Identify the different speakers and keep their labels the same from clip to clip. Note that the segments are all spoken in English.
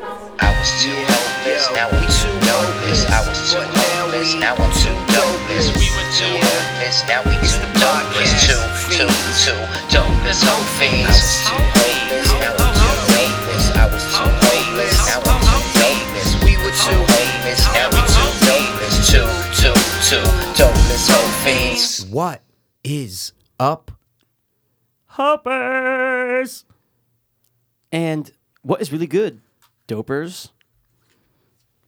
Speaker 1: was too hopeless. Now we too hopeless. I was too hopeless. Now I'm too dopeless. We were too hopeless. Now we too dopeless. Two, two, two dopeless hope fiends. I was too hopeless. Now I'm too hopeless. I was too hopeless. Now I'm too dopeless. We were too hopeless. Now we too dopeless. Two, two, two dopeless hope fiends.
Speaker 2: What is up, hoppers?
Speaker 3: And what is really good, dopers?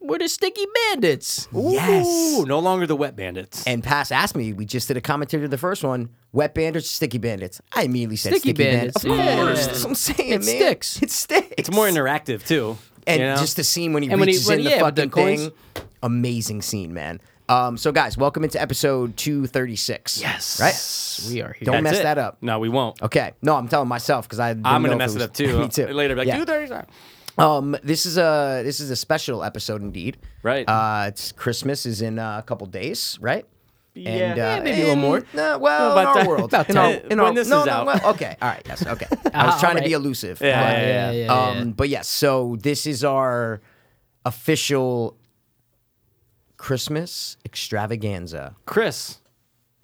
Speaker 3: We're the sticky bandits.
Speaker 2: Yes.
Speaker 3: Ooh, no longer the wet bandits.
Speaker 2: And Pass asked me, we just did a commentary to the first one, wet bandits, sticky bandits. I immediately said sticky,
Speaker 3: Sticky
Speaker 2: bandits.
Speaker 3: bandits,
Speaker 2: Of course.
Speaker 3: yeah.
Speaker 2: That's what I'm saying,
Speaker 3: It
Speaker 2: man.
Speaker 3: sticks.
Speaker 2: It sticks.
Speaker 3: it's more interactive too.
Speaker 2: And
Speaker 3: you know?
Speaker 2: just the scene when he
Speaker 3: And when he-
Speaker 2: reaches
Speaker 3: when-
Speaker 2: in
Speaker 3: yeah,
Speaker 2: the
Speaker 3: with the
Speaker 2: fucking
Speaker 3: coins.
Speaker 2: thing. Amazing scene, man. Um, so guys, welcome into episode 236.
Speaker 3: Yes.
Speaker 2: Right?
Speaker 4: We are here.
Speaker 2: Don't
Speaker 3: That's
Speaker 2: mess
Speaker 3: it.
Speaker 2: that up.
Speaker 3: No, we won't.
Speaker 2: Okay. No, I'm telling myself because I didn't
Speaker 3: I'm
Speaker 2: know
Speaker 3: gonna
Speaker 2: if
Speaker 3: mess it,
Speaker 2: was-
Speaker 3: up too.
Speaker 2: Me too.
Speaker 3: Later, be like
Speaker 2: Yeah.
Speaker 3: two thirty. All
Speaker 2: Um, this is a this is a special episode indeed.
Speaker 3: Right.
Speaker 2: Uh, it's Christmas is in uh, a couple days, right? Yeah, and, uh,
Speaker 3: Yeah, maybe a little
Speaker 2: and-
Speaker 3: more.
Speaker 2: No, well,
Speaker 3: About
Speaker 2: in our
Speaker 3: ti-
Speaker 2: world,
Speaker 3: about
Speaker 2: in our,
Speaker 3: time.
Speaker 2: in
Speaker 3: When
Speaker 2: our,
Speaker 3: this
Speaker 2: no,
Speaker 3: is
Speaker 2: no,
Speaker 3: out.
Speaker 2: well, okay, all right, yes, okay. I was
Speaker 4: Ah,
Speaker 2: trying to
Speaker 4: all
Speaker 2: be
Speaker 4: right.
Speaker 2: elusive.
Speaker 3: Yeah,
Speaker 2: but,
Speaker 3: yeah, yeah.
Speaker 2: Um, but yes, so this is our official Christmas extravaganza
Speaker 3: Chris,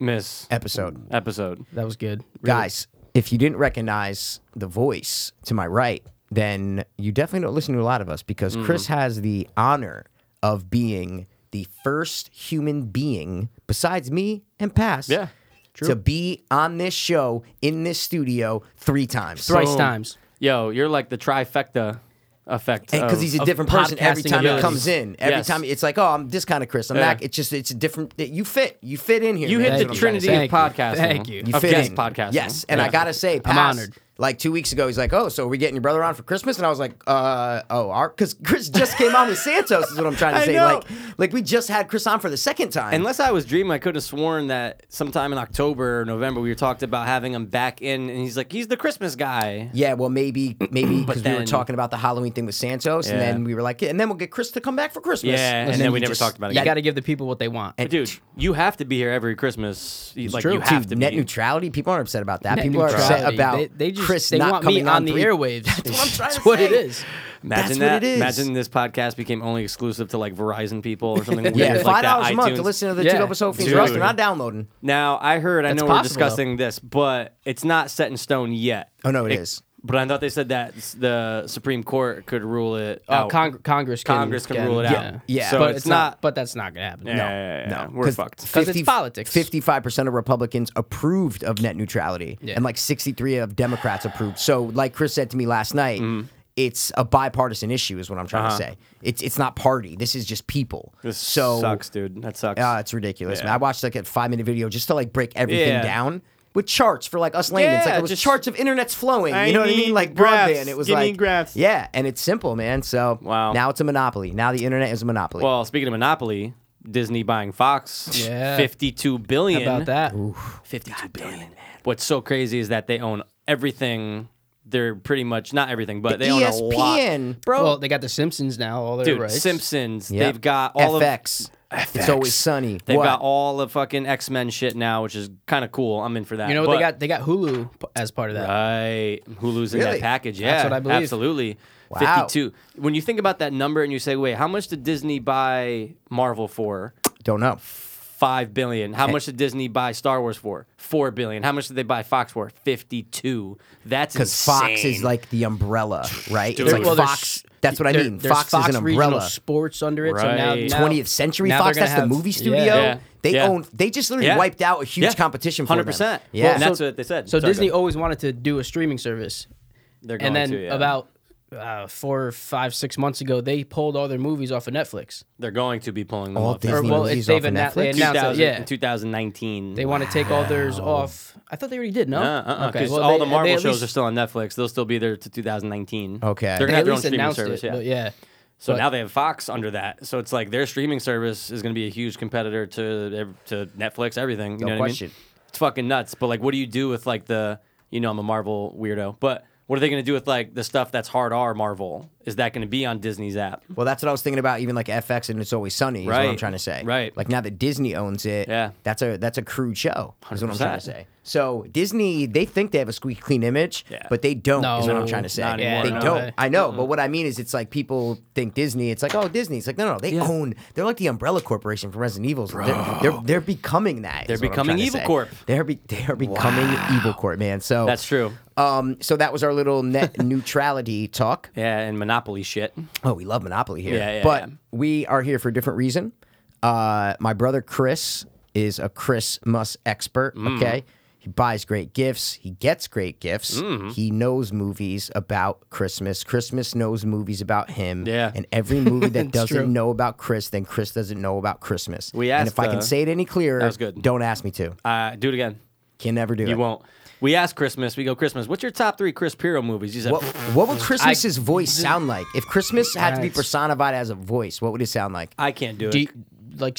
Speaker 3: Miss
Speaker 2: episode.
Speaker 3: episode.
Speaker 4: that was good.
Speaker 2: Guys, if you didn't recognize the voice to my right, then you definitely don't listen to a lot of us because Chris
Speaker 3: Mm-hmm.
Speaker 2: has the honor of being the first human being besides me and past
Speaker 3: Yeah,
Speaker 2: to be on this show in this studio three times.
Speaker 4: Thrice
Speaker 3: Boom.
Speaker 4: times.
Speaker 3: Yo, you're like the trifecta effect.
Speaker 2: because
Speaker 3: of-
Speaker 2: he's a
Speaker 3: of-
Speaker 2: different person every
Speaker 4: podcasting
Speaker 2: time he
Speaker 4: abilities.
Speaker 2: comes in. Every
Speaker 3: Yes.
Speaker 2: time it's like, oh, I'm this kind of Chris. I'm
Speaker 3: Yeah.
Speaker 2: that. It's just it's a different. You fit. You fit in here.
Speaker 3: You
Speaker 2: man.
Speaker 3: hit
Speaker 2: That's
Speaker 3: the
Speaker 2: what I'm trying to
Speaker 3: Trinity
Speaker 2: say.
Speaker 3: of
Speaker 4: Thank you.
Speaker 3: podcasting.
Speaker 4: Thank you.
Speaker 2: You
Speaker 3: of
Speaker 2: fit
Speaker 3: guest
Speaker 2: in.
Speaker 3: podcasting.
Speaker 2: Yes, and I
Speaker 3: Yeah.
Speaker 2: gotta say, Pass,
Speaker 4: honored.
Speaker 2: Like two weeks ago, he's like, "Oh, so we're getting your brother on for Christmas?" And I was like, "Uh, oh, our because Chris just came on with Santos is what I'm trying to
Speaker 3: I
Speaker 2: say.
Speaker 3: know.
Speaker 2: Like, like we just had Chris on for the second time.
Speaker 3: Unless I was dreaming, I could have sworn that sometime in October or November we were talked about having him back in, and he's like, he's the Christmas guy.
Speaker 2: yeah, well, maybe maybe because we were
Speaker 3: then-
Speaker 2: talking about the Halloween thing with Santos, and
Speaker 3: Yeah.
Speaker 2: then we were like, yeah, and then we'll get Chris to come back for Christmas.
Speaker 3: Yeah, and, then, we never talked about it.
Speaker 4: You
Speaker 3: Again.
Speaker 4: got to give the people what they want.
Speaker 3: Dude, you have to be here every Christmas. You- Like
Speaker 4: true.
Speaker 3: you have to
Speaker 2: net
Speaker 3: be.
Speaker 2: neutrality. People aren't upset about that.
Speaker 4: Net
Speaker 2: people are upset
Speaker 4: neutrality.
Speaker 2: about
Speaker 4: they, they just,
Speaker 2: Chris
Speaker 4: they
Speaker 2: not
Speaker 4: want
Speaker 2: coming
Speaker 4: me on the
Speaker 2: three-
Speaker 4: airwaves. That's
Speaker 2: what I'm trying to
Speaker 4: That's what it
Speaker 2: say.
Speaker 4: is.
Speaker 3: Imagine
Speaker 2: That's what
Speaker 3: that.
Speaker 2: it is.
Speaker 3: Imagine this podcast became only exclusive to like Verizon people or something. weird
Speaker 2: Yeah,
Speaker 3: like
Speaker 2: five
Speaker 3: that,
Speaker 2: dollars a month to
Speaker 3: iTunes.
Speaker 2: listen to the
Speaker 4: Yeah.
Speaker 2: two double soul fiends.
Speaker 3: Dude.
Speaker 2: Russ, They're not downloading.
Speaker 3: Now I heard. I
Speaker 4: That's
Speaker 3: know we're
Speaker 4: possible, though.
Speaker 3: discussing this, but it's not set in stone yet.
Speaker 2: Oh, no, it is.
Speaker 3: But I thought they said that s- the Supreme Court could rule it.
Speaker 4: Oh,
Speaker 3: out.
Speaker 4: Cong- Congress can,
Speaker 3: Congress can rule it out.
Speaker 2: Yeah.
Speaker 3: so
Speaker 4: but
Speaker 3: it's, not.
Speaker 4: But that's not gonna happen.
Speaker 3: yeah, yeah, yeah, yeah.
Speaker 2: no,
Speaker 3: we're fucked.
Speaker 4: 'Cause it's politics.
Speaker 2: Fifty-five percent of Republicans approved of net neutrality,
Speaker 4: Yeah.
Speaker 2: and like sixty-three of Democrats approved. So, like Chris said to me last night,
Speaker 3: Mm-hmm.
Speaker 2: it's a bipartisan issue, is what I'm trying to say. It's it's not party. This is just people.
Speaker 3: Uh-huh. This
Speaker 2: so
Speaker 3: sucks, dude. That sucks.
Speaker 2: Uh, it's ridiculous.
Speaker 3: Yeah.
Speaker 2: Man. I watched like a five-minute video just to like break everything
Speaker 3: Yeah.
Speaker 2: down. With charts for like us laymen, it's like
Speaker 3: Yeah,
Speaker 2: it was
Speaker 3: just-
Speaker 2: charts of internet's flowing.
Speaker 3: I
Speaker 2: you know what I
Speaker 3: need
Speaker 2: mean? Like
Speaker 3: graphs.
Speaker 2: broadband, it was
Speaker 3: You
Speaker 2: like
Speaker 3: need graphs.
Speaker 2: yeah, and it's simple, man. So
Speaker 3: Wow.
Speaker 2: now it's a monopoly. Now the internet is a monopoly.
Speaker 3: well, speaking of monopoly, Disney buying Fox,
Speaker 4: Yeah.
Speaker 3: fifty-two billion.
Speaker 4: About that,
Speaker 3: fifty-two billion. What's so crazy is that they own everything. They're pretty much not everything, but they
Speaker 2: E
Speaker 4: E
Speaker 3: own a lot.
Speaker 2: ESPN, bro.
Speaker 4: well, they got the Simpsons now. All their
Speaker 3: Dude,
Speaker 4: rights.
Speaker 3: Simpsons.
Speaker 2: Yeah.
Speaker 3: They've got all of
Speaker 2: FX. It's always sunny.
Speaker 3: They've
Speaker 2: What?
Speaker 3: got all the fucking X Men shit now, which is kind of cool. I'm in for that.
Speaker 4: You know what they
Speaker 3: But-
Speaker 4: got? They got Hulu p- as part of that.
Speaker 3: Right, Hulu's in
Speaker 2: Really?
Speaker 3: that package. Yeah,
Speaker 4: That's what I believe.
Speaker 3: Absolutely.
Speaker 2: Wow.
Speaker 3: 52. When you think about that number and you say, wait, how much did Disney buy Marvel for?
Speaker 2: Don't know.
Speaker 3: Five billion. How much did Disney buy Star Wars for? Four billion. How much did they buy Fox for? Fifty-two. That's
Speaker 2: Because Fox is
Speaker 3: insane.
Speaker 2: like the umbrella, right? It's like
Speaker 4: Well, there's-
Speaker 2: Fox. That's what I
Speaker 4: there-
Speaker 2: mean.
Speaker 4: there's
Speaker 2: Fox, is an
Speaker 4: Regional
Speaker 2: umbrella.
Speaker 4: Sports under it. So now,
Speaker 3: Right.
Speaker 4: now-
Speaker 2: 20th Century
Speaker 4: now
Speaker 2: Fox.
Speaker 4: they're
Speaker 2: That's
Speaker 4: gonna
Speaker 2: the
Speaker 4: have-
Speaker 2: movie studio.
Speaker 4: Yeah.
Speaker 2: They
Speaker 3: Yeah.
Speaker 2: own. They just literally
Speaker 3: Yeah.
Speaker 2: wiped out a huge
Speaker 3: Yeah.
Speaker 2: competition. for them.
Speaker 3: Hundred percent.
Speaker 2: Yeah.
Speaker 3: and that's
Speaker 4: so-
Speaker 3: what they said.
Speaker 4: So
Speaker 3: Sorry,
Speaker 4: Disney
Speaker 3: go ahead.
Speaker 4: always wanted to do a streaming service,
Speaker 3: They're going
Speaker 4: and then
Speaker 3: to, yeah.
Speaker 4: about uh, four, five, six months ago, they pulled all their movies off of Netflix.
Speaker 3: they're going to be pulling them
Speaker 2: All
Speaker 3: off.
Speaker 2: Disney
Speaker 4: Or, well,
Speaker 2: movies
Speaker 4: it's,
Speaker 2: off
Speaker 4: they've
Speaker 2: of
Speaker 4: annou- they
Speaker 2: Netflix?
Speaker 4: announced it.
Speaker 3: 2000,
Speaker 4: Yeah,
Speaker 3: 2019.
Speaker 4: they want to take all theirs off. I thought they already did. No,
Speaker 3: Uh, uh, 'cause all the Marvel shows are still on Netflix. They'll still be there to 2019.
Speaker 2: Okay.
Speaker 3: They're
Speaker 4: They
Speaker 3: gonna have
Speaker 4: at
Speaker 3: their own
Speaker 4: least
Speaker 3: streaming
Speaker 4: announced
Speaker 3: service.
Speaker 4: it.
Speaker 3: yeah.
Speaker 4: but yeah.
Speaker 3: So
Speaker 4: But-
Speaker 3: now they have Fox under that. So it's like their streaming service is going to be a huge competitor to ev- to Netflix, everything. You know what
Speaker 2: question.
Speaker 3: I mean? It's fucking nuts. But like, what do you do with like the? You know, I'm a Marvel weirdo, but what are they going to do with like the stuff that's hard R Marvel? is that going to be on Disney's app?
Speaker 2: Well, that's what I was thinking about, even like FX and It's Always Sunny. Is what I'm
Speaker 3: Right.
Speaker 2: trying to say.
Speaker 3: Right.
Speaker 2: Like now that Disney owns it,
Speaker 3: Yeah.
Speaker 2: that's a that's a crude show. Is what I'm trying to
Speaker 3: 100%.
Speaker 2: say. So Disney, they think they have a squeaky clean image,
Speaker 3: Yeah.
Speaker 2: but they don't. is what
Speaker 4: No,
Speaker 2: I'm trying to say.
Speaker 3: not
Speaker 4: anymore,
Speaker 2: they
Speaker 4: no
Speaker 2: don't.
Speaker 4: way.
Speaker 2: I know, but what I mean is, it's like people think Disney. It's like oh, Disney. It's like no, no, they own. They're like the umbrella corporation for Resident Evil. They're, they're they're becoming that.
Speaker 3: They're
Speaker 2: is what I'm
Speaker 3: becoming
Speaker 2: trying to
Speaker 3: Evil
Speaker 2: say.
Speaker 3: Corp.
Speaker 2: They're be, they are becoming Evil Corp, man. So
Speaker 3: That's true.
Speaker 2: Um, so that was our little net neutrality talk.
Speaker 3: Yeah, and Monopoly shit.
Speaker 2: Oh, we love Monopoly here.
Speaker 3: Yeah, yeah,
Speaker 2: but
Speaker 3: yeah.
Speaker 2: we are here for a different reason. Uh, my brother Chris is a Christmas expert.
Speaker 3: Mm.
Speaker 2: Okay. He buys great gifts. He gets great gifts.
Speaker 3: Mm-hmm.
Speaker 2: He knows movies about Christmas. Christmas knows movies about him.
Speaker 3: Yeah.
Speaker 2: And every movie that doesn't
Speaker 4: true.
Speaker 2: know about Chris, then Chris doesn't know about Christmas.
Speaker 3: We
Speaker 2: and
Speaker 3: asked,
Speaker 2: if I
Speaker 3: uh,
Speaker 2: can say it any clearer,
Speaker 3: that was good.
Speaker 2: don't ask me to.
Speaker 3: Uh, do it again.
Speaker 2: Can never do it.
Speaker 3: You won't. We asked Christmas. We go Christmas. What's your top three Chris Pirro movies? He said,
Speaker 2: What, what would Christmas's voice sound like? If Christmas had to be
Speaker 4: That's-
Speaker 2: personified as a voice, what would it sound like?
Speaker 3: I can't do it.
Speaker 4: Do you, like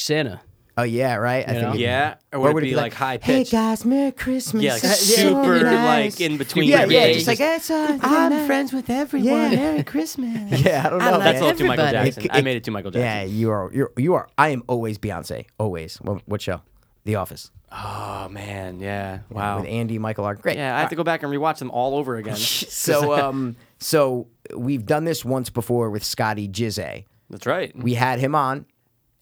Speaker 4: Santa.
Speaker 2: Oh yeah, right. I
Speaker 4: know?
Speaker 2: it'd be-
Speaker 3: yeah, or
Speaker 2: Or
Speaker 3: would, it be like, high pitched?
Speaker 2: Hey guys, Merry Christmas.
Speaker 3: yeah, like
Speaker 2: Uh,
Speaker 3: super
Speaker 2: so nice.
Speaker 3: like in between.
Speaker 2: Yeah, yeah,
Speaker 3: everything.
Speaker 2: just like that's uh, I'm friends with everyone. Yeah. Merry Christmas. yeah, I don't know.
Speaker 3: that's all
Speaker 2: man.
Speaker 3: to Michael
Speaker 5: Everybody.
Speaker 3: Jackson. I made it to Michael
Speaker 2: Yeah,
Speaker 3: Jackson.
Speaker 2: you are. You're, you are. I am always Beyonce. Always. What, what show? The Office.
Speaker 3: Oh man, yeah, wow.
Speaker 2: With Andy, Michael, Clark. Great.
Speaker 3: Yeah, I have to go back and rewatch them all over again.
Speaker 2: So um, so we've done this once before with Scotty Jizze.
Speaker 3: That's right.
Speaker 2: We had him on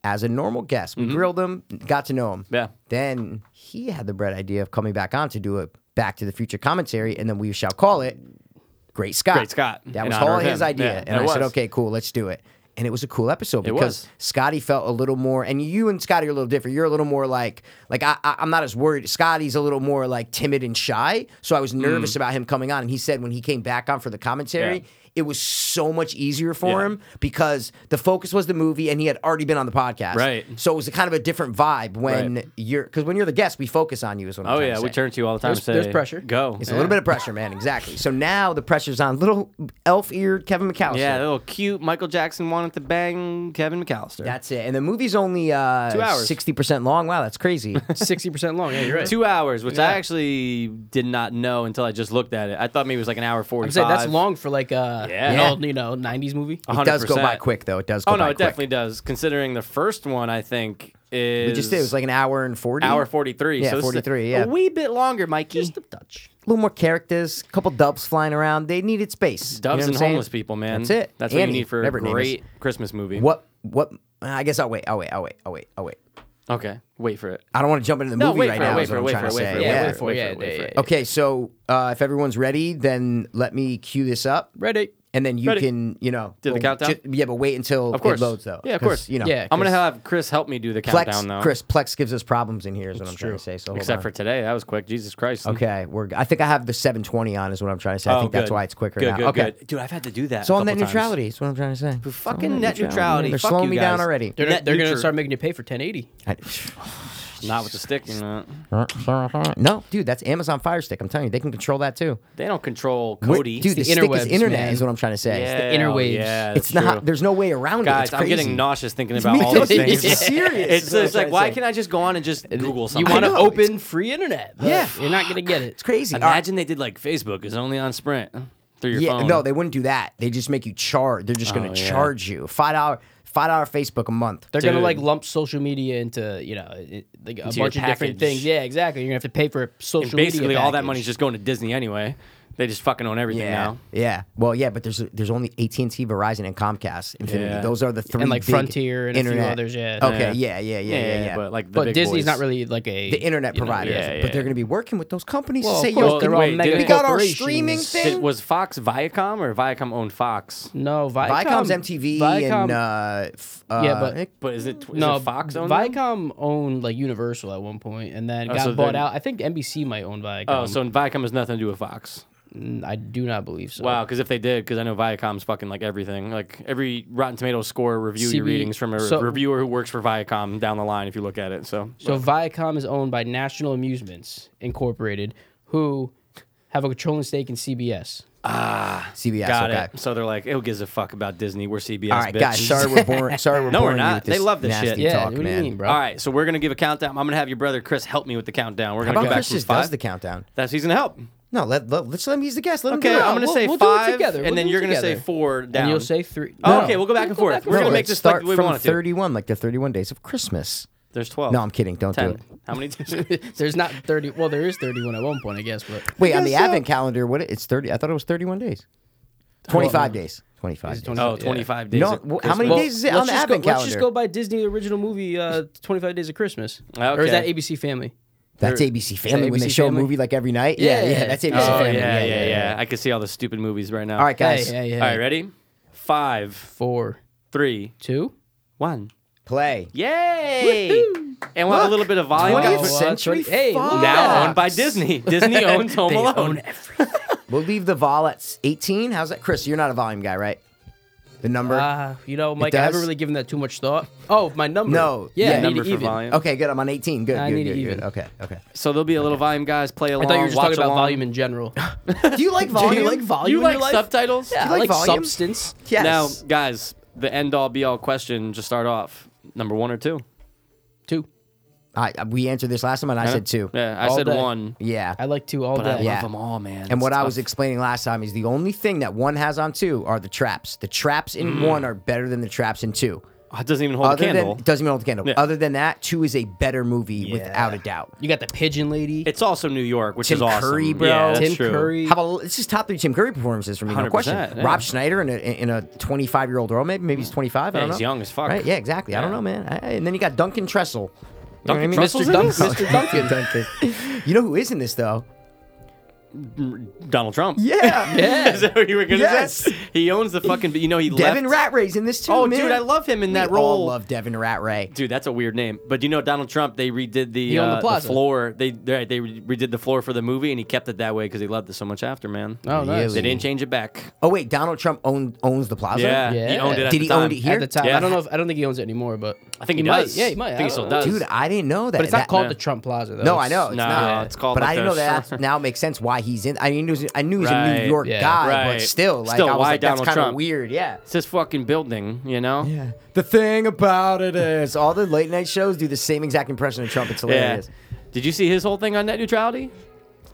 Speaker 2: as a normal guest. We grilled him, got to know him.
Speaker 3: Mm-hmm. Yeah.
Speaker 2: Then he had the bright idea of coming back on to do a Back to the Future commentary, and then we shall call it Great Scott.
Speaker 3: Great Scott,
Speaker 2: That
Speaker 3: in
Speaker 2: was
Speaker 3: honor
Speaker 2: all
Speaker 3: of
Speaker 2: his
Speaker 3: him.
Speaker 2: idea.
Speaker 3: Yeah,
Speaker 2: and I
Speaker 3: it
Speaker 2: said,
Speaker 3: was.
Speaker 2: okay, cool, let's do it. And it was a cool episode because
Speaker 3: was.
Speaker 2: Scotty felt a little more, and you and Scotty are a little different. You're a little more like, like I, I, I'm not as worried. Scotty's a little more like timid and shy, so I
Speaker 3: Mm.
Speaker 2: was nervous about him coming on. And he said when he came back on for the commentary,
Speaker 3: Yeah.
Speaker 2: it was so much easier for
Speaker 3: Yeah.
Speaker 2: him because the focus was the movie, and he had already been on the podcast.
Speaker 3: Right.
Speaker 2: So it was a kind of a different vibe when
Speaker 3: Right.
Speaker 2: you're because when you're the guest, we focus on you. Is what I'm
Speaker 3: Oh
Speaker 2: trying
Speaker 3: yeah,
Speaker 2: to
Speaker 3: we
Speaker 2: say.
Speaker 3: turn to you all the time.
Speaker 4: There's-
Speaker 3: and
Speaker 4: there's
Speaker 3: say,
Speaker 4: pressure.
Speaker 3: Go.
Speaker 2: It's a little bit of pressure, man. Exactly. So now the pressure's on little elf-eared Kevin McAllister.
Speaker 3: Yeah, little cute Michael Jackson wanted to bang Kevin McAllister.
Speaker 2: that's it. And the movie's only
Speaker 3: Two
Speaker 2: uh
Speaker 3: hours.
Speaker 2: sixty percent long. Wow, that's crazy.
Speaker 4: Sixty percent long. Yeah, you're right.
Speaker 3: Two hours, which I actually did not know until I just looked at it. I thought maybe it was like an hour
Speaker 4: I'm
Speaker 3: forty-five.
Speaker 4: saying that's long for like uh,
Speaker 3: Yeah.
Speaker 4: an
Speaker 3: Yeah.
Speaker 4: old, you know, '90s movie.
Speaker 2: it does go by
Speaker 3: 100%.
Speaker 2: quick though. It does. Go
Speaker 3: Oh no,
Speaker 2: by
Speaker 3: it
Speaker 2: quick.
Speaker 3: definitely does. Considering the first one, I think is
Speaker 2: We just did. It was like an hour and forty.
Speaker 3: hour forty-three.
Speaker 2: Yeah,
Speaker 3: so this is
Speaker 2: 43,
Speaker 3: A,
Speaker 2: yeah.
Speaker 3: a wee bit longer, Mikey.
Speaker 4: Just a touch.
Speaker 2: A little more characters. A couple dubs flying around. They needed space. You know
Speaker 3: Dubs
Speaker 2: what I'm
Speaker 3: and
Speaker 2: saying?
Speaker 3: homeless people, man.
Speaker 2: That's it.
Speaker 3: That's what
Speaker 2: Annie,
Speaker 3: you need for a
Speaker 2: whatever her name is.
Speaker 3: great Christmas movie.
Speaker 2: What? What? uh, I guess I'll wait. I'll wait. I'll wait. I'll wait. I'll wait.
Speaker 3: Okay, wait for it.
Speaker 2: I don't want to jump into the
Speaker 3: No,
Speaker 2: movie
Speaker 3: wait
Speaker 2: right
Speaker 3: for it,
Speaker 2: now.
Speaker 3: wait
Speaker 2: is
Speaker 3: for
Speaker 2: what
Speaker 3: it,
Speaker 2: I'm
Speaker 3: wait
Speaker 2: trying
Speaker 3: for it,
Speaker 2: to
Speaker 3: wait
Speaker 2: say.
Speaker 3: for it,
Speaker 2: Yeah.
Speaker 3: wait for it,
Speaker 4: Yeah,
Speaker 3: wait for it,
Speaker 4: yeah,
Speaker 3: wait for it.
Speaker 2: Okay, so uh, if everyone's ready, then let me cue this up,
Speaker 4: Ready?
Speaker 2: and then you
Speaker 3: Ready.
Speaker 2: can, you know,
Speaker 3: Do the countdown?
Speaker 2: yeah, but wait until
Speaker 3: Of course.
Speaker 2: it loads, though.
Speaker 3: Yeah, of
Speaker 2: 'cause,
Speaker 3: course.
Speaker 2: You know,
Speaker 4: Yeah.
Speaker 3: I'm gonna
Speaker 4: 'cause-
Speaker 3: have Chris help me do the
Speaker 2: Plex,
Speaker 3: countdown though.
Speaker 2: Chris, Plex gives us problems in here. Is what I'm trying to say. So hold
Speaker 3: except
Speaker 2: on.
Speaker 3: for today, that was quick. Jesus Christ.
Speaker 2: okay, we're. I think I have the 720 on. Is what I'm trying to say. I think that's why it's quicker
Speaker 3: Oh, Good,
Speaker 2: now.
Speaker 3: good,
Speaker 2: okay,
Speaker 3: good. Dude, I've had to do that.
Speaker 2: so
Speaker 3: a
Speaker 2: on net
Speaker 3: couple times.
Speaker 2: neutrality. Is what I'm trying to say.
Speaker 3: Fucking net neutrality.
Speaker 2: They're
Speaker 3: Fuck
Speaker 2: slowing
Speaker 3: you
Speaker 2: me down
Speaker 3: guys.
Speaker 2: already.
Speaker 4: They're,
Speaker 3: Net
Speaker 4: they're gonna
Speaker 3: neutral.
Speaker 4: start making you pay for 1080.
Speaker 3: Not with the stick. You know.
Speaker 2: no, dude, that's Amazon Fire Stick. I'm telling you, they can control that too.
Speaker 3: They don't control Cody.
Speaker 2: dude, the,
Speaker 4: It's the
Speaker 2: stick is
Speaker 4: interwebs,
Speaker 2: internet.
Speaker 4: man.
Speaker 2: Is what I'm trying to say.
Speaker 3: yeah,
Speaker 4: the inner
Speaker 3: oh,
Speaker 4: waves.
Speaker 3: Yeah,
Speaker 2: It's
Speaker 3: that's
Speaker 2: not.
Speaker 3: true.
Speaker 2: There's no way around it. It's
Speaker 3: Guys, I'm
Speaker 2: crazy.
Speaker 3: getting nauseous thinking
Speaker 2: me
Speaker 3: about all these
Speaker 2: too.
Speaker 3: things.
Speaker 2: It's serious.
Speaker 3: It's,
Speaker 2: That's what
Speaker 3: it's
Speaker 2: I'm
Speaker 3: like,
Speaker 2: trying
Speaker 3: why
Speaker 2: to say.
Speaker 3: can't I just go on and just Google
Speaker 4: You
Speaker 3: something?
Speaker 4: want to
Speaker 2: know, it's-
Speaker 4: open free internet? but
Speaker 2: Yeah.
Speaker 4: you're not gonna get it.
Speaker 2: It's crazy. All right.
Speaker 3: Imagine they did like Facebook is only on Sprint through your
Speaker 2: Yeah,
Speaker 3: phone.
Speaker 2: no, they wouldn't do that. They just make you charge. They're just going to
Speaker 3: yeah.
Speaker 2: charge you five dollar, five dollar Facebook a month.
Speaker 4: They're gonna
Speaker 3: Dude.
Speaker 4: like lump social media into you know it- like a
Speaker 3: Into your
Speaker 4: bunch of different
Speaker 3: package.
Speaker 4: things. Yeah, exactly. You're gonna have to pay for a social media.
Speaker 3: basically all that
Speaker 4: package.
Speaker 3: money's just going to Disney anyway. They just fucking own everything
Speaker 2: yeah,
Speaker 3: now.
Speaker 2: yeah. Well, yeah, but there's there's only AT and T, Verizon, and Comcast. Infinity.
Speaker 3: Yeah.
Speaker 2: Those are the three
Speaker 4: And, like,
Speaker 2: big
Speaker 4: Frontier and a few
Speaker 2: internet.
Speaker 4: others, yeah.
Speaker 2: Okay. Yeah. Yeah. Yeah. Yeah. yeah,
Speaker 3: But like, the
Speaker 4: But
Speaker 3: big boys.
Speaker 4: Disney's not really like a
Speaker 2: the internet
Speaker 4: you know,
Speaker 2: providers,
Speaker 3: yeah,
Speaker 2: but
Speaker 3: yeah.
Speaker 2: they're going to be working with those companies
Speaker 4: Well,
Speaker 2: to say,
Speaker 4: of
Speaker 2: "Yo,
Speaker 4: course, they're all
Speaker 3: wait,
Speaker 4: mega
Speaker 3: did-
Speaker 2: we got our
Speaker 4: corporations.
Speaker 2: streaming
Speaker 3: Did,
Speaker 2: thing."
Speaker 3: was Fox Viacom or Viacom owned Fox?
Speaker 4: No, Viacom,
Speaker 2: Viacom's MTV
Speaker 4: Viacom-
Speaker 2: and uh, f- uh,
Speaker 4: Yeah, but-
Speaker 3: But is it is
Speaker 4: no,
Speaker 3: it Fox owned? them?
Speaker 4: Viacom owned like Universal at one point, and then
Speaker 3: Oh,
Speaker 4: got
Speaker 3: so
Speaker 4: bought
Speaker 3: then-
Speaker 4: out. I think NBC might own Viacom.
Speaker 3: Oh, so Viacom has nothing to do with Fox.
Speaker 4: Mm, I do not believe so.
Speaker 3: Wow, because if they did, because I know Viacom's fucking like everything. Like every Rotten Tomatoes score review
Speaker 4: CB
Speaker 3: you readings from a
Speaker 4: so-
Speaker 3: reviewer who works for Viacom down the line. If you look at it, so
Speaker 4: So Viacom is owned by National Amusements Incorporated, who have a controlling stake in CBS.
Speaker 2: CBS.
Speaker 3: got
Speaker 2: okay.
Speaker 3: it. So they're like, who gives a fuck about Disney? We're CBS.
Speaker 2: All right,
Speaker 3: bitch.
Speaker 2: guys. Sorry, we're boring. Sorry, we're
Speaker 3: No, we're
Speaker 2: boring you
Speaker 3: not.
Speaker 2: with
Speaker 3: They love this
Speaker 2: nasty
Speaker 3: shit.
Speaker 4: Yeah,
Speaker 2: talk,
Speaker 4: what
Speaker 2: man.
Speaker 4: do you mean, bro?
Speaker 3: All right, so we're gonna give a countdown. I'm gonna have your brother Chris help me with the countdown. We're
Speaker 2: How
Speaker 3: gonna go
Speaker 2: about
Speaker 3: back
Speaker 2: Chris
Speaker 3: from
Speaker 2: just does
Speaker 3: five.
Speaker 2: the countdown?
Speaker 3: That's he's gonna help.
Speaker 2: No, let, let, let's let him use the guess. Let him
Speaker 3: Okay,
Speaker 2: do it.
Speaker 3: I'm gonna
Speaker 4: we'll-
Speaker 3: say
Speaker 4: we'll do it
Speaker 3: five,
Speaker 4: together. We'll
Speaker 3: and then
Speaker 4: do it
Speaker 3: you're gonna say
Speaker 4: together.
Speaker 3: four down.
Speaker 4: And you'll say three.
Speaker 3: Oh,
Speaker 4: No.
Speaker 3: okay, we'll go back and forth. We're
Speaker 2: No,
Speaker 3: gonna make
Speaker 2: let's
Speaker 3: this like
Speaker 2: start
Speaker 3: the way we
Speaker 2: from
Speaker 3: want it to.
Speaker 2: 31, like the 31 days of Christmas.
Speaker 3: There's twelve.
Speaker 2: No, I'm kidding. Don't do
Speaker 3: ten.
Speaker 2: it.
Speaker 3: How many?
Speaker 4: There's not 30. Well, there is 31 at one point, I guess, but
Speaker 2: Wait, on
Speaker 3: guess
Speaker 2: the
Speaker 3: so.
Speaker 2: advent calendar, what? It's 30. I thought it was 31 days. 25 days. 25 days.
Speaker 4: 20
Speaker 3: oh,
Speaker 4: Yeah.
Speaker 3: 25 days.
Speaker 2: No, wh- how
Speaker 3: of Christmas.
Speaker 2: many
Speaker 4: Well,
Speaker 2: days is it
Speaker 4: let's
Speaker 2: on the
Speaker 4: just
Speaker 2: advent
Speaker 4: go,
Speaker 2: calendar?
Speaker 4: Let's just go by Disney original movie, uh, 25 Days of Christmas. Or
Speaker 3: Okay.
Speaker 4: is that ABC Family?
Speaker 2: That's ABC Family when they
Speaker 4: ABC
Speaker 2: show
Speaker 4: Family?
Speaker 2: a movie like every night. Yeah, yeah,
Speaker 4: Yeah.
Speaker 2: that's ABC
Speaker 3: Oh,
Speaker 2: Family.
Speaker 3: yeah, yeah, yeah, I could see all the stupid movies right now.
Speaker 2: All right, guys,
Speaker 4: Hey, hey, hey.
Speaker 3: All right, ready? Five,
Speaker 4: Four,
Speaker 3: three,
Speaker 4: two.
Speaker 3: one.
Speaker 2: play.
Speaker 3: Yay! And we'll have a little bit of volume.
Speaker 4: Wow,
Speaker 2: 20th
Speaker 4: uh,
Speaker 3: Now
Speaker 2: century
Speaker 4: 20 hey, look at
Speaker 2: Fox.
Speaker 4: that.
Speaker 3: owned by Disney. Disney owns Home
Speaker 4: They
Speaker 3: Alone.
Speaker 4: own everything.
Speaker 2: We'll leave the vol at s- 18. How's that, Chris? You're not a volume guy, right? The number.
Speaker 4: Ah, you know, Mike, I haven't
Speaker 2: does?
Speaker 4: really given that too much thought. Oh, my number.
Speaker 2: No,
Speaker 4: Yeah,
Speaker 2: yeah,
Speaker 4: I need
Speaker 3: number
Speaker 4: it
Speaker 3: for
Speaker 4: even.
Speaker 3: volume.
Speaker 2: okay, good. I'm on 18. Good,
Speaker 4: I
Speaker 2: good,
Speaker 4: need
Speaker 2: good,
Speaker 4: it
Speaker 2: good.
Speaker 4: even.
Speaker 2: Okay, okay.
Speaker 3: So there'll be a little volume, guys. Play along.
Speaker 4: I thought you were just
Speaker 3: watch
Speaker 4: talking about
Speaker 3: along.
Speaker 4: volume in general.
Speaker 2: Do you like volume?
Speaker 4: Do you like volume?
Speaker 3: You
Speaker 4: in
Speaker 3: like
Speaker 4: your life?
Speaker 3: subtitles?
Speaker 2: like
Speaker 4: Yeah, I like
Speaker 2: volume?
Speaker 4: substance.
Speaker 2: Yes.
Speaker 3: Now, guys, the end all be all question. Just start off number one or two.
Speaker 4: Two.
Speaker 2: I, we answered this last time, and I said two.
Speaker 3: Yeah, I
Speaker 4: All
Speaker 3: said
Speaker 4: day.
Speaker 3: one.
Speaker 2: Yeah.
Speaker 4: I like two all
Speaker 3: But I
Speaker 4: day.
Speaker 3: love
Speaker 2: Yeah.
Speaker 3: them all, man.
Speaker 2: And
Speaker 3: It's
Speaker 2: what I
Speaker 3: tough.
Speaker 2: was explaining last time is the only thing that one has on two are the traps. The traps in one are better than the traps in two.
Speaker 3: Oh, it doesn't even hold
Speaker 2: Other
Speaker 3: a candle.
Speaker 2: than doesn't even hold the candle.
Speaker 3: Yeah.
Speaker 2: Other than that, two is a better movie without a doubt.
Speaker 4: You got the pigeon lady.
Speaker 3: it's also New York, which
Speaker 2: Tim
Speaker 3: is awesome.
Speaker 2: Curry, bro.
Speaker 3: Yeah, that's
Speaker 4: Tim
Speaker 3: true.
Speaker 4: Curry.
Speaker 2: How about this is top three Tim Curry performances for me? No
Speaker 3: 100%,
Speaker 2: question.
Speaker 3: yeah.
Speaker 2: Rob Schneider in a in a 25 year old role, maybe maybe he's 25. I
Speaker 3: Yeah,
Speaker 2: don't
Speaker 3: he's
Speaker 2: know.
Speaker 3: young as fuck.
Speaker 2: Right? Yeah, exactly. I don't
Speaker 3: Yeah.
Speaker 2: know, man. I- and then you got Duncan Tressel. You know what I
Speaker 3: Duncan
Speaker 2: mean?
Speaker 3: Trussell's
Speaker 4: Mr.
Speaker 3: in this?
Speaker 4: Duncan. Mr. Duncan.
Speaker 2: You know who is in this though?
Speaker 3: Donald Trump.
Speaker 2: Yeah,
Speaker 3: Is that what you were gonna
Speaker 2: Yes.
Speaker 3: say? He owns the fucking. You know he
Speaker 2: Devin
Speaker 3: left.
Speaker 2: Ratray's in this too.
Speaker 3: Oh,
Speaker 2: man.
Speaker 3: dude, I love him in that
Speaker 2: we All
Speaker 3: role.
Speaker 2: love Devin Ratray.
Speaker 3: Dude, that's a weird name. But you know Donald Trump, they redid the,
Speaker 4: He owned the
Speaker 3: uh,
Speaker 4: plaza.
Speaker 3: floor. They they they redid the floor for the movie, and he kept it that way because he loved it so much after, man.
Speaker 4: Oh, nice.
Speaker 3: They didn't change it back.
Speaker 2: Oh wait, Donald Trump owned, owns the plaza.
Speaker 3: Yeah, he
Speaker 4: Yeah.
Speaker 3: owned it. At
Speaker 2: Did
Speaker 3: the
Speaker 2: he
Speaker 3: time.
Speaker 2: own it here?
Speaker 4: At the time,
Speaker 3: Yeah.
Speaker 4: I don't know if I don't think he owns it anymore, but
Speaker 3: I think he,
Speaker 4: might.
Speaker 3: does.
Speaker 4: Yeah, he might.
Speaker 3: I think he still
Speaker 4: don't know.
Speaker 3: does.
Speaker 2: Dude, I didn't know that.
Speaker 4: But it's not
Speaker 2: That-
Speaker 4: called
Speaker 3: Yeah.
Speaker 4: the Trump Plaza, though.
Speaker 2: No, I
Speaker 4: It's-
Speaker 2: know it's
Speaker 3: No,
Speaker 2: not.
Speaker 3: it's called
Speaker 2: But
Speaker 3: like
Speaker 2: I didn't
Speaker 3: a
Speaker 2: know that.
Speaker 3: sh-
Speaker 2: That's, now it makes sense why he's in. I mean, he was, I knew he was a
Speaker 3: Right.
Speaker 2: New York
Speaker 4: Yeah.
Speaker 2: guy,
Speaker 3: Right.
Speaker 2: but still, like,
Speaker 3: Still,
Speaker 2: I was
Speaker 3: why
Speaker 2: like, that's
Speaker 3: Donald
Speaker 2: kind of
Speaker 3: Trump?
Speaker 2: weird. Yeah.
Speaker 3: it's this fucking building, you know.
Speaker 2: Yeah. The thing about it is, all the late night shows do the same exact impression of Trump. It's
Speaker 3: Yeah.
Speaker 2: hilarious.
Speaker 3: Did you see his whole thing on net neutrality?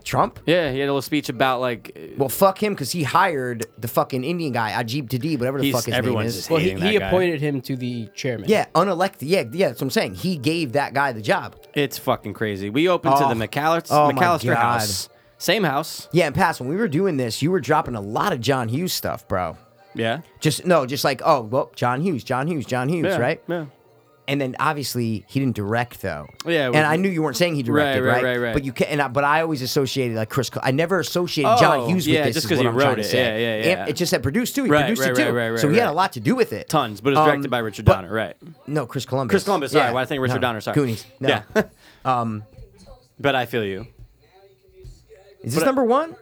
Speaker 2: Trump?
Speaker 3: Yeah, he had a little speech about like
Speaker 2: Well, fuck him because he hired the fucking Indian guy, Ajib Tadib, whatever the
Speaker 3: He's-
Speaker 2: fuck his name
Speaker 3: everyone's
Speaker 2: is.
Speaker 3: just
Speaker 4: Well, he,
Speaker 3: hating that
Speaker 4: he
Speaker 3: guy.
Speaker 4: appointed him to the chairman.
Speaker 2: yeah, unelected. Yeah, yeah, that's what I'm saying. He gave that guy the job.
Speaker 3: It's fucking crazy. We opened
Speaker 2: Oh.
Speaker 3: to the McAllister,
Speaker 2: Oh, my
Speaker 3: McAllister
Speaker 2: God.
Speaker 3: house. Same house.
Speaker 2: Yeah, and Pass, when we were doing this, you were dropping a lot of John Hughes stuff, bro.
Speaker 3: Yeah.
Speaker 2: Just, no, just like, oh, well, John Hughes, John Hughes, John Hughes,
Speaker 3: Yeah.
Speaker 2: right?
Speaker 3: Yeah.
Speaker 2: and then obviously he didn't direct though.
Speaker 3: Yeah, it
Speaker 2: and
Speaker 3: was-
Speaker 2: I knew you weren't saying he directed, right?
Speaker 3: Right, right, right, right.
Speaker 2: But you can, and I, but I always associated like Chris. Col- I never associated
Speaker 3: Oh,
Speaker 2: John Hughes with
Speaker 3: yeah,
Speaker 2: this.
Speaker 3: just
Speaker 2: is
Speaker 3: 'cause
Speaker 2: what
Speaker 3: he
Speaker 2: I'm
Speaker 3: wrote
Speaker 2: trying to
Speaker 3: it.
Speaker 2: say.
Speaker 3: Yeah, yeah, yeah.
Speaker 2: And it just said produced too. He
Speaker 3: Right,
Speaker 2: produced
Speaker 3: right,
Speaker 2: it too.
Speaker 3: right, right,
Speaker 2: so he
Speaker 3: right,
Speaker 2: had a
Speaker 3: right.
Speaker 2: lot to do with it.
Speaker 3: Tons, but it's
Speaker 2: Um,
Speaker 3: directed by Richard
Speaker 2: but-
Speaker 3: Donner, right?
Speaker 2: No, Chris Columbus.
Speaker 3: Chris Columbus. Sorry,
Speaker 2: Yeah.
Speaker 3: well, I think Richard
Speaker 2: No,
Speaker 3: Donner. Sorry,
Speaker 2: Goonies. No.
Speaker 3: Yeah. um, but I feel you.
Speaker 2: Is this number one?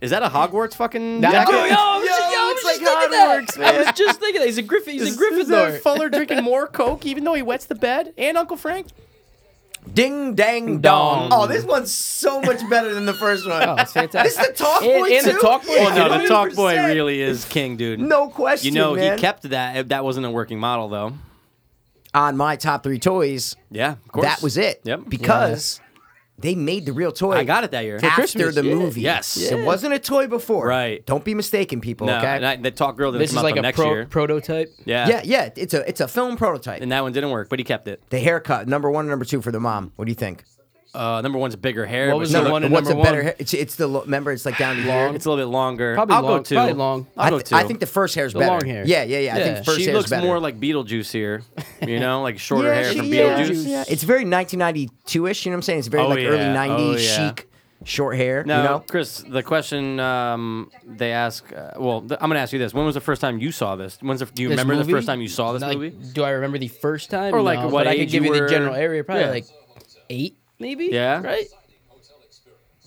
Speaker 3: Is that a Hogwarts fucking?
Speaker 4: That-
Speaker 3: jacket?
Speaker 4: oh, yo, I was
Speaker 2: Yo,
Speaker 4: just- yo, I
Speaker 2: it's
Speaker 4: was
Speaker 2: like
Speaker 4: just thinking
Speaker 2: how it
Speaker 4: that.
Speaker 2: works,
Speaker 4: I was just thinking that. He's a Griffin. He's a
Speaker 3: Is, is
Speaker 4: Gryffindor.
Speaker 3: that Fuller drinking more Coke even though he wets the bed? And Uncle Frank?
Speaker 2: Ding dang dong. Oh, this one's so much better than the first one.
Speaker 4: Oh, it's fantastic.
Speaker 2: This is the talk
Speaker 4: And-
Speaker 2: boy
Speaker 4: and the
Speaker 2: too?
Speaker 4: Talk Boy.
Speaker 2: Yeah,
Speaker 4: Well,
Speaker 3: Oh, no, the talk boy
Speaker 2: 100%.
Speaker 3: really is king, dude.
Speaker 2: No question.
Speaker 3: You know,
Speaker 2: man.
Speaker 3: he kept that. That wasn't a working model, though.
Speaker 2: on my top three toys.
Speaker 3: Yeah, of course.
Speaker 2: That was it.
Speaker 3: Yep.
Speaker 2: Because they made the real toy.
Speaker 3: I got it that year.
Speaker 2: after
Speaker 4: Christmas,
Speaker 2: the
Speaker 4: yeah.
Speaker 2: movie.
Speaker 3: Yes.
Speaker 2: It wasn't a toy before.
Speaker 3: Right.
Speaker 2: Don't be mistaken, people.
Speaker 3: No,
Speaker 2: okay.
Speaker 3: and I- that talk girl didn't
Speaker 4: This
Speaker 3: come out
Speaker 4: is like
Speaker 3: till
Speaker 4: a
Speaker 3: next
Speaker 4: pro-
Speaker 3: year.
Speaker 4: prototype.
Speaker 3: yeah.
Speaker 2: yeah, yeah. It's a it's a film prototype.
Speaker 3: And that one didn't work, but he kept it.
Speaker 2: The haircut, number one, and number two for the mom. What do you think?
Speaker 3: Uh, number one's bigger hair.
Speaker 4: What
Speaker 3: but
Speaker 4: was
Speaker 3: she
Speaker 4: the
Speaker 3: looked-
Speaker 4: one and
Speaker 2: what's
Speaker 4: number
Speaker 2: a better?
Speaker 4: one.
Speaker 2: Hair? It's it's the lo- remember. It's like down to long.
Speaker 3: It's a little bit longer.
Speaker 4: Probably
Speaker 3: I'll go
Speaker 4: long-
Speaker 3: two.
Speaker 4: probably long.
Speaker 3: I'll
Speaker 2: I,
Speaker 3: go
Speaker 2: th-
Speaker 3: two.
Speaker 2: I think the first hair's
Speaker 4: The
Speaker 2: better.
Speaker 4: long hair.
Speaker 2: Yeah, yeah, yeah. I think
Speaker 4: Yeah.
Speaker 2: the first
Speaker 3: she
Speaker 2: hair's
Speaker 3: looks
Speaker 2: better.
Speaker 3: more like Beetlejuice here. You know, like shorter
Speaker 2: yeah,
Speaker 3: hair
Speaker 2: she-
Speaker 3: from
Speaker 2: yeah,
Speaker 3: Beetlejuice.
Speaker 2: yeah. It's very 1992ish. You know what I'm saying? It's very
Speaker 3: Oh,
Speaker 2: like early
Speaker 3: yeah.
Speaker 2: 90s
Speaker 3: Oh, yeah.
Speaker 2: chic, short hair.
Speaker 3: Now,
Speaker 2: you know?
Speaker 3: Chris, the question um, they ask. Uh, well, th- I'm going to ask you this: When was the first time you saw this? When's the, do you
Speaker 4: This
Speaker 3: remember
Speaker 4: movie?
Speaker 3: the first time you saw this
Speaker 4: Like,
Speaker 3: movie?
Speaker 4: Do I remember the first time?
Speaker 3: Or, like,
Speaker 4: No,
Speaker 3: what
Speaker 4: but I
Speaker 3: age
Speaker 4: could give
Speaker 3: you
Speaker 4: you
Speaker 3: were-
Speaker 4: the general area. Probably
Speaker 3: Yeah.
Speaker 4: like eight, maybe.
Speaker 3: Yeah.
Speaker 4: Right.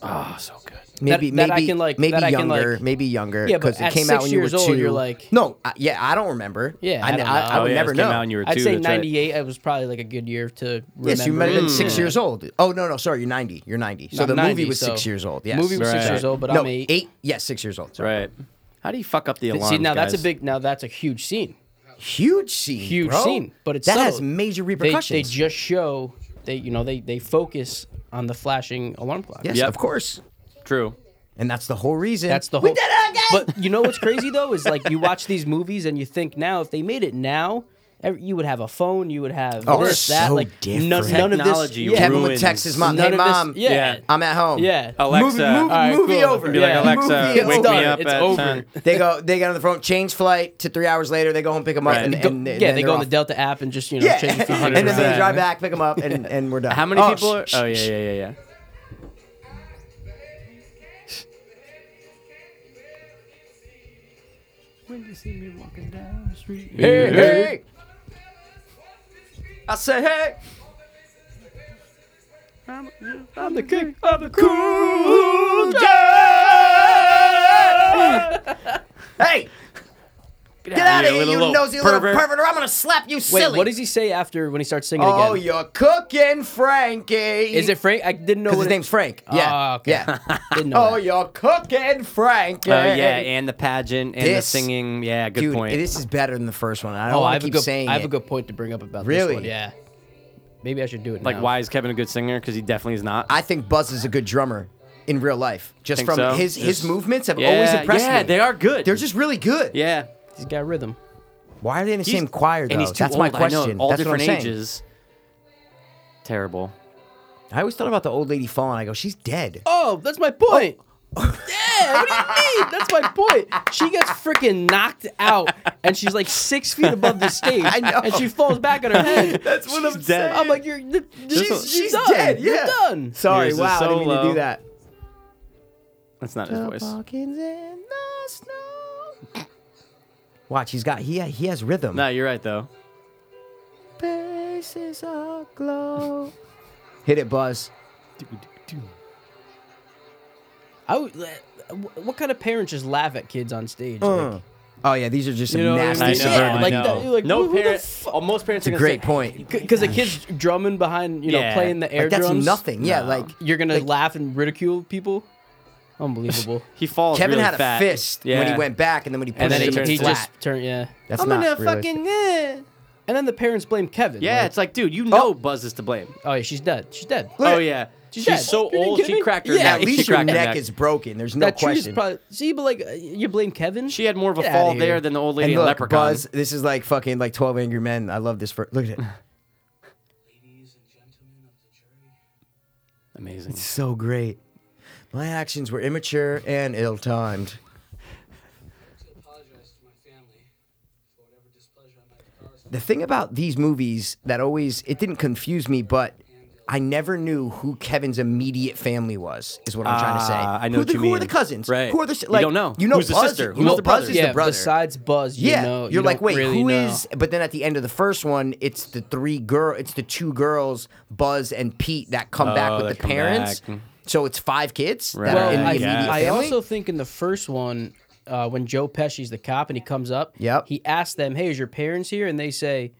Speaker 3: Oh, so good.
Speaker 2: Maybe
Speaker 4: that I
Speaker 2: maybe
Speaker 4: can, like-
Speaker 2: maybe
Speaker 4: that I can,
Speaker 2: younger,
Speaker 4: like-
Speaker 2: maybe younger.
Speaker 4: Yeah, but
Speaker 2: 'cause it
Speaker 4: at
Speaker 2: came out
Speaker 4: six
Speaker 2: when you were
Speaker 4: years old,
Speaker 2: two.
Speaker 4: you're like-
Speaker 2: no, I, yeah, I don't remember.
Speaker 4: Yeah,
Speaker 2: I,
Speaker 4: I don't
Speaker 2: I,
Speaker 4: know.
Speaker 2: I
Speaker 4: Oh,
Speaker 2: would
Speaker 3: yeah,
Speaker 2: never
Speaker 3: this came
Speaker 2: know.
Speaker 3: out when you were
Speaker 4: I'd
Speaker 3: two.
Speaker 4: say
Speaker 3: that's right.
Speaker 4: '98. I was probably like a good year to remember.
Speaker 2: Yes, you might have
Speaker 4: it.
Speaker 2: been six
Speaker 4: Yeah.
Speaker 3: Mm.
Speaker 2: years old. Oh no, no, sorry, you're ninety. You're ninety. So
Speaker 4: I'm
Speaker 2: the
Speaker 4: 90,
Speaker 2: movie was six
Speaker 4: so-
Speaker 2: years old. Yes,
Speaker 4: Movie was six
Speaker 3: Right.
Speaker 4: years old, but
Speaker 2: no,
Speaker 4: I'm eight.
Speaker 2: Yes, six years old. Sorry.
Speaker 3: Right. How do you fuck up the alarm?
Speaker 4: See, now that's a big. Now that's a huge scene.
Speaker 2: Huge scene.
Speaker 4: Huge
Speaker 2: bro.
Speaker 4: scene, but it's
Speaker 2: that has
Speaker 4: subtle.
Speaker 2: major
Speaker 4: They,
Speaker 2: repercussions.
Speaker 4: they just show they you know they they focus on the flashing alarm clock.
Speaker 2: yes,
Speaker 3: Yep.
Speaker 2: of course.
Speaker 3: True.
Speaker 2: and that's the whole reason.
Speaker 4: That's the whole. But you know what's crazy though is like you watch these movies and you think now if they made it now. ev- You would have a phone. You would have
Speaker 2: Oh,
Speaker 4: this,
Speaker 2: it's
Speaker 4: that,
Speaker 2: so
Speaker 4: like
Speaker 2: different.
Speaker 4: None, none of this.
Speaker 3: Technology
Speaker 4: Yeah,
Speaker 2: Kevin would
Speaker 3: ruins
Speaker 2: text his mom,
Speaker 4: none
Speaker 2: "Hey
Speaker 4: of this-
Speaker 2: mom, Oh,
Speaker 4: yeah.
Speaker 3: Yeah.
Speaker 2: I'm at home.
Speaker 4: Yeah.
Speaker 3: Alexa.
Speaker 2: Move, move,
Speaker 3: All
Speaker 4: right,
Speaker 2: movie
Speaker 4: cool.
Speaker 2: over.
Speaker 3: Be like, "Alexa,
Speaker 2: movie
Speaker 3: wake
Speaker 2: over."
Speaker 3: me up
Speaker 4: It's
Speaker 3: at
Speaker 4: over.
Speaker 3: 10.
Speaker 2: They go. They get on the phone, change flight to three hours later. They go home, pick them up,
Speaker 3: Right.
Speaker 2: and,
Speaker 4: Go-
Speaker 2: and,
Speaker 4: yeah, they go on the
Speaker 2: they're off.
Speaker 4: Delta app and just you know
Speaker 2: Yeah,
Speaker 4: change the
Speaker 2: and
Speaker 4: feed
Speaker 2: then they
Speaker 3: around.
Speaker 2: drive back, pick them up, and, and we're done.
Speaker 3: How many
Speaker 2: Oh,
Speaker 3: people are?
Speaker 2: sh-
Speaker 3: Oh yeah, yeah, yeah, yeah.
Speaker 2: Hey, hey. I say, hey.
Speaker 4: I'm the king. I'm the cool.
Speaker 2: Hey! Get out of
Speaker 3: here,
Speaker 2: here,
Speaker 3: little
Speaker 2: you
Speaker 3: little
Speaker 2: nosy
Speaker 3: pervert.
Speaker 2: little pervert, or I'm gonna slap you
Speaker 4: Wait,
Speaker 2: silly.
Speaker 4: what does he say after when he starts singing
Speaker 2: Oh,
Speaker 4: again?
Speaker 2: you're cooking, Frankie.
Speaker 4: Is it Frank? I didn't know
Speaker 2: Because
Speaker 4: what
Speaker 2: his
Speaker 4: it-
Speaker 2: name's Frank. Yeah.
Speaker 4: Oh, okay.
Speaker 2: Yeah.
Speaker 4: Didn't know
Speaker 2: oh,
Speaker 4: that.
Speaker 2: you're cooking, Frankie.
Speaker 3: Oh yeah, and the pageant and
Speaker 2: This-
Speaker 3: the singing. Yeah, good
Speaker 2: Dude,
Speaker 3: point.
Speaker 2: this is better than the first one. I don't
Speaker 4: Oh, I
Speaker 2: want
Speaker 4: have
Speaker 2: to
Speaker 4: a
Speaker 2: keep
Speaker 4: good.
Speaker 2: saying
Speaker 4: I have
Speaker 2: it.
Speaker 4: a good point to bring up about
Speaker 2: Really?
Speaker 4: this one. Yeah. Maybe I should do it.
Speaker 3: like,
Speaker 4: now.
Speaker 3: why is Kevin a good singer? Because he definitely is not.
Speaker 2: I think Buzz is a good drummer in real life. Just
Speaker 3: Think
Speaker 2: from
Speaker 3: so?
Speaker 2: his his
Speaker 3: Just-
Speaker 2: movements have
Speaker 3: yeah,
Speaker 2: always impressed me.
Speaker 3: yeah, they are good.
Speaker 2: They're just really good.
Speaker 3: yeah.
Speaker 4: He's got rhythm.
Speaker 2: Why are they in the
Speaker 3: He's-
Speaker 2: same choir though?
Speaker 3: And he's too
Speaker 2: That's
Speaker 3: old,
Speaker 2: my
Speaker 3: I know,
Speaker 2: question.
Speaker 3: all
Speaker 2: That's
Speaker 3: different
Speaker 2: what I'm saying.
Speaker 3: ages. Terrible.
Speaker 2: I always thought about the old lady falling. I go, she's dead.
Speaker 4: Oh, that's my point.
Speaker 2: Oh.
Speaker 4: yeah, what do you mean? That's my point. She gets freaking knocked out, and she's like six feet above the stage.
Speaker 2: I know.
Speaker 4: And she falls back on her head.
Speaker 2: That's what
Speaker 3: She's I'm dead. saying.
Speaker 4: I'm like, you're. th- She's,
Speaker 3: one-
Speaker 4: she's, done. You're done.
Speaker 2: Sorry.
Speaker 3: Yours is
Speaker 2: wow. I didn't mean to
Speaker 3: solo.
Speaker 2: do that.
Speaker 3: That's not his voice.
Speaker 2: Watch, he's got he he has rhythm.
Speaker 3: No, you're right though.
Speaker 2: Faces are glow. Hit it, Buzz.
Speaker 4: I would, uh, wh- what kind of parents just laugh at kids on stage?
Speaker 2: Mm. Oh yeah, these are just some
Speaker 4: You know what I
Speaker 2: nasty.
Speaker 4: mean?
Speaker 3: I know.
Speaker 2: songs.
Speaker 4: Yeah,
Speaker 3: I
Speaker 4: like
Speaker 3: know.
Speaker 4: that- like,
Speaker 3: no
Speaker 4: who- who the
Speaker 3: parents.
Speaker 4: fu-
Speaker 3: oh, most parents are gonna
Speaker 2: Great
Speaker 3: say,
Speaker 2: point.
Speaker 4: Because the kid's drumming behind, you know,
Speaker 3: Yeah.
Speaker 4: playing the air
Speaker 2: Like that's
Speaker 4: drums.
Speaker 2: nothing. Yeah,
Speaker 3: No.
Speaker 2: like
Speaker 4: You're gonna laugh and ridicule people. Unbelievable.
Speaker 3: He falls.
Speaker 2: Kevin
Speaker 3: Oh, really
Speaker 2: had a
Speaker 3: fat.
Speaker 2: fist
Speaker 3: yeah.
Speaker 2: when he went back, and then when he pushed
Speaker 3: And then
Speaker 2: him,
Speaker 3: he
Speaker 2: it's
Speaker 3: turned
Speaker 4: he
Speaker 2: flat.
Speaker 4: just turned, yeah.
Speaker 2: that's not realistic.
Speaker 4: eh." And then the parents blame Kevin.
Speaker 3: Yeah,
Speaker 4: like,
Speaker 3: it's like, dude, you
Speaker 2: Oh.
Speaker 3: know, Buzz is to blame.
Speaker 4: oh, yeah, she's dead. She's dead.
Speaker 3: Oh yeah,
Speaker 4: She's
Speaker 3: she's,
Speaker 4: dead.
Speaker 3: so
Speaker 4: Are you
Speaker 3: old.
Speaker 4: kidding
Speaker 3: She
Speaker 4: me?
Speaker 3: cracked her
Speaker 4: Yeah,
Speaker 3: neck.
Speaker 2: At
Speaker 3: She
Speaker 2: least your
Speaker 3: cracked her
Speaker 2: neck is broken. There's Oh, no
Speaker 4: that tree is
Speaker 2: question.
Speaker 4: probably see, but like uh, you blame Kevin.
Speaker 3: She had more of a
Speaker 4: Get outta
Speaker 3: fall
Speaker 4: here.
Speaker 3: there than the old
Speaker 2: and
Speaker 3: lady in
Speaker 2: look,
Speaker 3: Leprechaun.
Speaker 2: Buzz, this is like fucking like Twelve Angry Men. I love this. For, look at it.
Speaker 3: Amazing.
Speaker 2: so great. My actions were immature and ill-timed.
Speaker 5: apologize to my family for whatever displeasure I might have caused.
Speaker 2: The thing about these movies that always it didn't confuse me, but I never knew who Kevin's immediate family was. Is what I'm trying to say.
Speaker 3: Ah, I know
Speaker 2: who,
Speaker 3: what
Speaker 2: the,
Speaker 3: you
Speaker 2: who are
Speaker 3: mean.
Speaker 2: the cousins?
Speaker 3: Right.
Speaker 2: Who are the
Speaker 3: You
Speaker 2: like?
Speaker 3: don't know.
Speaker 2: You know
Speaker 3: Who's the
Speaker 2: Buzz,
Speaker 3: sister?
Speaker 2: You
Speaker 3: Who's
Speaker 2: know
Speaker 3: the
Speaker 2: Buzz
Speaker 3: brother?
Speaker 2: is
Speaker 4: yeah,
Speaker 2: the brother.
Speaker 4: besides Buzz, you
Speaker 2: yeah,
Speaker 4: know,
Speaker 2: you're
Speaker 4: you
Speaker 2: like,
Speaker 4: don't
Speaker 2: wait,
Speaker 4: really
Speaker 2: who
Speaker 4: know.
Speaker 2: is? But then at the end of the first one, it's the three girl, it's the two girls, Buzz and Pete, that come back
Speaker 3: Oh,
Speaker 2: with
Speaker 3: that
Speaker 2: the
Speaker 3: come
Speaker 2: parents.
Speaker 3: back.
Speaker 2: So it's five kids
Speaker 3: Right.
Speaker 2: that
Speaker 4: Well,
Speaker 2: are in the
Speaker 4: I,
Speaker 2: immediate
Speaker 4: I
Speaker 2: family.
Speaker 4: also think in the first one, uh, when Joe Pesci's the cop and he comes up,
Speaker 2: Yep.
Speaker 4: he asks them, "Hey, is your parents here?" And they say,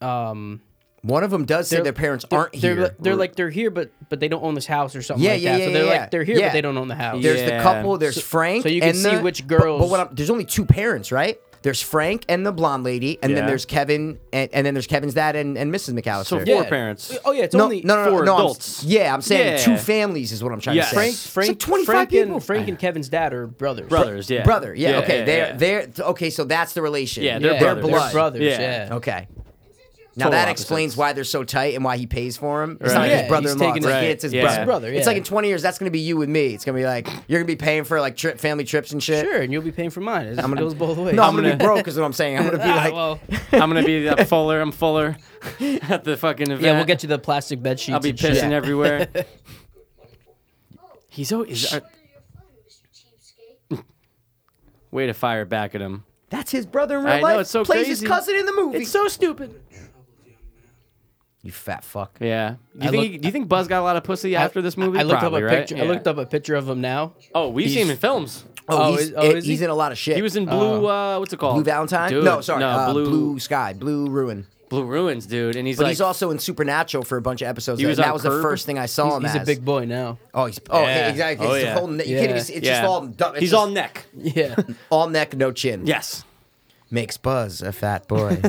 Speaker 4: "Um,
Speaker 2: One of them does say
Speaker 4: they're-
Speaker 2: their parents
Speaker 4: they're,
Speaker 2: aren't
Speaker 4: they're,
Speaker 2: here.
Speaker 4: li- They're like they're here, but but they don't own this house or something
Speaker 2: Yeah,
Speaker 4: like
Speaker 2: yeah,
Speaker 4: that.
Speaker 2: yeah,
Speaker 4: so they're
Speaker 2: yeah, yeah.
Speaker 4: like they're here,
Speaker 2: Yeah.
Speaker 4: but they don't own the house.
Speaker 2: There's the
Speaker 3: Yeah.
Speaker 2: couple. There's Frank.
Speaker 4: so you can
Speaker 2: and
Speaker 4: see
Speaker 2: the-
Speaker 4: which
Speaker 2: but- But,
Speaker 4: girls-
Speaker 2: what I'm, there's only two parents, right? There's Frank and the blonde lady, and then
Speaker 3: Yeah.
Speaker 2: there's Kevin, and, and then there's Kevin's dad and, and Mrs. McAllister.
Speaker 3: So
Speaker 4: Yeah.
Speaker 3: Four parents.
Speaker 4: Oh yeah, it's
Speaker 2: no,
Speaker 4: only
Speaker 2: no, no, no,
Speaker 3: four
Speaker 2: no, I'm-
Speaker 3: adults.
Speaker 2: yeah, I'm saying
Speaker 3: Yeah.
Speaker 2: two families is what I'm trying
Speaker 3: Yes.
Speaker 2: to say.
Speaker 4: Frank,
Speaker 3: It's
Speaker 4: Frank,
Speaker 2: so 25
Speaker 4: Frank
Speaker 2: people.
Speaker 4: and Frank and Kevin's dad are brothers.
Speaker 3: Brothers. Yeah.
Speaker 2: brother, yeah, okay,
Speaker 3: yeah,
Speaker 2: they're
Speaker 3: yeah.
Speaker 2: they're okay. So that's the relation.
Speaker 3: Yeah,
Speaker 4: Yeah,
Speaker 3: they're
Speaker 2: They're
Speaker 3: brothers.
Speaker 2: blood.
Speaker 4: brothers.
Speaker 3: Yeah.
Speaker 4: Yeah.
Speaker 2: Okay. Now
Speaker 3: Total
Speaker 2: that
Speaker 3: opposites.
Speaker 2: explains why they're so tight and why he pays for him. It's
Speaker 3: Right.
Speaker 2: not like
Speaker 3: Yeah,
Speaker 2: his brother-in-law.
Speaker 4: he's
Speaker 2: It's
Speaker 4: taking
Speaker 2: like
Speaker 4: it-
Speaker 2: it's his
Speaker 3: Right.
Speaker 2: brother.
Speaker 3: Yeah.
Speaker 4: Brother,
Speaker 2: It's
Speaker 4: yeah.
Speaker 2: like in 20 years, that's gonna be you and me. It's gonna be like you're gonna be paying for like trip, family trips and shit.
Speaker 4: Sure, and you'll be paying for mine. It's- It goes both ways.
Speaker 2: No, I'm, gonna, be
Speaker 3: gonna-
Speaker 2: broke. Is what I'm saying. I'm gonna be
Speaker 4: Ah,
Speaker 2: like,
Speaker 4: well,
Speaker 3: I'm gonna be that Fuller. I'm Fuller at the fucking event.
Speaker 4: yeah, we'll get you the plastic bed sheets.
Speaker 3: I'll be
Speaker 4: and shit.
Speaker 3: pissing everywhere. He's always uh,
Speaker 6: your phone, Mr. Cheapskate.
Speaker 3: way to fire back at him.
Speaker 2: that's his brother in real
Speaker 3: I know,
Speaker 2: life.
Speaker 3: it's so
Speaker 2: Plays
Speaker 3: crazy.
Speaker 2: his cousin in the movie.
Speaker 3: so stupid.
Speaker 2: you fat fuck.
Speaker 3: Yeah. Do you
Speaker 4: I
Speaker 3: think
Speaker 4: look-
Speaker 3: he- Do you think Buzz got a lot of pussy after this movie?
Speaker 4: I looked
Speaker 3: Probably,
Speaker 4: up a
Speaker 3: right?
Speaker 4: picture. I
Speaker 3: Yeah.
Speaker 4: looked up a picture of him now.
Speaker 3: Oh, we've seen him in films.
Speaker 2: Oh,
Speaker 4: Oh,
Speaker 2: he's,
Speaker 4: is- oh, is
Speaker 2: he's
Speaker 4: he?
Speaker 2: in a lot of shit.
Speaker 3: He was in Blue. Uh, what's it called?
Speaker 2: Blue Valentine.
Speaker 3: Dude,
Speaker 2: no, sorry,
Speaker 3: No,
Speaker 2: uh,
Speaker 3: blue,
Speaker 2: blue, Sky, Blue Ruin.
Speaker 3: Blue Ruins, dude. And he's
Speaker 2: But
Speaker 3: like,
Speaker 2: he's also in Supernatural for a bunch of episodes.
Speaker 3: He
Speaker 2: and
Speaker 3: was
Speaker 2: that
Speaker 3: on
Speaker 2: was the
Speaker 3: Curb?
Speaker 2: first thing I saw him
Speaker 4: He's, he's a
Speaker 2: as.
Speaker 4: big boy now.
Speaker 2: Oh, he's oh
Speaker 3: Yeah.
Speaker 2: exactly.
Speaker 3: Oh,
Speaker 2: it's
Speaker 3: yeah.
Speaker 2: the whole ne- you
Speaker 4: Yeah.
Speaker 2: can't even. see- It's
Speaker 3: yeah.
Speaker 2: just all. du- It's
Speaker 3: he's
Speaker 2: just
Speaker 3: all neck.
Speaker 4: Yeah,
Speaker 2: all neck, no chin.
Speaker 3: Yes.
Speaker 2: makes Buzz a fat boy.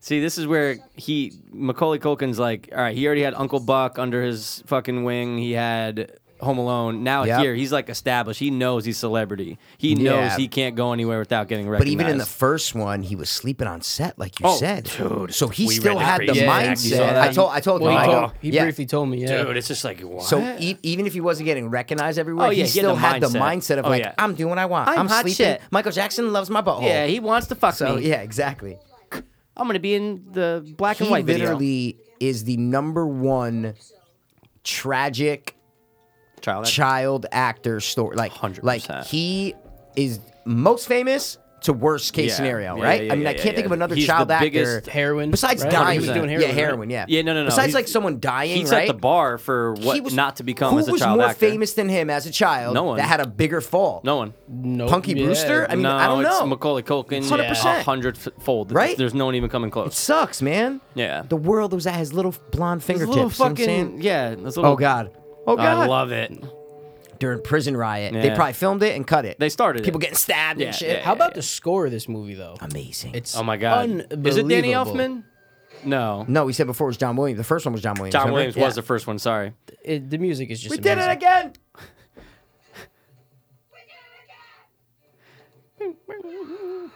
Speaker 3: See, this is where he Macaulay Culkin's like, all right, he already had Uncle Buck under his fucking wing. He had Home Alone. Now
Speaker 2: Yep.
Speaker 3: here, he's like established. He knows he's celebrity. He
Speaker 2: Yeah.
Speaker 3: knows he can't go anywhere without getting
Speaker 2: But
Speaker 3: recognized.
Speaker 2: even in the first one, he was sleeping on set, like you
Speaker 3: Oh,
Speaker 2: said.
Speaker 3: dude.
Speaker 2: so he
Speaker 3: We
Speaker 2: still
Speaker 3: read
Speaker 2: had the
Speaker 3: that pretty
Speaker 4: exact. You saw
Speaker 2: mindset.
Speaker 4: that?
Speaker 2: I told, I told
Speaker 4: Well,
Speaker 2: him.
Speaker 4: he,
Speaker 2: I
Speaker 3: told-
Speaker 2: go,
Speaker 4: told, he
Speaker 2: yeah.
Speaker 4: briefly told me. Yeah.
Speaker 3: dude, it's just like what?
Speaker 2: So e- even if he wasn't getting recognized everywhere,
Speaker 3: Oh, yeah,
Speaker 2: he
Speaker 3: he had
Speaker 2: still
Speaker 3: the
Speaker 2: had the mindset
Speaker 3: mindset.
Speaker 2: of
Speaker 3: Oh,
Speaker 2: like,
Speaker 3: yeah.
Speaker 2: I'm doing what I want.
Speaker 3: I'm hot
Speaker 2: sleeping.
Speaker 3: shit.
Speaker 2: Michael Jackson loves my butthole.
Speaker 3: yeah, he wants to fuck
Speaker 2: so
Speaker 3: me.
Speaker 2: yeah, exactly.
Speaker 3: I'm gonna be in the black
Speaker 2: He
Speaker 3: and white video.
Speaker 2: literally is the number one tragic
Speaker 3: Child actor.
Speaker 2: child actor story. Like,
Speaker 3: 100%.
Speaker 2: like he is most famous to worst case
Speaker 3: Yeah.
Speaker 2: scenario,
Speaker 3: Yeah,
Speaker 2: right?
Speaker 3: yeah,
Speaker 2: I mean,
Speaker 3: yeah,
Speaker 2: I can't
Speaker 3: yeah,
Speaker 2: think of
Speaker 3: yeah.
Speaker 2: another
Speaker 3: He's the
Speaker 2: child actor
Speaker 3: biggest
Speaker 4: Heroin.
Speaker 2: besides
Speaker 4: right?
Speaker 2: dying.
Speaker 4: He was
Speaker 3: Heroin.
Speaker 4: doing heroin.
Speaker 2: yeah,
Speaker 4: right?
Speaker 2: heroin. Yeah,
Speaker 3: Yeah, no, no, no.
Speaker 2: Besides,
Speaker 3: He's-
Speaker 2: like someone dying,
Speaker 3: He set
Speaker 2: right?
Speaker 3: the bar for
Speaker 2: He
Speaker 3: what
Speaker 2: was-
Speaker 3: not to become
Speaker 2: who
Speaker 3: as a
Speaker 2: was
Speaker 3: child
Speaker 2: more
Speaker 3: actor.
Speaker 2: famous than him as a child?
Speaker 3: No one.
Speaker 2: that had a bigger fall.
Speaker 3: No one.
Speaker 4: Nope.
Speaker 2: Punky
Speaker 4: Yeah.
Speaker 2: Brewster? I mean,
Speaker 3: no,
Speaker 2: I don't know.
Speaker 3: It's Macaulay Culkin,
Speaker 2: 100%.
Speaker 3: a hundredfold.
Speaker 2: Right?
Speaker 3: There's no one even coming
Speaker 2: It
Speaker 3: close.
Speaker 2: sucks, man.
Speaker 3: Yeah.
Speaker 2: The world was at his little blonde
Speaker 3: His
Speaker 2: fingertips.
Speaker 3: little
Speaker 2: you know what I'm
Speaker 3: fucking
Speaker 2: saying?
Speaker 3: yeah. his little-
Speaker 2: Oh God. Oh God.
Speaker 3: I love it.
Speaker 2: During prison riot, they
Speaker 3: Yeah.
Speaker 2: probably filmed it and cut it.
Speaker 3: They started it.
Speaker 2: people getting stabbed
Speaker 3: Yeah,
Speaker 2: and shit.
Speaker 3: yeah.
Speaker 4: How about the score of this movie though?
Speaker 2: Amazing.
Speaker 4: It's
Speaker 3: Oh my god. Is it Danny
Speaker 4: unbelievable.
Speaker 3: Elfman? No.
Speaker 2: no, we said before it was John Williams. The first one was John Williams.
Speaker 3: John
Speaker 2: remember?
Speaker 3: Williams
Speaker 2: Yeah.
Speaker 3: was the first one. Sorry.
Speaker 4: It, the music is just.
Speaker 2: We did it again.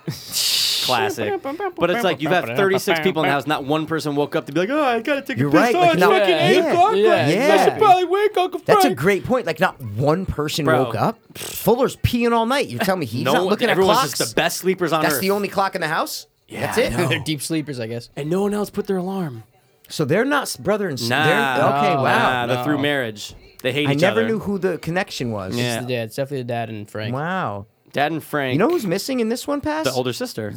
Speaker 3: Classic. But it's like you have 36 people in the house. Not one person woke up to be like, oh, I gotta take
Speaker 2: You're
Speaker 3: a piss.
Speaker 2: right,
Speaker 3: Oh,
Speaker 2: like,
Speaker 3: it's
Speaker 2: no-
Speaker 3: fucking
Speaker 4: Yeah.
Speaker 3: eight
Speaker 2: Yeah.
Speaker 3: o'clock.
Speaker 4: Yeah.
Speaker 3: right? I should
Speaker 2: Exactly.
Speaker 3: probably wake Uncle
Speaker 2: That's a
Speaker 3: Frank."
Speaker 2: great point. Like not one person
Speaker 3: Bro.
Speaker 2: woke up. Fuller's peeing all night. You're telling me he's
Speaker 3: No
Speaker 2: not
Speaker 3: one-
Speaker 2: looking at
Speaker 3: everyone's
Speaker 2: clocks?
Speaker 3: just the best sleepers on
Speaker 2: That's
Speaker 3: earth.
Speaker 2: the only clock in the house.
Speaker 3: Yeah,
Speaker 2: That's it.
Speaker 3: I know.
Speaker 4: They're deep sleepers, I guess.
Speaker 3: and no one else put their alarm.
Speaker 2: So they're not s- brother and sister.
Speaker 3: Nah.
Speaker 2: okay,
Speaker 4: No,
Speaker 2: wow.
Speaker 3: Nah, they're through marriage. They hate
Speaker 2: I
Speaker 3: each
Speaker 2: never
Speaker 3: other.
Speaker 2: knew who the connection was.
Speaker 3: Yeah.
Speaker 4: It's the dad. It's definitely the dad and Frank.
Speaker 2: Wow.
Speaker 3: Dad and Frank.
Speaker 2: You know who's missing in this one, Pass?
Speaker 3: the older sister.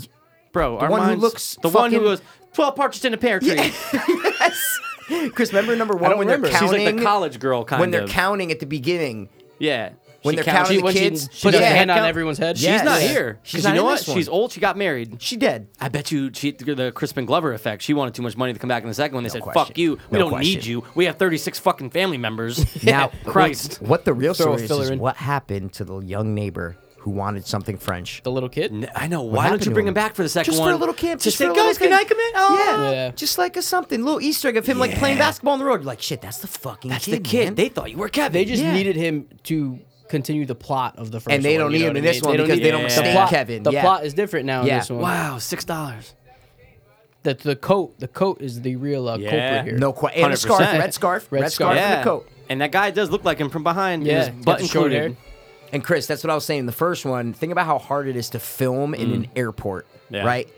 Speaker 3: Bro, the
Speaker 2: one who looks
Speaker 3: the one who
Speaker 2: fucking-
Speaker 3: goes twelve partridges in a pear tree.
Speaker 2: yes. Chris, remember number one
Speaker 4: don't
Speaker 2: when
Speaker 4: remember.
Speaker 2: they're
Speaker 3: She's
Speaker 2: counting.
Speaker 3: like the college girl kind
Speaker 2: when they're
Speaker 3: of.
Speaker 2: counting at the beginning.
Speaker 3: yeah.
Speaker 2: When
Speaker 3: She
Speaker 2: they're
Speaker 3: counts-
Speaker 2: counting
Speaker 4: She,
Speaker 2: the
Speaker 4: when she
Speaker 2: kids.
Speaker 4: she does
Speaker 2: Yeah,
Speaker 4: a hand on
Speaker 2: count-
Speaker 4: everyone's head.
Speaker 2: Yes.
Speaker 3: She's not
Speaker 2: Yeah.
Speaker 3: here.
Speaker 2: She's
Speaker 3: She's
Speaker 2: not
Speaker 3: you know
Speaker 2: in
Speaker 3: what?
Speaker 2: this one.
Speaker 3: She's old. She got married.
Speaker 2: She dead.
Speaker 3: I bet you she, the Crispin Glover effect. She wanted too much money to come back in the second one. They said,
Speaker 2: question.
Speaker 3: "Fuck you.
Speaker 2: No
Speaker 3: We don't need
Speaker 2: question.
Speaker 3: you. We have 36 fucking family members."
Speaker 2: Now,
Speaker 3: Christ.
Speaker 2: what- What the real
Speaker 4: Throw a
Speaker 2: story is,
Speaker 4: filler
Speaker 2: is
Speaker 4: in.
Speaker 2: what happened to the young neighbor who wanted something French?
Speaker 4: The little kid.
Speaker 3: N- I know. Why
Speaker 2: happened
Speaker 3: don't
Speaker 2: to
Speaker 3: you bring
Speaker 2: him?
Speaker 3: him back for the second
Speaker 2: Just
Speaker 3: one?
Speaker 2: for a little camp.
Speaker 3: To
Speaker 2: Just
Speaker 3: say,
Speaker 2: for a little
Speaker 3: guys, can
Speaker 2: thing."
Speaker 3: I come in? Oh,
Speaker 2: yeah.
Speaker 4: Yeah.
Speaker 2: Just like a something, little Easter egg of him like playing basketball on the road. You're like, shit, that's the fucking
Speaker 3: That's
Speaker 2: kid.
Speaker 3: the kid.
Speaker 2: man.
Speaker 3: They thought you were Kevin.
Speaker 4: They just
Speaker 2: Yeah.
Speaker 4: needed him to continue the plot of the first.
Speaker 2: And they don't
Speaker 4: one, you
Speaker 2: need
Speaker 4: know
Speaker 2: him
Speaker 4: what
Speaker 2: in
Speaker 4: I
Speaker 2: this
Speaker 4: mean?
Speaker 2: one because
Speaker 4: need
Speaker 2: they
Speaker 4: him.
Speaker 2: don't
Speaker 4: the
Speaker 2: say
Speaker 4: plot,
Speaker 2: Kevin,
Speaker 4: The
Speaker 2: yeah.
Speaker 4: plot is different now
Speaker 2: Yeah.
Speaker 4: in this one.
Speaker 3: wow, six dollars.
Speaker 4: The, the coat, the coat is the real uh,
Speaker 3: Yeah.
Speaker 4: culprit here.
Speaker 2: No, quite. And a scarf,
Speaker 3: 100%.
Speaker 2: red scarf, red,
Speaker 4: Red
Speaker 2: scarf,
Speaker 4: scarf.
Speaker 2: and
Speaker 3: Yeah.
Speaker 2: a coat.
Speaker 3: And that guy does look like him from behind.
Speaker 4: Yeah,
Speaker 3: Yeah.
Speaker 4: he's got
Speaker 3: Butt
Speaker 4: the short
Speaker 3: included.
Speaker 2: And Chris, that's what I was saying in the first one. Think about how hard it is to film in an airport,
Speaker 3: Mm. Yeah.
Speaker 2: right?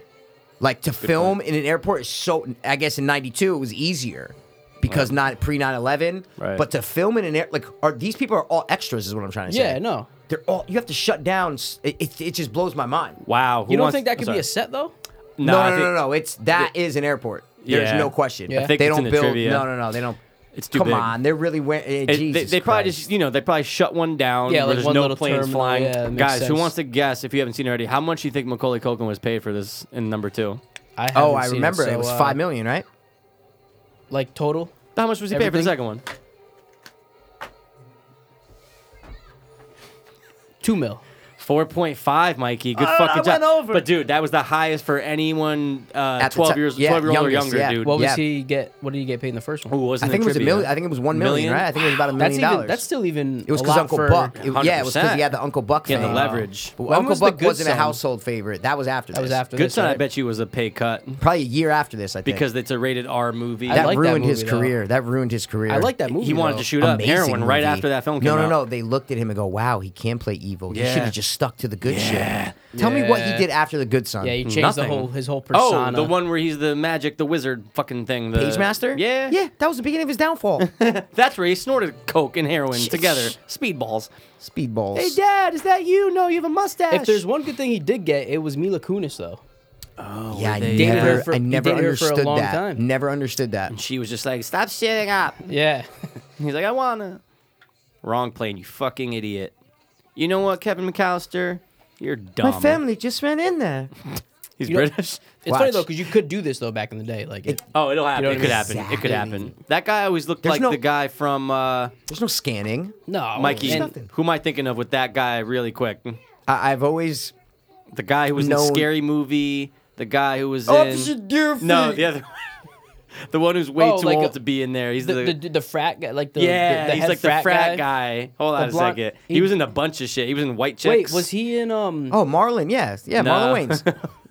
Speaker 2: Like to film in an airport is so. I guess in '92 it was easier because not pre 9/11.
Speaker 3: Right.
Speaker 2: But to film in an air, like, are these people are all extras? Is what I'm trying to say.
Speaker 4: Yeah, no.
Speaker 2: They're all. You have to shut down. s- It, it, it just blows my mind.
Speaker 3: Wow. who
Speaker 4: You don't
Speaker 3: wants-
Speaker 4: think that could
Speaker 3: I'm
Speaker 4: be a
Speaker 3: sorry.
Speaker 4: set though?
Speaker 2: No,
Speaker 3: I
Speaker 2: no, no,
Speaker 3: think-
Speaker 2: no, no. It's that is an airport. There's
Speaker 3: Yeah.
Speaker 2: no question.
Speaker 4: Yeah. I
Speaker 3: think
Speaker 2: they
Speaker 3: it's
Speaker 2: don't
Speaker 3: in the
Speaker 2: build.
Speaker 3: trivia.
Speaker 2: No, no, no. They don't.
Speaker 3: It's too
Speaker 2: Come
Speaker 3: big.
Speaker 2: on, they're really wearing. Eh,
Speaker 3: It-
Speaker 2: Jesus
Speaker 3: they, they probably
Speaker 2: Christ.
Speaker 3: just you know they probably shut one down.
Speaker 4: Yeah,
Speaker 3: where
Speaker 4: like
Speaker 3: there's
Speaker 4: one
Speaker 3: no
Speaker 4: little
Speaker 3: planes
Speaker 4: terminal,
Speaker 3: flying.
Speaker 4: yeah, it makes
Speaker 3: Guys, who
Speaker 4: sense.
Speaker 3: wants to guess if you haven't seen it already? How much do you think Macaulay Culkin was paid for this in number two?
Speaker 4: I
Speaker 2: Oh,
Speaker 4: haven't
Speaker 2: I
Speaker 4: seen
Speaker 2: remember. It,
Speaker 4: so,
Speaker 2: was
Speaker 4: uh,
Speaker 2: five million, right?
Speaker 4: Like total.
Speaker 3: How much was he paid for the
Speaker 4: Everything?
Speaker 3: second one?
Speaker 4: Two mil.
Speaker 3: Four point five, Mikey. Good
Speaker 2: Oh, I
Speaker 3: fucking job.
Speaker 2: went over.
Speaker 3: But dude, that was the highest for anyone uh,
Speaker 2: At the
Speaker 3: twelve
Speaker 2: ti-
Speaker 3: years,
Speaker 2: yeah,
Speaker 3: twelve year old or
Speaker 2: youngest,
Speaker 3: younger,
Speaker 2: yeah.
Speaker 3: dude.
Speaker 4: What was
Speaker 2: Yeah.
Speaker 4: he get? What did he get paid in the first one?
Speaker 3: Who wasn't
Speaker 2: I think
Speaker 3: in
Speaker 2: it was a
Speaker 3: trivia.
Speaker 2: million. I think it was one million,
Speaker 3: Million?
Speaker 2: right? I think it was about a
Speaker 4: That's
Speaker 2: million
Speaker 4: even.
Speaker 2: dollars.
Speaker 4: That's still even.
Speaker 2: It was
Speaker 4: a
Speaker 2: because
Speaker 4: lot
Speaker 2: Uncle
Speaker 4: for-
Speaker 2: Buck. It- yeah, it was because he
Speaker 3: 100%.
Speaker 2: had the Uncle Buck
Speaker 3: He
Speaker 2: thing.
Speaker 3: had the leverage.
Speaker 2: But
Speaker 4: When
Speaker 2: Uncle
Speaker 4: was The
Speaker 2: Buck
Speaker 4: Good
Speaker 2: wasn't a
Speaker 4: Son?
Speaker 2: household favorite. That was after.
Speaker 4: That was
Speaker 2: this.
Speaker 4: after.
Speaker 3: Good
Speaker 4: this,
Speaker 3: son, I
Speaker 4: right?
Speaker 3: bet you was a pay cut
Speaker 2: Probably a year after this, I think.
Speaker 3: because it's a rated R movie.
Speaker 4: I
Speaker 2: that
Speaker 4: like that
Speaker 2: ruined his
Speaker 4: movie, though.
Speaker 2: career. That ruined his career.
Speaker 4: I like that movie.
Speaker 3: he wanted
Speaker 4: though.
Speaker 3: to shoot up
Speaker 2: Amazing
Speaker 3: heroin right
Speaker 2: movie.
Speaker 3: after that film came
Speaker 2: No,
Speaker 3: out.
Speaker 2: no, no. They looked at him and go, "Wow, he can play evil. He
Speaker 3: Yeah.
Speaker 2: should have just stuck to the good shit." Tell me what he
Speaker 4: Yeah.
Speaker 2: did after the Good Son.
Speaker 4: Yeah, he changed
Speaker 3: Nothing.
Speaker 4: the whole his whole
Speaker 3: Oh,
Speaker 4: persona.
Speaker 3: the one where he's the magic, the wizard, fucking thing. The
Speaker 2: Pagemaster.
Speaker 3: Yeah,
Speaker 2: yeah. That was the beginning of his downfall.
Speaker 3: That's where he snorted coke and heroin together. Speedballs.
Speaker 2: Speedballs.
Speaker 3: Dad, is that you? No, you have a mustache.
Speaker 4: If there's one good thing he did get, it was Mila Kunis though.
Speaker 2: yeah, I
Speaker 3: They
Speaker 4: Oh, dated her
Speaker 2: never,
Speaker 4: for-
Speaker 2: I
Speaker 4: he
Speaker 2: never
Speaker 4: dated her for a
Speaker 2: understood
Speaker 4: long
Speaker 2: that.
Speaker 4: time.
Speaker 2: Never understood that.
Speaker 3: she was just like, "Stop shitting up."
Speaker 4: Yeah.
Speaker 3: He's like, "I wanna." Wrong plane, you fucking idiot. You know what, Kevin McAllister? You're dumb.
Speaker 2: just ran in there.
Speaker 3: He's
Speaker 4: know-
Speaker 3: British.
Speaker 4: It's funny
Speaker 2: Watch.
Speaker 4: though because you could do this though back in the day. Like it,
Speaker 3: Oh, it'll happen.
Speaker 4: You know
Speaker 3: it
Speaker 4: what
Speaker 3: could
Speaker 4: I
Speaker 3: happen.
Speaker 2: mean?
Speaker 3: It could
Speaker 2: Exactly.
Speaker 3: happen. That guy always looked
Speaker 2: There's
Speaker 3: like
Speaker 2: no-
Speaker 3: the guy from uh,
Speaker 2: There's no scanning.
Speaker 4: no,
Speaker 3: Mikey.
Speaker 4: and-
Speaker 2: nothing.
Speaker 3: Who am I thinking of with that guy? Really quick,
Speaker 2: I- I've always
Speaker 3: the guy who was
Speaker 2: No.
Speaker 3: in Scary Movie. the guy who was
Speaker 4: Officer
Speaker 3: in.
Speaker 4: Deerfield.
Speaker 3: No, the other one. the one who's way
Speaker 4: Oh,
Speaker 3: too
Speaker 4: like
Speaker 3: old
Speaker 4: a-
Speaker 3: to be in there. He's the,
Speaker 4: the, the, the frat guy, like the
Speaker 3: yeah,
Speaker 4: the, the
Speaker 3: he's
Speaker 4: head
Speaker 3: like
Speaker 4: frat
Speaker 3: the frat guy. Hold on
Speaker 4: The
Speaker 3: a
Speaker 4: blonde-
Speaker 3: second. He,
Speaker 4: he-
Speaker 3: was in a bunch of shit. He was in White
Speaker 4: Wait,
Speaker 3: Chicks.
Speaker 4: was he in um?
Speaker 2: Oh, Marlon, yes, yeah,
Speaker 3: No.
Speaker 2: Marlon Wayne's.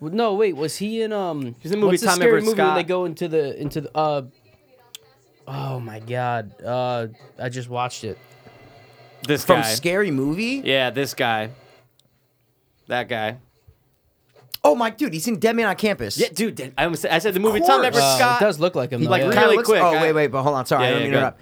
Speaker 4: No, wait, was he in um?
Speaker 3: He's in the movie
Speaker 4: what's the
Speaker 3: Tom
Speaker 4: scary
Speaker 3: Everett
Speaker 4: movie when they
Speaker 3: Scott.
Speaker 4: go into the into the uh? Oh my god, uh, I just watched it.
Speaker 3: this
Speaker 2: From
Speaker 3: guy?
Speaker 2: Scary Movie.
Speaker 3: yeah, this guy. That guy.
Speaker 2: Oh my dude, he's in Dead Man on Campus.
Speaker 3: Yeah, dude. that- I, almost, I said the movie
Speaker 2: Of
Speaker 3: Tom
Speaker 2: course.
Speaker 3: Everett
Speaker 4: Uh,
Speaker 3: Scott.
Speaker 4: it does look like him. Though,
Speaker 3: like
Speaker 4: yeah.
Speaker 3: kinda- really
Speaker 2: looks-
Speaker 3: quick,
Speaker 2: Oh
Speaker 3: I-
Speaker 2: wait, wait, but hold on. Sorry,
Speaker 3: Yeah,
Speaker 2: I don't
Speaker 3: yeah,
Speaker 2: mean
Speaker 3: go
Speaker 2: to interrupt.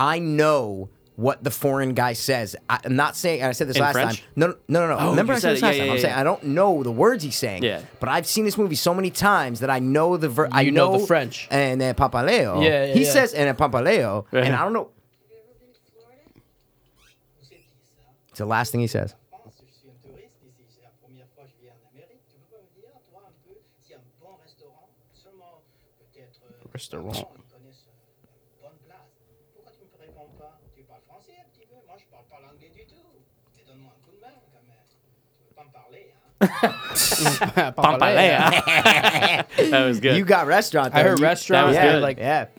Speaker 2: I know what the foreign guy says. I, am not saying. and I said this
Speaker 3: In
Speaker 2: last
Speaker 3: French?
Speaker 2: time. No, no, no, no. no.
Speaker 3: Oh,
Speaker 2: Remember,
Speaker 3: you
Speaker 2: I said this
Speaker 3: said
Speaker 2: last
Speaker 3: it. Yeah,
Speaker 2: time.
Speaker 3: yeah,
Speaker 2: I'm
Speaker 3: yeah.
Speaker 2: saying I don't know the words he's saying.
Speaker 3: Yeah.
Speaker 2: But I've seen this movie so many times that I know the. Ver- I
Speaker 4: You know the French.
Speaker 2: and then Papaleo.
Speaker 4: Yeah, yeah,
Speaker 2: He
Speaker 4: yeah.
Speaker 2: says and then Papaleo,
Speaker 3: Right.
Speaker 2: and I don't know. It's the last thing he says.
Speaker 5: France, je suis un touriste ici, c'est la première fois que je viens en Amérique. Tu peux pas me dire, toi, un peu, s'il y a un bon restaurant, seulement peut-être. euh,
Speaker 4: Restaurant.
Speaker 5: ils connaissent euh, une bonne place. Pourquoi tu me réponds pas Tu parles français un petit peu Moi, je parle pas l'anglais du tout. Mais Donne-moi un coup de main quand même. Tu veux pas me parler, hein
Speaker 3: Pampalea. that was good.
Speaker 2: You got restaurant.
Speaker 4: I
Speaker 2: there.
Speaker 4: heard
Speaker 2: You-
Speaker 4: restaurant.
Speaker 3: was
Speaker 2: Yeah,
Speaker 3: good.
Speaker 4: Like,
Speaker 2: yeah.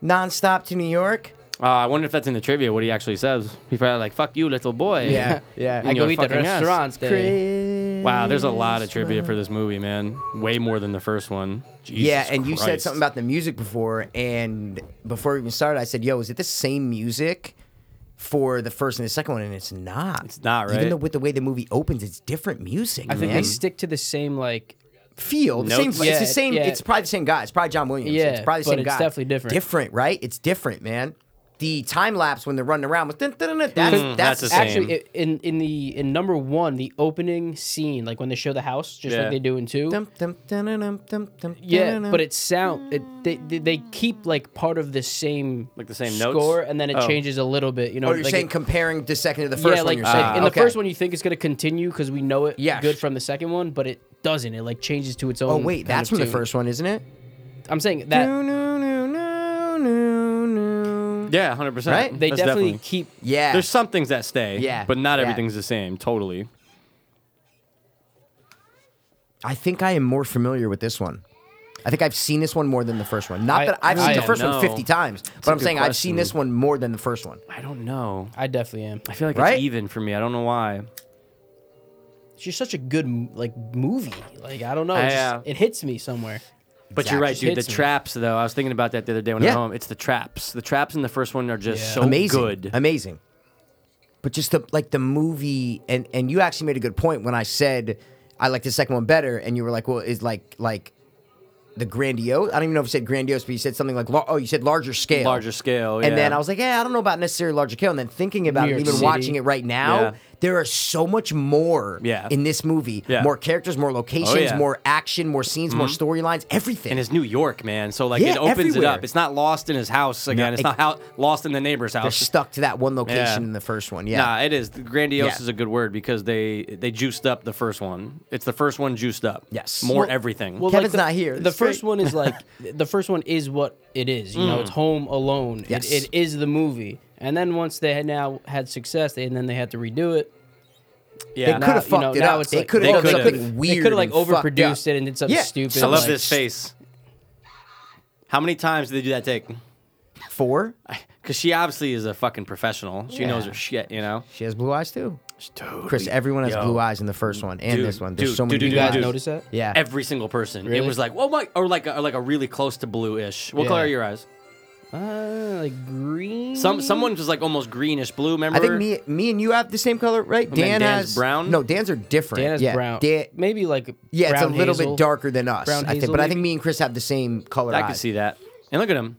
Speaker 2: Nonstop to New York.
Speaker 3: Uh, I wonder if that's in the trivia. What he actually says. He's probably like, "Fuck you, little boy."
Speaker 2: Yeah, yeah.
Speaker 4: I
Speaker 3: your
Speaker 4: go eat the
Speaker 3: fucking ass.
Speaker 4: restaurant. They,
Speaker 3: Wow, there's a lot of trivia for this movie, man. Way more than the first one. Jesus
Speaker 2: yeah, and you said
Speaker 3: Christ.
Speaker 2: something about the music before, and before we even started, I said, "Yo, is it the same music for the first and the second one?" And it's not.
Speaker 3: It's not, right?
Speaker 2: Even though with the way the movie opens, it's different music.
Speaker 4: I think
Speaker 2: man.
Speaker 4: they stick to the same like.
Speaker 2: feel the
Speaker 3: Notes.
Speaker 2: same.
Speaker 4: Yeah,
Speaker 2: it's the same.
Speaker 4: yeah.
Speaker 2: It's probably the same guy. It's probably John Williams.
Speaker 4: Yeah,
Speaker 2: it's probably the
Speaker 4: but
Speaker 2: same
Speaker 4: it's
Speaker 2: guy.
Speaker 4: definitely different.
Speaker 2: Different, right? It's different, man. The time lapse when they're running around with dun, dun, dun, dun,
Speaker 4: Hmm,
Speaker 2: that's,
Speaker 3: Mm,
Speaker 2: that's
Speaker 3: that's the same.
Speaker 4: Actually, i- in in the in number one, the opening scene, like when they show the house, just
Speaker 3: Yeah.
Speaker 4: like they do in two.
Speaker 2: Dum, dum, dun, dun, dum, dum, dum,
Speaker 4: Yeah,
Speaker 2: dun, dun.
Speaker 4: but it sound it, they, they they keep like part of the same
Speaker 3: Like the same notes?
Speaker 4: score, and then it
Speaker 3: Oh.
Speaker 4: changes a little bit. You know,
Speaker 2: Oh, you're
Speaker 4: like
Speaker 2: saying
Speaker 4: it-
Speaker 2: comparing the second to the
Speaker 4: yeah,
Speaker 2: first one.
Speaker 4: like,
Speaker 2: You're
Speaker 4: like,
Speaker 2: saying
Speaker 3: Ah,
Speaker 4: in the
Speaker 2: Okay.
Speaker 4: first one, you think it's gonna continue because we know it
Speaker 2: Yes.
Speaker 4: good from the second one, but it doesn't. It like changes to its own.
Speaker 2: Oh wait,
Speaker 4: kind
Speaker 2: that's
Speaker 4: of
Speaker 2: from the
Speaker 4: tune.
Speaker 2: first one, isn't it?
Speaker 4: I'm saying that
Speaker 2: No, no, no, no, no, no.
Speaker 3: Yeah, hundred percent.
Speaker 2: Right?
Speaker 4: they definitely, keep.
Speaker 2: Yeah.
Speaker 3: There's some things that stay.
Speaker 2: Yeah,
Speaker 3: But not
Speaker 2: yeah.
Speaker 3: everything's the same. Totally.
Speaker 2: I think I am more familiar with this one. I think I've seen this one more than the first one. Not
Speaker 4: I-
Speaker 2: that I've seen
Speaker 4: I
Speaker 2: the
Speaker 4: don't
Speaker 2: first
Speaker 3: know.
Speaker 2: one 50 times,
Speaker 3: a
Speaker 2: but I'm
Speaker 3: good
Speaker 2: saying I've seen
Speaker 3: question.
Speaker 2: this one more than the first one.
Speaker 3: I don't know.
Speaker 4: I definitely am.
Speaker 3: I feel like
Speaker 2: Right?
Speaker 3: it's even for me. I don't know why.
Speaker 4: It's just such a good m- like movie. Like I don't know,
Speaker 3: I,
Speaker 4: it's
Speaker 3: uh,
Speaker 4: just, it hits me somewhere.
Speaker 3: But you're
Speaker 2: Zach
Speaker 3: right,
Speaker 4: just
Speaker 3: dude. The
Speaker 4: hits me.
Speaker 3: traps, though, I was thinking about that the other day when I
Speaker 2: Yeah.
Speaker 3: was home. It's the traps. The traps in the first one are just
Speaker 4: Yeah.
Speaker 3: so
Speaker 2: Amazing.
Speaker 3: good.
Speaker 2: Amazing. But just the like the movie and and you actually made a good point when I said I like the second one better and you were like, "Well, is like like the grandiose. I don't even know if you said grandiose, but you said something like, lar- "Oh, you said larger scale."
Speaker 3: Larger scale.
Speaker 2: And then
Speaker 3: yeah.
Speaker 2: I was like, yeah, I don't know about necessarily larger scale. And then thinking about
Speaker 4: New
Speaker 2: it,
Speaker 4: York
Speaker 2: even
Speaker 4: City.
Speaker 2: watching it right now,
Speaker 3: Yeah.
Speaker 2: there are so much more
Speaker 3: Yeah.
Speaker 2: in this movie.
Speaker 3: Yeah. Oh,
Speaker 2: More characters, more locations,
Speaker 3: yeah. Mm-hmm.
Speaker 2: more action, more scenes, more storylines, everything.
Speaker 3: and it's New York, man. So like
Speaker 2: Yeah,
Speaker 3: it opens it
Speaker 2: everywhere.
Speaker 3: up. It's not lost in his house again. it's
Speaker 2: it-
Speaker 3: not how, lost in the neighbor's
Speaker 2: They're
Speaker 3: house. It's
Speaker 2: stuck to that one location
Speaker 3: Yeah.
Speaker 2: in the first one. Yeah.
Speaker 3: Nah, it is. The Grandiose
Speaker 2: Yeah.
Speaker 3: is a good word because they they juiced up the first one. It's the first one juiced up.
Speaker 2: Yes.
Speaker 3: More
Speaker 2: Well-
Speaker 3: everything.
Speaker 4: Well,
Speaker 2: Kevin's
Speaker 4: the,
Speaker 2: not here.
Speaker 4: The
Speaker 2: It's
Speaker 4: first
Speaker 2: great. Mm.
Speaker 4: one is like the first one is what it is. You know, it's Home Alone.
Speaker 2: Yes.
Speaker 4: It, it is the movie. And then once they had now had success, they, and then they had to redo it.
Speaker 2: They
Speaker 3: yeah.
Speaker 2: could have
Speaker 4: you know,
Speaker 2: fucked it
Speaker 4: now
Speaker 2: up.
Speaker 4: it's
Speaker 2: They
Speaker 4: like-
Speaker 2: could
Speaker 3: They
Speaker 2: have done
Speaker 3: could've.
Speaker 2: something
Speaker 4: They
Speaker 2: weird.
Speaker 4: could have like
Speaker 2: and fucked
Speaker 4: overproduced
Speaker 2: up.
Speaker 4: it and did something
Speaker 2: Yeah.
Speaker 4: stupid.
Speaker 3: I love
Speaker 4: like,
Speaker 3: this face. How many times did they do that take?
Speaker 2: Four.
Speaker 3: Because she obviously is a fucking professional. She knows her shit, you know.
Speaker 2: She has blue eyes too. Chris, everyone has
Speaker 3: Yo.
Speaker 2: blue eyes in the first one and
Speaker 3: Dude,
Speaker 2: this one. There's
Speaker 3: dude,
Speaker 2: so many
Speaker 3: dude,
Speaker 2: blue
Speaker 4: You
Speaker 3: dude,
Speaker 4: guys
Speaker 2: eyes.
Speaker 3: dude.
Speaker 4: notice that?
Speaker 2: Yeah.
Speaker 3: Every single person. It
Speaker 4: Really?
Speaker 3: was like, oh my, or like, a, or like a really close to blue-ish. What
Speaker 4: Yeah.
Speaker 3: color are your eyes?
Speaker 4: Uh, like green.
Speaker 3: Some someone was like almost greenish blue. Remember?
Speaker 2: I think me, me and you have the same color, right?
Speaker 3: then
Speaker 2: Dan
Speaker 3: Oh, Dan's
Speaker 2: has
Speaker 3: brown?
Speaker 2: No, Dan's are different.
Speaker 4: Dan has
Speaker 2: yeah.
Speaker 4: brown.
Speaker 2: Dan,
Speaker 4: Maybe like
Speaker 2: Yeah, it's a
Speaker 4: brown
Speaker 2: little
Speaker 4: hazel.
Speaker 2: bit darker than us.
Speaker 4: Brown
Speaker 2: I think,
Speaker 4: hazel,
Speaker 2: but I think
Speaker 4: maybe?
Speaker 2: me and Chris have the same color.
Speaker 3: I
Speaker 2: eyes.
Speaker 3: could see that. And look at him.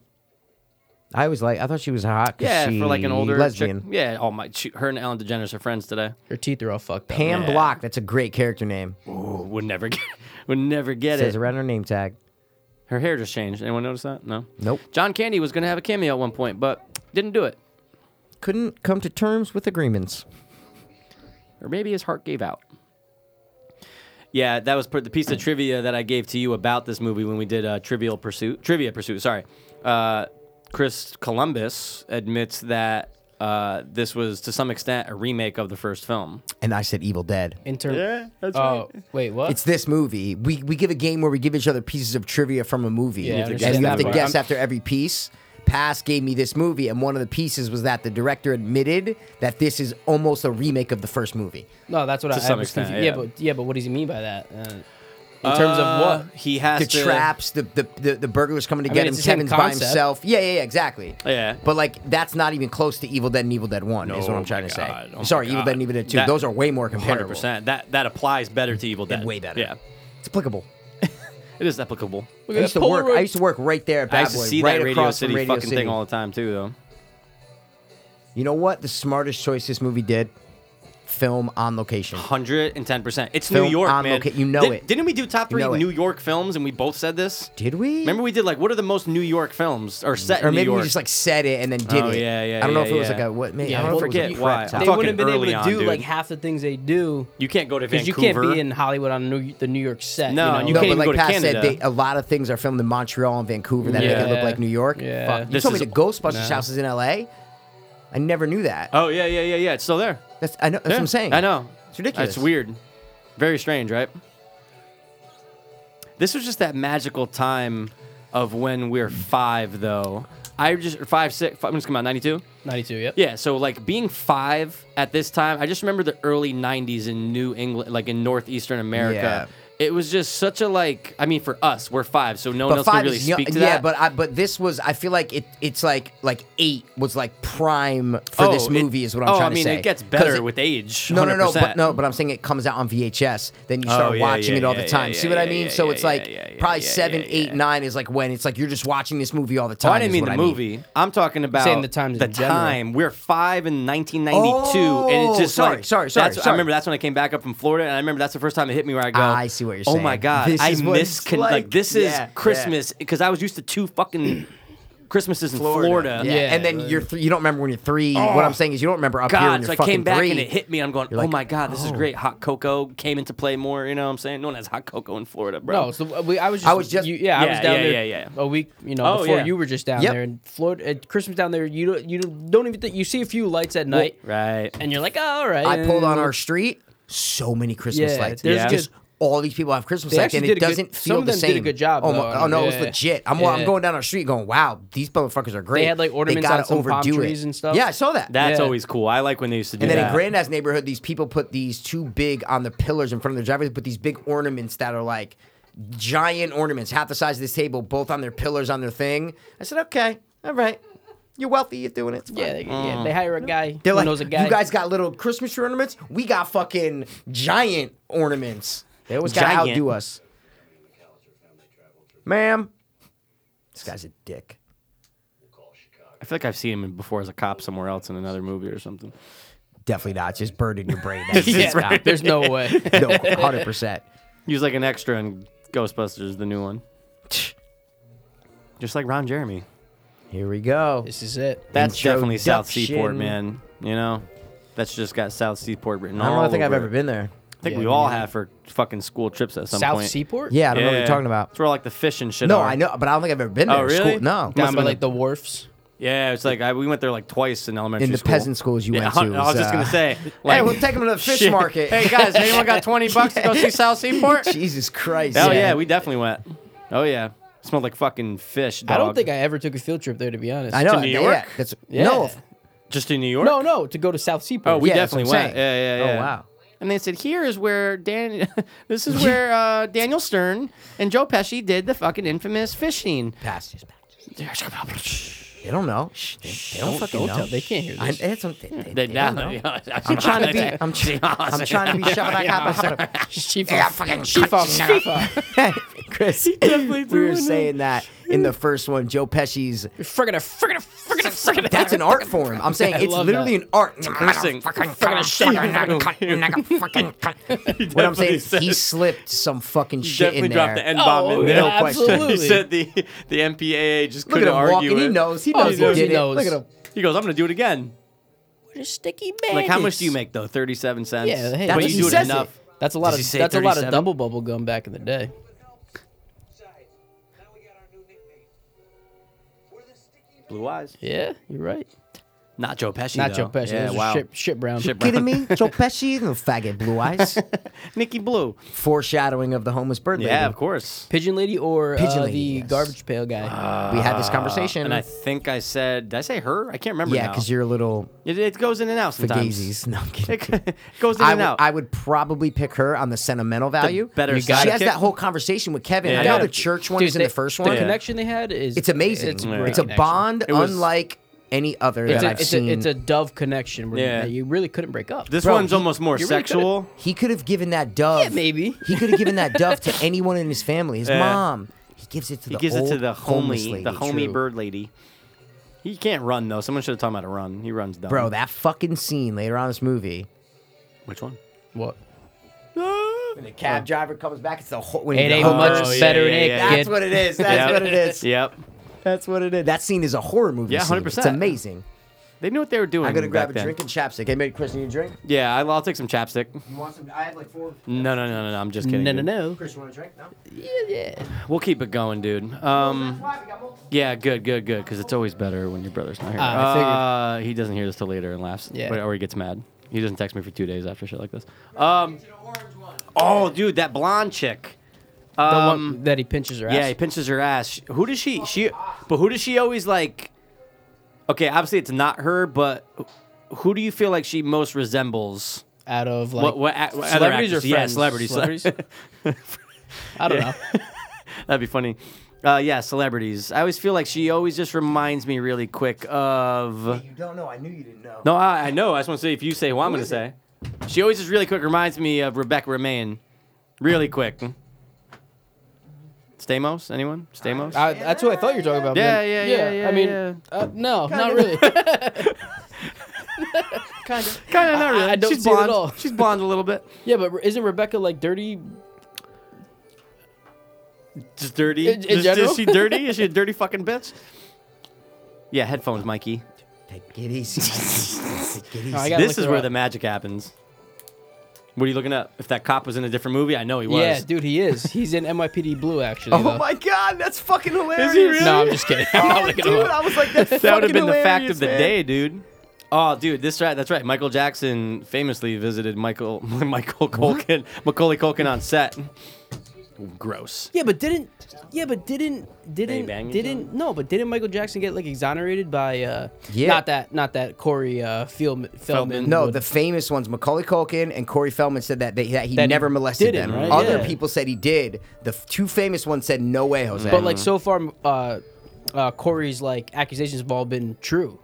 Speaker 2: I was like, I thought she was hot. 'cause
Speaker 3: Yeah,
Speaker 2: she
Speaker 3: for like an older
Speaker 2: lesbian.
Speaker 3: Chick. Yeah. Oh my, she, her and Ellen DeGeneres are friends today.
Speaker 4: Her teeth are all fucked up.
Speaker 2: Pam
Speaker 3: Yeah.
Speaker 2: Block. That's a great character name.
Speaker 3: Ooh, would never get, would never get
Speaker 2: Says
Speaker 3: it.
Speaker 2: around her name tag.
Speaker 3: Her hair just changed. Anyone notice that? No.
Speaker 2: Nope.
Speaker 3: John Candy was gonna have a cameo at one point, but didn't do it,
Speaker 2: Couldn't come to terms with agreements.
Speaker 3: or maybe his heart gave out. Yeah, that was per- the piece of trivia that I gave to you about this movie when we did uh, Trivial Pursuit. Trivia Pursuit. Sorry. Uh, Chris Columbus admits that. uh, this was to some extent a remake of the first film.
Speaker 2: And I said Evil Dead.
Speaker 4: Inter-
Speaker 3: that's
Speaker 4: Oh, wait, what?
Speaker 2: It's this movie. We we give a game where we give each other pieces of trivia from a movie.
Speaker 4: Yeah, I
Speaker 2: and
Speaker 4: understand
Speaker 2: you have
Speaker 4: that
Speaker 2: to
Speaker 4: part.
Speaker 2: guess after every piece. Pass gave me this movie, and one of the pieces was that the director admitted that this is almost a remake of the first movie.
Speaker 4: no, that's what I,
Speaker 3: to some
Speaker 4: I was
Speaker 3: extent,
Speaker 4: confused.
Speaker 3: yeah. Uh,
Speaker 4: but yeah, but what does he mean by that? Uh, in terms of what?
Speaker 3: he has
Speaker 2: The
Speaker 3: to
Speaker 2: traps, the the, the the burglars coming to
Speaker 4: I
Speaker 2: get
Speaker 4: mean,
Speaker 2: him.
Speaker 4: it's the same
Speaker 2: Kevin's by
Speaker 4: concept.
Speaker 2: himself. Yeah, yeah, yeah, exactly.
Speaker 3: Yeah.
Speaker 2: But like, that's not even close to Evil Dead and Evil Dead One. is
Speaker 3: Oh
Speaker 2: what I'm trying
Speaker 3: my
Speaker 2: to
Speaker 3: God.
Speaker 2: say.
Speaker 3: Oh my
Speaker 2: Sorry, Evil
Speaker 3: God.
Speaker 2: Dead and Evil Dead Two.
Speaker 3: That-
Speaker 2: Those are way more
Speaker 3: Hundred
Speaker 2: comparable.
Speaker 3: percent. That that applies better to Evil Dead.
Speaker 2: way better.
Speaker 3: Yeah,
Speaker 2: It's applicable.
Speaker 3: it is applicable.
Speaker 4: Look
Speaker 2: I
Speaker 4: at
Speaker 2: used
Speaker 4: that
Speaker 2: to work.
Speaker 4: Polaroid.
Speaker 2: I used to work right there at Bad
Speaker 3: I used to
Speaker 2: Boy,
Speaker 3: see
Speaker 2: right
Speaker 3: that Radio
Speaker 2: across from
Speaker 3: City
Speaker 2: Radio
Speaker 3: fucking
Speaker 2: City.
Speaker 3: thing all the time too, though.
Speaker 2: You know what? The smartest choice this movie did: film on location.
Speaker 3: Hundred and ten percent. It's
Speaker 2: Film
Speaker 3: New York,
Speaker 2: on
Speaker 3: man.
Speaker 2: loca- you know it.
Speaker 3: Didn't we do top
Speaker 2: You
Speaker 3: three
Speaker 2: know it.
Speaker 3: New York films and we both said this?
Speaker 2: Did we?
Speaker 3: Remember we did like what are the most New York films or set
Speaker 2: or
Speaker 3: in New
Speaker 2: maybe
Speaker 3: York?
Speaker 2: we just like said it and then did
Speaker 3: Oh,
Speaker 2: it.
Speaker 3: yeah, yeah,
Speaker 2: I don't know
Speaker 3: yeah,
Speaker 2: if it was
Speaker 3: yeah.
Speaker 2: like a what. Man,
Speaker 4: Yeah,
Speaker 2: I don't
Speaker 4: I
Speaker 2: know if it was
Speaker 3: forget
Speaker 2: a
Speaker 3: why.
Speaker 2: prep
Speaker 3: They
Speaker 2: time.
Speaker 4: they wouldn't have been
Speaker 3: fucking
Speaker 4: able to
Speaker 3: early
Speaker 4: do
Speaker 3: on, dude.
Speaker 4: like half the things they do
Speaker 3: you can't go to
Speaker 4: because
Speaker 3: Vancouver.
Speaker 4: you can't be in Hollywood on New, the New York set.
Speaker 3: No,
Speaker 4: you know?
Speaker 3: and
Speaker 2: no,
Speaker 3: you can't
Speaker 2: but
Speaker 3: even
Speaker 2: like
Speaker 3: go to
Speaker 2: Pat
Speaker 3: Canada.
Speaker 2: said, they, a lot of things are filmed in Montreal and Vancouver that make it look
Speaker 4: Yeah.
Speaker 2: like New York.
Speaker 4: Yeah.
Speaker 2: Fuck, you
Speaker 3: This
Speaker 2: told me
Speaker 3: is-
Speaker 2: the Ghostbusters
Speaker 4: No.
Speaker 2: house is in L.A. I never knew that.
Speaker 3: Oh yeah, yeah, yeah, yeah. It's still there.
Speaker 2: That's I know. That's what
Speaker 3: Yeah,
Speaker 2: I'm saying.
Speaker 3: I know.
Speaker 2: It's ridiculous.
Speaker 3: It's weird. Very strange, right? This was just that magical time of when we are five, though. I just five six. Five, I'm just come out ninety two.
Speaker 4: 92, yep.
Speaker 3: Yeah, so like being five at this time, I just remember the early '90s in New England, like in northeastern America. It was just such a like. I mean, for us, we're five, so no one
Speaker 2: But
Speaker 3: else can
Speaker 2: five
Speaker 3: really
Speaker 2: is young.
Speaker 3: speak to
Speaker 2: yeah,
Speaker 3: that.
Speaker 2: but I, but this was. I feel like it. It's like like eight was like prime for this
Speaker 3: it-
Speaker 2: movie. is what I'm
Speaker 3: oh,
Speaker 2: trying
Speaker 3: I mean,
Speaker 2: to say.
Speaker 3: it gets
Speaker 2: 'Cause
Speaker 3: better
Speaker 2: it-
Speaker 3: with age.
Speaker 2: No, no, no,
Speaker 3: 100%.
Speaker 2: but no, but I'm saying it comes out on VHS. Then you start
Speaker 3: Oh, yeah,
Speaker 2: watching
Speaker 3: yeah,
Speaker 2: it all
Speaker 3: yeah,
Speaker 2: the time.
Speaker 3: yeah,
Speaker 2: See what I
Speaker 3: yeah,
Speaker 2: mean?
Speaker 3: yeah,
Speaker 2: so
Speaker 3: yeah,
Speaker 2: it's like
Speaker 3: yeah, yeah,
Speaker 2: probably
Speaker 3: yeah,
Speaker 2: seven,
Speaker 3: yeah,
Speaker 2: eight,
Speaker 3: yeah.
Speaker 2: nine is like when it's like you're just watching this movie all the
Speaker 3: Oh,
Speaker 2: time.
Speaker 3: I didn't
Speaker 2: is
Speaker 3: mean
Speaker 2: what
Speaker 3: the movie. I'm talking about
Speaker 4: saying the times
Speaker 3: The
Speaker 4: in general.
Speaker 3: time we're five in 1992, and
Speaker 2: Oh,
Speaker 3: it's just
Speaker 2: sorry,
Speaker 3: like
Speaker 2: sorry, sorry,
Speaker 3: that's- I
Speaker 2: sorry. Ah,
Speaker 3: remember that's when I came back up from Florida, and I remember that's the first time it hit me where I go.
Speaker 2: I see what you're
Speaker 3: Oh my
Speaker 2: saying.
Speaker 3: god,
Speaker 2: This
Speaker 3: I
Speaker 2: is what it's
Speaker 3: miss like,
Speaker 2: like."
Speaker 3: this is
Speaker 2: Yeah, yeah.
Speaker 3: Christmas because I was used to two fucking Christmases in Florida. Oh,
Speaker 2: Florida.
Speaker 4: Yeah.
Speaker 2: and then you're th- you don't remember when you're three. what I'm saying is you don't remember up here when
Speaker 3: God,
Speaker 2: you're
Speaker 3: so I
Speaker 2: fucking
Speaker 3: came back
Speaker 2: three.
Speaker 3: and it hit me. I'm going, oh
Speaker 2: like,
Speaker 3: my god, this is great. Hot cocoa came into play more. You know what I'm saying? No one has hot cocoa in Florida, bro.
Speaker 4: No, so uh, we, I was just,
Speaker 2: I was just-
Speaker 4: you, yeah, I
Speaker 3: Yeah,
Speaker 4: was down
Speaker 3: yeah,
Speaker 4: there
Speaker 3: yeah, yeah.
Speaker 4: a week, you know,
Speaker 3: Oh,
Speaker 4: before
Speaker 3: yeah.
Speaker 4: you were just down
Speaker 2: Yep.
Speaker 4: there in Florida at Christmas down there. You don't, you don't even think you see a few lights at night,
Speaker 3: right.
Speaker 4: and you're like, oh, all right.
Speaker 2: I pulled on
Speaker 4: and-
Speaker 2: our
Speaker 3: Mm.
Speaker 2: street. So many Christmas
Speaker 4: Yeah,
Speaker 2: lights.
Speaker 4: there's
Speaker 3: Yeah.
Speaker 2: Just all these people have Christmas
Speaker 4: They
Speaker 2: lights, and
Speaker 4: actually
Speaker 2: it
Speaker 4: did a good-
Speaker 2: doesn't
Speaker 4: some
Speaker 2: feel
Speaker 4: of
Speaker 2: the
Speaker 4: them
Speaker 2: same.
Speaker 4: did a good job,
Speaker 2: Oh, my-
Speaker 4: though.
Speaker 2: oh no, it was
Speaker 4: Yeah.
Speaker 2: legit. I'm, I'm
Speaker 4: Yeah.
Speaker 2: going down our street going, wow, these motherfuckers are great.
Speaker 4: had, like, ornaments
Speaker 2: gotta
Speaker 4: on some palm
Speaker 2: overdo it.
Speaker 4: trees and stuff.
Speaker 2: Yeah, I saw that.
Speaker 3: That's
Speaker 4: Yeah.
Speaker 3: always cool. I like when they used to do
Speaker 2: And then
Speaker 3: that.
Speaker 2: in Granddad's neighborhood, these people put these two big on the pillars in front of their driveway. They put these big ornaments that are like giant ornaments, half the size of this table, both on their pillars on their thing. I said, okay, all right, you're wealthy, you're doing it. It's fine.
Speaker 4: Yeah, they, yeah, they hire a guy
Speaker 2: They're
Speaker 4: who
Speaker 2: like,
Speaker 4: knows a guy.
Speaker 2: you guys got little Christmas tree ornaments. We got fucking giant ornaments. They always gotta
Speaker 3: Giant.
Speaker 2: outdo us. Ma'am, this guy's a dick.
Speaker 3: I feel like I've seen him before as a cop somewhere else in another movie or something.
Speaker 2: Definitely not. It's just burned in your brain. That's
Speaker 4: yeah,
Speaker 2: just not-
Speaker 4: there's no way.
Speaker 2: No, hundred percent.
Speaker 3: He was like an extra in Ghostbusters, the new one. Just like Ron Jeremy.
Speaker 2: Here we go.
Speaker 4: this is it.
Speaker 3: That's definitely South
Speaker 2: Introduction.
Speaker 3: Seaport, man. You know? That's just got South Seaport written
Speaker 2: I
Speaker 3: all
Speaker 2: don't really think
Speaker 3: over
Speaker 2: I've
Speaker 3: it.
Speaker 2: ever been there.
Speaker 3: I think
Speaker 4: Yeah,
Speaker 3: we
Speaker 4: me
Speaker 3: all
Speaker 4: neither.
Speaker 3: have for fucking school trips at some
Speaker 4: South
Speaker 3: point.
Speaker 4: Seaport?
Speaker 2: Yeah, I don't know what you're talking about.
Speaker 3: It's where all, like the fish and shit
Speaker 2: No,
Speaker 3: are.
Speaker 2: I know, but I don't think I've ever been there.
Speaker 3: Oh,
Speaker 2: in school.
Speaker 3: really?
Speaker 2: No.
Speaker 3: Must
Speaker 4: Down
Speaker 3: have
Speaker 4: by
Speaker 3: been
Speaker 4: like the wharfs.
Speaker 3: Yeah, it's like I, we went there like twice in elementary
Speaker 2: In the
Speaker 3: school.
Speaker 2: peasant schools you
Speaker 3: Yeah,
Speaker 2: went
Speaker 3: hun-
Speaker 2: to
Speaker 3: I
Speaker 2: was,
Speaker 3: was just
Speaker 2: uh,
Speaker 3: gonna say, like,
Speaker 2: hey, we'll take them to the fish
Speaker 3: shit.
Speaker 2: market.
Speaker 3: Hey guys, anyone got twenty bucks to go see South Seaport?
Speaker 2: Jesus Christ.
Speaker 3: Hell yeah. we definitely went. Oh yeah, smelled like fucking fish. Dog.
Speaker 4: I don't think I ever took a field trip there, to be honest.
Speaker 2: I know.
Speaker 3: To New
Speaker 2: yeah,
Speaker 3: York?
Speaker 2: that's,
Speaker 4: Yeah.
Speaker 2: No.
Speaker 3: just in New York.
Speaker 4: No, no, to go to South Seaport.
Speaker 3: Oh, we
Speaker 2: Yeah, that's
Speaker 3: definitely
Speaker 2: what I'm
Speaker 3: went. Yeah,
Speaker 2: saying.
Speaker 3: yeah, yeah.
Speaker 2: Oh, wow.
Speaker 3: And they said, "Here is where Dan, this is where uh, Daniel Stern and Joe Pesci did the fucking infamous fishing."
Speaker 2: Pastures, They don't know. Shh, They, they don't, fucking
Speaker 4: Don't
Speaker 2: know.
Speaker 4: tell- they can't hear
Speaker 2: I,
Speaker 4: this.
Speaker 2: it's, they, they,
Speaker 3: Hmm. They,
Speaker 2: they
Speaker 3: down
Speaker 2: don't know.
Speaker 3: I'm
Speaker 2: Trying to be, I'm, tr- I'm trying to be shoved like half a
Speaker 4: Chief
Speaker 2: Yeah,
Speaker 4: of
Speaker 2: fucking
Speaker 4: Chief of
Speaker 2: cuts.
Speaker 4: FIFA.
Speaker 2: Chris, we were saying that in the first one, Joe Pesci's.
Speaker 4: Friggin' a friggin' a friggin' a friggin' a-
Speaker 2: That's an art form. I'm saying it's
Speaker 4: love
Speaker 2: literally
Speaker 4: that.
Speaker 2: an art. What I'm saying is he slipped some fucking shit in
Speaker 3: definitely dropped the
Speaker 2: there.
Speaker 3: N bomb
Speaker 4: Oh,
Speaker 3: in there.
Speaker 2: No yeah, question.
Speaker 4: absolutely.
Speaker 3: He said the the MPAA just
Speaker 2: Look
Speaker 3: couldn't
Speaker 2: at him walking.
Speaker 3: argue it.
Speaker 2: He knows. He
Speaker 4: Oh,
Speaker 2: knows.
Speaker 4: he knows,
Speaker 2: He did
Speaker 4: he
Speaker 2: it.
Speaker 4: knows.
Speaker 2: Look at him.
Speaker 3: He goes, "I'm gonna do it again."
Speaker 4: You're sticky man.
Speaker 3: Like, how much do you make though? Thirty-seven cents.
Speaker 4: Yeah, hey,
Speaker 3: but
Speaker 4: that's-
Speaker 3: you
Speaker 4: he
Speaker 3: do it
Speaker 2: says
Speaker 3: enough.
Speaker 4: That's a lot
Speaker 3: Does he
Speaker 4: of
Speaker 3: say
Speaker 4: that's a lot of
Speaker 3: 37?
Speaker 4: double bubble gum back in the day.
Speaker 5: Besides, now we got our new nickname. We're the sticky
Speaker 3: Blue eyes.
Speaker 4: Yeah, you're right.
Speaker 3: Not Joe Pesci.
Speaker 4: Not
Speaker 3: though.
Speaker 4: Joe Pesci.
Speaker 3: Yeah,
Speaker 4: Those are
Speaker 3: wow.
Speaker 4: shit, shit brown.
Speaker 3: Shit brown.
Speaker 2: Kidding me? Joe Pesci, little faggot, blue eyes.
Speaker 3: Nikki Blue.
Speaker 2: Foreshadowing of the homeless bird lady.
Speaker 3: Yeah, of course.
Speaker 4: Pigeon lady or
Speaker 2: Pigeon
Speaker 4: uh,
Speaker 2: lady,
Speaker 4: the
Speaker 2: yes. Uh,
Speaker 4: garbage pail guy.
Speaker 2: we had this conversation.
Speaker 3: uh, And I think I said, did I say her? I can't remember.
Speaker 2: yeah,
Speaker 3: now.
Speaker 2: because you're a little
Speaker 3: It, it goes in and out sometimes.
Speaker 2: fagazis. No, I'm kidding.
Speaker 3: It goes in
Speaker 2: I
Speaker 3: and
Speaker 2: would-
Speaker 3: out.
Speaker 2: I would probably pick her on the sentimental value.
Speaker 3: better
Speaker 2: she
Speaker 3: sidekick.
Speaker 2: has that whole conversation with Kevin.
Speaker 3: Yeah.
Speaker 2: I know
Speaker 3: Yeah.
Speaker 2: the church one
Speaker 4: Dude,
Speaker 2: is in
Speaker 4: they-
Speaker 2: the first one.
Speaker 4: The connection they had is
Speaker 2: It's amazing. It's,
Speaker 4: great
Speaker 2: a
Speaker 4: connection.
Speaker 2: bond
Speaker 3: It was-
Speaker 2: unlike any other
Speaker 4: It's
Speaker 2: that
Speaker 4: a,
Speaker 2: I've
Speaker 4: it's,
Speaker 2: seen.
Speaker 4: a, it's a dove connection where
Speaker 3: Yeah.
Speaker 4: that you really couldn't break up.
Speaker 3: this
Speaker 2: Bro,
Speaker 3: one's
Speaker 2: he-
Speaker 3: almost more
Speaker 4: you really
Speaker 3: sexual.
Speaker 2: he could have given that dove.
Speaker 4: Yeah, maybe.
Speaker 2: He could have given that dove to anyone in his family. His mom. He gives it to
Speaker 3: he
Speaker 2: the
Speaker 3: gives it to
Speaker 2: old
Speaker 3: the
Speaker 2: homeless
Speaker 3: homie,
Speaker 2: lady,
Speaker 3: the homie
Speaker 2: true.
Speaker 3: bird lady. He can't run though. Someone should have taught him how to run. He runs dumb.
Speaker 2: Bro, that fucking scene later on in this movie.
Speaker 3: which one?
Speaker 4: what?
Speaker 2: When the cab driver comes back, it's the whole. When
Speaker 4: It
Speaker 2: the
Speaker 4: ain't much
Speaker 2: homeless-
Speaker 3: yeah,
Speaker 4: better
Speaker 3: yeah,
Speaker 4: than
Speaker 3: yeah.
Speaker 4: it,
Speaker 2: That's
Speaker 4: kid.
Speaker 2: what it is. That's
Speaker 3: Yep.
Speaker 2: what it is.
Speaker 3: Yep.
Speaker 2: That's what it is. That scene is a horror movie.
Speaker 3: Yeah,
Speaker 2: scene.
Speaker 3: 100%.
Speaker 2: It's amazing.
Speaker 3: They knew what they were doing.
Speaker 2: I'm gonna grab
Speaker 3: back
Speaker 2: a
Speaker 3: then.
Speaker 2: drink and chapstick. Hey, mate, Chris, need a drink?
Speaker 3: Yeah, I'll, I'll take some chapstick.
Speaker 2: You want some? I have like four.
Speaker 3: No, no, no, no, no. I'm just kidding.
Speaker 4: No, no,
Speaker 3: dude.
Speaker 4: no.
Speaker 2: Chris, you want a drink? No.
Speaker 3: We'll keep it going, dude. Um, yeah, good, good, good. Because it's always better when your brother's not here.
Speaker 4: Ah, I figured.
Speaker 3: Uh, he doesn't hear this till later and laughs.
Speaker 4: Yeah.
Speaker 3: But- Or he gets mad. He doesn't text me for two days after shit like this. Um, oh, dude, that blonde chick.
Speaker 4: The
Speaker 3: Um,
Speaker 4: one that he pinches her ass.
Speaker 3: Yeah, he pinches her ass. Sh- Who does she? She, but who does she always like? Okay, obviously it's not her, but wh- who do you feel like she most resembles?
Speaker 4: out of like
Speaker 3: what what, act- what other
Speaker 4: celebrities or
Speaker 3: actors? Yeah,
Speaker 4: friends?
Speaker 3: celebrities.
Speaker 4: Celebrities? I don't know.
Speaker 3: That'd be funny. Uh, yeah, celebrities. I always feel like she always just reminds me really quick of.
Speaker 2: You don't know. I knew you didn't know.
Speaker 3: No, I, I know. I just want to say if you say what I'm going to say. She always just really quick reminds me of Rebecca Romaine. Really quick. Stamos? Anyone? Stamos?
Speaker 4: I, that's what I thought you were talking about.
Speaker 3: Yeah,
Speaker 4: man.
Speaker 3: yeah, yeah, yeah,
Speaker 4: I mean,
Speaker 3: yeah.
Speaker 4: Uh, no, not really. kind of.
Speaker 3: Kind of not really.
Speaker 4: I- I don't
Speaker 3: She's
Speaker 4: see it at
Speaker 3: blonde.
Speaker 4: all.
Speaker 3: She's blonde a little bit.
Speaker 4: Yeah, but isn't Rebecca like dirty?
Speaker 3: Just dirty.
Speaker 4: In- in
Speaker 3: Just-
Speaker 4: general?
Speaker 3: Is she dirty? Is she a dirty fucking bitch? Yeah, headphones, Mikey.
Speaker 2: Take it easy. Take it easy.
Speaker 4: Oh, I gotta
Speaker 3: This
Speaker 4: look
Speaker 3: is
Speaker 4: her
Speaker 3: where
Speaker 4: up.
Speaker 3: the magic happens. What are you looking up? If that cop was in a different movie, I know he was.
Speaker 4: Yeah, dude, he is. He's in NYPD Blue actually.
Speaker 2: oh
Speaker 4: though.
Speaker 2: my god, that's fucking hilarious.
Speaker 3: really?
Speaker 4: No, I'm just kidding. I'm not
Speaker 2: Oh,
Speaker 4: looking
Speaker 2: dude,
Speaker 4: him up.
Speaker 2: I was like, that's
Speaker 3: that would have
Speaker 2: fucking
Speaker 3: been the fact
Speaker 2: hilarious,
Speaker 3: of the
Speaker 2: man.
Speaker 3: day, dude. Oh, dude, this right. That's right. Michael Jackson famously visited Michael Michael Culkin, Macaulay Culkin on set. Gross.
Speaker 4: Yeah, but didn't yeah, but didn't didn't
Speaker 3: bang each
Speaker 4: didn't no, but didn't Michael Jackson get like exonerated by uh
Speaker 2: Yeah.
Speaker 4: not that not that Corey uh Feldman, Feldman
Speaker 2: No,
Speaker 4: would-
Speaker 2: the famous ones, Macaulay Culkin and Corey Feldman said that, they, that he
Speaker 4: That he
Speaker 2: never molested
Speaker 4: didn't,
Speaker 2: them.
Speaker 4: right?
Speaker 2: Other
Speaker 4: Yeah.
Speaker 2: people said he did. The f- two famous ones said, no way, Jose.
Speaker 4: but like so far uh uh Corey's like accusations have all been true.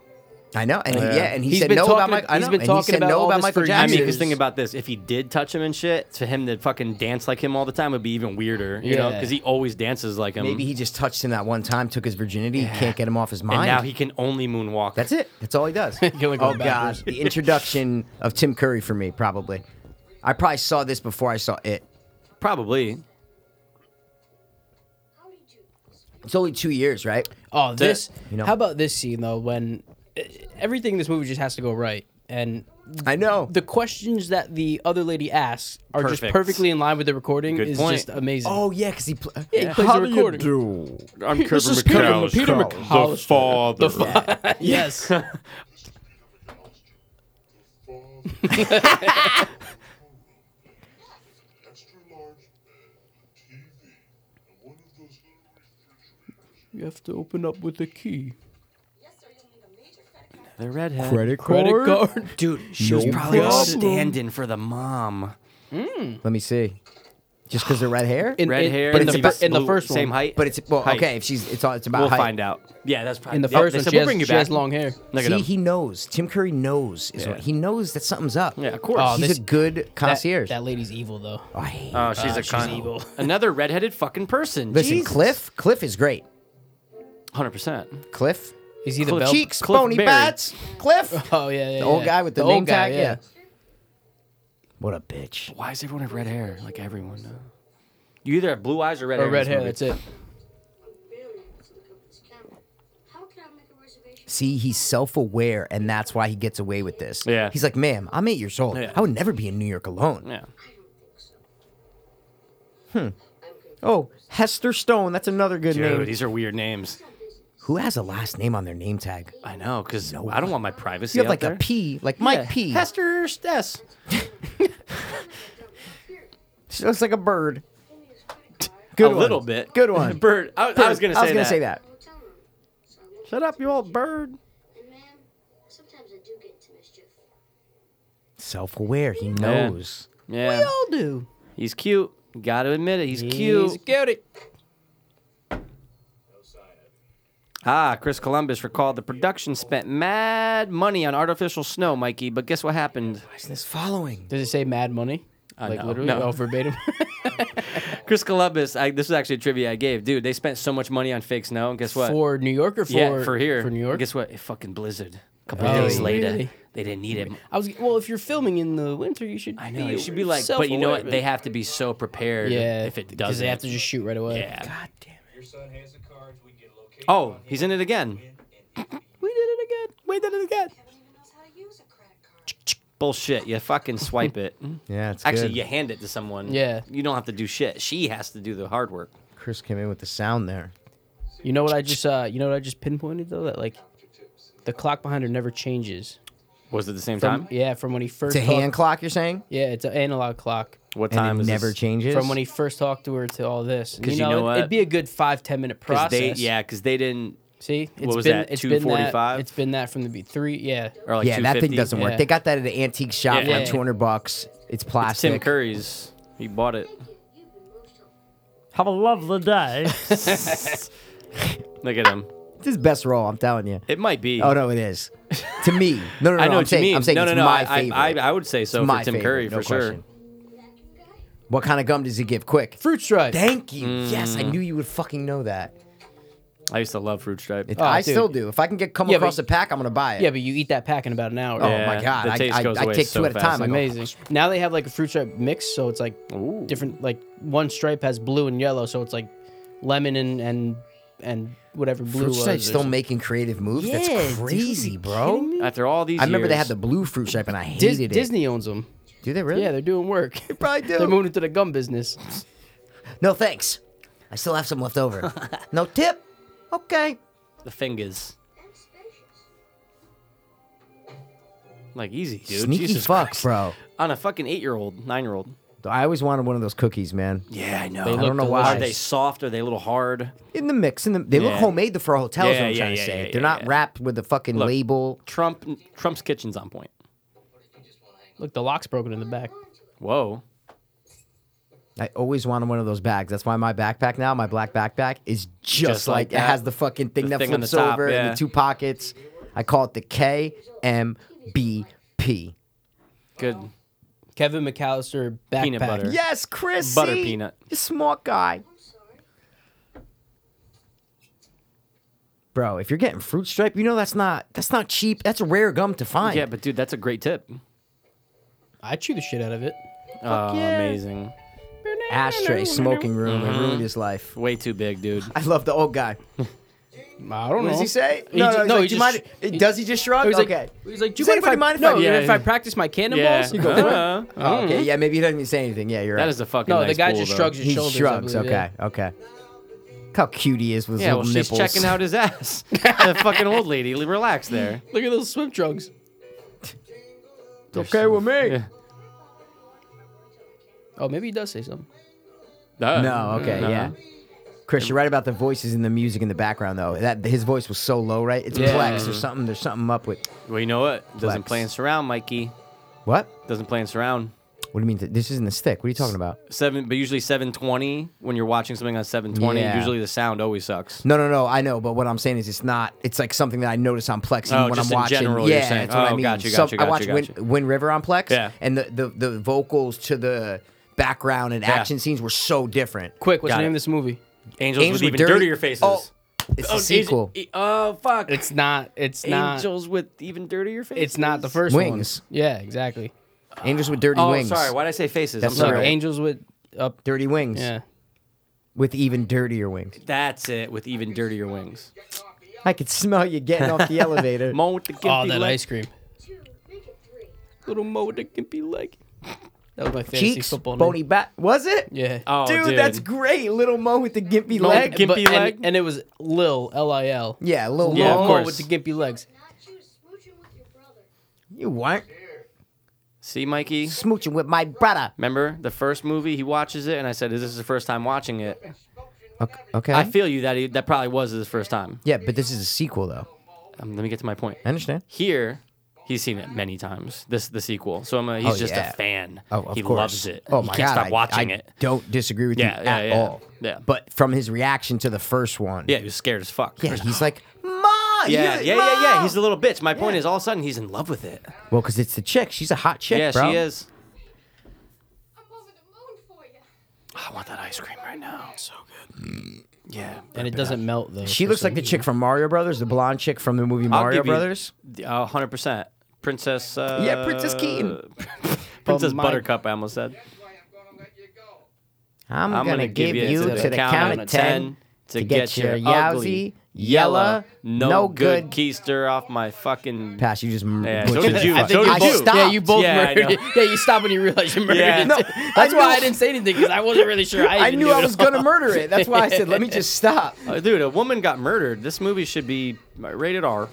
Speaker 2: I know, and
Speaker 3: Yeah.
Speaker 2: he, yeah, and he
Speaker 4: He's
Speaker 2: said
Speaker 4: been
Speaker 2: no
Speaker 4: talking-
Speaker 2: about Michael. I
Speaker 4: he's
Speaker 2: know,
Speaker 4: been
Speaker 2: and
Speaker 4: talking
Speaker 2: he said
Speaker 4: about
Speaker 2: no
Speaker 4: all
Speaker 2: about
Speaker 4: this
Speaker 2: Michael
Speaker 4: for
Speaker 3: I
Speaker 2: Jackson.
Speaker 3: mean,
Speaker 4: years.
Speaker 3: because think about this: if he did touch him and shit, to him to fucking dance like him all the time would be even weirder, you know, 'cause know,
Speaker 4: Yeah.
Speaker 3: because he always dances like him.
Speaker 2: Maybe he just touched him that one time, took his virginity. He can't get him off his mind.
Speaker 3: and now he can only moonwalk.
Speaker 2: That's it. That's all he does.
Speaker 4: can only go
Speaker 2: oh God,
Speaker 4: backwards.
Speaker 2: the introduction of Tim Curry for me probably. I probably saw this before I saw it.
Speaker 3: probably.
Speaker 2: It's only two years, right?
Speaker 4: Oh, this
Speaker 2: You know.
Speaker 4: How about this scene though when uh, everything in this movie just has to go right and
Speaker 2: I know.
Speaker 4: the questions that the other lady asks are
Speaker 3: Perfect.
Speaker 4: just perfectly in line with the recording
Speaker 3: Good
Speaker 4: is
Speaker 3: point.
Speaker 4: just amazing.
Speaker 2: oh yeah, because he. Pl-
Speaker 4: Yeah, he plays the recording.
Speaker 2: do?
Speaker 7: I'm
Speaker 4: This
Speaker 7: Kevin
Speaker 4: is Peter-
Speaker 7: McCallister,
Speaker 4: Peter
Speaker 7: the
Speaker 4: McCallister.
Speaker 7: father.
Speaker 4: yes.
Speaker 8: extra large TV and one of those
Speaker 4: you have to open up with a key.
Speaker 3: The redhead.
Speaker 2: Credit
Speaker 4: Credit card.
Speaker 3: Dude, she was
Speaker 2: No
Speaker 3: probably a
Speaker 2: problem.
Speaker 3: stand-in for the mom.
Speaker 2: Let me see. Just because of red hair.
Speaker 4: In-
Speaker 3: Red
Speaker 4: in-
Speaker 3: hair.
Speaker 4: but in
Speaker 3: and
Speaker 4: the
Speaker 3: she's
Speaker 4: fir- in the
Speaker 3: blue-
Speaker 4: first
Speaker 3: same
Speaker 4: one.
Speaker 3: height.
Speaker 2: but it's well,
Speaker 3: Height.
Speaker 2: okay. If she's, it's all, it's about
Speaker 3: We'll
Speaker 2: height.
Speaker 3: find out. Yeah, that's probably
Speaker 4: In the
Speaker 3: Yep,
Speaker 4: first
Speaker 3: they
Speaker 4: one,
Speaker 3: said,
Speaker 4: she,
Speaker 3: we'll
Speaker 4: has,
Speaker 3: bring you
Speaker 4: she
Speaker 3: back.
Speaker 4: has long hair.
Speaker 3: Look at
Speaker 2: See,
Speaker 3: him.
Speaker 2: he knows. Tim Curry knows. Is
Speaker 3: Yeah.
Speaker 2: what he knows that something's up.
Speaker 3: Yeah, of course.
Speaker 4: Oh,
Speaker 2: He's
Speaker 4: this-
Speaker 2: a good concierge.
Speaker 4: That, Uh, that lady's evil though.
Speaker 2: Oh, I hate
Speaker 3: Oh, she's a
Speaker 4: she's
Speaker 3: con.
Speaker 4: evil.
Speaker 3: Another redheaded fucking person.
Speaker 2: Listen,
Speaker 3: Jesus.
Speaker 2: Cliff. Cliff is great.
Speaker 3: Hundred percent.
Speaker 2: Cliff.
Speaker 4: Is he the
Speaker 3: Cliff
Speaker 4: bell?
Speaker 2: Cheeks,
Speaker 3: Cliff
Speaker 2: bony
Speaker 3: Berry.
Speaker 2: bats. Cliff.
Speaker 4: Oh yeah, yeah.
Speaker 2: The old guy with the, name tag. yeah. What a bitch.
Speaker 3: Why does everyone have red hair? Like everyone. Now. You either have blue eyes or red hair.
Speaker 4: Or
Speaker 3: in
Speaker 4: red
Speaker 3: this
Speaker 4: hair.
Speaker 3: movie.
Speaker 4: That's it.
Speaker 6: I'm barely able to look up this camera. How can I make a reservation?
Speaker 2: See, he's self-aware, and that's why he gets away with this.
Speaker 3: Yeah.
Speaker 2: He's like, ma'am, I'm eight years old.
Speaker 3: Yeah.
Speaker 2: I would never be in New York alone.
Speaker 3: Yeah.
Speaker 6: I don't think so.
Speaker 2: Oh, Hester Stone. That's another good
Speaker 3: Dude,
Speaker 2: name.
Speaker 3: these are weird names.
Speaker 2: Who has a last name on their name tag?
Speaker 3: I know, because I don't want my privacy.
Speaker 2: You have
Speaker 3: out
Speaker 2: like
Speaker 3: there.
Speaker 2: a P, like Mike
Speaker 3: Yeah,
Speaker 2: P.
Speaker 3: Hester Stess.
Speaker 2: She looks like a bird.
Speaker 3: A
Speaker 2: Good one.
Speaker 3: little bit.
Speaker 2: Good one.
Speaker 3: Bird. I, I was gonna say
Speaker 2: I was gonna
Speaker 3: that.
Speaker 2: say that.
Speaker 6: hotel room. So I won't
Speaker 3: Shut up, you old bird.
Speaker 6: And man, sometimes I do get into mischief.
Speaker 2: Self-aware. He knows.
Speaker 3: Yeah.
Speaker 4: I'll do.
Speaker 3: He's cute. Got to admit it. He's cute.
Speaker 4: Scout it.
Speaker 3: Ah, Chris Columbus recalled the production spent mad money on artificial snow, Mikey. But guess what happened?
Speaker 2: Why is this following?
Speaker 4: Does it say mad money?
Speaker 3: Uh,
Speaker 4: like
Speaker 3: no,
Speaker 4: literally,
Speaker 3: no.
Speaker 4: oh, verbatim.
Speaker 3: Chris Columbus. I, this is actually a trivia I gave, dude. They spent so much money on fake snow, and guess what?
Speaker 4: for New York or for
Speaker 3: yeah, for here.
Speaker 4: For New York.
Speaker 3: Guess what? It fucking blizzard. A couple
Speaker 4: Oh,
Speaker 3: days later,
Speaker 4: really?
Speaker 3: they didn't need it.
Speaker 4: I was well. If you're filming in the winter, you should.
Speaker 3: I know.
Speaker 4: Be
Speaker 3: It should be like, but you know what?
Speaker 4: self-aware.
Speaker 3: They have to be so prepared.
Speaker 4: yeah.
Speaker 3: If it
Speaker 4: because
Speaker 3: doesn't,
Speaker 4: they have to just shoot right away.
Speaker 3: Yeah.
Speaker 2: God damn it.
Speaker 5: Your son has the cards. We get a location.
Speaker 3: Oh,
Speaker 5: on
Speaker 3: he's
Speaker 5: him,
Speaker 3: in it again.
Speaker 5: and he-
Speaker 3: We did it again. We did it again.
Speaker 6: Kevin even knows how to use a credit card.
Speaker 3: Bullshit. You fucking swipe it.
Speaker 2: Yeah, it's
Speaker 3: Actually,
Speaker 2: good.
Speaker 3: you hand it to someone.
Speaker 4: Yeah.
Speaker 3: You don't have to do shit. She has to do the hard work.
Speaker 2: Chris came in with the sound there.
Speaker 4: You know what I just uh you know what I just pinpointed though that like the clock behind her never changes.
Speaker 3: Was it the same
Speaker 4: From
Speaker 3: time?
Speaker 4: yeah, from when he first
Speaker 2: It's a
Speaker 4: talked-
Speaker 2: hand clock. You're saying?
Speaker 4: Yeah, it's an analog clock.
Speaker 3: What
Speaker 2: And
Speaker 3: time
Speaker 2: it
Speaker 3: is
Speaker 2: never
Speaker 3: this?
Speaker 2: changes.
Speaker 4: From when he first talked to her to all this.
Speaker 3: 'Cause you know
Speaker 4: it-
Speaker 3: what?
Speaker 4: it'd be a good five ten minute
Speaker 3: 'Cause
Speaker 4: process.
Speaker 3: they, yeah, because they didn't,
Speaker 4: See, it's
Speaker 3: was
Speaker 4: been
Speaker 3: that,
Speaker 4: it's been that
Speaker 3: 245?
Speaker 4: it's been that from the be three. Yeah,
Speaker 3: or like
Speaker 2: yeah, that thing
Speaker 3: 250.
Speaker 2: doesn't work.
Speaker 4: Yeah.
Speaker 2: They got that at an antique shop for
Speaker 3: Yeah.
Speaker 2: like 200 bucks. It's
Speaker 3: It's Tim
Speaker 2: plastic.
Speaker 3: Curry's. He bought it.
Speaker 6: Thank you. You've been most helpful.
Speaker 7: Have a lovely day.
Speaker 3: Look at him.
Speaker 2: It's his best role, I'm telling you.
Speaker 3: It might be.
Speaker 2: Oh no, it is. to me, no, no, no.
Speaker 3: I know
Speaker 2: I'm
Speaker 3: what
Speaker 2: saying,
Speaker 3: you mean.
Speaker 2: I'm saying
Speaker 3: no, no,
Speaker 2: it's
Speaker 3: no.
Speaker 2: my
Speaker 3: I,
Speaker 2: favorite.
Speaker 3: I, I would say so
Speaker 2: It's
Speaker 3: for
Speaker 2: my
Speaker 3: Tim
Speaker 2: favorite,
Speaker 3: Curry
Speaker 2: no
Speaker 3: for
Speaker 2: question.
Speaker 3: sure.
Speaker 6: That good guy.
Speaker 2: What kind of gum does he give? Quick.
Speaker 4: fruit stripe.
Speaker 2: Thank you.
Speaker 3: Mm.
Speaker 2: Yes, I knew you would fucking know that.
Speaker 3: I used to love Fruit Stripe.
Speaker 2: It,
Speaker 4: Oh,
Speaker 2: I
Speaker 4: dude.
Speaker 2: still do. If I can get come
Speaker 4: Yeah, but-
Speaker 2: across a pack, I'm gonna buy it.
Speaker 4: Yeah, but you eat that pack in about an hour.
Speaker 2: oh
Speaker 4: Yeah,
Speaker 2: my
Speaker 3: Yeah,
Speaker 2: god,
Speaker 3: the
Speaker 2: I,
Speaker 3: taste
Speaker 2: I,
Speaker 3: goes
Speaker 2: I
Speaker 3: away
Speaker 2: take
Speaker 3: so
Speaker 2: two at a
Speaker 3: fast.
Speaker 2: time. I go,
Speaker 4: amazing. Now they have like a fruit stripe mix, so it's like
Speaker 3: Ooh.
Speaker 4: different. Like one stripe has blue and yellow, so it's like lemon and and and whatever blue
Speaker 2: Fruit
Speaker 4: was.
Speaker 2: Stripe's
Speaker 4: or
Speaker 2: still
Speaker 4: something.
Speaker 2: making creative moves.
Speaker 4: Yeah,
Speaker 2: That's
Speaker 4: dude,
Speaker 2: crazy,
Speaker 4: you
Speaker 2: bro.
Speaker 4: kidding me?
Speaker 3: After all these
Speaker 2: I remember they
Speaker 3: years-
Speaker 2: had the blue Fruit Stripe, and I hated
Speaker 4: Dis-
Speaker 2: it.
Speaker 4: Disney owns them.
Speaker 2: Do they really?
Speaker 4: Yeah, they're doing work. They
Speaker 2: probably do.
Speaker 4: they're moving into the gum business.
Speaker 2: No thanks. I still have some left over. no tip. Okay.
Speaker 3: the fingers.
Speaker 6: And spacious.
Speaker 3: Like easy, dude.
Speaker 2: Sneaky
Speaker 3: Jesus
Speaker 2: fuck,
Speaker 3: Christ.
Speaker 2: bro.
Speaker 3: On a fucking eight-year-old, nine-year-old.
Speaker 2: I always wanted one of those cookies, man.
Speaker 3: Yeah, I know.
Speaker 2: I don't know
Speaker 3: Are
Speaker 2: why.
Speaker 3: they soft? Are they a little hard?
Speaker 2: In the mix, in the, they look
Speaker 3: Yeah.
Speaker 2: homemade for hotels. is what
Speaker 3: Yeah,
Speaker 2: I'm
Speaker 3: yeah,
Speaker 2: trying
Speaker 3: yeah,
Speaker 2: to say.
Speaker 3: yeah,
Speaker 2: They're
Speaker 3: yeah,
Speaker 2: not
Speaker 3: yeah.
Speaker 2: wrapped with the fucking
Speaker 3: Look.
Speaker 2: label.
Speaker 3: Trump Trump's kitchen's on point.
Speaker 4: Look, the lock's broken in the back.
Speaker 3: Whoa.
Speaker 2: I always wanted one of those bags. That's why my backpack now, my black backpack, is just,
Speaker 3: Just like
Speaker 2: like, it
Speaker 3: that.
Speaker 2: has the fucking thing
Speaker 3: The
Speaker 2: that
Speaker 3: thing on the
Speaker 2: flips
Speaker 3: top,
Speaker 2: over and
Speaker 3: yeah.
Speaker 2: the two pockets. I call it the KMBP.
Speaker 3: Good.
Speaker 4: Kevin McAllister backpack.
Speaker 3: Peanut butter.
Speaker 2: Yes, Chris.
Speaker 3: Butter
Speaker 2: see?
Speaker 3: peanut.
Speaker 2: You smart guy. Bro, if you're getting fruit stripe, you know that's not that's not cheap. That's a rare gum to find.
Speaker 3: Yeah, but dude, that's a great tip.
Speaker 4: I chew the shit out of it.
Speaker 3: Oh,
Speaker 4: yeah.
Speaker 3: amazing.
Speaker 2: ashtray smoking room it ruined his life.
Speaker 3: Way too big, dude.
Speaker 2: I love the old guy.
Speaker 4: I don't know.
Speaker 2: What does he say?
Speaker 4: He
Speaker 2: No,
Speaker 4: ju-
Speaker 2: no,
Speaker 4: no,
Speaker 2: no.
Speaker 4: he
Speaker 2: do you
Speaker 4: just-
Speaker 2: mind? does he just shrug?
Speaker 4: He's like, mm-hmm.
Speaker 2: okay.
Speaker 4: he's like, do you
Speaker 2: Does
Speaker 4: mind if I,
Speaker 2: anybody mind if
Speaker 4: no,
Speaker 2: I-
Speaker 4: if
Speaker 3: Yeah.
Speaker 4: I practice my
Speaker 3: Yeah.
Speaker 4: cannonballs? He goes,
Speaker 3: Uh-huh.
Speaker 2: Oh, okay. Yeah, maybe he doesn't say anything. Yeah, you're right.
Speaker 3: That is a fucking.
Speaker 4: no, the
Speaker 3: nice
Speaker 4: guy
Speaker 3: pool,
Speaker 4: just
Speaker 3: though.
Speaker 4: shrugs his
Speaker 2: he
Speaker 4: shoulders. I
Speaker 2: shrugs.
Speaker 4: believe, yeah.
Speaker 2: Okay, okay. Look how cute he is with his
Speaker 3: Yeah, well,
Speaker 2: little
Speaker 3: she's
Speaker 2: nipples.
Speaker 3: checking out his ass. the fucking old lady, li- relax there.
Speaker 4: Look at those swim trunks.
Speaker 2: It's okay with me.
Speaker 3: Yeah.
Speaker 4: Oh, maybe he does say something.
Speaker 3: Uh,
Speaker 2: No, okay,
Speaker 3: no.
Speaker 2: yeah. Chris, you're right about the voices and the music in the background, though. That his voice was so low, right? It's
Speaker 4: Yeah.
Speaker 2: Plex or something. There's something up with
Speaker 3: Well, you know what? Doesn't
Speaker 2: Flex.
Speaker 3: play in surround, Mikey.
Speaker 2: what?
Speaker 3: Doesn't play in surround.
Speaker 2: What do you mean? th- this isn't the stick. What are you talking about?
Speaker 3: Seven, but usually 720 when you're watching something on 720.
Speaker 2: Yeah.
Speaker 3: Usually the sound always sucks.
Speaker 2: No, no, no. I know, but what I'm saying is, it's not. It's like something that I notice on Plex even
Speaker 3: Oh,
Speaker 2: when
Speaker 3: just
Speaker 2: I'm
Speaker 3: in
Speaker 2: watching.
Speaker 3: general,
Speaker 2: yeah,
Speaker 3: you're saying.
Speaker 2: that's what I
Speaker 3: Oh,
Speaker 2: mean.
Speaker 3: gotcha,
Speaker 2: So
Speaker 3: gotcha,
Speaker 2: I watch
Speaker 3: gotcha, gotcha.
Speaker 2: Win, Win River on Plex,
Speaker 3: Yeah.
Speaker 2: and the, the the vocals to the background and action scenes were so different.
Speaker 4: Quick, what's
Speaker 3: Got
Speaker 4: the name
Speaker 3: it.
Speaker 4: of this movie?
Speaker 3: Angels,
Speaker 2: Angels
Speaker 3: with
Speaker 2: were
Speaker 3: even
Speaker 2: dirty-
Speaker 3: dirtier faces.
Speaker 2: Oh, It's
Speaker 3: Oh,
Speaker 2: the sequel.
Speaker 3: Angel- oh fuck.
Speaker 4: It's not. It's not.
Speaker 3: Angels with even dirtier faces.
Speaker 4: It's not the first
Speaker 2: Wings.
Speaker 4: one. Yeah, exactly.
Speaker 2: Angels with dirty
Speaker 3: Oh,
Speaker 2: wings.
Speaker 3: sorry. Why did I say faces? I'm
Speaker 2: That's
Speaker 4: Look,
Speaker 2: Sorry.
Speaker 3: sorry.
Speaker 4: angels with up.
Speaker 2: Dirty wings.
Speaker 4: Yeah.
Speaker 2: With even dirtier wings.
Speaker 3: That's it. With even dirtier wings.
Speaker 2: I could smell you getting off the elevator.
Speaker 3: Mo with the
Speaker 4: Oh,
Speaker 3: gimpy
Speaker 4: that
Speaker 3: leg.
Speaker 4: ice cream.
Speaker 6: Two, make it three.
Speaker 4: Little mode that can be like. That was my fantasy
Speaker 2: Cheeks,
Speaker 4: football name.
Speaker 2: bony back. Was it?
Speaker 4: Yeah.
Speaker 3: Oh,
Speaker 2: dude,
Speaker 3: dude.
Speaker 2: that's great. Little Mo with the gimpy
Speaker 3: Mo with
Speaker 2: leg.
Speaker 3: the gimp- gimpy
Speaker 4: and-
Speaker 3: leg?
Speaker 4: and, it was Lil L I L.
Speaker 2: yeah, little
Speaker 3: Yeah,
Speaker 2: Mo.
Speaker 3: of
Speaker 4: Mo
Speaker 3: course.
Speaker 4: with the gimpy legs.
Speaker 6: Not you smooching with your brother.
Speaker 2: You weren't
Speaker 3: See, Mikey?
Speaker 2: smooching with my brother.
Speaker 3: Remember the first movie? He watches it, and I said, "Is this his first time watching it?"
Speaker 2: Okay. okay.
Speaker 3: I feel you that he, that probably was his first time.
Speaker 2: yeah, but this is a sequel though.
Speaker 3: Um, let me get to my point.
Speaker 2: I understand.
Speaker 3: Here, he's seen it many times. This the sequel, so I'm a, he's
Speaker 2: Oh,
Speaker 3: just
Speaker 2: yeah.
Speaker 3: a fan.
Speaker 2: Oh, of
Speaker 3: he
Speaker 2: course.
Speaker 3: loves it.
Speaker 2: Oh
Speaker 3: he
Speaker 2: my
Speaker 3: can't
Speaker 2: god,
Speaker 3: stop
Speaker 2: I-
Speaker 3: watching
Speaker 2: I
Speaker 3: it.
Speaker 2: Don't disagree with
Speaker 3: Yeah,
Speaker 2: you
Speaker 3: yeah,
Speaker 2: at
Speaker 3: yeah.
Speaker 2: all.
Speaker 3: Yeah.
Speaker 2: But from his reaction to the first one.
Speaker 3: Yeah, he was scared as fuck.
Speaker 2: Yeah, he's like, Ma.
Speaker 3: yeah,
Speaker 2: you-
Speaker 3: yeah, yeah, yeah.
Speaker 2: Ma!"
Speaker 3: He's a little bitch. My point is, all of a sudden, he's in love with it.
Speaker 2: well, because it's the chick. She's a hot chick,
Speaker 3: yeah,
Speaker 2: bro.
Speaker 3: she is.
Speaker 6: I'm over the moon for you.
Speaker 3: I want that ice cream right now. So
Speaker 2: Mm.
Speaker 3: good. Yeah.
Speaker 4: And it doesn't melt though.
Speaker 2: She
Speaker 4: for
Speaker 2: looks
Speaker 4: some
Speaker 2: like the
Speaker 4: reason.
Speaker 2: chick from Mario Brothers, the blonde chick from the movie
Speaker 3: I'll
Speaker 2: Mario
Speaker 3: give you-
Speaker 2: Brothers.
Speaker 3: A hundred percent. Princess. Uh,
Speaker 2: Yeah, Princess Keaton. Oh
Speaker 3: Princess
Speaker 4: But my-
Speaker 3: Buttercup. I almost said.
Speaker 5: That's why I'm gonna let you go.
Speaker 2: I'm,
Speaker 3: I'm
Speaker 2: gonna, give you to the count of ten
Speaker 3: to
Speaker 2: to
Speaker 3: get
Speaker 2: get
Speaker 3: your
Speaker 2: your yowzy,
Speaker 3: ugly, yella,
Speaker 2: yella,
Speaker 3: no
Speaker 2: no
Speaker 3: good
Speaker 2: good-
Speaker 3: keister off my fucking.
Speaker 2: Pass, you just m-
Speaker 3: Yeah,
Speaker 2: butchered
Speaker 3: so did
Speaker 2: it.
Speaker 3: you.
Speaker 2: I
Speaker 3: So
Speaker 2: think
Speaker 3: did
Speaker 2: I
Speaker 3: you.
Speaker 2: stopped.
Speaker 4: Yeah, you both
Speaker 3: Yeah, I
Speaker 4: murdered.
Speaker 3: know.
Speaker 4: it. Yeah, you stop when you realize you murdered.
Speaker 3: Yeah.
Speaker 4: it.
Speaker 3: No,
Speaker 4: that's
Speaker 2: I
Speaker 4: why I
Speaker 2: knew-
Speaker 4: didn't say anything because I wasn't really sure. I,
Speaker 2: I
Speaker 4: even
Speaker 2: knew
Speaker 4: knew
Speaker 2: I
Speaker 4: it
Speaker 2: was
Speaker 4: all.
Speaker 2: gonna murder it. That's why I said, "Let me just stop."
Speaker 3: Uh, dude, a woman got murdered. This movie should be rated R.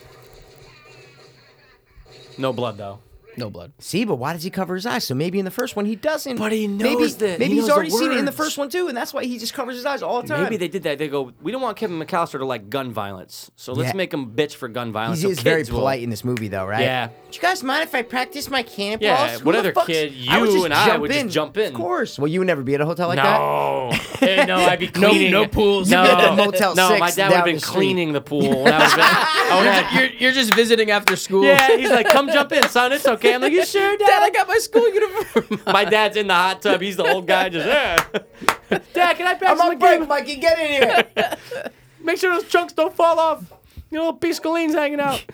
Speaker 3: No blood though.
Speaker 4: No blood.
Speaker 2: See, but why does he cover his eyes? So maybe in the first one he doesn't.
Speaker 3: But he
Speaker 2: maybe,
Speaker 3: knows that.
Speaker 2: Maybe
Speaker 3: He
Speaker 2: he's
Speaker 3: knows the
Speaker 2: already seen it in the
Speaker 3: words.
Speaker 2: first one too, and that's why he just covers his eyes all the time.
Speaker 3: Maybe they did that. They go, we don't want Kevin McAllister to like gun violence, so let's
Speaker 2: Yeah.
Speaker 3: make him bitch for gun violence.
Speaker 2: He
Speaker 3: so
Speaker 2: is very
Speaker 3: kids will-
Speaker 2: polite in this movie, though, right?
Speaker 3: Yeah.
Speaker 2: Do you guys mind if I practice my cannonballs?
Speaker 3: Yeah,
Speaker 2: Who
Speaker 3: what
Speaker 2: the
Speaker 3: other
Speaker 2: fuck's-
Speaker 3: kid?
Speaker 2: I would
Speaker 3: You
Speaker 2: just
Speaker 3: and I
Speaker 2: jump
Speaker 3: would just
Speaker 2: in.
Speaker 3: jump in.
Speaker 2: Of course. Well, you would never be at a hotel like that.
Speaker 3: no, Hey, no, Oh, I'd be
Speaker 4: No-
Speaker 3: cleaning.
Speaker 4: no pools.
Speaker 3: No,
Speaker 4: You'd
Speaker 2: be at the Motel
Speaker 3: no,
Speaker 2: Six
Speaker 3: my dad
Speaker 2: down
Speaker 3: would have been
Speaker 2: the street.
Speaker 3: cleaning the pool when I was. I would've had-
Speaker 4: You're, you're just visiting after school.
Speaker 3: yeah, he's like, come jump in, son. It's okay. I'm like, you sure, dad?
Speaker 4: Dad, I got my school uniform.
Speaker 3: My dad's in the hot tub. He's the old guy. Just yeah. Dad, can I pass
Speaker 2: I'm
Speaker 3: my
Speaker 2: on
Speaker 3: game?
Speaker 2: break, Mikey. Get in here.
Speaker 3: Make sure those chunks don't fall off. You know, piece of lean's hanging out.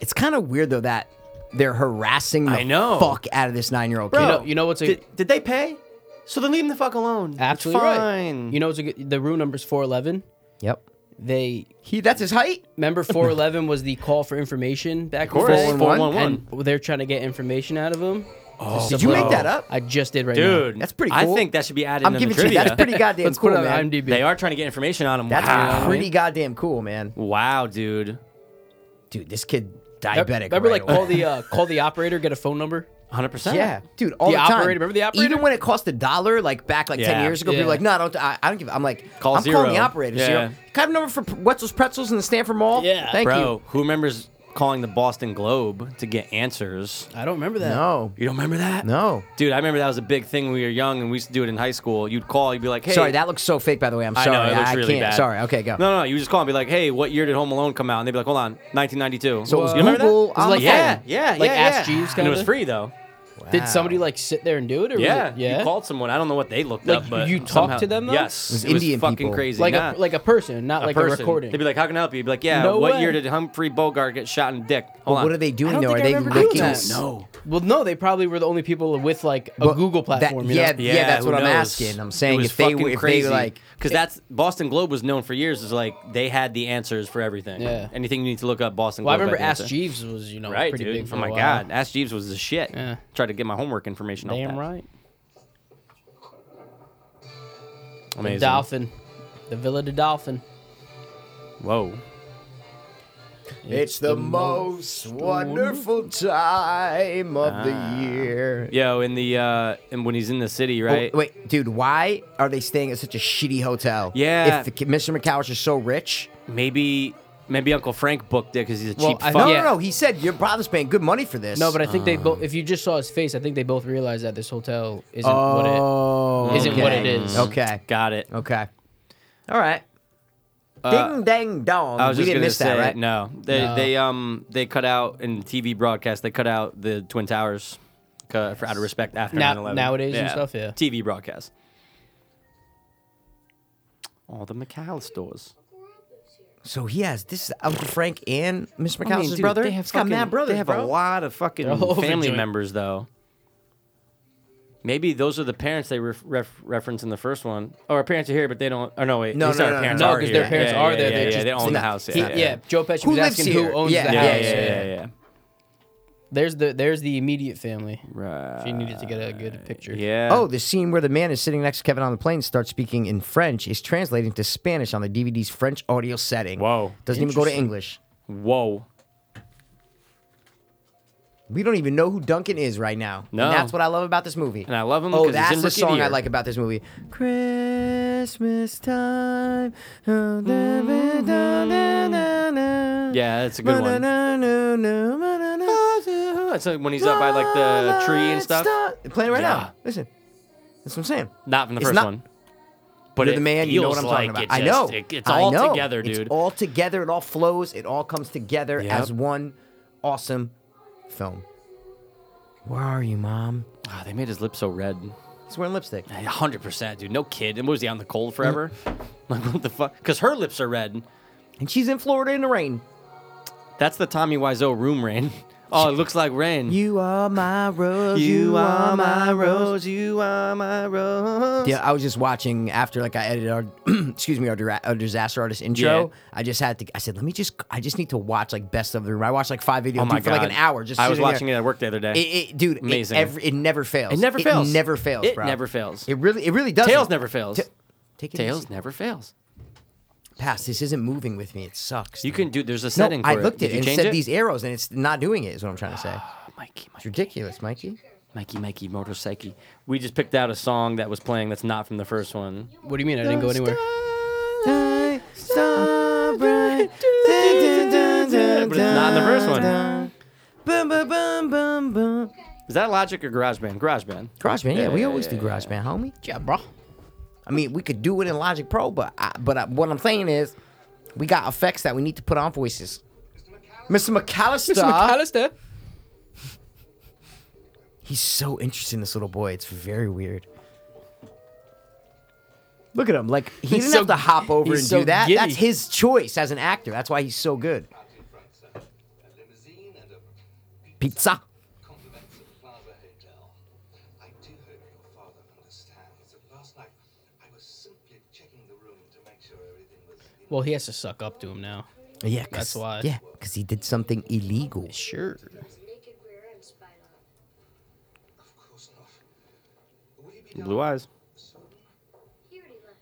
Speaker 2: It's kind of weird though that they're harassing the
Speaker 3: I know.
Speaker 2: fuck out of this nine-year-old kid.
Speaker 4: You know, you know what's a
Speaker 3: Did, did they pay? So then leave him the fuck alone. It's
Speaker 4: absolutely
Speaker 3: fine.
Speaker 4: right. You know what's a good, the room number's four eleven.
Speaker 2: Yep.
Speaker 4: They
Speaker 2: He that's his height.
Speaker 4: remember four eleven was the call for information back of
Speaker 3: course,
Speaker 2: Four one one.
Speaker 4: and they're trying to get information out of him. Oh,
Speaker 2: Did you make that up?
Speaker 4: I just did right
Speaker 3: dude.
Speaker 2: That's pretty
Speaker 3: I
Speaker 2: cool.
Speaker 3: think that should be added.
Speaker 2: I'm
Speaker 3: in
Speaker 2: giving
Speaker 3: the
Speaker 2: it to you.
Speaker 3: trivia.
Speaker 2: That's pretty
Speaker 4: now.
Speaker 2: goddamn
Speaker 4: Let's
Speaker 2: cool,
Speaker 4: put it
Speaker 2: man.
Speaker 4: on IMDb.
Speaker 3: They are trying to get information on him.
Speaker 2: That's
Speaker 3: wow.
Speaker 2: pretty goddamn cool, man.
Speaker 3: Wow, dude.
Speaker 2: Dude, this kid
Speaker 4: Re-
Speaker 2: diabetic.
Speaker 4: Remember,
Speaker 2: right
Speaker 4: like call
Speaker 2: away.
Speaker 4: the uh, call the operator, get a phone number.
Speaker 3: 100%.
Speaker 2: yeah, dude, all
Speaker 4: the
Speaker 2: the, time.
Speaker 4: operator, remember the operator?
Speaker 2: Even when it cost a dollar, like back like ten
Speaker 3: Yeah.
Speaker 2: years ago,
Speaker 4: Yeah.
Speaker 2: people were like, no, I don't, I, I don't give. I'm like,
Speaker 3: Call
Speaker 2: I'm calling the
Speaker 3: zero.
Speaker 2: operator.
Speaker 3: Yeah.
Speaker 2: Zero. Can I have a number for P- Wetzel's Pretzels in the Stanford Mall?
Speaker 4: Yeah.
Speaker 2: thank
Speaker 3: Bro, who remembers calling the Boston Globe to get answers?
Speaker 4: I don't remember
Speaker 2: you.
Speaker 4: that.
Speaker 2: No,
Speaker 3: You don't remember that?
Speaker 2: no.
Speaker 3: Dude, I remember that was a big thing when we were young and we used to do it in high school. You'd call, you'd be like, hey.
Speaker 2: Sorry, that looks so fake. By the way, I'm
Speaker 3: I
Speaker 2: sorry.
Speaker 3: know, it looks really
Speaker 2: can't.
Speaker 3: bad.
Speaker 2: Sorry. Okay, go.
Speaker 3: No, no, you just call and be like, hey, what year did Home Alone come out? And they'd be like, hold on, 1992.
Speaker 2: So it was
Speaker 3: you remember
Speaker 2: Google
Speaker 3: that?
Speaker 2: on
Speaker 4: um, like,
Speaker 2: the
Speaker 3: yeah,
Speaker 2: phone.
Speaker 3: yeah,
Speaker 4: Like
Speaker 3: yeah,
Speaker 4: Ask
Speaker 3: yeah.
Speaker 4: Jeeves
Speaker 3: And it was
Speaker 4: kinda?
Speaker 3: free though.
Speaker 4: Did somebody like sit there and do it? Or was
Speaker 3: Yeah,
Speaker 4: it- yeah.
Speaker 3: You called someone. I don't know what they looked
Speaker 4: Like,
Speaker 3: up, but
Speaker 4: you talked
Speaker 3: somehow-
Speaker 4: to them, though?
Speaker 3: Yes,
Speaker 2: It was
Speaker 3: Indian
Speaker 2: Indian
Speaker 3: fucking
Speaker 2: people.
Speaker 3: crazy.
Speaker 4: like
Speaker 3: Nah,
Speaker 4: a like a person, not like
Speaker 3: person.
Speaker 4: a recording.
Speaker 3: They'd be like, "How can I help you?" You'd be like, "Yeah,
Speaker 4: No
Speaker 3: what
Speaker 4: way.
Speaker 3: year did Humphrey Bogart get shot in the dick?" Hold
Speaker 2: But
Speaker 3: on.
Speaker 2: what are they
Speaker 3: I
Speaker 2: doing
Speaker 3: don't
Speaker 2: though? Are
Speaker 3: think I
Speaker 2: they
Speaker 3: remember doing
Speaker 2: licking?
Speaker 3: that.
Speaker 2: s-
Speaker 3: No.
Speaker 4: well, no, they probably were the only people with like a
Speaker 2: But
Speaker 4: Google
Speaker 2: that-
Speaker 4: platform. you
Speaker 2: yeah,
Speaker 4: know?
Speaker 2: yeah, that's
Speaker 3: who
Speaker 2: what I'm
Speaker 3: knows?
Speaker 2: asking. I'm
Speaker 3: It
Speaker 2: saying
Speaker 3: was
Speaker 2: if they
Speaker 3: fucking
Speaker 2: were- if
Speaker 3: crazy.
Speaker 2: they were like
Speaker 3: because that's Boston Globe was known for years as like they had the answers for everything.
Speaker 4: Yeah.
Speaker 3: anything you need to look up, Boston.
Speaker 4: Well, I
Speaker 3: Globe
Speaker 4: remember
Speaker 3: had the
Speaker 4: Ask
Speaker 3: answer.
Speaker 4: Jeeves was you know
Speaker 3: Right,
Speaker 4: pretty
Speaker 3: dude.
Speaker 4: big. For
Speaker 3: oh
Speaker 4: a
Speaker 3: my
Speaker 4: while.
Speaker 3: god, Ask Jeeves was the shit.
Speaker 4: Yeah.
Speaker 3: Tried to get my homework information. off
Speaker 4: damn
Speaker 3: that.
Speaker 4: right. The
Speaker 3: Amazing.
Speaker 4: dolphin, the Villa de Dolphin.
Speaker 3: Whoa.
Speaker 2: It's the most wonderful time of the year.
Speaker 3: Yo, in the uh, and when he's in the city,
Speaker 2: Oh,
Speaker 3: right?
Speaker 2: wait, dude, why are they staying at such a shitty hotel?
Speaker 3: Yeah.
Speaker 2: If the, ki- Mr. McAllister is so rich.
Speaker 3: Maybe maybe Uncle Frank booked it because he's a
Speaker 4: Well,
Speaker 3: cheap
Speaker 4: I-
Speaker 3: fuck.
Speaker 2: No,
Speaker 4: Yeah.
Speaker 2: no, no. He said your brother's paying good money for this.
Speaker 4: No, but I think they both. If you just saw his face, I think they both realized that this hotel isn't what
Speaker 2: Oh,
Speaker 4: it isn't what it
Speaker 2: okay.
Speaker 4: is.
Speaker 2: Okay.
Speaker 3: Got it.
Speaker 2: Okay. All right.
Speaker 3: Uh,
Speaker 2: Ding dang dong.
Speaker 3: I was
Speaker 2: we
Speaker 3: just
Speaker 2: didn't
Speaker 3: gonna
Speaker 2: miss
Speaker 3: say
Speaker 2: that, right?
Speaker 3: no. They
Speaker 4: No.
Speaker 3: they um they cut out in TV broadcast. They cut out the Twin Towers uh, for out of respect after
Speaker 4: Now-
Speaker 3: 9/11.
Speaker 4: nowadays and stuff, yeah.
Speaker 3: TV broadcast. All the McAllisters.
Speaker 2: So he has this is Uncle Frank and Mr. McAllister's
Speaker 3: I mean, dude,
Speaker 2: brother.
Speaker 3: They have
Speaker 2: He's got
Speaker 3: fucking-
Speaker 2: mad brothers,
Speaker 3: They have
Speaker 2: bro.
Speaker 3: a lot of fucking
Speaker 4: They're all over
Speaker 3: family
Speaker 4: joint.
Speaker 3: members though. Maybe those are the parents they ref, ref, reference in the first one. Oh, our parents are here, but they don't. Oh no, wait.
Speaker 2: No,
Speaker 3: at least
Speaker 2: no,
Speaker 3: our
Speaker 2: no, no,
Speaker 3: parents
Speaker 2: no,
Speaker 3: are
Speaker 4: 'cause
Speaker 3: here.
Speaker 4: their parents
Speaker 3: yeah,
Speaker 4: are
Speaker 3: yeah,
Speaker 4: there,
Speaker 3: Yeah,
Speaker 4: they're
Speaker 3: yeah,
Speaker 4: just-
Speaker 3: they own the house.
Speaker 4: it is.
Speaker 3: Yeah,
Speaker 4: He- yeah, Joe Pesci
Speaker 2: Who
Speaker 4: was
Speaker 2: lives
Speaker 4: asking
Speaker 2: here?
Speaker 4: who owns
Speaker 2: Yeah,
Speaker 4: the
Speaker 3: yeah,
Speaker 4: house.
Speaker 3: yeah, yeah, yeah.
Speaker 4: There's the there's the immediate family.
Speaker 3: Right.
Speaker 4: She needed to get a good picture.
Speaker 3: Yeah.
Speaker 2: Oh, the scene where the man is sitting next to Kevin on the plane starts speaking in French is translating to Spanish on the DVD's French audio setting.
Speaker 3: Whoa.
Speaker 2: Doesn't even go to English.
Speaker 3: Whoa.
Speaker 2: We don't even know who Duncan is right now.
Speaker 3: No.
Speaker 2: And that's what I love about this movie.
Speaker 3: And I love him
Speaker 2: Oh,
Speaker 3: 'cause he's
Speaker 2: that's
Speaker 3: in
Speaker 2: the
Speaker 3: Rookie
Speaker 2: song
Speaker 3: of the
Speaker 2: I
Speaker 3: Year.
Speaker 2: like about this movie. Christmas time. oh, da- da- da- da- da- da.
Speaker 3: Yeah, that's a good one.
Speaker 2: Na- na- na- na- na- na- na.
Speaker 3: That's like when he's up by like the tree and stuff.
Speaker 2: They're Playing right
Speaker 3: Yeah.
Speaker 2: now. Listen. That's what I'm saying.
Speaker 3: Not in the
Speaker 2: It's
Speaker 3: first
Speaker 2: not-
Speaker 3: one. But
Speaker 2: You're
Speaker 3: it
Speaker 2: the man. You know what I'm
Speaker 3: feels
Speaker 2: talking
Speaker 3: like
Speaker 2: about. I
Speaker 3: it
Speaker 2: know.
Speaker 3: just- it- it's
Speaker 2: I
Speaker 3: all
Speaker 2: know.
Speaker 3: together, dude.
Speaker 2: It's all together. It all flows. It all comes together
Speaker 3: Yep.
Speaker 2: as one awesome film. Where are you, mom?
Speaker 3: Ah, they made his lips so red.
Speaker 2: He's wearing lipstick.
Speaker 3: A hundred percent, dude. No kid. And what was he on the cold forever? like what the fuck? Because her lips are red.
Speaker 2: And she's in Florida in the rain.
Speaker 3: That's the Tommy Wiseau room rain. Oh, it looks like rain.
Speaker 2: You are my rose.
Speaker 3: You are my rose.
Speaker 2: Yeah, I was just watching after like I edited our excuse me our, dira- our disaster artist intro.
Speaker 3: Yeah.
Speaker 2: I just had to. I said, let me just. I just need to watch like best of the room. I watched like five videos
Speaker 3: Oh
Speaker 2: dude,
Speaker 3: my
Speaker 2: for
Speaker 3: god.
Speaker 2: like an hour. Just
Speaker 3: I was
Speaker 2: sitting there.
Speaker 3: watching it at work the other day.
Speaker 2: It, it, dude,
Speaker 3: Amazing.
Speaker 2: It, every, it never fails.
Speaker 3: It never fails.
Speaker 2: It never fails.
Speaker 3: It
Speaker 2: bro.
Speaker 3: never fails.
Speaker 2: It really, it really does.
Speaker 3: Tails never fails.
Speaker 2: Take it
Speaker 3: Tails
Speaker 2: easy.
Speaker 3: never fails.
Speaker 2: Pass. This isn't moving with me. It sucks.
Speaker 3: You
Speaker 2: dude.
Speaker 3: can do. There's a
Speaker 2: No,
Speaker 3: setting.
Speaker 2: I
Speaker 3: for
Speaker 2: looked
Speaker 3: it.
Speaker 2: at
Speaker 3: Did
Speaker 2: it
Speaker 3: you
Speaker 2: and
Speaker 3: change
Speaker 2: said
Speaker 3: it?
Speaker 2: these arrows, and it's not doing it. Is what I'm trying to say.
Speaker 3: Oh, Mikey,
Speaker 2: It's
Speaker 3: Mikey,
Speaker 2: ridiculous, Mikey.
Speaker 3: Mikey, Mikey, motorcycle. We just picked out a song that was playing that's not from the first one.
Speaker 4: What do you mean? I didn't go anywhere.
Speaker 3: But it's not in the first one.
Speaker 2: Bum, bum, bum, bum, bum.
Speaker 3: Is that Logic or GarageBand? GarageBand.
Speaker 2: GarageBand, yeah, we
Speaker 3: yeah,
Speaker 2: always
Speaker 3: yeah,
Speaker 2: do GarageBand, homie.
Speaker 4: Yeah, bro.
Speaker 2: I mean, we could do it in Logic Pro, but I, but I, what I'm saying is, we got effects that we need to put on voices. Mr. McAllister,
Speaker 4: McAllister.
Speaker 2: he's so interested in this little boy. It's very weird. Look at him, like he didn't
Speaker 4: so-
Speaker 2: have to hop over
Speaker 4: he's
Speaker 2: and
Speaker 4: so
Speaker 2: do that.
Speaker 4: giddy.
Speaker 2: That's his choice as an actor. That's why he's so good.
Speaker 5: Martin Frank said, a limousine and a
Speaker 2: Pizza.
Speaker 5: compliments at Plaza Hotel. I do hope your father understands that last night I was simply checking the room to make sure everything was in
Speaker 4: Well, he has to suck up to him now.
Speaker 2: Yeah, 'cause-
Speaker 4: That's why.
Speaker 2: Yeah, because he did something illegal.
Speaker 4: Sure.
Speaker 6: His naked rear end spied on him.
Speaker 5: Of course not. Will you be down
Speaker 3: Blue eyes.
Speaker 5: soon?
Speaker 6: He already left.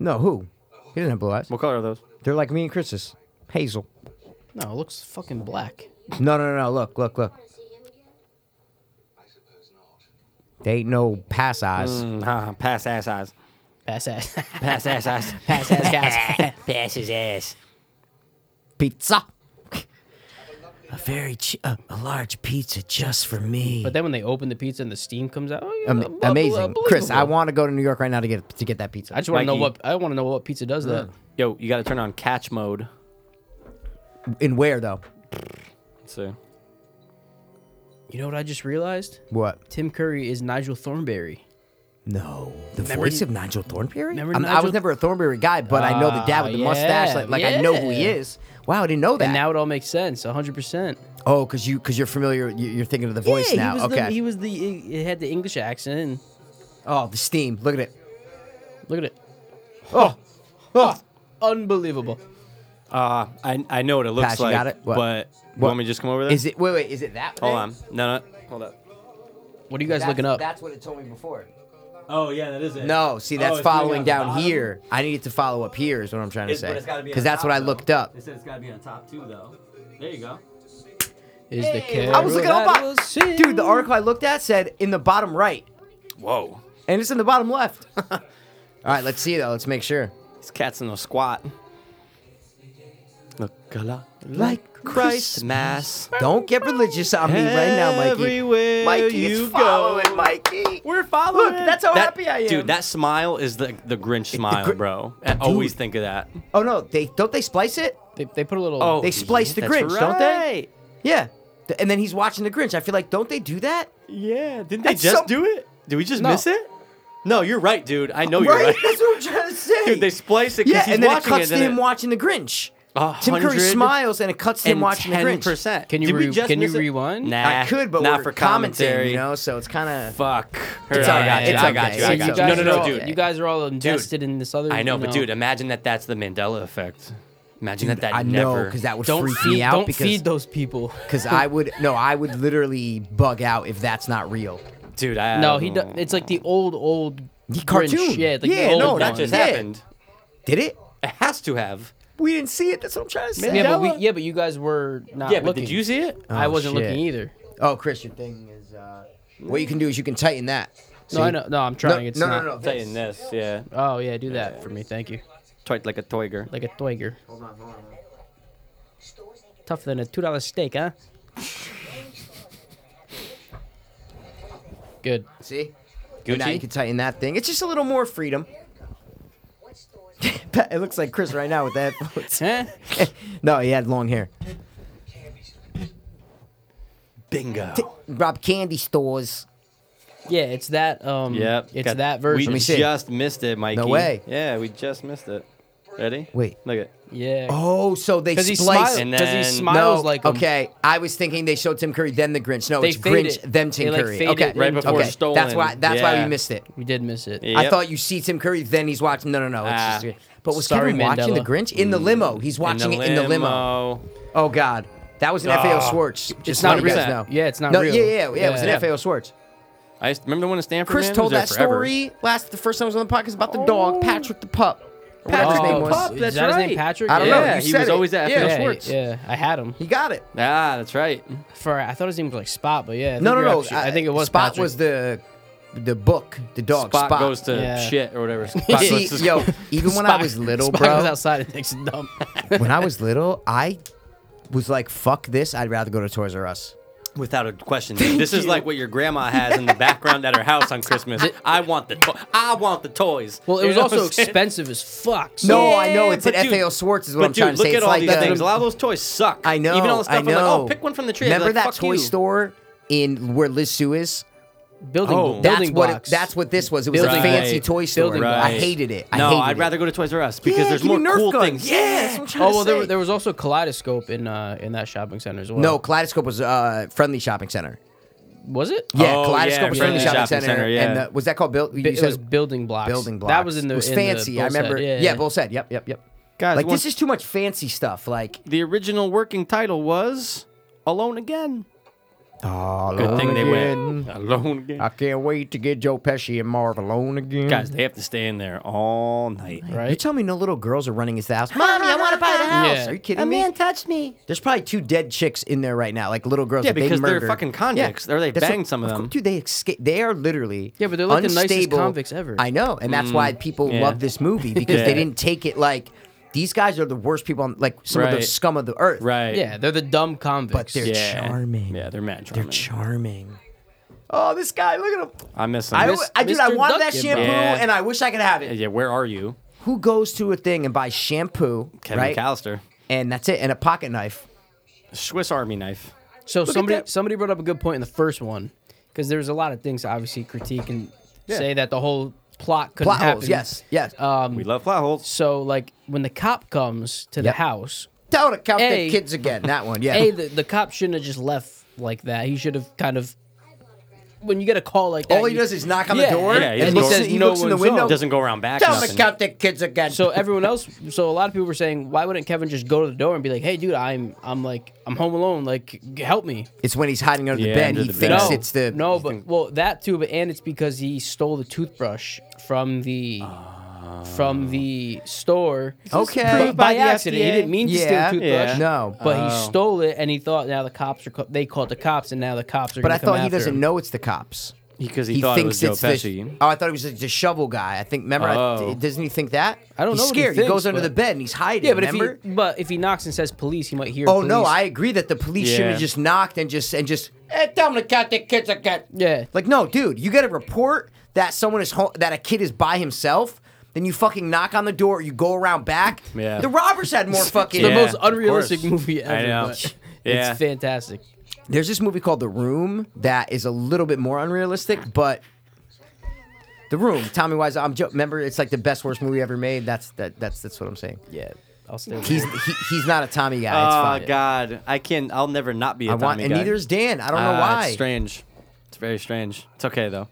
Speaker 2: No, who? He doesn't have blue eyes.
Speaker 3: What color are those?
Speaker 2: They're like me and Chris's. Hazel.
Speaker 4: No, it looks fucking black.
Speaker 2: No, no, no, no. Look, look, look.
Speaker 6: Want to see him again?
Speaker 5: I suppose not.
Speaker 2: They ain't no pass eyes.
Speaker 3: Mm, ah, pass ass eyes.
Speaker 4: Pass ass.
Speaker 3: Pass ass eyes.
Speaker 4: Pass ass guys.
Speaker 3: pass his ass.
Speaker 2: Pizza. A very ch- a, a large pizza just for me.
Speaker 4: but then when they open the pizza and the steam comes out, oh, yeah,
Speaker 2: Am-
Speaker 4: bu- bu-
Speaker 2: amazing, Chris. I
Speaker 4: unbelievable.
Speaker 2: want to go to New York right now to get to get that
Speaker 4: I
Speaker 2: pizza.
Speaker 4: just want to know
Speaker 3: Mikey.
Speaker 4: what I want to know what pizza does that.
Speaker 3: Yo, you got to turn on catch mode.
Speaker 2: In where though?
Speaker 3: Let's see.
Speaker 4: You know what I just realized?
Speaker 2: What?
Speaker 4: Tim Curry is Nigel Thornberry.
Speaker 2: No, the
Speaker 4: Remember-
Speaker 2: voice of Nigel Thornberry.
Speaker 4: Remember
Speaker 2: I'm- I
Speaker 4: Nigel-
Speaker 2: was never a Thornberry guy, but I know the dad with the
Speaker 4: Ah,
Speaker 2: mustache.
Speaker 4: yeah,
Speaker 2: Like, like I know who he
Speaker 4: yeah.
Speaker 2: is. Wow, I didn't know that.
Speaker 4: And now it all makes sense, 100%.
Speaker 2: oh, because you because you're familiar. You, you're thinking of the voice
Speaker 4: yeah,
Speaker 2: now.
Speaker 4: He was
Speaker 2: okay.
Speaker 4: The, he was the, he had the English accent. and-
Speaker 2: oh, the steam. Look at it.
Speaker 4: Look at it.
Speaker 2: Oh, oh.
Speaker 4: Unbelievable.
Speaker 3: Uh, I, I know what it looks
Speaker 2: Pass, you
Speaker 3: like.
Speaker 2: got it? What?
Speaker 3: But you
Speaker 2: What?
Speaker 3: want me to just come over there?
Speaker 2: Is it? Wait, wait. Is it that?
Speaker 3: Hold
Speaker 2: thing?
Speaker 3: on. No, no. Hold up.
Speaker 4: What are you guys
Speaker 2: That's-
Speaker 4: looking up?
Speaker 2: That's what it told me before.
Speaker 3: Oh yeah, that is it. Oh,
Speaker 2: No, see,
Speaker 4: Oh,
Speaker 2: that's following down here. I need it to follow up here. Is what I'm trying to say. Because that's what I looked up.
Speaker 3: said it's gotta be on top too, though. There you go.
Speaker 4: Is the
Speaker 2: I was looking
Speaker 4: carol
Speaker 2: up.
Speaker 4: that will sing.
Speaker 2: Dude, the article I looked at said in the bottom right,
Speaker 3: Whoa.
Speaker 2: and it's in the bottom left. All right, let's see though. Let's make sure.
Speaker 3: These cats in a squat. Look a lot like Christmas.
Speaker 2: Don't get religious on me right now, Mikey.
Speaker 3: Everywhere
Speaker 2: Mikey,
Speaker 3: you
Speaker 2: it's following,
Speaker 3: go.
Speaker 2: Mikey.
Speaker 3: We're following.
Speaker 2: Look, that's how happy I am.
Speaker 3: Dude, that smile is the the Grinch smile,
Speaker 2: Gr-
Speaker 3: bro. I always think of that.
Speaker 2: Oh no, they don't they splice it?
Speaker 4: They, they put a little.
Speaker 3: Oh,
Speaker 2: They splice the
Speaker 3: that's
Speaker 2: Grinch, don't they?
Speaker 3: right.
Speaker 2: Yeah. Th- And then he's watching the Grinch. I feel like don't they do that?
Speaker 3: Yeah. Didn't they
Speaker 2: That's
Speaker 3: just
Speaker 2: so-
Speaker 3: do it? Did we just
Speaker 4: No.
Speaker 3: miss it? No, you're right, dude. I know Oh, you're
Speaker 2: right?
Speaker 3: right.
Speaker 2: That's what I'm trying to say.
Speaker 3: Dude, they splice it. 'cause
Speaker 2: yeah,
Speaker 3: he's
Speaker 2: and then it
Speaker 3: watching
Speaker 2: cuts to
Speaker 3: and
Speaker 2: him
Speaker 3: it-
Speaker 2: watching the Grinch.
Speaker 3: A
Speaker 2: Tim Curry
Speaker 3: hundred
Speaker 2: smiles and it cuts to him
Speaker 3: and
Speaker 2: watching the Grinch.
Speaker 3: 10%.
Speaker 4: Can you
Speaker 3: Did we
Speaker 4: re-
Speaker 3: just
Speaker 4: can you
Speaker 3: miss it?
Speaker 4: rewind?
Speaker 3: Nah,
Speaker 2: I could, but
Speaker 3: not
Speaker 2: we're
Speaker 3: for
Speaker 2: commentating,
Speaker 3: commentary.
Speaker 2: you know, so it's kind of.
Speaker 3: Fuck.
Speaker 2: It's
Speaker 3: I
Speaker 2: okay,
Speaker 3: got you.
Speaker 2: it's
Speaker 3: I got
Speaker 2: okay.
Speaker 3: you. I
Speaker 2: So
Speaker 4: you
Speaker 3: got
Speaker 4: guys
Speaker 3: you. No, no,
Speaker 4: are
Speaker 3: no,
Speaker 4: all,
Speaker 3: dude.
Speaker 4: You guys are all invested in this other.
Speaker 3: I know,
Speaker 4: you
Speaker 3: but dude, imagine that that's the Mandela effect. Imagine
Speaker 2: Dude,
Speaker 3: that. That
Speaker 2: I know,
Speaker 3: never.
Speaker 2: 'cause that would
Speaker 4: Don't
Speaker 2: freak
Speaker 4: feed,
Speaker 2: me out
Speaker 4: don't
Speaker 2: because
Speaker 4: feed those people.
Speaker 2: because I would no, I would literally bug out if that's not real.
Speaker 3: dude. I,
Speaker 4: No, he. Do- it's like the old, old
Speaker 2: The
Speaker 4: Grinch,
Speaker 2: cartoon.
Speaker 4: Yeah, like the
Speaker 2: Yeah,
Speaker 4: old
Speaker 2: no,
Speaker 4: one.
Speaker 3: that just
Speaker 2: Yeah.
Speaker 3: happened.
Speaker 2: Did it?
Speaker 3: It has to have.
Speaker 2: We didn't see it. That's what I'm trying to say.
Speaker 4: yeah, but we, yeah, but you guys were not
Speaker 3: Yeah, but
Speaker 4: looking.
Speaker 3: did you see it?
Speaker 4: I
Speaker 2: Oh,
Speaker 4: wasn't
Speaker 2: shit.
Speaker 4: looking either.
Speaker 2: Oh, Chris, your thing is uh, what you can do is you can tighten that. So
Speaker 4: No, I
Speaker 2: you-
Speaker 4: know. No, I'm
Speaker 2: No,
Speaker 4: trying. it's
Speaker 2: no,
Speaker 4: not.
Speaker 2: no, no,
Speaker 3: Tell you this, yeah,
Speaker 4: Oh yeah, do that for me. Thank you.
Speaker 3: Toy- like a toiger.
Speaker 4: Like a Twigger. Tougher than a two dollar steak, huh? Good.
Speaker 2: See?
Speaker 3: Gucci?
Speaker 2: Now you can tighten that thing. It's just a little more freedom. it looks like Chris right now with that.
Speaker 4: Huh?
Speaker 2: no, he had long hair.
Speaker 3: Bingo.
Speaker 2: Rob candy stores.
Speaker 4: Yeah, it's that. Um,
Speaker 3: Yep.
Speaker 4: It's
Speaker 3: got-
Speaker 4: that version.
Speaker 2: Let
Speaker 3: We
Speaker 2: me see.
Speaker 3: just missed it, Mikey.
Speaker 2: way.
Speaker 3: Yeah, we just missed it. Ready?
Speaker 2: Wait.
Speaker 3: Look at.
Speaker 4: yeah.
Speaker 2: Oh, so they
Speaker 4: Because he
Speaker 2: splice.
Speaker 4: smiles.
Speaker 3: And
Speaker 4: Because he
Speaker 3: then-
Speaker 4: smiles
Speaker 2: no,
Speaker 4: like um, him.
Speaker 2: okay. I was thinking they showed Tim Curry then the Grinch. No,
Speaker 4: They
Speaker 2: it's
Speaker 4: fade
Speaker 2: Grinch
Speaker 4: it.
Speaker 2: then Tim
Speaker 4: They, like,
Speaker 2: Curry.
Speaker 4: fade
Speaker 2: okay,
Speaker 4: it Right into-
Speaker 3: before
Speaker 2: okay. That's
Speaker 3: Stolen.
Speaker 2: why. That's why
Speaker 3: Yeah.
Speaker 2: we missed it.
Speaker 4: We did miss it.
Speaker 2: I
Speaker 3: Yep.
Speaker 2: thought you see Tim Curry then he's watching. No, no, no. It's
Speaker 3: Ah.
Speaker 2: just, but was
Speaker 4: Sorry,
Speaker 2: Kevin watching
Speaker 4: Mandela.
Speaker 2: the Grinch in the limo? He's watching it in the limo. Oh God, that was an FAO Swartz. Just
Speaker 4: It's
Speaker 2: so
Speaker 4: not
Speaker 2: you guys
Speaker 4: real.
Speaker 2: know.
Speaker 4: Yeah, it's not
Speaker 2: no,
Speaker 4: real.
Speaker 2: Yeah, yeah, yeah, It was an
Speaker 4: Yeah.
Speaker 2: FAO Swartz.
Speaker 3: I used, remember the one in Stanford.
Speaker 2: Chris
Speaker 3: man? It
Speaker 2: told
Speaker 3: was
Speaker 2: that
Speaker 3: there forever.
Speaker 2: story last the first time I was on the podcast about the dog Patrick the pup. Patrick's
Speaker 4: Oh,
Speaker 2: name was.
Speaker 4: Pup, that's
Speaker 3: Is that his name,
Speaker 4: right.
Speaker 3: Patrick?
Speaker 2: I don't
Speaker 3: yeah,
Speaker 2: know. You
Speaker 3: he
Speaker 2: said
Speaker 3: was
Speaker 2: it.
Speaker 3: always at
Speaker 2: Yeah.
Speaker 3: FAO
Speaker 4: Yeah,
Speaker 3: Schwartz.
Speaker 4: yeah, I had him
Speaker 2: He got it.
Speaker 3: Ah, that's right.
Speaker 4: for. I thought his name was like Spot, but yeah. I think
Speaker 2: No, no,
Speaker 4: you're
Speaker 2: no. uh,
Speaker 4: actually- I think it was
Speaker 2: Spot
Speaker 4: Patrick.
Speaker 2: was the the book, the dog.
Speaker 3: Spot, goes to
Speaker 4: Yeah.
Speaker 3: shit or whatever. Spot
Speaker 2: You
Speaker 3: goes to
Speaker 2: see, yo, even when I
Speaker 4: Spock-
Speaker 2: was little,
Speaker 4: Spock
Speaker 2: bro,
Speaker 4: was outside and takes a dump.
Speaker 2: when I was little, I was like, "Fuck this! I'd rather go to Toys R Us."
Speaker 3: Without a question, this is like what your grandma has in the background at her house on Christmas. I want the to- I want the toys.
Speaker 4: Well, it
Speaker 3: You
Speaker 4: was
Speaker 3: know
Speaker 4: also
Speaker 3: what I'm saying?
Speaker 4: expensive as fuck. So
Speaker 2: No,
Speaker 3: Yeah,
Speaker 2: I know it's an
Speaker 3: but dude-
Speaker 2: FAO Swartz is what
Speaker 3: But
Speaker 2: I'm
Speaker 3: dude,
Speaker 2: trying to
Speaker 3: look
Speaker 2: say.
Speaker 3: at
Speaker 2: it's
Speaker 3: all
Speaker 2: like
Speaker 3: these
Speaker 2: the-
Speaker 3: things. A lot of those toys suck.
Speaker 2: I know.
Speaker 3: Even all the stuff
Speaker 2: I
Speaker 3: am like,
Speaker 2: know.
Speaker 3: oh, pick one from the tree. I'd be
Speaker 2: Remember
Speaker 3: like,
Speaker 2: that
Speaker 3: "Fuck
Speaker 2: toy
Speaker 3: you."
Speaker 2: store in where Liz Sue is?
Speaker 4: building,
Speaker 3: Oh.
Speaker 2: That's
Speaker 4: building
Speaker 2: what.
Speaker 4: blocks.
Speaker 2: It, that's what this was. It was
Speaker 4: Building
Speaker 2: a fancy
Speaker 3: blocks.
Speaker 2: toy store.
Speaker 4: Building
Speaker 2: I
Speaker 3: blocks.
Speaker 2: hated it. I
Speaker 3: no,
Speaker 2: hated
Speaker 3: I'd
Speaker 2: it.
Speaker 3: rather go to Toys R Us because
Speaker 2: Yeah,
Speaker 3: there's
Speaker 2: give me
Speaker 3: more
Speaker 2: Nerf
Speaker 3: cool
Speaker 2: guns.
Speaker 3: things.
Speaker 2: Yeah, that's what I'm trying
Speaker 4: Oh
Speaker 2: to
Speaker 4: well, there,
Speaker 2: say.
Speaker 4: there was also Kaleidoscope in uh, in that shopping center as well.
Speaker 2: no, Kaleidoscope was uh, friendly shopping center.
Speaker 4: was it?
Speaker 2: Yeah,
Speaker 3: Oh,
Speaker 2: Kaleidoscope
Speaker 3: yeah,
Speaker 2: was friendly shopping, center. And
Speaker 3: yeah.
Speaker 2: the, was that called build?
Speaker 4: Bi-
Speaker 2: You
Speaker 4: it
Speaker 2: said
Speaker 4: was building blocks.
Speaker 2: building blocks.
Speaker 4: That was in the
Speaker 2: It was
Speaker 4: in the
Speaker 2: fancy. I
Speaker 4: Bull's Head.
Speaker 2: remember.
Speaker 4: Yeah,
Speaker 2: yeah, Bull said. Yep, yep, yep.
Speaker 3: Guys,
Speaker 2: like
Speaker 3: one-
Speaker 2: this is too much fancy stuff. Like,
Speaker 3: The original working title was Alone Again.
Speaker 2: oh,
Speaker 3: Good thing they
Speaker 2: again.
Speaker 3: went Alone Again.
Speaker 2: I can't wait to get Joe Pesci and Marv alone again.
Speaker 3: Guys, they have to stay in there all night.
Speaker 2: You
Speaker 4: right.
Speaker 2: tell me no little girls are running into the house. Mommy, I want to buy the house.
Speaker 4: Yeah.
Speaker 2: Are you kidding me? A man touched me. There's probably two dead chicks in there right now, like little girls.
Speaker 3: Yeah,
Speaker 2: that
Speaker 3: because
Speaker 2: they
Speaker 3: they're
Speaker 2: murdered.
Speaker 3: fucking convicts, or they
Speaker 2: that's
Speaker 3: banged some of
Speaker 2: course,
Speaker 3: them.
Speaker 2: Dude, they escape. They are literally
Speaker 4: Yeah, but they're like the nicest
Speaker 2: unstable-
Speaker 4: convicts ever.
Speaker 2: I know, and that's why people
Speaker 3: Mm. yeah.
Speaker 2: love this movie because
Speaker 3: Yeah.
Speaker 2: they didn't take it like these guys are the worst people on like some of
Speaker 3: Right.
Speaker 2: the scum of the earth.
Speaker 3: Right.
Speaker 4: Yeah, they're the dumb
Speaker 2: but
Speaker 4: convicts.
Speaker 2: they're
Speaker 3: Yeah.
Speaker 2: charming.
Speaker 3: Yeah, they're mad
Speaker 2: they're
Speaker 3: charming.
Speaker 2: charming. Oh, this guy! Look at him.
Speaker 3: I miss them.
Speaker 2: I,
Speaker 4: Miss-
Speaker 2: I dude, I
Speaker 4: Mr.
Speaker 2: wanted that
Speaker 4: Duckett,
Speaker 2: shampoo,
Speaker 3: bro. Yeah.
Speaker 2: and I wish I could have it.
Speaker 3: yeah, where are you?
Speaker 2: Who goes to a thing and buys shampoo,
Speaker 3: Kevin
Speaker 2: right?
Speaker 3: Callister.
Speaker 2: and that's it, and a pocket knife.
Speaker 3: Swiss Army knife.
Speaker 4: so somebody
Speaker 2: that.
Speaker 4: somebody brought up a good point in the first one because there's a lot of things to obviously critique and say that the whole plot couldn't
Speaker 2: Plot
Speaker 4: happen. Uh,
Speaker 2: holes, yes, yes.
Speaker 3: We love plot holes.
Speaker 4: So like when the cop comes to the
Speaker 2: Yep.
Speaker 4: house,
Speaker 2: Tell to count
Speaker 4: A-
Speaker 2: the kids again. That one, yeah.
Speaker 4: A, the, the cop shouldn't have just left like that. He should have kind of. When you get a call like that.
Speaker 2: All he
Speaker 4: you-
Speaker 2: does is knock on
Speaker 4: Yeah.
Speaker 2: the door,
Speaker 3: Yeah, he
Speaker 2: and he
Speaker 3: looks-
Speaker 2: says,
Speaker 4: says
Speaker 2: he
Speaker 4: no
Speaker 2: looks in the
Speaker 4: one's
Speaker 2: window.
Speaker 4: home.
Speaker 3: Doesn't go around back.
Speaker 2: Tell him to
Speaker 3: nothing.
Speaker 2: count the kids again.
Speaker 4: So everyone else, so a lot of people were saying, why wouldn't Kevin just go to the door and be like, "Hey, dude, I'm, I'm like, I'm home alone. Like, g- help me."
Speaker 2: it's when he's hiding under the
Speaker 3: Yeah,
Speaker 2: bed.
Speaker 3: under
Speaker 2: He
Speaker 3: the bed.
Speaker 2: thinks
Speaker 4: no,
Speaker 2: it's the
Speaker 4: no, but well, that too, but and it's because he stole the toothbrush from the, from the store.
Speaker 2: Oh. Okay.
Speaker 4: But by
Speaker 3: by the
Speaker 4: accident. He
Speaker 3: FDA?
Speaker 4: didn't mean to steal
Speaker 2: Yeah. Oh.
Speaker 4: the toothbrush.
Speaker 3: Yeah.
Speaker 2: No.
Speaker 4: but he stole it, and he thought now the cops are. Co- they called the cops, and now the cops are.
Speaker 2: But
Speaker 4: gonna
Speaker 2: I
Speaker 4: come
Speaker 2: thought he
Speaker 4: after
Speaker 2: doesn't
Speaker 4: him.
Speaker 2: know it's the cops.
Speaker 3: because he, thought it was Joe Pesci.
Speaker 2: the. Oh, I thought he was just a shovel guy. I think. Remember, I,
Speaker 3: Oh.
Speaker 2: doesn't he think that?
Speaker 4: I don't
Speaker 2: he's
Speaker 4: know what he
Speaker 2: Scared.
Speaker 4: thinks,
Speaker 2: goes under
Speaker 4: but-
Speaker 2: the bed and he's hiding.
Speaker 4: Yeah, but if
Speaker 2: remember?
Speaker 4: he but if he knocks and says police, he might hear.
Speaker 2: Oh no,
Speaker 4: police.
Speaker 2: I agree that the police should
Speaker 3: Yeah.
Speaker 2: have just knocked and just and just hey, tell them to count the kids again.
Speaker 4: Yeah.
Speaker 2: Like no, dude, you got to report that someone is home, that a kid is by himself. Then you fucking knock on the door. You go around back.
Speaker 3: Yeah.
Speaker 2: The robbers had more fucking.
Speaker 4: the
Speaker 3: Yeah,
Speaker 4: most
Speaker 3: of course.
Speaker 4: unrealistic movie ever.
Speaker 3: I know.
Speaker 4: But
Speaker 3: Yeah.
Speaker 4: It's fantastic.
Speaker 2: There's this movie called The Room that is a little bit more unrealistic, but The Room. Tommy Wiseau. I'm jo- remember it's like the best worst movie ever made. That's that. That's that's what I'm saying.
Speaker 4: Yeah. I'll stay with
Speaker 2: He's
Speaker 4: you.
Speaker 2: he, he's not a Tommy guy. It's
Speaker 3: Oh
Speaker 2: fine.
Speaker 3: God, I can. I'll never not be a
Speaker 2: I
Speaker 3: Tommy
Speaker 2: want, and
Speaker 3: guy.
Speaker 2: neither is Dan. I don't know
Speaker 3: Ah,
Speaker 2: why.
Speaker 3: It's strange. It's very strange. It's okay though.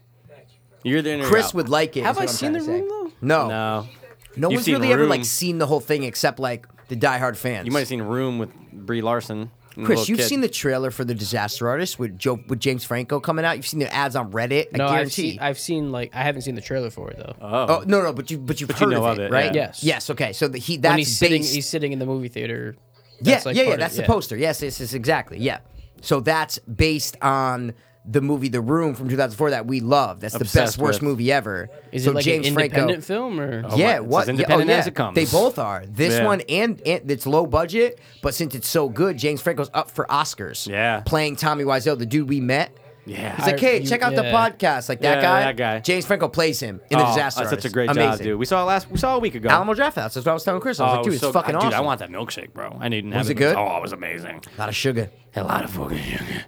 Speaker 3: You're the internet.
Speaker 2: Chris would like it.
Speaker 4: Have
Speaker 2: is
Speaker 4: I
Speaker 2: what I'm
Speaker 4: seen
Speaker 2: trying
Speaker 4: The
Speaker 2: to say.
Speaker 4: Room, though?
Speaker 2: No.
Speaker 3: No.
Speaker 2: No
Speaker 3: You've
Speaker 2: one's
Speaker 3: seen
Speaker 2: really ever like
Speaker 3: Room.
Speaker 2: seen the whole thing except like the diehard fans.
Speaker 3: You might have seen Room with Brie Larson. and the
Speaker 2: Chris,
Speaker 3: little
Speaker 2: you've
Speaker 3: kid.
Speaker 2: seen the trailer for The Disaster Artist with Joe with James Franco coming out. You've seen the ads on Reddit. I
Speaker 4: No, I've
Speaker 2: guarantee.
Speaker 4: seen, I've seen like I haven't seen the trailer for it though.
Speaker 2: oh no, no, but you but you've
Speaker 3: you
Speaker 2: heard
Speaker 3: know
Speaker 2: of,
Speaker 3: of
Speaker 2: it,
Speaker 3: it,
Speaker 2: right?
Speaker 3: yeah.
Speaker 4: Yes.
Speaker 2: Yes. Okay. So the, he that's
Speaker 4: when he's sitting,
Speaker 2: based-
Speaker 4: he's sitting in the movie theater.
Speaker 2: yeah,
Speaker 4: That's, like,
Speaker 2: yeah, yeah.
Speaker 4: part of
Speaker 2: That's
Speaker 4: it,
Speaker 2: the
Speaker 4: yeah.
Speaker 2: poster. Yes, yes, yes, exactly. Yeah. So that's based on the movie The Room from 2004 that we love. That's the best
Speaker 3: Obsessed
Speaker 2: worst
Speaker 3: with.
Speaker 2: movie ever.
Speaker 4: Is
Speaker 2: so
Speaker 4: it like
Speaker 2: James
Speaker 4: an
Speaker 2: Franco,
Speaker 4: independent film or?
Speaker 3: my-
Speaker 2: yeah,
Speaker 3: it's
Speaker 2: what?
Speaker 3: as
Speaker 2: yeah,
Speaker 3: independent
Speaker 2: oh, yeah.
Speaker 3: as it comes.
Speaker 2: They both are. This
Speaker 3: Yeah.
Speaker 2: one and, and it's low budget, but since it's so good, James Franco's up for Oscars.
Speaker 3: Yeah.
Speaker 2: playing Tommy Wiseau, the dude we met.
Speaker 3: Yeah.
Speaker 2: He's like,
Speaker 4: I-
Speaker 2: hey,
Speaker 4: you-
Speaker 2: check out the
Speaker 4: yeah.
Speaker 2: podcast. Like that
Speaker 3: Yeah,
Speaker 2: guy.
Speaker 3: that guy.
Speaker 2: James Franco plays him in the
Speaker 3: Oh,
Speaker 2: disaster.
Speaker 3: That's such a
Speaker 2: Artist.
Speaker 3: great
Speaker 2: Amazing.
Speaker 3: job, dude. We saw it last. We saw it a week ago.
Speaker 2: Alamo Draft House. That's what I was telling Chris. I was
Speaker 3: Oh,
Speaker 2: like,
Speaker 3: it
Speaker 2: dude,
Speaker 3: was
Speaker 2: it's
Speaker 3: so-
Speaker 2: fucking
Speaker 3: dude,
Speaker 2: awesome.
Speaker 3: I want that milkshake, bro. I didn't have
Speaker 2: it good?
Speaker 3: Oh, it was amazing.
Speaker 2: a lot of sugar.
Speaker 3: A lot of fucking sugar.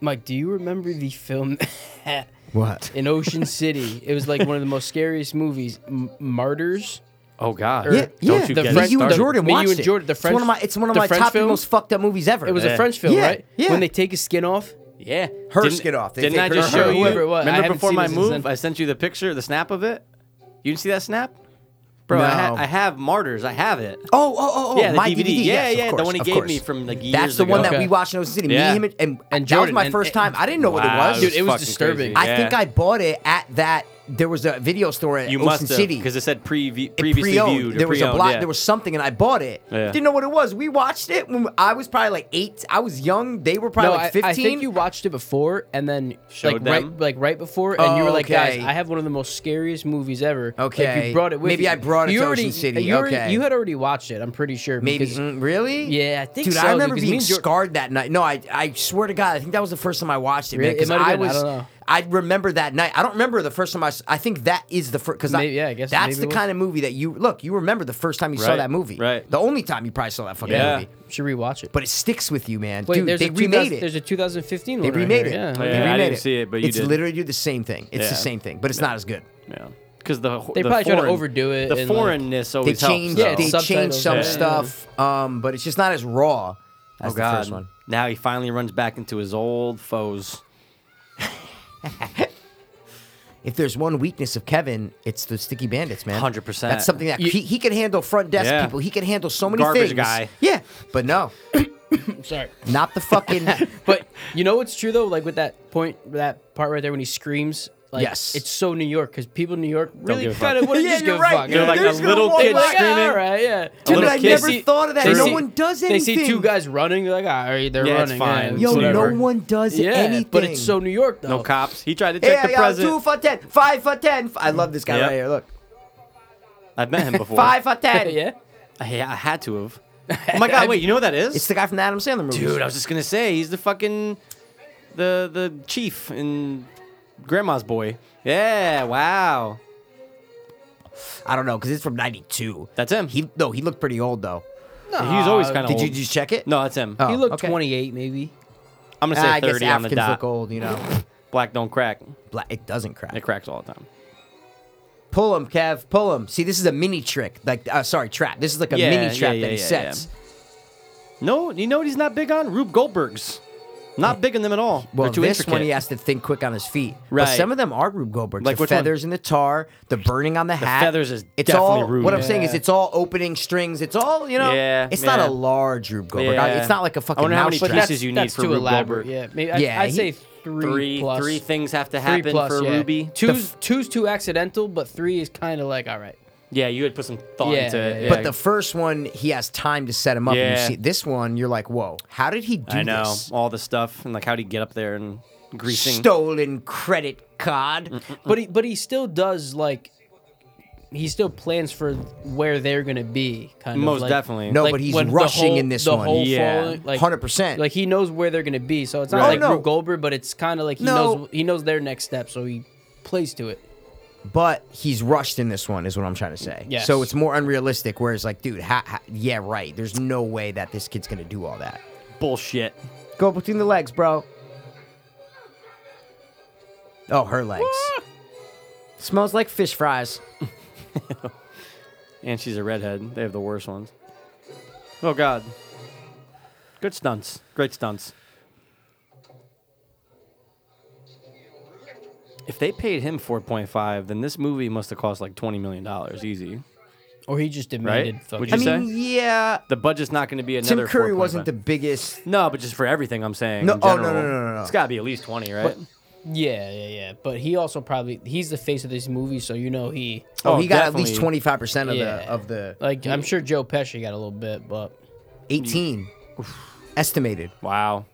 Speaker 4: Mike, do you remember the film
Speaker 2: What?
Speaker 4: in Ocean City? It was like one of the most scariest movies, M- Martyrs.
Speaker 3: Oh God.
Speaker 2: Yeah, yeah.
Speaker 3: Don't you
Speaker 4: The
Speaker 3: get
Speaker 4: French-
Speaker 2: you and
Speaker 3: started.
Speaker 4: the-
Speaker 2: Jordan
Speaker 4: me, you
Speaker 2: watched
Speaker 4: and Jordan-
Speaker 2: it.
Speaker 4: the
Speaker 2: it's one of my,
Speaker 4: French-
Speaker 2: it's one of
Speaker 4: the
Speaker 2: my
Speaker 4: French
Speaker 2: top
Speaker 4: film?
Speaker 2: most fucked up movies ever.
Speaker 4: It was
Speaker 2: Yeah.
Speaker 4: a French film,
Speaker 2: Yeah,
Speaker 4: right?
Speaker 2: yeah.
Speaker 4: When they take his skin off.
Speaker 3: Yeah.
Speaker 2: Her
Speaker 3: Didn't-
Speaker 2: skin off. They
Speaker 3: didn't
Speaker 2: take
Speaker 3: I
Speaker 2: her
Speaker 3: just
Speaker 2: skin
Speaker 3: show
Speaker 2: off.
Speaker 3: you?
Speaker 4: Whoever it was. I
Speaker 3: Remember
Speaker 4: haven't
Speaker 3: before
Speaker 4: seen
Speaker 3: my
Speaker 4: this
Speaker 3: move,
Speaker 4: since then.
Speaker 3: I sent you the picture, the snap of it. You didn't see that snap, bro? I, ha-
Speaker 2: No.
Speaker 3: I have martyrs. I have it.
Speaker 2: Oh, oh, oh, oh,
Speaker 3: Yeah, the
Speaker 2: my
Speaker 3: DVD. Yeah,
Speaker 2: yes, of
Speaker 3: yeah, the
Speaker 2: course,
Speaker 3: one he
Speaker 2: of
Speaker 3: gave
Speaker 2: course.
Speaker 3: me from, like,
Speaker 2: That's
Speaker 3: years
Speaker 2: the one
Speaker 3: ago.
Speaker 2: that we
Speaker 4: Okay.
Speaker 2: watched in Ocean City.
Speaker 3: Yeah.
Speaker 2: Me, him, and, and,
Speaker 4: And
Speaker 2: that was my
Speaker 4: Jordan,
Speaker 2: first
Speaker 4: and-
Speaker 2: time. I didn't know
Speaker 3: Wow,
Speaker 2: what it was.
Speaker 4: Dude, it was
Speaker 3: fucking
Speaker 4: disturbing.
Speaker 3: crazy.
Speaker 2: I think
Speaker 3: Yeah.
Speaker 2: I bought it at that. There was a video store at
Speaker 3: You
Speaker 2: Ocean
Speaker 3: must have
Speaker 2: City
Speaker 3: because it said pre-
Speaker 2: It
Speaker 3: previously
Speaker 2: pre-owned.
Speaker 3: viewed. or
Speaker 2: There was a
Speaker 3: pre-owned,
Speaker 2: block.
Speaker 3: yeah.
Speaker 2: There was something, and I bought it.
Speaker 3: Yeah.
Speaker 2: Didn't know what it was. We watched it when I was probably like eight. I was young. They were probably
Speaker 4: no,
Speaker 2: like
Speaker 4: I-
Speaker 2: fifteen.
Speaker 4: I, think you watched it before, and then like
Speaker 3: Showed them?
Speaker 4: right, like right before, and you were like,
Speaker 2: Oh, Okay.
Speaker 4: "Guys, I have one of the most scariest movies ever." Like,
Speaker 2: Okay.
Speaker 4: you brought it with
Speaker 2: Maybe
Speaker 4: you.
Speaker 2: I brought it
Speaker 4: You
Speaker 2: to
Speaker 4: already-
Speaker 2: Ocean City,
Speaker 4: You already-
Speaker 2: okay.
Speaker 4: you had already watched it. I'm pretty sure.
Speaker 2: Maybe
Speaker 4: because-
Speaker 2: mm, really?
Speaker 4: Yeah, I think
Speaker 2: Dude,
Speaker 4: so,
Speaker 2: I remember
Speaker 4: because me
Speaker 2: being
Speaker 4: and Jor-
Speaker 2: scarred that night. No, I I swear to God, I think that was the first time I watched it. man,
Speaker 4: Really? It
Speaker 2: 'cause
Speaker 4: might have
Speaker 2: I
Speaker 4: been, I
Speaker 2: was.
Speaker 4: don't know.
Speaker 2: I remember that night. I don't remember the first time I. s- I think that is the first because
Speaker 4: Maybe- yeah, I guess
Speaker 2: that's
Speaker 4: maybe
Speaker 2: the
Speaker 4: it was.
Speaker 2: kind of movie that you look. You remember the first time you saw
Speaker 3: Right,
Speaker 2: that movie,
Speaker 3: right.
Speaker 2: The only time you probably saw that fucking
Speaker 3: Yeah.
Speaker 2: movie,
Speaker 4: should rewatch it.
Speaker 2: but it sticks with you, man.
Speaker 4: Wait,
Speaker 2: Dude,
Speaker 4: there's
Speaker 2: they
Speaker 4: a 2000
Speaker 2: remade it.
Speaker 4: There's a 2015
Speaker 2: They
Speaker 4: one. right
Speaker 2: remade it. They
Speaker 4: here, Yeah.
Speaker 3: Oh, Yeah, I
Speaker 2: remade
Speaker 3: didn't see it, but you
Speaker 2: it's
Speaker 3: did.
Speaker 2: literally the same thing. It's
Speaker 3: Yeah.
Speaker 2: the same thing, but it's not as good.
Speaker 3: Yeah, because the ho-
Speaker 4: They
Speaker 3: the
Speaker 4: probably try to
Speaker 3: foreign-
Speaker 4: overdo it
Speaker 3: The
Speaker 4: and, like-
Speaker 3: foreignness
Speaker 2: They
Speaker 3: always
Speaker 2: changed.
Speaker 4: Yeah,
Speaker 3: helps.
Speaker 2: they
Speaker 3: though.
Speaker 2: changed
Speaker 4: subtitles,
Speaker 2: some
Speaker 4: yeah.
Speaker 2: stuff, um, but it's just not as raw as
Speaker 3: Oh
Speaker 2: the first
Speaker 3: God!
Speaker 2: one.
Speaker 3: Now he finally runs back into his old foes.
Speaker 2: If there's one weakness of Kevin, it's the sticky bandits, man.
Speaker 3: 100%.
Speaker 2: That's something that
Speaker 4: You-
Speaker 2: he, he can handle front desk
Speaker 3: Yeah.
Speaker 2: people. He can handle so many
Speaker 3: Garbage
Speaker 2: things.
Speaker 3: guy.
Speaker 2: Yeah, but no,
Speaker 4: I'm sorry.
Speaker 2: not the fucking.
Speaker 4: But you know what's true though? Like with that point, that part right there when he screams. Like,
Speaker 2: Yes.
Speaker 4: It's so New York because people in New York really
Speaker 3: give a fuck.
Speaker 4: kind of wouldn't
Speaker 2: Yeah,
Speaker 4: just
Speaker 2: you're
Speaker 4: give
Speaker 2: right.
Speaker 4: a fuck.
Speaker 2: They're
Speaker 4: Yeah.
Speaker 2: like a There's no little way.
Speaker 3: Oh
Speaker 4: They're
Speaker 2: kid
Speaker 4: like,
Speaker 3: screaming.
Speaker 4: "Ah, all right, yeah.
Speaker 3: Dude,
Speaker 4: Little
Speaker 3: I
Speaker 4: kid.
Speaker 3: never
Speaker 4: They see-
Speaker 2: thought of that.
Speaker 4: they
Speaker 2: No
Speaker 4: see-
Speaker 2: one does
Speaker 4: They see
Speaker 2: anything.
Speaker 4: two guys running. They're like, "Ah, all right, they're
Speaker 3: Yeah, it's
Speaker 4: running.
Speaker 3: fine.
Speaker 4: yeah,
Speaker 2: Yo,
Speaker 4: whatever."
Speaker 2: no one does
Speaker 4: Yeah,
Speaker 2: anything.
Speaker 4: but it's so New York though.
Speaker 3: No cops. He tried to
Speaker 2: Hey,
Speaker 3: check the
Speaker 2: I got two
Speaker 3: president.
Speaker 2: for ten, five for ten. I love this guy
Speaker 3: Yep.
Speaker 2: right here. Look,
Speaker 3: I've met him before.
Speaker 2: five for ten.
Speaker 4: yeah.
Speaker 3: Yeah, I had to have. Oh my God! Wait, you know what that is?
Speaker 2: It's the guy from the Adam Sandler movie.
Speaker 3: Dude, I was just gonna say he's the fucking the the chief in Grandma's Boy. Yeah, wow.
Speaker 2: I don't know because it's from '92.
Speaker 3: That's him.
Speaker 2: He no, he looked pretty old though.
Speaker 3: he was always kind of
Speaker 2: Did you
Speaker 3: old.
Speaker 2: just check it?
Speaker 3: no, that's him.
Speaker 2: Oh,
Speaker 4: He looked
Speaker 2: okay.
Speaker 4: 28 maybe.
Speaker 3: I'm gonna say
Speaker 2: Ah, I guess
Speaker 3: 30 on the
Speaker 2: Africans
Speaker 3: dot.
Speaker 2: look old, you know.
Speaker 3: Black don't crack.
Speaker 2: Black, it doesn't crack.
Speaker 3: It cracks all the time.
Speaker 2: Pull him, Kev. Pull him. See, this is a mini trick. Like, uh, sorry, trap. This is like a
Speaker 3: Yeah,
Speaker 2: mini
Speaker 3: yeah,
Speaker 2: trap
Speaker 3: yeah,
Speaker 2: that he
Speaker 3: yeah,
Speaker 2: sets.
Speaker 3: No, you know what he's not big on? Rube Goldberg's. Not big on them at all.
Speaker 2: Well,
Speaker 3: They're too
Speaker 2: this
Speaker 3: intricate.
Speaker 2: one he has to think quick on his feet. But
Speaker 3: Right.
Speaker 2: some of them are Rube Goldberg.
Speaker 3: Like
Speaker 2: the
Speaker 3: which one?
Speaker 2: feathers in the tar, the burning on the hat.
Speaker 3: feathers is
Speaker 2: it's
Speaker 3: definitely
Speaker 2: all,
Speaker 3: Rube.
Speaker 2: What I'm saying is,
Speaker 4: Yeah.
Speaker 2: it's all opening strings. It's all you know.
Speaker 3: Yeah,
Speaker 2: it's not
Speaker 3: yeah.
Speaker 2: a large Rube Goldberg.
Speaker 3: Yeah.
Speaker 2: It's not like a fucking
Speaker 3: I wonder how many
Speaker 2: mousetrap.
Speaker 3: pieces you need
Speaker 4: that's
Speaker 3: for
Speaker 4: too
Speaker 3: Rube
Speaker 4: elaborate.
Speaker 3: Goldberg.
Speaker 4: Yeah, maybe. I,
Speaker 2: Yeah,
Speaker 4: I'd
Speaker 2: he-
Speaker 4: say three,
Speaker 3: Three,
Speaker 4: plus.
Speaker 3: three things have to
Speaker 4: Three
Speaker 3: happen
Speaker 4: plus,
Speaker 3: for
Speaker 4: yeah.
Speaker 3: Ruby.
Speaker 4: Two's two's too accidental, but three is kind of like all right.
Speaker 3: Yeah, you had put some thought
Speaker 4: Yeah,
Speaker 3: into it.
Speaker 4: yeah,
Speaker 2: But the first one, he has time to set him up. And you
Speaker 3: Yeah.
Speaker 2: see, this one, you're like, whoa, how did he do
Speaker 3: I know
Speaker 2: this?
Speaker 3: all the stuff and like how do you get up there and greasing?
Speaker 2: Stolen credit card.
Speaker 4: But he but he still does like he still plans for where they're gonna be. Kind
Speaker 3: Most
Speaker 4: of like,
Speaker 3: definitely.
Speaker 2: No,
Speaker 4: like,
Speaker 2: but he's
Speaker 4: when the
Speaker 2: rushing
Speaker 4: whole-
Speaker 2: in this
Speaker 4: the
Speaker 2: one.
Speaker 4: Whole
Speaker 3: Yeah.
Speaker 4: following, like
Speaker 2: 100%.
Speaker 4: Like he knows where they're gonna be, so it's not
Speaker 3: Right.
Speaker 4: like
Speaker 2: Eh. Oh, no.
Speaker 4: Rube Goldberg, but it's kind of like he
Speaker 2: No.
Speaker 4: knows he knows their next step, so he plays to it.
Speaker 2: but he's rushed in this one, is what I'm trying to say.
Speaker 4: Yes.
Speaker 2: So it's more unrealistic. Whereas, like, dude, ha, ha, yeah, right. There's no way that this kid's gonna do all that.
Speaker 3: Bullshit.
Speaker 2: Go between the legs, bro. Oh, her legs. Smells like fish fries.
Speaker 3: And she's a redhead. They have the worst ones. Oh God. Good stunts. Great stunts. If they paid him 4.5, then this movie must have cost like 20 million dollars easy.
Speaker 4: Or he just demanded
Speaker 3: Right?
Speaker 4: fucking.
Speaker 3: Would
Speaker 2: I
Speaker 3: you say?
Speaker 2: mean, yeah.
Speaker 3: The budget's not going to be another.
Speaker 2: Tim Curry
Speaker 3: 4.5.
Speaker 2: wasn't the biggest.
Speaker 3: No, but just for everything, I'm saying.
Speaker 2: No-
Speaker 3: in
Speaker 2: oh, no,
Speaker 3: general,
Speaker 2: no, no, no, no.
Speaker 3: It's got to be at least twenty, right?
Speaker 4: yeah, yeah, yeah. But he also probably he's the face of this movie, so you know he
Speaker 2: Oh, he got at least
Speaker 3: definitely.
Speaker 2: twenty five percent of
Speaker 4: Yeah.
Speaker 2: the of the
Speaker 4: like. I'm sure Joe Pesci got a little bit, but
Speaker 2: eighteen estimated.
Speaker 3: Wow,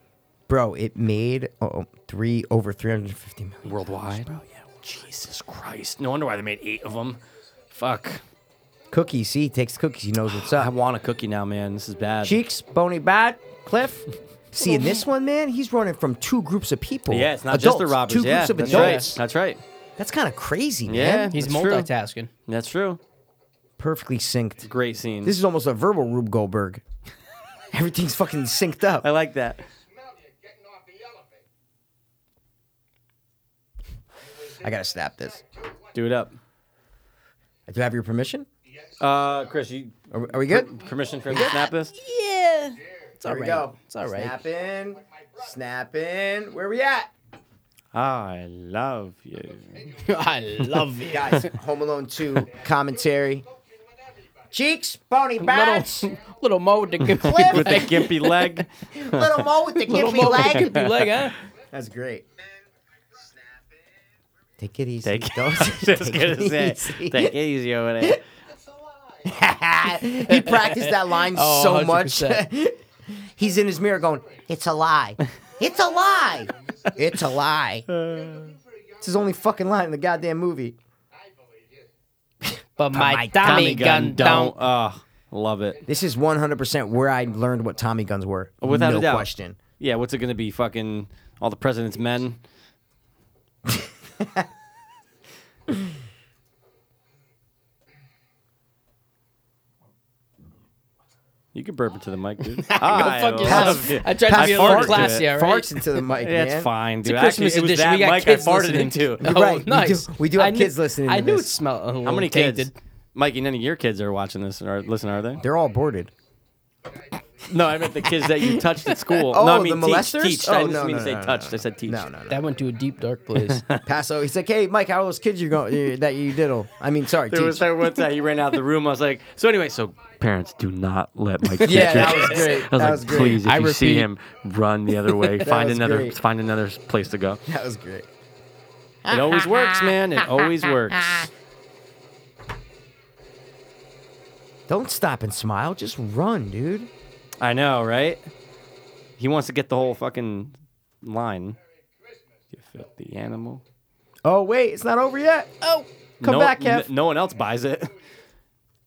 Speaker 2: Bro, it made oh, three over three hundred fifty million.
Speaker 3: worldwide. Jesus Christ! No wonder why they made eight of them. Fuck.
Speaker 2: Cookie, see, he takes cookies. He knows what's
Speaker 3: I
Speaker 2: up.
Speaker 3: want a cookie now, man. This is bad.
Speaker 2: Cheeks, bony bat, Cliff. See, in this one, man, he's running from two groups of people.
Speaker 3: yeah, it's not
Speaker 2: adults,
Speaker 3: just the robbers.
Speaker 2: Two
Speaker 3: yeah,
Speaker 2: groups of
Speaker 3: that's
Speaker 2: adults.
Speaker 3: right. That's right.
Speaker 2: That's kind of crazy,
Speaker 3: Yeah.
Speaker 2: man.
Speaker 4: he's
Speaker 3: That's true.
Speaker 4: multitasking.
Speaker 3: That's true.
Speaker 2: Perfectly synced.
Speaker 3: Great scene.
Speaker 2: This is almost a verbal Rube Goldberg. Everything's fucking synced up.
Speaker 3: I like that.
Speaker 5: Smell you getting off the elevator.
Speaker 2: I gotta snap this.
Speaker 3: Do it up.
Speaker 2: Do I have your permission?
Speaker 3: Uh, Chris, you
Speaker 2: Are, are we good?
Speaker 3: permission for him to snap this?
Speaker 4: It's
Speaker 2: There
Speaker 4: all right.
Speaker 2: we go.
Speaker 4: It's all right.
Speaker 2: Snap in. Snap in. Where we at?
Speaker 3: I love you.
Speaker 4: I love it.
Speaker 2: Guys, Home Alone 2 commentary. Cheeks, bony bats,
Speaker 4: Little, little Mo to get
Speaker 3: With the gimpy leg.
Speaker 2: little mo with the
Speaker 4: little
Speaker 2: gimpy
Speaker 4: Mo with
Speaker 2: leg.
Speaker 4: the gimpy leg, huh?
Speaker 2: That's great. Take it easy.
Speaker 3: Take,
Speaker 2: Don't-
Speaker 3: just gonna say, take it easy over there.
Speaker 2: he practiced that line
Speaker 4: Oh,
Speaker 2: so much.
Speaker 4: 100%.
Speaker 2: He's in his mirror going, "It's a lie. It's a lie. It's a lie." It's
Speaker 3: Uh.
Speaker 2: his only fucking line in the goddamn movie.
Speaker 4: But my,
Speaker 2: my
Speaker 4: Tommy gun, don't.
Speaker 3: Uh, love it.
Speaker 2: This is 100% where I learned what Tommy guns were.
Speaker 3: Without
Speaker 2: no
Speaker 3: a doubt.
Speaker 2: question.
Speaker 3: Yeah, what's it gonna be? Fucking all the president's men. You could burp into the mic, dude. I
Speaker 4: fuck yourself.
Speaker 3: love you.
Speaker 4: I tried to
Speaker 3: I
Speaker 4: be a
Speaker 3: farted
Speaker 4: little
Speaker 3: to
Speaker 4: classy,
Speaker 3: it.
Speaker 4: all right?
Speaker 2: Farts into the mic, man.
Speaker 3: That's fine, dude.
Speaker 4: It's a
Speaker 3: Actually,
Speaker 4: Christmas
Speaker 3: it was
Speaker 4: edition.
Speaker 3: that
Speaker 4: We got
Speaker 3: mic
Speaker 4: kids
Speaker 3: I farted
Speaker 4: listening.
Speaker 3: into.
Speaker 4: Oh,
Speaker 2: right. We do-
Speaker 4: nice.
Speaker 2: we do
Speaker 4: I
Speaker 2: have
Speaker 4: knew-
Speaker 2: kids listening
Speaker 4: I
Speaker 2: to
Speaker 4: knew
Speaker 2: this.
Speaker 4: it smelled. a
Speaker 3: How
Speaker 4: little
Speaker 3: many
Speaker 4: tainted.
Speaker 3: kids? Mikey, none of your kids are watching this or listen, are they?
Speaker 2: They're all boarded.
Speaker 3: No, I meant the kids that you touched at school.
Speaker 2: Oh,
Speaker 3: no, I mean
Speaker 2: the
Speaker 3: teach,
Speaker 2: molesters?
Speaker 3: Teach.
Speaker 2: Oh,
Speaker 3: I didn't
Speaker 2: no,
Speaker 3: mean
Speaker 2: no,
Speaker 3: to say
Speaker 2: no, no,
Speaker 3: touched. I said teach.
Speaker 2: No, no, no.
Speaker 4: That went to a deep dark place.
Speaker 2: Paso. He's like, "Hey, Mike, how are those kids you going? You, that you diddle? I mean, sorry,
Speaker 3: There was
Speaker 2: teach.
Speaker 3: that one time he ran out of the room. I was like, so anyway, so parents do not let my kid.
Speaker 2: Yeah,
Speaker 3: drink.
Speaker 2: that was great.
Speaker 3: I was
Speaker 2: That
Speaker 3: like,
Speaker 2: was great.
Speaker 3: please, if
Speaker 4: I
Speaker 3: you see
Speaker 4: repeat-
Speaker 3: him, run the other way. find
Speaker 2: was
Speaker 3: another,
Speaker 2: great.
Speaker 3: find another place to go.
Speaker 2: That was great.
Speaker 3: It always works, man. It always works.
Speaker 2: Don't stop and smile. Just run, dude.
Speaker 3: I know, right? He wants to get the whole fucking line. You filthy animal.
Speaker 2: Oh wait, it's not over yet. Oh, come
Speaker 3: no,
Speaker 2: back, Kev.
Speaker 3: n- no one else buys it.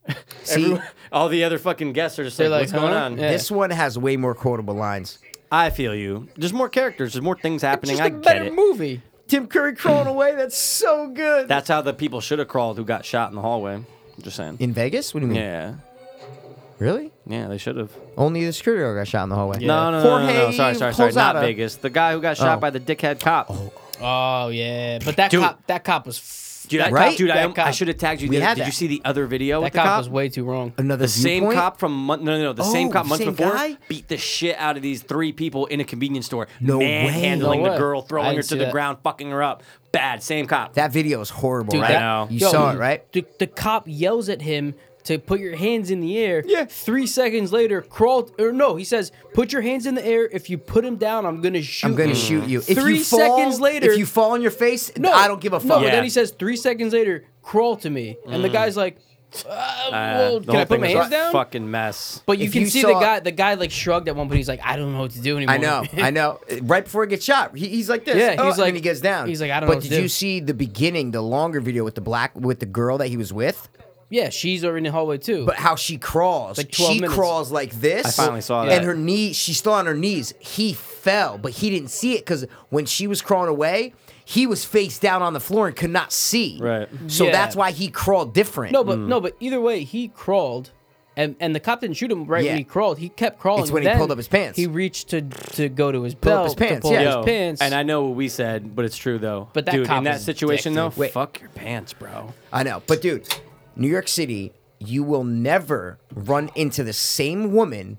Speaker 2: See,
Speaker 3: All the other fucking guests are just
Speaker 4: They're
Speaker 3: like, what's
Speaker 4: like,
Speaker 3: going
Speaker 4: huh?
Speaker 3: on?
Speaker 4: Yeah.
Speaker 2: this one has way more quotable lines.
Speaker 3: I feel you. There's more characters. There's more things happening.
Speaker 4: Just
Speaker 3: I
Speaker 4: a
Speaker 3: get
Speaker 4: better
Speaker 3: it.
Speaker 4: movie.
Speaker 2: Tim Curry crawling away. That's so good.
Speaker 3: Hmm. That's how the people should have crawled who got shot in the hallway. Just saying.
Speaker 2: in Vegas? What do you mean?
Speaker 3: Yeah.
Speaker 2: Really?
Speaker 3: Yeah, they should have.
Speaker 2: Only the security guard got shot in the hallway.
Speaker 3: No, no, no, no, no, no.
Speaker 2: Jorge
Speaker 3: Sorry, sorry, sorry. Not
Speaker 2: Posada.
Speaker 3: Vegas. The guy who got shot
Speaker 2: Oh.
Speaker 3: by the dickhead cop. Oh,
Speaker 4: Oh yeah, but that
Speaker 3: Dude.
Speaker 4: cop, that cop was, f-
Speaker 3: dude, I,
Speaker 2: Right?
Speaker 3: dude, I,
Speaker 4: That cop.
Speaker 3: I should have tagged you.
Speaker 2: We
Speaker 3: the other-
Speaker 2: had
Speaker 3: Did
Speaker 2: that.
Speaker 3: you see the other video
Speaker 4: that
Speaker 3: with the
Speaker 4: cop
Speaker 3: cop?
Speaker 4: was way too wrong.
Speaker 2: Another
Speaker 3: the same
Speaker 2: viewpoint?
Speaker 3: cop from month, no, no, no. The same
Speaker 2: Oh,
Speaker 3: cop months
Speaker 2: same
Speaker 3: before
Speaker 2: guy?
Speaker 3: beat the shit out of these three people in a convenience store.
Speaker 2: No way.
Speaker 3: Manhandling
Speaker 4: No
Speaker 3: the
Speaker 4: way.
Speaker 3: girl,
Speaker 4: I
Speaker 3: throwing
Speaker 4: didn't
Speaker 3: her
Speaker 4: see
Speaker 3: to the
Speaker 4: that.
Speaker 3: ground, fucking her up. Bad. Same cop.
Speaker 2: That video is horrible,
Speaker 4: Dude,
Speaker 2: right?
Speaker 4: that-
Speaker 3: know.
Speaker 2: You
Speaker 4: yo,
Speaker 2: saw it, right?
Speaker 4: The, the cop yells at him to put your hands in the air. Yeah. Three seconds later, crawl or no, he says, "Put your hands in the air. If you put him down, I'm gonna shoot.
Speaker 2: I'm gonna
Speaker 4: you."
Speaker 2: shoot you. If
Speaker 4: Mm. Three
Speaker 2: you fall,
Speaker 4: seconds later,
Speaker 2: if you fall on your face,
Speaker 4: no,
Speaker 2: I don't give a
Speaker 4: No,
Speaker 2: fuck. Mm.
Speaker 4: but
Speaker 3: Yeah.
Speaker 4: then he says, three seconds later, crawl to me, and the guy's like, uh,
Speaker 3: Uh,
Speaker 4: well,
Speaker 3: the
Speaker 4: can
Speaker 3: whole
Speaker 4: I put
Speaker 3: thing
Speaker 4: my
Speaker 3: was
Speaker 4: hands
Speaker 3: a
Speaker 4: down?
Speaker 3: Fucking mess.
Speaker 4: But you
Speaker 2: If
Speaker 4: can
Speaker 2: you
Speaker 4: see the
Speaker 2: saw-
Speaker 4: guy. The guy like shrugged at one point. He's like, "I don't know what to do anymore."
Speaker 2: I know, I know. Right before he gets shot, he, he's like this.
Speaker 4: Yeah, he's
Speaker 2: oh, and then
Speaker 4: like-
Speaker 2: he gets down.
Speaker 4: he's like, I don't know
Speaker 2: But
Speaker 4: what to
Speaker 2: did you
Speaker 4: do.
Speaker 2: see the beginning, the longer video with the black with the girl that he was with?
Speaker 4: yeah, she's over in the hallway too.
Speaker 2: But how she crawls,
Speaker 4: Like 12
Speaker 2: she
Speaker 4: minutes.
Speaker 2: crawls like this.
Speaker 3: I finally saw
Speaker 2: and
Speaker 3: that.
Speaker 2: her knees. She's still on her knees. He fell, but he didn't see it because when she was crawling away, he was face down on the floor and could not see.
Speaker 3: Right.
Speaker 2: So
Speaker 4: Yeah.
Speaker 2: that's why he crawled different.
Speaker 4: No, but no, but either way, he crawled, and and the cop didn't shoot him right
Speaker 2: Yeah.
Speaker 4: when he crawled. He kept crawling.
Speaker 2: It's when he
Speaker 4: Then
Speaker 2: pulled up his pants.
Speaker 4: He reached to to go to his
Speaker 2: Pull up
Speaker 4: belt.
Speaker 2: his
Speaker 4: to
Speaker 2: pants,
Speaker 4: pull
Speaker 2: yeah.
Speaker 4: up
Speaker 3: Yo,
Speaker 4: his pants.
Speaker 3: And I know what we said, but it's true though.
Speaker 4: But that
Speaker 3: dude,
Speaker 4: cop
Speaker 3: in that
Speaker 4: was a
Speaker 3: situation
Speaker 4: dick,
Speaker 3: though,
Speaker 4: dude.
Speaker 2: Wait.
Speaker 3: fuck your pants, bro.
Speaker 2: I know. But dude, New York City, you will never run into the same woman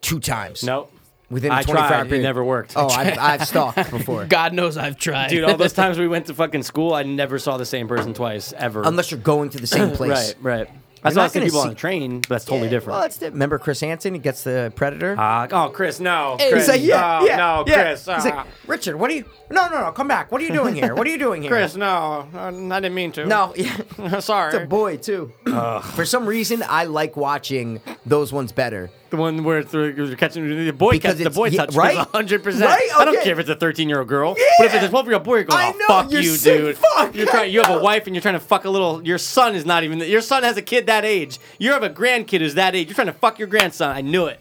Speaker 2: two times.
Speaker 3: Nope.
Speaker 2: Within a
Speaker 3: I
Speaker 2: 24
Speaker 3: tried,
Speaker 2: hour
Speaker 3: it
Speaker 2: period.
Speaker 3: never worked.
Speaker 2: Oh, I've, I've stalked before.
Speaker 4: God knows I've tried.
Speaker 3: Dude, all those times we went to fucking school, I never saw the same person twice ever.
Speaker 2: Unless you're going to the same place.
Speaker 3: right, right. I
Speaker 2: You're
Speaker 3: saw
Speaker 2: not
Speaker 3: some
Speaker 2: gonna
Speaker 3: people on
Speaker 2: see-
Speaker 3: a train, but that's totally different.
Speaker 2: Well, that's the, remember Chris Hansen? He gets the Predator.
Speaker 3: Ah, oh, Chris, no. Chris,
Speaker 2: He's like, yeah,
Speaker 3: no,
Speaker 2: yeah,
Speaker 3: no,
Speaker 2: yeah.
Speaker 3: Chris.
Speaker 2: He's
Speaker 3: ah.
Speaker 2: like, Richard, what are you? No, no, no, come back. What are you doing here? What are you doing here?
Speaker 3: Chris, no. I I didn't mean to.
Speaker 2: No, yeah. It's a
Speaker 3: Sorry.
Speaker 2: boy too. For some reason, I like watching those ones better.
Speaker 3: The one where it's- you're catching the boy
Speaker 2: Because
Speaker 3: catch the
Speaker 2: it's-
Speaker 3: boy
Speaker 2: yeah,
Speaker 3: touch
Speaker 2: right?
Speaker 3: 100.
Speaker 2: Right?
Speaker 3: I don't
Speaker 2: Okay.
Speaker 3: care if it's a 13 year old girl, but if it's a 12 year old boy, you're going,
Speaker 2: I
Speaker 3: oh,
Speaker 2: know,
Speaker 3: fuck
Speaker 2: you're
Speaker 3: you,
Speaker 2: sick
Speaker 3: dude.
Speaker 2: fuck,
Speaker 3: You're
Speaker 2: I
Speaker 3: trying. You have a
Speaker 2: know.
Speaker 3: wife and you're trying to fuck a little. Your son is not even. Your son has a kid that age. You have a grandkid who's that age. You're trying to fuck your grandson. I knew it.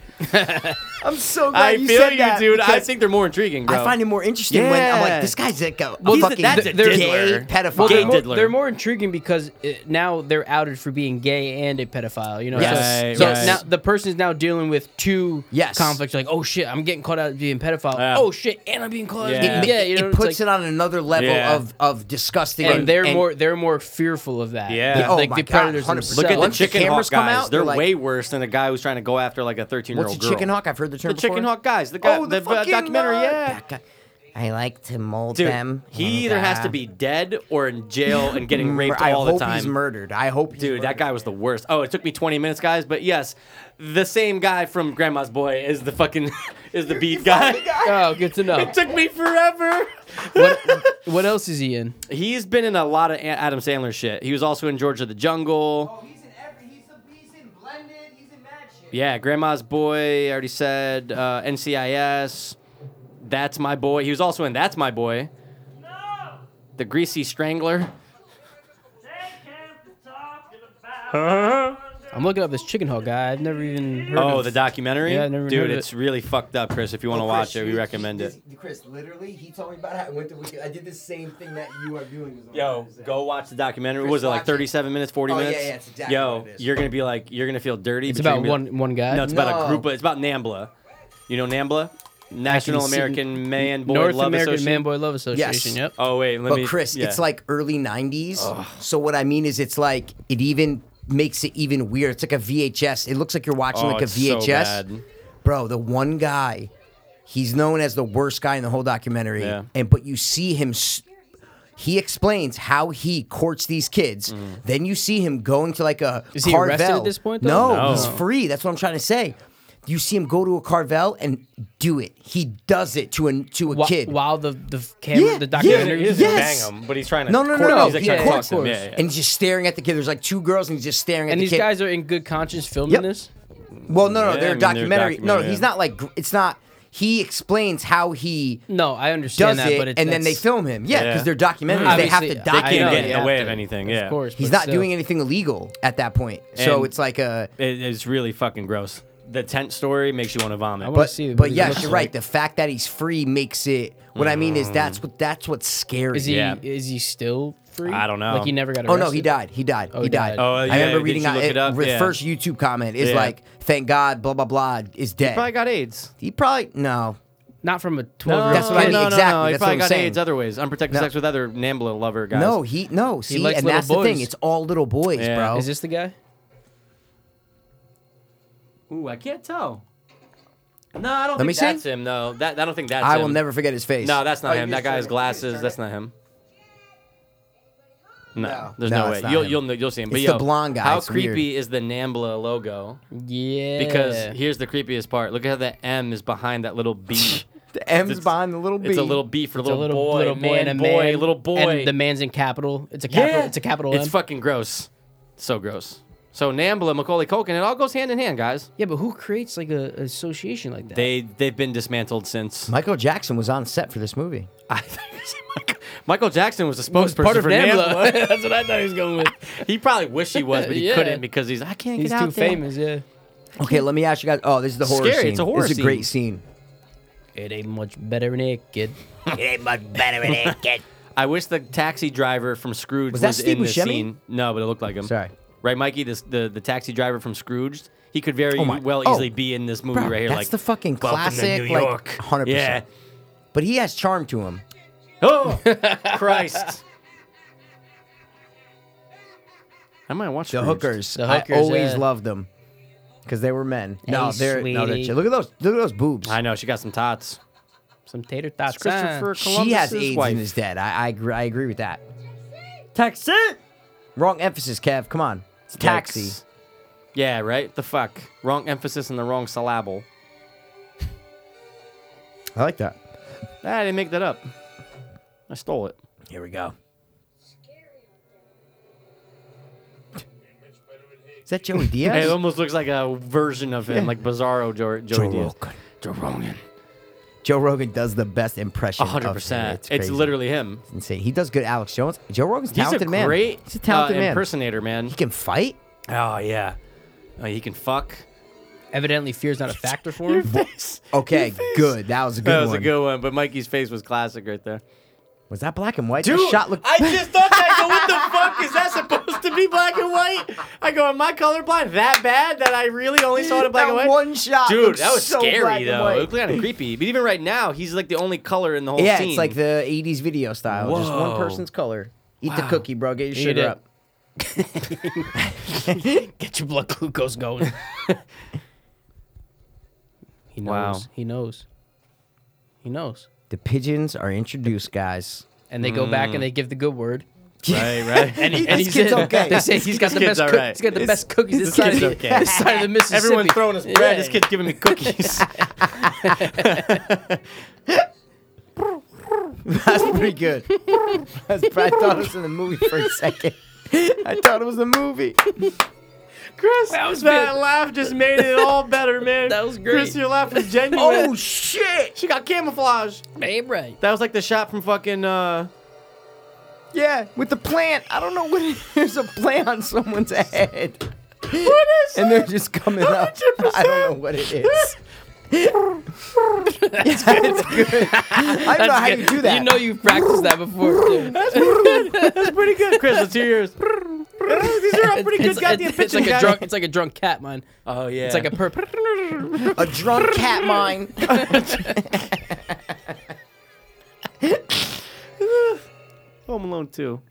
Speaker 2: I'm so glad
Speaker 3: I
Speaker 2: you
Speaker 3: feel
Speaker 2: said
Speaker 3: you,
Speaker 2: that
Speaker 3: dude. I
Speaker 2: because
Speaker 3: think they're more intriguing, bro.
Speaker 2: I find it more interesting when I'm
Speaker 3: Yeah.
Speaker 2: like, this guy's like a, a
Speaker 3: he's a-
Speaker 2: fucking
Speaker 3: that's a
Speaker 2: gay
Speaker 3: diddler.
Speaker 2: pedophile.
Speaker 3: Well,
Speaker 4: they're,
Speaker 3: Gay
Speaker 4: more,
Speaker 3: diddler.
Speaker 4: they're more intriguing because uh now they're outed for being gay and a pedophile. You know,
Speaker 2: Yes.
Speaker 4: so,
Speaker 3: Right,
Speaker 4: so
Speaker 3: right.
Speaker 4: now the person's now dealing with two
Speaker 2: Yes.
Speaker 4: conflicts. Like, oh shit, I'm getting caught out as being pedophile.
Speaker 3: Yeah.
Speaker 4: Oh shit, and I'm being caught out.
Speaker 3: Yeah.
Speaker 4: As
Speaker 2: it,
Speaker 4: being, yeah, you know,
Speaker 2: it
Speaker 4: it's
Speaker 2: puts
Speaker 4: like-
Speaker 2: it on another level
Speaker 3: Yeah.
Speaker 2: of of disgusting.
Speaker 4: and they're more they're more fearful of that.
Speaker 3: Yeah.
Speaker 2: Oh
Speaker 4: like
Speaker 2: my
Speaker 4: the
Speaker 2: God,
Speaker 4: predators
Speaker 2: 100%.
Speaker 3: Look at the
Speaker 2: Once
Speaker 4: themselves.
Speaker 2: the
Speaker 3: chicken hawk
Speaker 2: cameras come
Speaker 3: guys.
Speaker 2: out,
Speaker 3: they're
Speaker 2: they're like-
Speaker 3: way worse than a guy who's trying to go after like a 13 year
Speaker 2: What's a
Speaker 3: old girl.
Speaker 2: chicken hawk? I've heard the term.
Speaker 3: The chicken
Speaker 2: before.
Speaker 3: hawk guys. The guy.
Speaker 2: oh,
Speaker 3: the,
Speaker 2: the,
Speaker 3: uh,
Speaker 2: fucking,
Speaker 3: documentary.
Speaker 2: uh,
Speaker 3: yeah.
Speaker 2: that guy. I like to mold
Speaker 3: Dude,
Speaker 2: them.
Speaker 3: he
Speaker 2: and,
Speaker 3: either has
Speaker 2: uh, mm,
Speaker 3: to be dead or in jail and getting raped
Speaker 2: I
Speaker 3: all
Speaker 2: hope
Speaker 3: the time.
Speaker 2: he's murdered. I hope. he's
Speaker 3: Dude, that
Speaker 2: murdered.
Speaker 3: guy was the worst. Oh, it took me 20 minutes, guys, but yes, the same guy from Grandma's Boy is the fucking is the beat guy.
Speaker 4: Oh, good to know.
Speaker 3: It took me forever.
Speaker 4: what, what else is he in?
Speaker 3: He's been in a lot of A- Adam Sandler shit. He was also in George of the Jungle.
Speaker 2: He's in every. He's, the, he's in blended. He's in mad shit.
Speaker 3: Yeah, Grandma's Boy. I already said uh, NCIS. That's my boy. He was also in That's My Boy. The Greasy Strangler.
Speaker 4: I'm looking up this chicken hog guy. I've never even heard
Speaker 3: Oh,
Speaker 4: of.
Speaker 3: the documentary.
Speaker 4: Yeah, I never
Speaker 3: Dude,
Speaker 4: heard of
Speaker 3: it's really fucked up, Oh, Chris. If you want to watch it, we recommend it.
Speaker 2: Chris, literally, he told me about it. I went to. Wiki- I did the same thing that you are doing.
Speaker 3: Yo, go watch the documentary. What
Speaker 2: Chris,
Speaker 3: was it like
Speaker 2: watch it.
Speaker 3: 37 minutes, 40
Speaker 2: Oh, yeah,
Speaker 3: minutes?
Speaker 2: yeah, it's exactly
Speaker 3: Yo,
Speaker 2: what it is.
Speaker 3: you're gonna be like, you're gonna feel dirty.
Speaker 4: It's
Speaker 3: but you're
Speaker 4: about
Speaker 3: gonna be
Speaker 4: one one guy.
Speaker 3: Like, no, it's about a group.
Speaker 2: No.
Speaker 3: Of, it's about NAMBLA. You know NAMBLA, National
Speaker 4: see-
Speaker 3: American Man Boy
Speaker 4: North
Speaker 3: Love
Speaker 4: American
Speaker 3: Association.
Speaker 4: Man Boy Love Association. Yep.
Speaker 3: oh wait, let
Speaker 2: But
Speaker 3: me.
Speaker 2: Chris,
Speaker 3: yeah.
Speaker 2: it's like early '90s. So what I mean is, it's like it even makes it even weird. It's like a VHS. It looks like you're watching
Speaker 3: Oh,
Speaker 2: like a
Speaker 3: it's so
Speaker 2: VHS.
Speaker 3: bad.
Speaker 2: Bro, the one guy, he's known as the worst guy in the whole documentary.
Speaker 3: Yeah.
Speaker 2: And but you see him. s- He explains how he courts these kids.
Speaker 3: Mm.
Speaker 2: Then you see him going to like a
Speaker 4: Is he arrested at
Speaker 2: Carvel.
Speaker 4: this point,
Speaker 2: No,
Speaker 4: though?
Speaker 3: No.
Speaker 2: he's free. That's what I'm trying to say. You see him go to a Carvel and do it. He does it to a to a
Speaker 4: Wh-
Speaker 2: kid.
Speaker 4: While the the camera,
Speaker 2: Yeah, yeah,
Speaker 4: the
Speaker 3: yeah,
Speaker 4: documentary.
Speaker 3: he doesn't
Speaker 2: Yes.
Speaker 3: bang him, but he's trying to.
Speaker 2: No, no, no,
Speaker 3: court-
Speaker 2: no.
Speaker 3: He's like
Speaker 4: Yeah,
Speaker 3: trying to
Speaker 4: yeah,
Speaker 3: talk to him.
Speaker 4: course.
Speaker 3: Yeah, yeah.
Speaker 2: And he's just staring at the kid. There's like two girls, and he's just staring at
Speaker 4: And
Speaker 2: the
Speaker 4: these
Speaker 2: kid.
Speaker 4: guys are in good conscience filming
Speaker 2: Yep.
Speaker 4: this.
Speaker 2: well, no, no,
Speaker 3: Yeah, I
Speaker 2: they're
Speaker 3: mean, they're
Speaker 2: documentary. No, no,
Speaker 3: documentary,
Speaker 2: he's
Speaker 3: yeah.
Speaker 2: not like. gr- It's not. He explains how he
Speaker 4: No, I
Speaker 2: does
Speaker 4: understand that,
Speaker 2: it,
Speaker 4: but it's
Speaker 2: and then they
Speaker 4: that's-
Speaker 2: film him. Yeah,
Speaker 3: Yeah.
Speaker 2: because they're documentaries. They have to
Speaker 4: Obviously,
Speaker 2: document.
Speaker 3: they can't
Speaker 4: know,
Speaker 3: get in
Speaker 4: they
Speaker 3: the
Speaker 4: have
Speaker 3: way
Speaker 4: to,
Speaker 3: of anything.
Speaker 4: Of
Speaker 3: Yeah,
Speaker 4: course,
Speaker 2: He's
Speaker 4: but
Speaker 2: not
Speaker 4: still.
Speaker 2: doing anything illegal at that point. So
Speaker 3: And-
Speaker 2: it's like a.
Speaker 3: It, it's really fucking gross. The tent story makes you want to vomit.
Speaker 4: I wanna
Speaker 2: But
Speaker 4: see what
Speaker 2: but
Speaker 4: it
Speaker 2: yes,
Speaker 4: looks
Speaker 2: you're
Speaker 4: like.
Speaker 2: right. The fact that he's free makes it. What I mean is
Speaker 3: Mm.
Speaker 2: that's what that's what's scary.
Speaker 4: Is he
Speaker 3: Yeah.
Speaker 4: is he still free?
Speaker 3: I don't know.
Speaker 4: Like he never got
Speaker 2: Oh
Speaker 4: arrested.
Speaker 2: no, he died. He died.
Speaker 4: Oh,
Speaker 2: he
Speaker 4: he
Speaker 2: died.
Speaker 4: died.
Speaker 3: Oh,
Speaker 2: I
Speaker 3: yeah,
Speaker 2: remember
Speaker 3: did
Speaker 2: reading
Speaker 3: you
Speaker 2: out
Speaker 3: look it up?
Speaker 2: the
Speaker 3: Yeah.
Speaker 2: first YouTube comment is
Speaker 3: Yeah.
Speaker 2: like, "Thank God, blah blah blah is dead."
Speaker 3: probably got AIDS.
Speaker 2: he probably no.
Speaker 4: Not from a twelve
Speaker 3: No,
Speaker 4: year
Speaker 2: That's
Speaker 4: old.
Speaker 2: what I mean,
Speaker 3: no, no,
Speaker 2: exactly,
Speaker 3: no. He
Speaker 2: that's what
Speaker 3: probably
Speaker 2: I'm
Speaker 3: got
Speaker 2: saying.
Speaker 3: AIDS other ways. Unprotected
Speaker 2: No.
Speaker 3: sex with other NAMBLA lover guys.
Speaker 2: No, he no. See,
Speaker 4: likes
Speaker 2: and
Speaker 4: little
Speaker 2: that's the thing.
Speaker 4: boys.
Speaker 2: It's all little boys,
Speaker 3: Yeah.
Speaker 2: bro.
Speaker 4: Is this the guy?
Speaker 3: Ooh, I can't tell. No, I don't
Speaker 2: Let
Speaker 3: think
Speaker 2: me see.
Speaker 3: that's him. No, that I don't think that's
Speaker 2: I
Speaker 3: him.
Speaker 2: will never forget his face.
Speaker 3: No, that's not
Speaker 2: Oh,
Speaker 3: him.
Speaker 2: you
Speaker 3: That
Speaker 2: just
Speaker 3: guy has
Speaker 2: turned it.
Speaker 3: glasses. That's not him. No,
Speaker 2: No.
Speaker 3: there's
Speaker 2: No,
Speaker 3: no,
Speaker 2: it's
Speaker 3: way.
Speaker 2: not
Speaker 3: You'll,
Speaker 2: him.
Speaker 3: you'll you'll see him. But
Speaker 2: It's the
Speaker 3: yo,
Speaker 2: blonde guy.
Speaker 3: How
Speaker 2: It's weird.
Speaker 3: creepy is the Nambla logo?
Speaker 4: Yeah.
Speaker 3: Because here's the creepiest part. Look at how the M is behind that little B. it's
Speaker 2: The M's
Speaker 3: It's-
Speaker 2: behind the little B.
Speaker 3: a little B for
Speaker 4: it's
Speaker 3: little,
Speaker 4: a little
Speaker 3: boy,
Speaker 4: little boy
Speaker 3: man,
Speaker 4: and a
Speaker 3: boy,
Speaker 4: man,
Speaker 3: little boy.
Speaker 4: and the man's in capital. It's a capital. It's a capital
Speaker 3: It's
Speaker 4: M.
Speaker 3: fucking gross. So gross. So Nambla, Macaulay Culkin, it all goes hand in hand, guys.
Speaker 4: yeah, but who creates like a an association like that?
Speaker 3: They they've been dismantled since.
Speaker 2: Michael Jackson was on set for this movie.
Speaker 3: I think it's Michael, Michael Jackson was a spokesperson
Speaker 4: part of
Speaker 3: for
Speaker 4: NAMBLA.
Speaker 3: NAMBLA.
Speaker 4: That's what I thought he was going with.
Speaker 3: he probably wished he was, but he
Speaker 4: Yeah.
Speaker 3: couldn't because he's I can't
Speaker 4: He's
Speaker 3: get out
Speaker 4: too
Speaker 3: there.
Speaker 4: famous. Yeah.
Speaker 2: Okay, let me ask you guys. Oh, this is the horror
Speaker 3: Scary,
Speaker 2: scene.
Speaker 3: it's a horror
Speaker 2: This is a great scene.
Speaker 4: It ain't much better than it, kid.
Speaker 2: it ain't much better than it get.
Speaker 3: I wish the taxi driver from Scrooge was,
Speaker 2: Was that Steve
Speaker 3: in this
Speaker 2: Buscemi?
Speaker 3: scene. No, but it looked like him.
Speaker 2: Sorry.
Speaker 3: Right, Mikey, this the, the taxi driver from Scrooge, he could very
Speaker 2: Oh my-
Speaker 3: well
Speaker 2: oh.
Speaker 3: easily be in this movie
Speaker 2: Bro,
Speaker 3: right here.
Speaker 2: that's
Speaker 3: like
Speaker 2: the fucking
Speaker 3: "Welcome to
Speaker 2: classic,
Speaker 3: New
Speaker 2: like,
Speaker 3: York.
Speaker 2: 100%.
Speaker 3: Yeah.
Speaker 2: But he has charm to him.
Speaker 3: Oh Christ. I might watch
Speaker 2: The
Speaker 3: Scrooge.
Speaker 2: hookers.
Speaker 4: The
Speaker 2: I
Speaker 4: hookers,
Speaker 2: always
Speaker 4: yeah.
Speaker 2: loved them because they were men. No,
Speaker 4: Hey,
Speaker 2: they're no, they're
Speaker 4: sweetie.
Speaker 2: chi- look at those look at those boobs.
Speaker 3: I know she got some tots.
Speaker 4: Some tater tots.
Speaker 3: Christopher Columbus.
Speaker 2: She has AIDS
Speaker 3: wife.
Speaker 2: and is dead. I I, agree- I agree with that.
Speaker 3: taxi.
Speaker 2: Wrong emphasis, Kev. Come on, taxi.
Speaker 3: Tax. Yeah, right? The fuck? Wrong emphasis on the wrong syllable.
Speaker 2: I like that.
Speaker 3: Ah, I didn't make that up. I stole it.
Speaker 2: Here we go. Is that Joey
Speaker 3: It
Speaker 2: Diaz?
Speaker 3: almost looks like a version of him, like Bizarro Joe, Joey Diaz. Joe Rogan.
Speaker 2: Joe Rogan does the best impression.
Speaker 3: A
Speaker 2: of him.
Speaker 3: hundred percent. It's
Speaker 2: crazy.
Speaker 3: literally him.
Speaker 2: insane. He does good. Alex Jones. Joe Rogan's a
Speaker 3: He's
Speaker 2: talented
Speaker 3: a
Speaker 2: man.
Speaker 3: great
Speaker 2: He's a talented
Speaker 3: uh,
Speaker 2: man.
Speaker 3: impersonator, man.
Speaker 2: He can fight.
Speaker 3: Oh yeah. Oh, he can fuck.
Speaker 4: Evidently, fear's not a factor for him.
Speaker 2: Okay, good. That was a good
Speaker 3: that was
Speaker 2: one.
Speaker 3: a good one, but Mikey's face was classic right there.
Speaker 2: Was that black and white? That shot looked.
Speaker 3: I just thought that. I go, what the fuck is that supposed to be black and white? I go, am I colorblind that bad that I really only saw it in black
Speaker 2: that
Speaker 3: and white?
Speaker 2: one shot.
Speaker 3: Dude,
Speaker 2: looked
Speaker 3: that was
Speaker 2: so black
Speaker 3: scary
Speaker 2: and
Speaker 3: though.
Speaker 2: white.
Speaker 3: It looked kind of creepy. But even right now, he's like the only color in the whole
Speaker 2: Yeah,
Speaker 3: scene.
Speaker 2: it's like the '80s video style. Just
Speaker 3: Whoa.
Speaker 2: one person's color. Eat the
Speaker 3: Wow.
Speaker 2: cookie, bro. Get your
Speaker 4: Eat
Speaker 2: sugar
Speaker 4: it.
Speaker 2: up.
Speaker 4: Get your blood glucose going. he knows.
Speaker 3: Wow.
Speaker 4: He knows. He knows.
Speaker 2: The pigeons are introduced, guys.
Speaker 4: And they go back and they give the good word.
Speaker 3: right, right. And
Speaker 4: Mm. And
Speaker 2: This
Speaker 4: he
Speaker 2: kid's
Speaker 4: said-
Speaker 2: okay.
Speaker 4: They say he's got the
Speaker 3: kid's
Speaker 4: best.
Speaker 3: all
Speaker 4: cook-
Speaker 3: right.
Speaker 4: He's got the best cookies this, side, of
Speaker 3: kid's
Speaker 4: the,
Speaker 3: okay.
Speaker 4: this side of the Mississippi.
Speaker 3: everyone throwing us bread. This
Speaker 4: Yeah.
Speaker 3: kid's giving me cookies.
Speaker 2: That's pretty good. That's, I thought it was in the movie for a second. I thought it was a movie.
Speaker 3: Chris, that, laugh just made it all better, man.
Speaker 4: That was
Speaker 3: Chris,
Speaker 4: great.
Speaker 3: your laugh was genuine.
Speaker 2: Oh shit!
Speaker 3: she got camouflage.
Speaker 4: Babe, right.
Speaker 3: That was like the shot from fucking. uh
Speaker 2: Yeah, with the plant. I don't know what. It, there's a plant on someone's head,
Speaker 3: What is
Speaker 2: and they're just coming up. I don't know what it is. That's good. I don't know how you do that.
Speaker 4: You know you've practiced that before. too.
Speaker 3: That's pretty good, Chris. Let's hear yours. These are all pretty good
Speaker 4: it's,
Speaker 3: goddamn
Speaker 4: it's, it's
Speaker 3: pitching
Speaker 4: like a
Speaker 3: guys.
Speaker 4: drunk. It's like a drunk cat, man.
Speaker 3: Oh yeah.
Speaker 4: It's like a purple.
Speaker 2: a drunk cat mine.
Speaker 3: Home Alone too.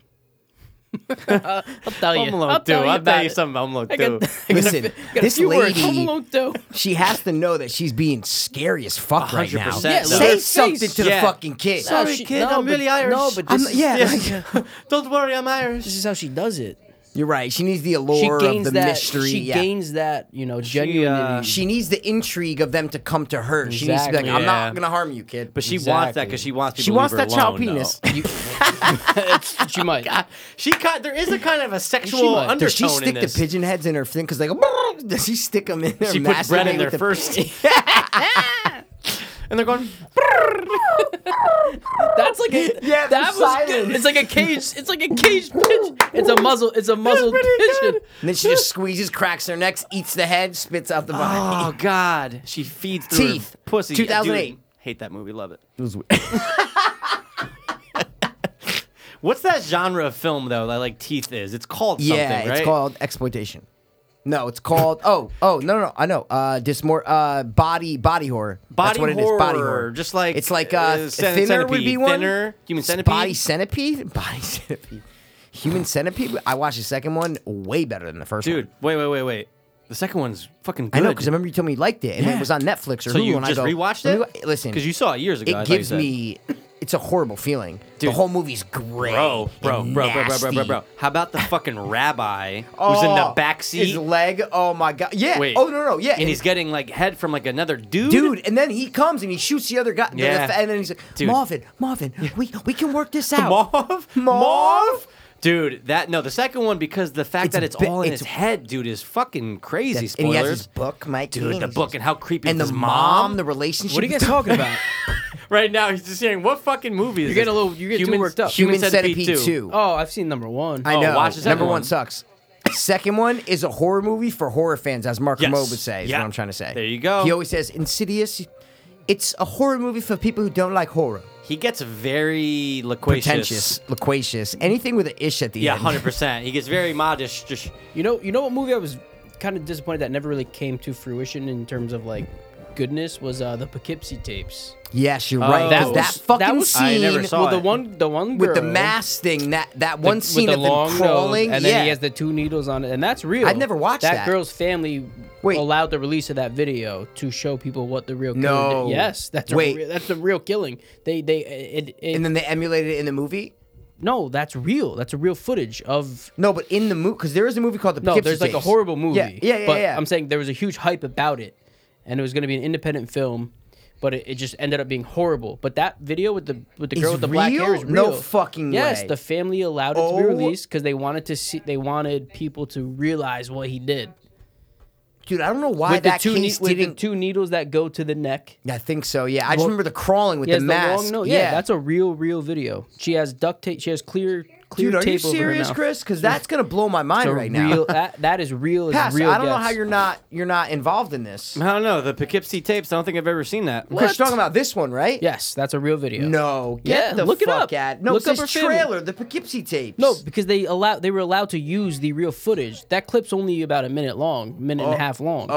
Speaker 4: I'll tell you.
Speaker 3: Home Alone
Speaker 4: I'll
Speaker 3: too.
Speaker 4: tell you
Speaker 3: I'll
Speaker 4: about
Speaker 3: tell you
Speaker 4: it.
Speaker 3: something about Home Alone
Speaker 4: I got,
Speaker 3: too.
Speaker 4: I got a
Speaker 2: Listen,
Speaker 4: fe- I got a
Speaker 2: this
Speaker 4: few words.
Speaker 2: lady-
Speaker 4: Home Alone too.
Speaker 2: She has to know that she's being scary as fuck right now.
Speaker 3: 100%. Yeah,
Speaker 2: Say
Speaker 4: look.
Speaker 2: something to the
Speaker 3: Yeah.
Speaker 2: fucking kid.
Speaker 4: Sorry,
Speaker 3: Sorry,
Speaker 4: she-
Speaker 3: kid.
Speaker 4: no,
Speaker 3: I'm
Speaker 4: but-
Speaker 3: really Irish.
Speaker 4: no, but this
Speaker 2: I'm- yeah,
Speaker 3: is- Don't worry, I'm Irish.
Speaker 4: This is how she does it.
Speaker 2: You're right. She needs the
Speaker 4: She
Speaker 2: allure of
Speaker 4: gains
Speaker 2: the
Speaker 4: that.
Speaker 2: mystery.
Speaker 4: she
Speaker 2: yeah.
Speaker 4: gains that. You know,
Speaker 3: uh,
Speaker 4: genuinely.
Speaker 2: she needs the intrigue of them to come to her. She needs to be like,
Speaker 4: Exactly.
Speaker 2: I'm
Speaker 3: Yeah.
Speaker 2: not gonna harm you, kid.
Speaker 3: But she wants that
Speaker 4: Exactly.
Speaker 3: because she wants people
Speaker 2: she
Speaker 3: to
Speaker 2: wants
Speaker 3: leave
Speaker 2: that
Speaker 3: her
Speaker 2: child
Speaker 3: alone, though.
Speaker 2: penis.
Speaker 4: she might.
Speaker 3: She kind, there is a kind of a sexual
Speaker 4: might.
Speaker 3: undertone
Speaker 2: Does she
Speaker 3: in
Speaker 2: stick the
Speaker 3: this.
Speaker 2: pigeon heads in her thing? Because like, does she stick them in there?
Speaker 3: She puts bread
Speaker 2: masturbate
Speaker 3: in there
Speaker 2: with the-
Speaker 3: first, and they're going.
Speaker 4: That's like a
Speaker 2: Yeah,
Speaker 4: that
Speaker 2: the
Speaker 4: was
Speaker 2: silence.
Speaker 4: good. It's like a cage. It's like a caged pigeon. It's a muzzle. It's a muzzle pigeon.
Speaker 2: And then she just squeezes, cracks their necks, eats the head, spits out the body.
Speaker 3: Oh God, she feeds through her
Speaker 2: Teeth.
Speaker 3: pussy.
Speaker 2: 2008.
Speaker 3: Dude, hate that movie. Love it.
Speaker 2: It was weird.
Speaker 3: What's that genre of film though? That like teeth is. It's called
Speaker 2: yeah,
Speaker 3: something, right?
Speaker 2: it's called exploitation. No, it's called oh oh no no, no I know uh dysmor uh body body horror
Speaker 3: Body
Speaker 2: that's what it is body horror
Speaker 3: Just like
Speaker 2: it's like uh,
Speaker 3: cen-
Speaker 2: thinner would be one
Speaker 3: Thinner human
Speaker 2: It's
Speaker 3: centipede.
Speaker 2: body centipede body centipede human centipede I watched the second one way better than the first one
Speaker 3: Dude, wait, wait, wait, wait. The second one's fucking good.
Speaker 2: I know because I remember you told me you liked it and
Speaker 3: Yeah.
Speaker 2: it was on Netflix or
Speaker 3: So
Speaker 2: Hulu
Speaker 3: you
Speaker 2: and
Speaker 3: just
Speaker 2: I go
Speaker 3: rewatched
Speaker 2: let me
Speaker 3: it?
Speaker 2: wa- listen
Speaker 3: Because you saw it years ago. I
Speaker 2: it
Speaker 3: thought
Speaker 2: gives
Speaker 3: you
Speaker 2: me
Speaker 3: said.
Speaker 2: it's a horrible feeling
Speaker 3: Dude.
Speaker 2: the whole movie's gray
Speaker 3: Bro, bro,
Speaker 2: and
Speaker 3: bro, bro, bro, bro, bro, bro.
Speaker 2: nasty.
Speaker 3: How about the fucking rabbi who's in the
Speaker 2: Oh,
Speaker 3: back
Speaker 2: his
Speaker 3: seat?
Speaker 2: leg oh my god yeah
Speaker 3: Wait.
Speaker 2: oh no no yeah
Speaker 3: And he's getting like head from like another dude.
Speaker 2: dude. And then he comes and he shoots the other guy. the
Speaker 3: Yeah.
Speaker 2: def- and then he's like,
Speaker 3: Dude.
Speaker 2: Marvin, Marvin, we, we can work this out.
Speaker 3: Mauve?
Speaker 2: Mauve?
Speaker 3: Dude, that no, the second one because the fact
Speaker 2: It's
Speaker 3: that it's
Speaker 2: bi-
Speaker 3: all in
Speaker 2: it's-
Speaker 3: his head, dude, is fucking crazy.
Speaker 2: That's- and he has his
Speaker 3: Spoilers.
Speaker 2: book, Mike.
Speaker 3: Dude, the book and how creepy
Speaker 2: and
Speaker 3: is
Speaker 2: the
Speaker 3: his
Speaker 2: mom, the relationship.
Speaker 4: What are you guys talking about?
Speaker 3: right now he's just hearing what fucking movie is
Speaker 4: You get
Speaker 3: this?
Speaker 4: a little- you get too
Speaker 3: Humans-
Speaker 4: worked up.
Speaker 2: Human
Speaker 3: Centipede
Speaker 2: Centipede 2.
Speaker 4: Oh, I've seen number one.
Speaker 2: I know.
Speaker 3: watch the second
Speaker 2: Number
Speaker 3: one.
Speaker 2: one sucks. Second one is a horror movie for horror fans, as Mark
Speaker 3: Yes.
Speaker 2: Kermode would say. Is
Speaker 3: Yeah.
Speaker 2: what I'm trying to say.
Speaker 3: There you go.
Speaker 2: He always says Insidious. It's a horror movie for people who don't like horror.
Speaker 3: He gets very loquacious.
Speaker 2: Pretentious, loquacious, anything with an ish at the
Speaker 3: Yeah,
Speaker 2: end.
Speaker 3: hundred percent. He gets very modest. Just
Speaker 4: You know, you know what movie I was kind of disappointed that never really came to fruition in terms of like goodness was uh, the Poughkeepsie tapes.
Speaker 2: Yes, you're right. 'cause
Speaker 3: Oh. That
Speaker 2: That,
Speaker 3: was-
Speaker 2: fucking
Speaker 4: that was-
Speaker 2: scene
Speaker 3: I never saw
Speaker 4: well, the
Speaker 3: it.
Speaker 4: one, the one girl,
Speaker 2: with the mass thing, that that
Speaker 4: the-
Speaker 2: one
Speaker 4: with
Speaker 2: scene
Speaker 4: the
Speaker 2: of them
Speaker 4: long
Speaker 2: crawling,
Speaker 4: nose, and
Speaker 2: yeah.
Speaker 4: then he has the two needles on it, and that's real.
Speaker 2: I'd never watched that.
Speaker 4: girl's family
Speaker 2: Wait.
Speaker 4: allowed the release of that video to show people what the real
Speaker 2: No.
Speaker 4: killing did. yes, that's a
Speaker 2: Wait.
Speaker 4: real- that's the real killing. They they it, it
Speaker 2: and then they emulated it in the movie.
Speaker 4: No, that's real. That's a real footage of.
Speaker 2: No, but in the movie, because there is a movie called The
Speaker 4: No,
Speaker 2: Poughkeepsie
Speaker 4: there's like a
Speaker 2: Tapes.
Speaker 4: horrible movie.
Speaker 2: Yeah, yeah, yeah.
Speaker 4: but
Speaker 2: yeah.
Speaker 4: I'm saying there was a huge hype about it, and it was going to be an independent film, but it, it just ended up being horrible. But that video with the with the girl
Speaker 2: It's
Speaker 4: with the black hair is
Speaker 2: real? No
Speaker 4: real.
Speaker 2: fucking
Speaker 4: yes,
Speaker 2: way.
Speaker 4: the family allowed it to
Speaker 2: Oh.
Speaker 4: be released because they wanted to see. They wanted people to realize what he did
Speaker 2: Dude, I don't know why
Speaker 4: with the
Speaker 2: that
Speaker 4: two ne-
Speaker 2: case
Speaker 4: with the
Speaker 2: didn't.
Speaker 4: two needles that go to the neck.
Speaker 2: I think so. Yeah, I just
Speaker 4: Well-
Speaker 2: remember the crawling with
Speaker 4: He has
Speaker 2: the
Speaker 4: the
Speaker 2: mask.
Speaker 4: long nose. Yeah, that's a real, real video. She has duct tape. She has clear, clear
Speaker 2: Dude, are you
Speaker 4: tape over her
Speaker 2: serious,
Speaker 4: mouth.
Speaker 2: Chris? Because that's gonna blow my
Speaker 4: It's
Speaker 2: mind
Speaker 4: a
Speaker 2: right now.
Speaker 4: real- that, that is real. as
Speaker 2: Pass. I
Speaker 4: real
Speaker 2: don't know
Speaker 4: gets.
Speaker 2: how you're not you're not involved in this.
Speaker 3: I don't know the Poughkeepsie tapes. I don't think I've ever seen that.
Speaker 2: Chris, you're talking about this one, right?
Speaker 4: Yes, that's a real video.
Speaker 2: No, get
Speaker 4: Yeah,
Speaker 2: the
Speaker 4: look it
Speaker 2: fuck
Speaker 4: up.
Speaker 2: out. No,
Speaker 4: Look
Speaker 2: it's
Speaker 4: up
Speaker 2: this
Speaker 4: her family.
Speaker 2: trailer, the Poughkeepsie tapes.
Speaker 4: No, because they allow they were allowed to use the real footage. That clip's only about a minute long, minute and a half long.
Speaker 2: Oh,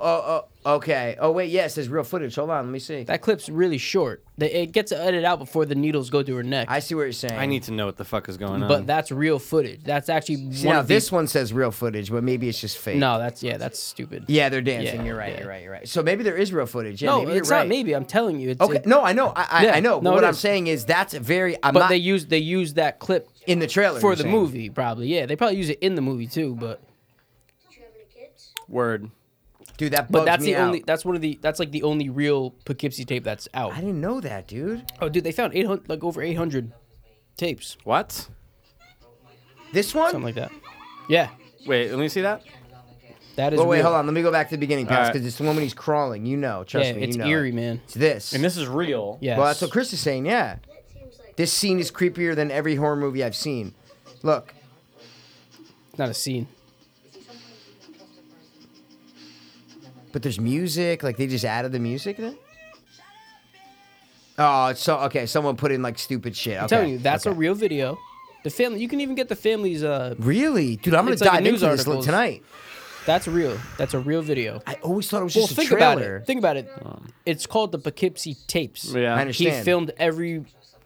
Speaker 2: oh, oh. Okay. Oh wait, yes, there's real footage. Hold on, let me see.
Speaker 4: That clip's really short. They, it gets edited out before the needles go to her neck.
Speaker 2: I see what you're saying.
Speaker 3: I need to know what the fuck is going on.
Speaker 4: but that's real footage. That's actually
Speaker 2: See,
Speaker 4: one
Speaker 2: now
Speaker 4: of the-
Speaker 2: this one says real footage, but maybe it's just fake.
Speaker 4: No, that's yeah, that's stupid.
Speaker 2: Yeah, they're dancing. you're right.
Speaker 4: yeah.
Speaker 2: You're right. You're right. So maybe there is real footage. Yeah,
Speaker 4: no,
Speaker 2: maybe
Speaker 4: it's
Speaker 2: you're right.
Speaker 4: not. Maybe I'm telling you. It's,
Speaker 2: Okay.
Speaker 4: it-
Speaker 2: No, I know. I, I,
Speaker 4: Yeah,
Speaker 2: I know. But
Speaker 4: no,
Speaker 2: what
Speaker 4: it
Speaker 2: I'm
Speaker 4: is.
Speaker 2: saying is that's a very. I'm
Speaker 4: but
Speaker 2: not
Speaker 4: they use they use that clip
Speaker 2: in the trailer
Speaker 4: for
Speaker 2: you're
Speaker 4: the
Speaker 2: saying.
Speaker 4: movie probably. Yeah, they probably use it in the movie too. But
Speaker 6: Did you have any kids?
Speaker 3: Word.
Speaker 2: Dude, that bugs
Speaker 4: but that's
Speaker 2: me
Speaker 4: the
Speaker 2: out.
Speaker 4: only that's one of the that's like the only real Poughkeepsie tape that's out.
Speaker 2: I didn't know that, dude.
Speaker 4: Oh, dude, they found 800 like over 800 tapes,
Speaker 3: What?
Speaker 2: This one.
Speaker 4: something like that. Yeah,
Speaker 3: Wait, let me see that.
Speaker 4: that is.
Speaker 2: oh wait,
Speaker 4: real.
Speaker 2: hold on. Let me go back to the beginning, Pass,
Speaker 3: right.
Speaker 2: because it's the one when he's crawling. You know, trust
Speaker 4: Yeah,
Speaker 2: me.
Speaker 4: it's
Speaker 2: you know.
Speaker 4: eerie, man.
Speaker 2: It's this.
Speaker 3: And this is real.
Speaker 4: Yeah.
Speaker 2: Well, that's what Chris is saying. Yeah.
Speaker 6: That seems like
Speaker 2: This scene is creepier than every horror movie I've seen. Look,
Speaker 4: It's not a scene.
Speaker 2: but there's music. Like they just added the music then. Oh, it's so okay. Someone put in like stupid shit.
Speaker 4: I'm telling you, that's a real video. The family, you can even get the family's. Uh,
Speaker 2: really, dude. I'm gonna
Speaker 4: It's like a
Speaker 2: dive
Speaker 4: news
Speaker 2: into this
Speaker 4: articles.
Speaker 2: tonight.
Speaker 4: that's real. That's a real video.
Speaker 2: I always thought it was
Speaker 4: Well,
Speaker 2: just
Speaker 4: think
Speaker 2: a trailer.
Speaker 4: about it. Think about it. It's called the Poughkeepsie tapes.
Speaker 3: Yeah.
Speaker 2: I
Speaker 4: He
Speaker 2: understand.
Speaker 4: filmed every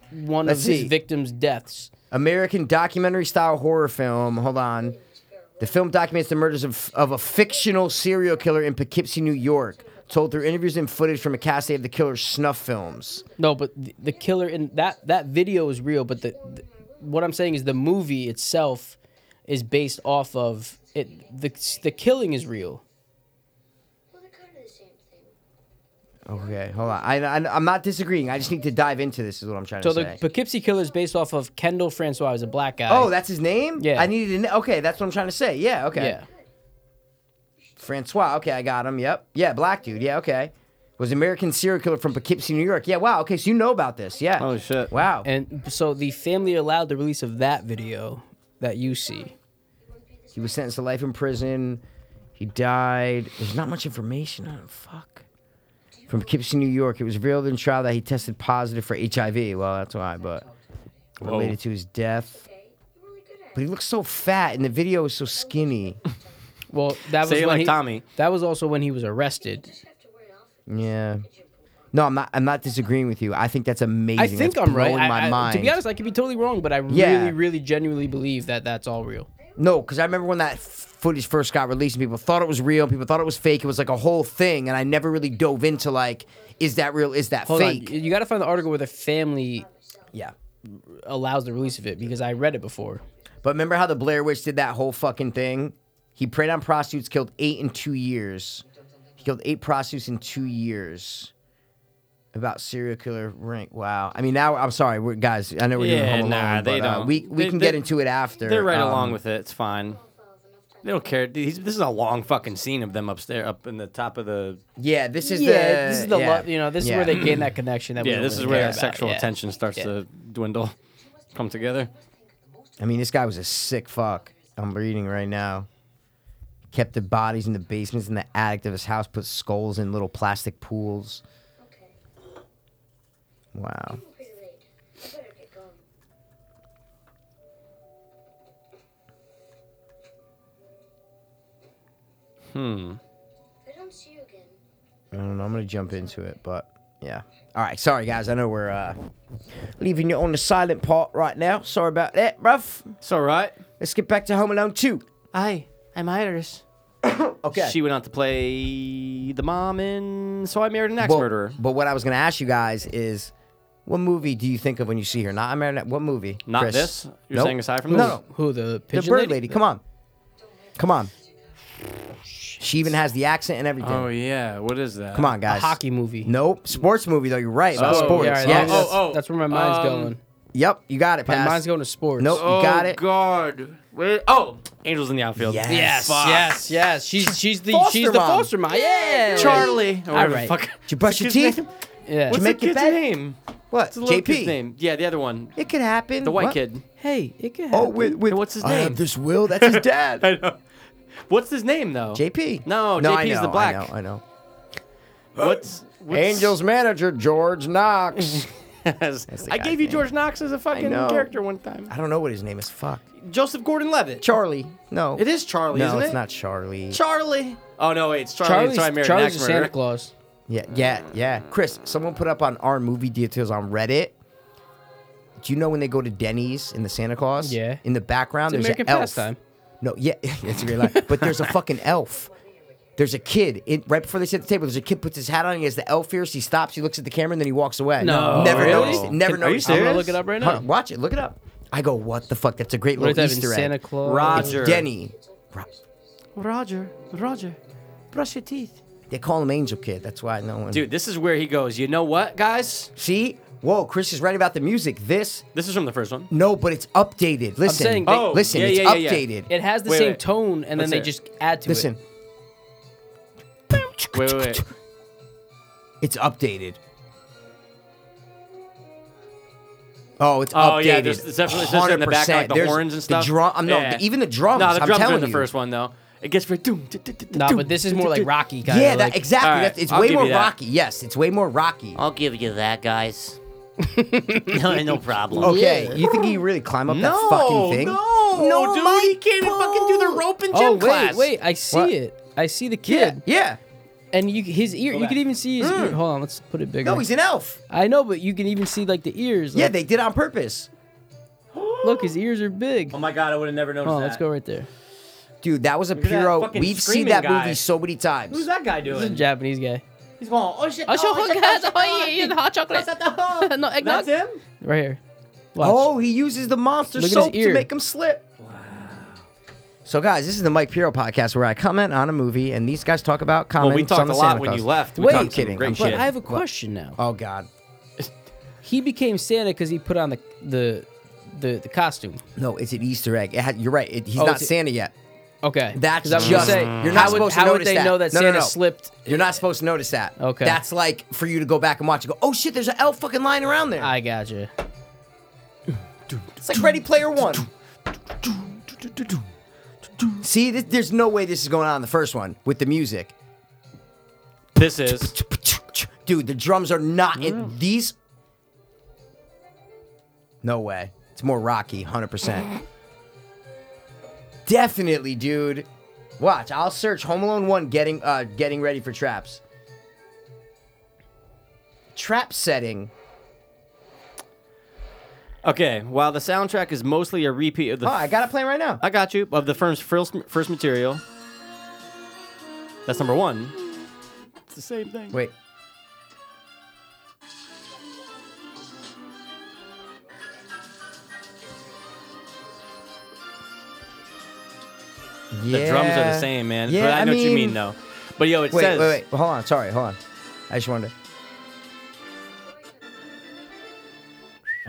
Speaker 4: one
Speaker 2: Let's
Speaker 4: of his
Speaker 2: see.
Speaker 4: victims' deaths.
Speaker 2: American documentary style horror film. Hold on. The film documents the murders of, of a fictional serial killer in Poughkeepsie, New York, told through interviews and footage from a casting of the killer's snuff films.
Speaker 4: No, but the, the killer in that that video is real. But the, the what I'm saying is the movie itself is based off of it. The the killing is real.
Speaker 6: well, they're kind of the same thing.
Speaker 2: Okay, hold on. I, I, I'm not disagreeing. I just need to dive into this, is what I'm trying
Speaker 4: So
Speaker 2: to
Speaker 4: the
Speaker 2: say.
Speaker 4: Poughkeepsie killer is based off of Kendall Francois, who's a black guy.
Speaker 2: oh, that's his name?
Speaker 4: Yeah.
Speaker 2: I needed to know. Okay, that's what I'm trying to say. Yeah, okay.
Speaker 4: yeah.
Speaker 2: Francois. Okay, I got him. Yep. Yeah, black dude. Yeah, okay. Was American serial killer from Poughkeepsie, New York. Yeah, wow. Okay, so you know about this. Yeah.
Speaker 3: Holy shit.
Speaker 2: Wow.
Speaker 4: Oh, And so the family allowed the release of that video that you see.
Speaker 2: He was sentenced to life in prison. He died. There's not much information on him. Fuck. From Poughkeepsie, New York. It was revealed in trial that he tested positive for HIV. Well, that's why, but related to his death.
Speaker 6: You're really good at
Speaker 2: But he looks so fat, and the video is so skinny.
Speaker 4: Well, that was
Speaker 3: Say it
Speaker 4: when
Speaker 3: like
Speaker 4: he-
Speaker 3: Tommy.
Speaker 4: That was also when he was arrested.
Speaker 6: it. You have to wear it off.
Speaker 2: Yeah. No, I'm not. I'm not disagreeing with you. I think that's amazing.
Speaker 4: I think
Speaker 2: That's
Speaker 4: I'm right.
Speaker 2: blowing
Speaker 4: I-
Speaker 2: my
Speaker 4: I-
Speaker 2: mind.
Speaker 4: To be honest, I could be totally wrong, but I
Speaker 2: Yeah.
Speaker 4: really, really, genuinely believe that that's all real.
Speaker 2: No, because I remember when that f- footage first got released, and people thought it was real, people thought it was fake. It was like a whole thing, and I never really dove into like, is that real? Is that
Speaker 4: Hold
Speaker 2: fake?
Speaker 4: on, you got to find the article where the family
Speaker 2: Yeah.
Speaker 4: allows the release of it because I read it before.
Speaker 2: But remember how the Blair Witch did that whole fucking thing? He preyed on prostitutes, killed eight in two years. He killed eight prostitutes in two years. About serial killer rank. Wow. I mean, now I'm sorry, we're, guys. I know we're doing
Speaker 3: Yeah,
Speaker 2: Home Alone,
Speaker 3: nah, they
Speaker 2: but, uh,
Speaker 3: don't-
Speaker 2: we we
Speaker 3: they-
Speaker 2: can
Speaker 3: they-
Speaker 2: get into it after.
Speaker 3: They're right
Speaker 2: Um,
Speaker 3: along with it. It's fine. They don't care. Dude, he's- this is a long fucking scene of them upstairs, up in the top of the.
Speaker 2: Yeah, this is
Speaker 4: yeah,
Speaker 2: the
Speaker 4: this is the
Speaker 2: yeah.
Speaker 4: love. You know, this
Speaker 2: Yeah.
Speaker 4: is where they gain that connection. That we
Speaker 3: Yeah,
Speaker 4: don't
Speaker 3: this is
Speaker 4: really
Speaker 3: where
Speaker 4: care
Speaker 3: the
Speaker 4: about.
Speaker 3: sexual
Speaker 4: Yeah.
Speaker 3: tension starts
Speaker 4: Yeah.
Speaker 3: to dwindle, come together.
Speaker 2: I mean, this guy was a sick fuck. I'm reading right now. Kept the bodies in the basements in the attic of his house, put skulls in little plastic pools.
Speaker 6: Okay.
Speaker 2: Wow.
Speaker 6: I'm pretty late. I better get going.
Speaker 3: Hmm.
Speaker 6: If I don't see you again,
Speaker 2: I don't know. I'm gonna jump into it, but yeah. All right, sorry guys. I know we're uh, leaving you on the silent part right now. Sorry about that, bruv.
Speaker 3: It's all right.
Speaker 2: Let's get back to Home Alone 2.
Speaker 3: I, I'm Irish.
Speaker 2: Okay.
Speaker 3: She went on to play the mom in So I Married an Axe
Speaker 2: Well,
Speaker 3: Murderer.
Speaker 2: But what I was gonna ask you guys is, What movie do you think of when you see her? Not Marinette. What movie?
Speaker 3: Not
Speaker 2: Chris?
Speaker 3: this? You're saying aside from
Speaker 2: no,
Speaker 3: this?
Speaker 2: No,
Speaker 4: Who the
Speaker 2: the
Speaker 4: pigeon
Speaker 2: bird lady. Come on, come on. She even has the accent and everything.
Speaker 3: Oh yeah, what is that?
Speaker 2: Come on,
Speaker 4: A
Speaker 2: guys.
Speaker 4: hockey movie.
Speaker 2: Nope. Sports movie though. You're right about
Speaker 3: Oh,
Speaker 2: sports.
Speaker 4: Yeah, all right,
Speaker 2: yes.
Speaker 4: that's,
Speaker 3: Oh, oh,
Speaker 4: that's where my mind's
Speaker 3: um,
Speaker 4: going.
Speaker 2: Yep. You got it.
Speaker 4: My
Speaker 2: Pass.
Speaker 4: mind's going to sports.
Speaker 2: Nope.
Speaker 3: Oh
Speaker 2: you got it.
Speaker 3: God. Wait. Oh, Angels in the Outfield.
Speaker 2: Yes.
Speaker 4: Yes,
Speaker 3: Fuck.
Speaker 4: yes, yes. She's she's the
Speaker 2: Foster
Speaker 4: she's the
Speaker 2: mom.
Speaker 4: foster mom. Yeah,
Speaker 3: Charlie. Or
Speaker 4: All
Speaker 3: whatever the
Speaker 4: right.
Speaker 3: Fuck.
Speaker 2: Did you brush your teeth?
Speaker 4: Yeah.
Speaker 3: What's
Speaker 2: Jamaican
Speaker 3: the kid's
Speaker 2: bed?
Speaker 3: name?
Speaker 2: What?
Speaker 3: It's the little
Speaker 2: JP.
Speaker 3: kid's name. Yeah, the other one.
Speaker 2: It could happen.
Speaker 3: The white
Speaker 2: What?
Speaker 3: kid.
Speaker 4: Hey, it could
Speaker 2: Oh,
Speaker 4: happen.
Speaker 2: with, with
Speaker 3: And what's his
Speaker 2: I have
Speaker 3: name?
Speaker 2: this will. That's his dad.
Speaker 3: I know. What's his name though?
Speaker 2: JP.
Speaker 3: No,
Speaker 2: I
Speaker 3: JP 's the
Speaker 2: know, I
Speaker 3: black.
Speaker 2: know, I know.
Speaker 3: What's, what's
Speaker 2: Angels manager George Knox. the
Speaker 3: I
Speaker 2: guy's
Speaker 3: gave you
Speaker 2: name.
Speaker 3: George Knox as a fucking
Speaker 2: know.
Speaker 3: character one time.
Speaker 2: I don't know what his name is. Fuck.
Speaker 3: Joseph Gordon-Levitt.
Speaker 2: Charlie. No.
Speaker 3: It is Charlie,
Speaker 2: No,
Speaker 3: isn't it?
Speaker 2: it's not Charlie.
Speaker 3: Charlie. Oh no, wait, it's Charlie. Charlie's,
Speaker 4: Charlie's,
Speaker 3: Sorry, I married
Speaker 4: Charlie's a
Speaker 3: an axe
Speaker 4: Santa
Speaker 3: murderer.
Speaker 4: Claus.
Speaker 2: yeah, yeah, yeah. Chris, someone put up on our movie details on Reddit. Do you know when they go to Denny's in the Santa Claus?
Speaker 4: Yeah.
Speaker 2: In the background,
Speaker 4: It's
Speaker 2: there's
Speaker 4: American
Speaker 2: an elf.
Speaker 4: pastime.
Speaker 2: No, yeah, it's a great line. But there's a fucking elf. There's a kid in, right before they sit at the table. There's a kid puts his hat on. He has the elf ears. He stops. He looks at the camera and then he walks away.
Speaker 4: No.
Speaker 2: never
Speaker 4: Really?
Speaker 2: noticed it. Never
Speaker 3: Can- are you
Speaker 2: noticed
Speaker 4: I'm
Speaker 2: it.
Speaker 4: gonna
Speaker 3: Serious?
Speaker 4: look it up right
Speaker 2: Huh,
Speaker 4: now.
Speaker 2: watch it. Look it up. I go, what the fuck? That's a great
Speaker 4: What
Speaker 2: little
Speaker 4: is that?
Speaker 2: Easter egg.
Speaker 4: Santa Claus.
Speaker 3: Roger.
Speaker 2: Denny. Ro-
Speaker 3: Roger, Roger, brush your teeth.
Speaker 2: They call him Angel Kid. That's why no one.
Speaker 3: Dude, this is where he goes. You know what, guys?
Speaker 2: See? Whoa, Chris is right about the music. This,
Speaker 3: This is from the first one.
Speaker 2: no, but it's updated. Listen.
Speaker 4: saying they- Oh,
Speaker 2: listen,
Speaker 3: yeah,
Speaker 2: it's
Speaker 3: yeah, yeah, yeah.
Speaker 2: updated.
Speaker 4: It has the
Speaker 3: Wait,
Speaker 4: same
Speaker 3: wait.
Speaker 4: tone, and then
Speaker 3: Let's
Speaker 4: they
Speaker 3: hear it.
Speaker 4: just add to
Speaker 2: Listen.
Speaker 4: it.
Speaker 3: Wait, wait, wait.
Speaker 2: It's updated. Oh, it's
Speaker 3: Oh
Speaker 2: updated.
Speaker 3: yeah, there's it's definitely it's just in the back like the
Speaker 2: 100%. There's
Speaker 3: horns and
Speaker 2: the
Speaker 3: stuff.
Speaker 2: drum- um, no,
Speaker 3: Yeah.
Speaker 2: even the drums,
Speaker 3: No, the
Speaker 2: I'm
Speaker 3: drums are
Speaker 2: telling
Speaker 3: in the
Speaker 2: you.
Speaker 3: first one though. It gets very doom. d- d- d-
Speaker 4: Nah,
Speaker 3: doom,
Speaker 4: but this is
Speaker 3: d-
Speaker 4: more
Speaker 3: d-
Speaker 4: like
Speaker 3: d-
Speaker 4: Rocky kind of.
Speaker 2: yeah, that
Speaker 4: like,
Speaker 2: exactly.
Speaker 3: All right,
Speaker 2: That's, it's
Speaker 3: I'll
Speaker 2: way
Speaker 3: give
Speaker 2: more
Speaker 3: you that. Um,
Speaker 2: rocky. Yes, it's way more rocky.
Speaker 1: I'll give you that, guys. no, no problem.
Speaker 2: Okay, you think he really climb up that fucking thing?
Speaker 3: No, no, dude,
Speaker 2: my
Speaker 3: he can't even fucking do the
Speaker 2: God.
Speaker 3: rope and gym
Speaker 4: Oh wait,
Speaker 3: class.
Speaker 4: wait! I see
Speaker 2: What?
Speaker 4: it. I see the
Speaker 2: Yeah,
Speaker 4: kid,
Speaker 2: yeah.
Speaker 4: and you his ear. You
Speaker 3: back.
Speaker 4: can even see his ear. Hold on, let's put it bigger.
Speaker 2: No, he's an elf.
Speaker 4: I know, but you can even see like the ears.
Speaker 2: Yeah,
Speaker 4: like,
Speaker 2: they did on purpose.
Speaker 4: look, his ears are big.
Speaker 3: Oh my god, I would have never noticed
Speaker 4: Oh,
Speaker 3: that.
Speaker 4: let's go right there.
Speaker 2: Dude, that was a
Speaker 3: at that
Speaker 2: Piro.
Speaker 3: fucking
Speaker 2: We've seen
Speaker 3: screaming
Speaker 2: that
Speaker 3: guy.
Speaker 2: movie so many times.
Speaker 3: Who's that guy
Speaker 4: This is a
Speaker 3: doing?
Speaker 4: Japanese guy.
Speaker 3: He's going. Oh shit!
Speaker 4: Oh, shit, oh,
Speaker 3: shit,
Speaker 4: guys,
Speaker 3: shit,
Speaker 4: oh, yeah, yeah, hot chocolate.
Speaker 3: shit,
Speaker 4: No, eggnog.
Speaker 3: That's him.
Speaker 4: Right here. Watch.
Speaker 2: Oh, he uses the monster
Speaker 4: Look at his
Speaker 2: soap to
Speaker 4: ear.
Speaker 2: make him slip. So, guys, this is the Mike Piro podcast where I comment on a movie and these guys talk about
Speaker 3: Well,
Speaker 2: comments
Speaker 3: we
Speaker 2: on
Speaker 3: talked
Speaker 2: the
Speaker 3: a lot
Speaker 2: Santa
Speaker 3: when
Speaker 2: Claus.
Speaker 3: you left. We
Speaker 4: Wait,
Speaker 3: talked
Speaker 2: I'm
Speaker 3: some
Speaker 2: kidding,
Speaker 3: Great
Speaker 2: I'm
Speaker 3: shit.
Speaker 4: But I have a question now.
Speaker 2: Oh, God.
Speaker 4: He became Santa because he put on the the the, the costume.
Speaker 2: No, it's an Easter egg. It had- you're right. It, he's
Speaker 4: Oh,
Speaker 2: not
Speaker 4: it's a-
Speaker 2: Santa yet.
Speaker 4: Okay.
Speaker 2: That's
Speaker 4: 'Cause I was
Speaker 2: just.
Speaker 4: gonna say,
Speaker 2: you're not
Speaker 4: how would,
Speaker 2: supposed to
Speaker 4: how
Speaker 2: notice
Speaker 4: would they
Speaker 2: that.
Speaker 4: know that
Speaker 2: No, no,
Speaker 4: Santa
Speaker 2: no.
Speaker 4: slipped?
Speaker 2: You're not supposed to notice that.
Speaker 4: Okay.
Speaker 2: That's like for you to go back and watch and go, oh shit, there's an elf fucking lying around there.
Speaker 4: I gotcha.
Speaker 2: It's like Ready Player One. See, th- there's no way this is going on in the first one with the music.
Speaker 3: This is.
Speaker 2: Dude, the drums are not in these. No way. It's more rocky, 100%. Definitely, dude. Watch, I'll search Home Alone 1 getting uh getting ready for traps. Trap setting.
Speaker 3: Okay, while the soundtrack is mostly a repeat of the.
Speaker 2: Oh, I got it playing right now.
Speaker 3: I got you. Of the firm's first, first material. That's number one. It's the same thing.
Speaker 2: Wait.
Speaker 3: The drums are
Speaker 2: Yeah.
Speaker 3: the same, man.
Speaker 2: Yeah,
Speaker 3: but I
Speaker 2: I
Speaker 3: know what you mean,
Speaker 2: mean-
Speaker 3: though. But yo, it
Speaker 2: Wait,
Speaker 3: says.
Speaker 2: wait, wait. Hold on. Sorry, hold on. I just wanted. to-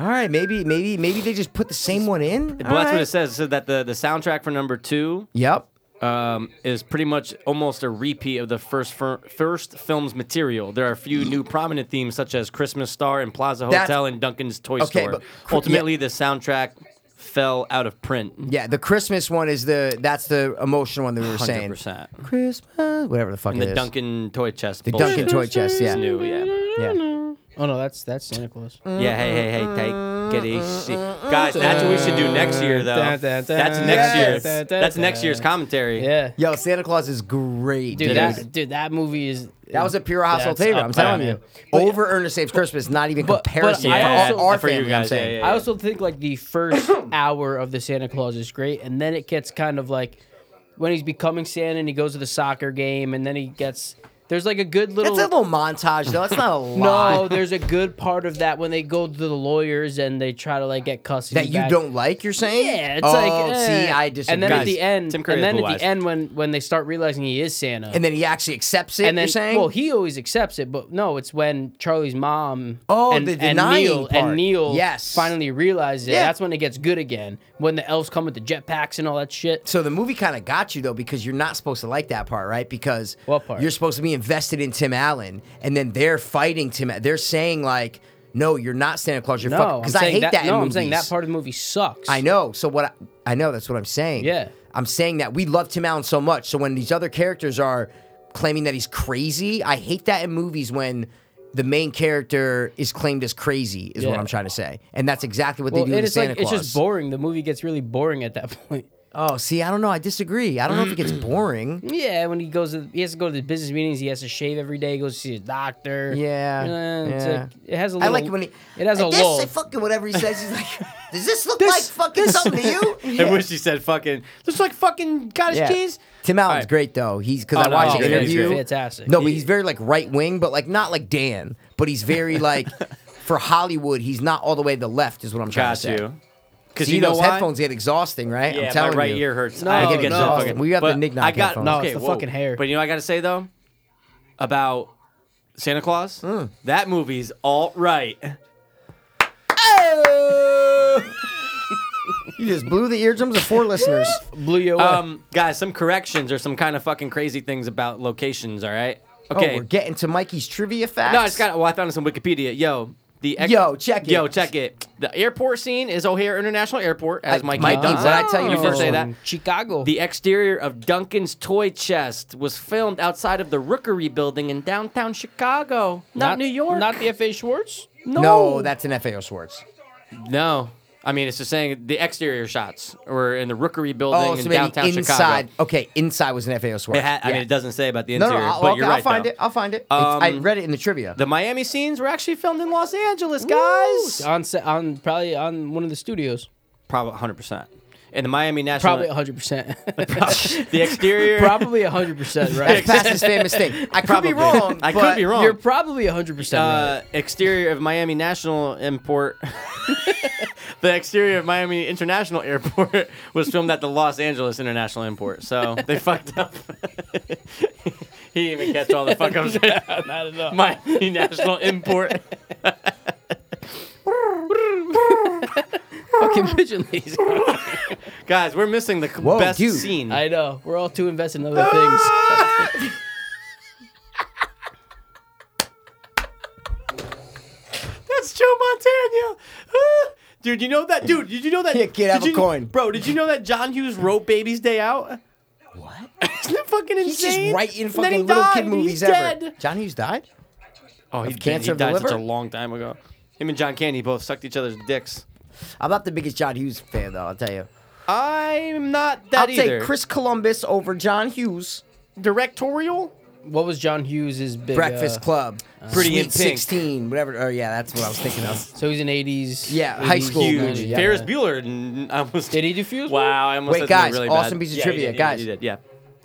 Speaker 2: All right, maybe, maybe, maybe they just put the same one in.
Speaker 3: Well, that's
Speaker 2: All
Speaker 3: what
Speaker 2: right.
Speaker 3: it says. It said that the, the soundtrack for number two
Speaker 2: Yep.
Speaker 3: um, is pretty much almost a repeat of the first fir- first film's material. There are a few new prominent themes such as Christmas Star and Plaza
Speaker 2: That's-
Speaker 3: Hotel and Duncan's Toy
Speaker 2: Okay,
Speaker 3: Store.
Speaker 2: but-
Speaker 3: Ultimately, the soundtrack fell out of print.
Speaker 2: Yeah, the Christmas one is the that's the emotional one that we were
Speaker 3: Hundred
Speaker 2: saying.
Speaker 3: percent.
Speaker 2: Christmas, whatever the fuck
Speaker 3: And
Speaker 2: it
Speaker 3: the
Speaker 2: is.
Speaker 3: Duncan toy chest.
Speaker 2: The Duncan toy chest. Yeah.
Speaker 3: New, yeah.
Speaker 2: yeah.
Speaker 4: Oh no, that's that's Santa Claus.
Speaker 2: Mm.
Speaker 3: Yeah. Hey, hey, hey. Take it easy, guys. That's what we should do next year, though.
Speaker 4: Dun, dun, dun,
Speaker 3: That's next year.
Speaker 2: Yes.
Speaker 3: That's next year's commentary.
Speaker 4: Yeah.
Speaker 2: Yo, Santa Claus is great, dude.
Speaker 4: Dude, that dude, that movie is
Speaker 2: that was a pure household
Speaker 4: That's
Speaker 2: favorite.
Speaker 4: up
Speaker 2: I'm telling
Speaker 4: there,
Speaker 2: you,
Speaker 4: man.
Speaker 2: over Ernest Saves Christmas, not even
Speaker 4: But- but
Speaker 2: comparison.
Speaker 4: I
Speaker 2: for
Speaker 4: also-
Speaker 2: our, our
Speaker 3: for you
Speaker 2: family, I'm
Speaker 3: guys,
Speaker 2: saying.
Speaker 3: yeah, yeah.
Speaker 4: I also think like the first hour of the Santa Claus is great, and then it gets kind of like when he's becoming Santa and he goes to the soccer game, and then he gets There's like a good
Speaker 2: That's
Speaker 4: little.
Speaker 2: a little montage, though. That's not a lot.
Speaker 4: no, there's a good part of that when they go to the lawyers and they try to like get custody
Speaker 2: that you
Speaker 4: back.
Speaker 2: don't like. You're saying?
Speaker 4: Yeah, it's
Speaker 2: oh,
Speaker 4: like
Speaker 2: see,
Speaker 4: eh.
Speaker 2: I disagree.
Speaker 4: And then at the end,
Speaker 3: Tim Curry
Speaker 4: and
Speaker 3: has
Speaker 4: then
Speaker 3: blue
Speaker 4: at
Speaker 3: eyes.
Speaker 4: the end when when they start realizing he is Santa,
Speaker 2: And then he actually accepts it.
Speaker 4: and then
Speaker 2: you're saying?
Speaker 4: well he always accepts it, but no, it's when Charlie's mom
Speaker 2: Oh,
Speaker 4: and,
Speaker 2: the
Speaker 4: and
Speaker 2: denying
Speaker 4: Neil
Speaker 2: part.
Speaker 4: and Neil
Speaker 2: Yes.
Speaker 4: finally realizes it.
Speaker 2: Yeah.
Speaker 4: That's when it gets good again. When the elves come with the jetpacks and all that shit.
Speaker 2: so the movie kind of got you though because you're not supposed to like that part, right? Because
Speaker 4: What part?
Speaker 2: you're supposed to be invested in Tim Allen, and then they're fighting Tim. They're saying like, "No, you're not Santa Claus. You're
Speaker 4: No,
Speaker 2: fucking."
Speaker 4: I'm
Speaker 2: Because I
Speaker 4: saying
Speaker 2: hate
Speaker 4: that.
Speaker 2: that. in
Speaker 4: no, I'm saying that
Speaker 2: movies.
Speaker 4: part of the movie sucks.
Speaker 2: I know. So what? I, I know. That's what I'm saying.
Speaker 4: Yeah.
Speaker 2: I'm saying that we love Tim Allen so much. So when these other characters are claiming that he's crazy, I hate that in movies when the main character is claimed as crazy. Is what
Speaker 4: Yeah.
Speaker 2: I'm trying to say. And that's exactly what
Speaker 4: Well,
Speaker 2: they do
Speaker 4: and
Speaker 2: in
Speaker 4: it's
Speaker 2: Santa
Speaker 4: like
Speaker 2: Claus.
Speaker 4: it's just boring. The movie gets really boring at that point.
Speaker 2: oh, see, I don't know. I disagree. I don't know if it gets boring.
Speaker 4: Yeah, when he goes, to, he has to go to the business meetings. He has to shave every day. He goes to see his doctor.
Speaker 2: Yeah,
Speaker 4: Uh, it's
Speaker 2: yeah.
Speaker 4: a- it has a
Speaker 2: I
Speaker 4: little.
Speaker 2: like when he.
Speaker 4: it has a
Speaker 2: I guess
Speaker 4: lull.
Speaker 2: I fucking whatever he says. He's like, does this look like fucking something to you?
Speaker 3: I wish he said fucking. Looks like fucking cottage
Speaker 2: Yeah.
Speaker 3: cheese.
Speaker 2: Tim Allen's
Speaker 3: Alright.
Speaker 2: great though. He's because
Speaker 3: Oh,
Speaker 2: I
Speaker 3: no,
Speaker 2: watched
Speaker 3: he's
Speaker 2: an
Speaker 3: great. He's
Speaker 2: interview.
Speaker 3: great.
Speaker 4: Fantastic.
Speaker 2: No, but he's very like right wing, but like not like Dan. But he's very like for Hollywood. He's not all the way to the left. Is what I'm trying
Speaker 3: Got
Speaker 2: to say.
Speaker 3: you. Because
Speaker 2: See,
Speaker 3: you know
Speaker 2: those
Speaker 3: why?
Speaker 2: headphones get exhausting, right?
Speaker 3: Yeah,
Speaker 2: I'm telling
Speaker 3: my right
Speaker 2: you.
Speaker 3: ear hurts.
Speaker 4: No,
Speaker 3: I to get
Speaker 4: no.
Speaker 3: some fucking-
Speaker 2: We got the
Speaker 3: but
Speaker 2: knick-knock
Speaker 3: I got
Speaker 2: headphones.
Speaker 4: No,
Speaker 3: okay,
Speaker 4: it's the
Speaker 3: whoa.
Speaker 4: fucking hair.
Speaker 3: But you know what I got to say though about Santa Claus?
Speaker 2: Mm.
Speaker 3: That movie's all right.
Speaker 2: You just blew the eardrums of four listeners. Oh,
Speaker 4: blew you away.
Speaker 3: Um, guys, some corrections or some kind of fucking crazy things about locations. All right.
Speaker 2: Oh,
Speaker 3: Okay.
Speaker 2: we're getting to Mikey's trivia facts.
Speaker 3: no, I just got. Well, I found this on Wikipedia. Yo. The ex-
Speaker 2: Yo, check it.
Speaker 3: Yo, check it. The airport scene is O'Hare International Airport, as
Speaker 2: I-
Speaker 3: Mikey
Speaker 2: Mikey,
Speaker 3: Dunn
Speaker 2: what
Speaker 3: said.
Speaker 2: I tell you
Speaker 3: you first
Speaker 2: is-
Speaker 3: say that.
Speaker 4: Chicago.
Speaker 3: The exterior of Duncan's toy chest was filmed outside of the Rookery building in downtown Chicago, not, New York.
Speaker 4: Not the F.A. Schwartz.
Speaker 3: no.
Speaker 2: No, that's an FAO Schwartz.
Speaker 3: No. I mean, it's just saying the exterior shots were in the Rookery building
Speaker 2: Oh,
Speaker 3: in
Speaker 2: so
Speaker 3: downtown
Speaker 2: maybe inside.
Speaker 3: Chicago.
Speaker 2: Okay, inside was an FAO Schwartz.
Speaker 3: It had, I
Speaker 2: Yeah.
Speaker 3: mean, it doesn't say about the
Speaker 2: no, no,
Speaker 3: interior,
Speaker 2: no, I'll,
Speaker 3: but
Speaker 2: I'll-
Speaker 3: you're
Speaker 2: I'll
Speaker 3: right.
Speaker 2: find
Speaker 3: though.
Speaker 2: it. I'll find it. It's- I
Speaker 3: Um,
Speaker 2: read it in the trivia.
Speaker 3: The Miami scenes were actually filmed in Los Angeles, guys.
Speaker 4: On se- on probably on one of the studios.
Speaker 3: Probably 100%. And the Miami National.
Speaker 4: Probably 100. percent
Speaker 3: the exterior.
Speaker 4: Probably 100. percent
Speaker 2: That's
Speaker 4: Right.
Speaker 2: past his famous thing. I could be
Speaker 3: Probably.
Speaker 2: wrong.
Speaker 3: I
Speaker 2: but
Speaker 3: could be wrong.
Speaker 4: You're probably 100. percent right.
Speaker 3: uh, exterior of Miami National Import. the exterior of Miami International Airport was filmed at the Los Angeles International Import. So they fucked up. he didn't even catch all the fuck ups.
Speaker 4: Not at all.
Speaker 3: Miami National Import.
Speaker 4: Fucking pigeon ladies.
Speaker 3: Guys, we're missing the
Speaker 2: Whoa,
Speaker 3: best
Speaker 2: dude.
Speaker 3: scene.
Speaker 4: I know. We're all too invested in other things.
Speaker 3: That's Joe Montana. Ah. Dude, you know that? Dude, did you know that?
Speaker 2: Yeah, kid,
Speaker 3: did
Speaker 2: have a
Speaker 3: you-
Speaker 2: coin.
Speaker 3: Bro, did you know that John Hughes wrote Baby's Day Out?
Speaker 2: What?
Speaker 3: Isn't that fucking insane?
Speaker 2: He's just writing
Speaker 3: And then he
Speaker 2: fucking little
Speaker 3: died,
Speaker 2: kid
Speaker 3: and
Speaker 2: movies
Speaker 3: he's
Speaker 2: ever.
Speaker 3: dead.
Speaker 2: John Hughes died?
Speaker 3: Oh, he,
Speaker 2: of cancer
Speaker 3: he
Speaker 2: of the
Speaker 3: died such a
Speaker 2: liver?
Speaker 3: long time ago. Him and John Candy both sucked each other's dicks.
Speaker 2: I'm not the biggest John Hughes fan, though, I'll tell you.
Speaker 3: I'm not that
Speaker 2: I'll
Speaker 3: either.
Speaker 2: take Chris Columbus over John Hughes.
Speaker 3: directorial.
Speaker 4: What was John Hughes's big
Speaker 2: Breakfast
Speaker 4: uh,
Speaker 2: Club.
Speaker 3: Pretty
Speaker 2: Sweet
Speaker 3: in Pink.
Speaker 2: 16, whatever. Oh, yeah, that's what I was thinking of.
Speaker 4: So he's an 80s.
Speaker 2: Yeah, high
Speaker 4: 80s,
Speaker 2: school
Speaker 3: Huge.
Speaker 2: movie, yeah.
Speaker 3: Ferris Bueller. n- I almost
Speaker 4: Did he do Fuse?
Speaker 3: Wow, I almost
Speaker 2: Wait,
Speaker 3: said something
Speaker 2: guys,
Speaker 3: really
Speaker 2: awesome
Speaker 3: bad.
Speaker 2: piece of
Speaker 3: Yeah,
Speaker 2: trivia,
Speaker 3: he did,
Speaker 2: guys.
Speaker 3: He did, yeah.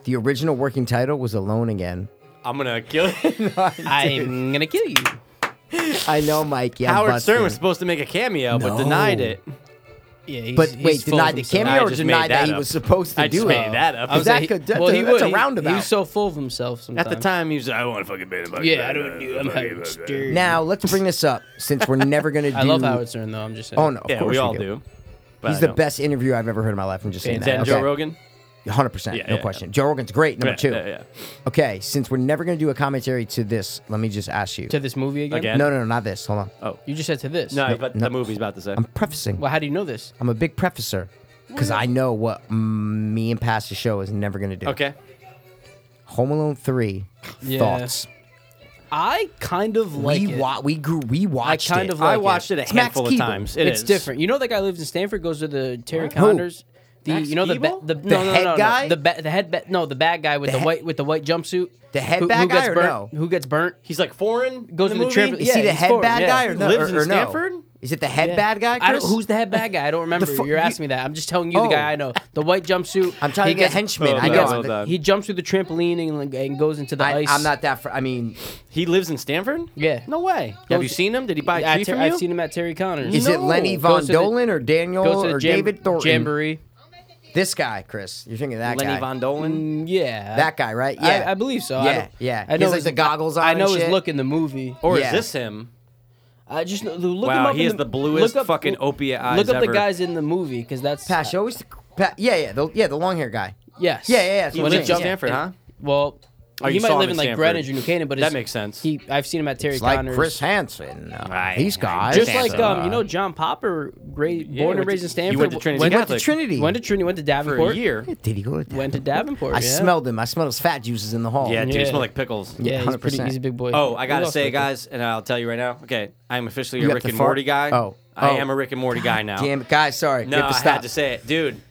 Speaker 2: The original working title was Alone Again.
Speaker 3: I'm gonna kill.
Speaker 4: I'm gonna kill you.
Speaker 2: I know, Mike. Yeah, I'm
Speaker 3: Howard Stern
Speaker 2: busting.
Speaker 3: was supposed to make a cameo, but
Speaker 2: No.
Speaker 3: denied it.
Speaker 4: Yeah, he's,
Speaker 2: But
Speaker 4: he's
Speaker 2: wait,
Speaker 4: full of
Speaker 2: denied the
Speaker 4: himself.
Speaker 3: I
Speaker 2: cameo or
Speaker 3: just
Speaker 2: denied
Speaker 3: made
Speaker 2: that,
Speaker 3: that
Speaker 2: he
Speaker 3: up.
Speaker 2: was supposed to
Speaker 3: I just
Speaker 2: do
Speaker 3: made
Speaker 2: it?
Speaker 3: that up.
Speaker 4: I was
Speaker 2: That
Speaker 4: like,
Speaker 2: could- that-
Speaker 4: well, he
Speaker 2: that's a
Speaker 4: would. He-
Speaker 2: roundabout.
Speaker 4: He was so full of himself. Sometimes.
Speaker 3: At the time, he was like, "I want to fucking be in a
Speaker 4: Yeah, I don't do. I'm Howard Stern.
Speaker 2: Now, let's bring this up since we're never going to do.
Speaker 4: I love Howard Stern though. I'm just saying.
Speaker 2: Oh, no. Of
Speaker 3: Yeah,
Speaker 2: course
Speaker 3: we all
Speaker 2: do.
Speaker 3: do. But
Speaker 2: He's
Speaker 3: I
Speaker 2: the
Speaker 3: don't.
Speaker 2: best interview I've ever heard in my life. I'm just saying
Speaker 3: Is
Speaker 2: that.
Speaker 3: that Joe
Speaker 2: Okay.
Speaker 3: Rogan?
Speaker 2: 100%.
Speaker 3: Yeah,
Speaker 2: no
Speaker 3: yeah,
Speaker 2: question. Joe Rogan's great. Number
Speaker 3: Yeah,
Speaker 2: two.
Speaker 3: Yeah, yeah.
Speaker 2: Okay, since we're never going to do a commentary to this, let me just ask you.
Speaker 4: To this movie again?
Speaker 3: Again.
Speaker 2: No, no, no, not this. Hold on.
Speaker 4: You just said to this.
Speaker 3: No, but
Speaker 2: no.
Speaker 3: the movie's about to say.
Speaker 2: I'm prefacing.
Speaker 4: Well, how do you know this?
Speaker 2: I'm a big prefacer because I know what mm, me and Pastor Show is never going to do.
Speaker 3: Okay.
Speaker 2: Home Alone 3
Speaker 4: Yeah.
Speaker 2: thoughts.
Speaker 4: I kind of like
Speaker 2: we,
Speaker 4: it.
Speaker 2: wa- we grew, we watched
Speaker 4: kind
Speaker 2: it.
Speaker 4: of
Speaker 3: I
Speaker 4: like it.
Speaker 3: watched it, a
Speaker 2: It's Max
Speaker 3: handful of
Speaker 2: Keeble.
Speaker 3: times. It
Speaker 4: it's
Speaker 3: is.
Speaker 4: different. You know that guy lives in Stanford, goes to the Terry
Speaker 2: Who?
Speaker 4: Connors. The
Speaker 3: Max
Speaker 4: you know the ba-
Speaker 3: Keeble?
Speaker 4: the,
Speaker 2: The
Speaker 4: no, no, no,
Speaker 2: head
Speaker 4: no,
Speaker 2: guy?
Speaker 4: the ba- the head ba- no the bad guy with
Speaker 2: The
Speaker 4: the,
Speaker 2: he-
Speaker 4: white with the white jumpsuit
Speaker 2: The head
Speaker 4: who,
Speaker 2: bad
Speaker 4: who gets
Speaker 2: guy or
Speaker 4: burnt
Speaker 2: no?
Speaker 4: who gets burnt
Speaker 3: He's like foreign.
Speaker 4: goes
Speaker 3: in
Speaker 4: to the,
Speaker 3: movie?
Speaker 4: trip
Speaker 2: Is he the
Speaker 4: he's
Speaker 2: head
Speaker 4: foreign,
Speaker 2: bad
Speaker 4: yeah.
Speaker 2: guy or no?
Speaker 3: Lives in
Speaker 2: or no?
Speaker 3: Stanford.
Speaker 2: Is it the head
Speaker 4: Yeah.
Speaker 2: bad guy? Chris?
Speaker 4: I don't, who's the head bad guy? I don't remember.
Speaker 2: fu-
Speaker 4: You're asking me that. I'm just telling you the guy
Speaker 2: Oh.
Speaker 4: I know. The white jumpsuit.
Speaker 2: I'm trying
Speaker 4: he
Speaker 2: to get
Speaker 4: gets-
Speaker 2: henchmen.
Speaker 3: Oh,
Speaker 2: I
Speaker 3: no,
Speaker 2: know.
Speaker 3: well
Speaker 2: I'm-
Speaker 3: done.
Speaker 4: He jumps through the trampoline and, like, and goes into the
Speaker 2: I,
Speaker 4: ice.
Speaker 2: I'm not that. Fr- I mean,
Speaker 3: He lives in Stanford?
Speaker 4: Yeah.
Speaker 3: No way. Have you seen him? Did he buy a
Speaker 4: I,
Speaker 3: tree from you?
Speaker 4: have seen him at Terry Connors.
Speaker 2: is it
Speaker 3: No.
Speaker 2: Lenny
Speaker 4: Goes
Speaker 2: Von
Speaker 4: to the-
Speaker 2: Dolan or
Speaker 4: Goes
Speaker 2: Daniel
Speaker 4: to the
Speaker 2: or
Speaker 4: jam-
Speaker 2: David Thornton?
Speaker 4: Jamboree.
Speaker 2: This guy, Chris. You're thinking of that
Speaker 3: Lenny
Speaker 2: guy.
Speaker 3: Von Dolan?
Speaker 4: Mm, yeah.
Speaker 2: that guy, right?
Speaker 4: I-
Speaker 2: Yeah,
Speaker 4: I, believe so. I
Speaker 2: Yeah,
Speaker 4: don't-
Speaker 2: yeah.
Speaker 4: I
Speaker 2: He
Speaker 4: know
Speaker 2: has, like,
Speaker 4: his-
Speaker 2: the goggles on
Speaker 4: I
Speaker 2: and
Speaker 4: know his
Speaker 2: shit.
Speaker 4: look in the movie.
Speaker 3: Or
Speaker 2: Yeah.
Speaker 3: is this him?
Speaker 4: I just look him
Speaker 3: Wow,
Speaker 4: up.
Speaker 3: he
Speaker 4: in
Speaker 3: is the bluest
Speaker 4: look up-
Speaker 3: fucking
Speaker 4: look-
Speaker 3: opiate eyes
Speaker 4: Look up
Speaker 3: ever.
Speaker 4: the guys in the movie because that's
Speaker 2: Pash. you always. Pa- yeah, yeah, the, yeah, the long hair guy.
Speaker 4: Yes.
Speaker 2: Yeah, yeah, yeah, that's
Speaker 3: He
Speaker 2: what I'm
Speaker 4: When he
Speaker 3: lives
Speaker 2: saying,
Speaker 3: in
Speaker 4: jumped
Speaker 3: Stanford, huh?
Speaker 4: Well,
Speaker 3: Oh,
Speaker 4: he
Speaker 3: you
Speaker 4: might
Speaker 3: saw him
Speaker 4: live
Speaker 3: in
Speaker 4: in like
Speaker 3: Stanford.
Speaker 4: Greenwich or New Canaan, but
Speaker 3: That
Speaker 4: his-
Speaker 3: makes sense.
Speaker 4: He, I've seen him at Terry
Speaker 2: It's like
Speaker 4: Connors.
Speaker 2: Chris Hansen. Uh,
Speaker 3: Right,
Speaker 2: These guys.
Speaker 4: just
Speaker 3: Hansen.
Speaker 4: like um, you know, John Popper, gra-
Speaker 3: Yeah,
Speaker 4: born
Speaker 3: he
Speaker 4: and
Speaker 3: went
Speaker 4: raised
Speaker 3: to- he
Speaker 4: in Stanford.
Speaker 3: went to Trinity
Speaker 2: went
Speaker 4: went,
Speaker 2: to
Speaker 3: Catholic
Speaker 2: Trinity.
Speaker 4: went to Trinity. Went to
Speaker 3: for
Speaker 4: Davenport.
Speaker 3: a year.
Speaker 2: Did he go? to
Speaker 4: Went to
Speaker 2: Davenport?
Speaker 4: Davenport.
Speaker 2: I
Speaker 4: yeah.
Speaker 2: smelled him. I smelled his fat juices in the hall.
Speaker 3: Yeah, dude,
Speaker 4: Yeah.
Speaker 3: he smelled like pickles.
Speaker 4: Yeah, he's pretty.
Speaker 2: 100%.
Speaker 4: He's a big boy.
Speaker 3: Oh, I
Speaker 4: We
Speaker 3: gotta
Speaker 4: lost
Speaker 3: say,
Speaker 4: Michael.
Speaker 3: guys, and I'll tell you right now. Okay, I'm officially
Speaker 2: You
Speaker 3: a
Speaker 2: got
Speaker 3: Rick
Speaker 2: the
Speaker 3: and
Speaker 2: fart?
Speaker 3: Morty guy.
Speaker 2: Oh,
Speaker 3: I
Speaker 2: oh.
Speaker 3: am a Rick and Morty guy now.
Speaker 2: Damn it, guys. Sorry.
Speaker 3: No,
Speaker 2: you have
Speaker 3: I
Speaker 2: to stop.
Speaker 3: had to say it, dude.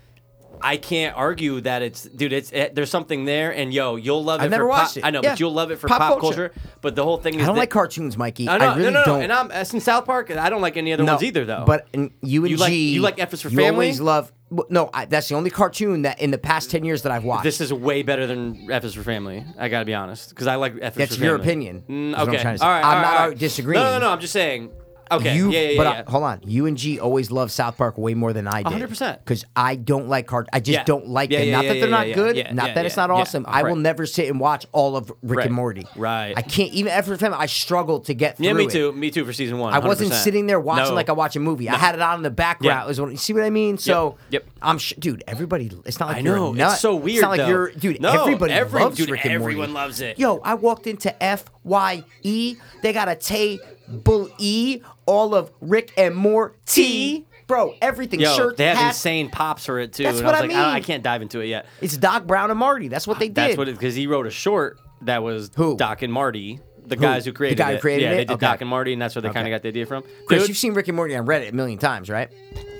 Speaker 3: I can't argue that it's, dude. It's it, there's something there, and yo, you'll love it.
Speaker 2: I've never
Speaker 3: for
Speaker 2: watched
Speaker 3: pop,
Speaker 2: it.
Speaker 3: I know,
Speaker 2: Yeah.
Speaker 3: but you'll love it for pop,
Speaker 2: Pop
Speaker 3: culture.
Speaker 2: culture.
Speaker 3: But the whole thing is
Speaker 2: I don't
Speaker 3: that,
Speaker 2: like cartoons, Mikey.
Speaker 3: I, know,
Speaker 2: I really
Speaker 3: no, no, no.
Speaker 2: don't.
Speaker 3: And I'm uh, since South Park. I don't like any other ones either, though.
Speaker 2: But in, you and
Speaker 3: You like-
Speaker 2: G,
Speaker 3: you like F is for
Speaker 2: you
Speaker 3: Family?
Speaker 2: always love. well, No, I, that's the only cartoon that in the past ten years that I've watched.
Speaker 3: this is way better than F is for Family. I gotta be honest, because I like F is for
Speaker 2: That's your
Speaker 3: Family.
Speaker 2: opinion,
Speaker 3: Mm,
Speaker 2: is what I'm
Speaker 3: okay,
Speaker 2: trying to say.
Speaker 3: all right,
Speaker 2: I'm
Speaker 3: all right,
Speaker 2: not
Speaker 3: all right.
Speaker 2: disagreeing.
Speaker 3: No, no, no. I'm just saying. Okay,
Speaker 2: You,
Speaker 3: yeah, yeah, yeah.
Speaker 2: but I-
Speaker 3: yeah.
Speaker 2: hold on, you and G always love South Park way more than I did.
Speaker 3: 100%.
Speaker 2: Because I don't like cart. I just
Speaker 3: Yeah.
Speaker 2: don't like
Speaker 3: Yeah,
Speaker 2: them.
Speaker 3: yeah,
Speaker 2: not
Speaker 3: yeah,
Speaker 2: that they're
Speaker 3: yeah,
Speaker 2: not
Speaker 3: yeah,
Speaker 2: good.
Speaker 3: yeah,
Speaker 2: not
Speaker 3: yeah,
Speaker 2: that it's
Speaker 3: yeah,
Speaker 2: not
Speaker 3: yeah.
Speaker 2: awesome. I
Speaker 3: Right.
Speaker 2: will never sit and watch all of Rick
Speaker 3: Right.
Speaker 2: and Morty.
Speaker 3: Right.
Speaker 2: I can't even F for Family. I struggled to get through
Speaker 3: Yeah, me
Speaker 2: it.
Speaker 3: too. Me too for season one.
Speaker 2: I wasn't
Speaker 3: 100%.
Speaker 2: sitting there watching
Speaker 3: No.
Speaker 2: like I watch a movie. I had it on in the background.
Speaker 3: Yeah.
Speaker 2: It was what, you see what I mean? So
Speaker 3: Yep.
Speaker 2: I'm sh- dude. Everybody, it's not like
Speaker 3: I
Speaker 2: you're a
Speaker 3: know.
Speaker 2: nut.
Speaker 3: It's so weird.
Speaker 2: It's not like
Speaker 3: though.
Speaker 2: you're dude.
Speaker 3: No,
Speaker 2: everybody
Speaker 3: every-
Speaker 2: loves
Speaker 3: dude,
Speaker 2: Rick and Morty.
Speaker 3: Everyone loves it.
Speaker 2: Yo, I walked into F Y E. They got a table E. All of Rick and Morty, bro. Everything.
Speaker 3: Yo,
Speaker 2: Shirt,
Speaker 3: they have
Speaker 2: hat.
Speaker 3: insane pops for it too.
Speaker 2: That's
Speaker 3: and
Speaker 2: what
Speaker 3: I was
Speaker 2: I
Speaker 3: like, I,
Speaker 2: mean.
Speaker 3: I can't dive into it yet.
Speaker 2: It's Doc Brown and Marty. That's what they did.
Speaker 3: That's what because he wrote a short that was
Speaker 2: Who?
Speaker 3: Doc and Marty, the guys who created
Speaker 2: guy who
Speaker 3: it.
Speaker 2: created
Speaker 3: yeah,
Speaker 2: it?
Speaker 3: they did
Speaker 2: Okay.
Speaker 3: Doc and Marty, and that's where they kind
Speaker 2: Okay.
Speaker 3: of got the idea from.
Speaker 2: Chris,
Speaker 3: Dude,
Speaker 2: you've seen Rick and Morty on Reddit a million times, right?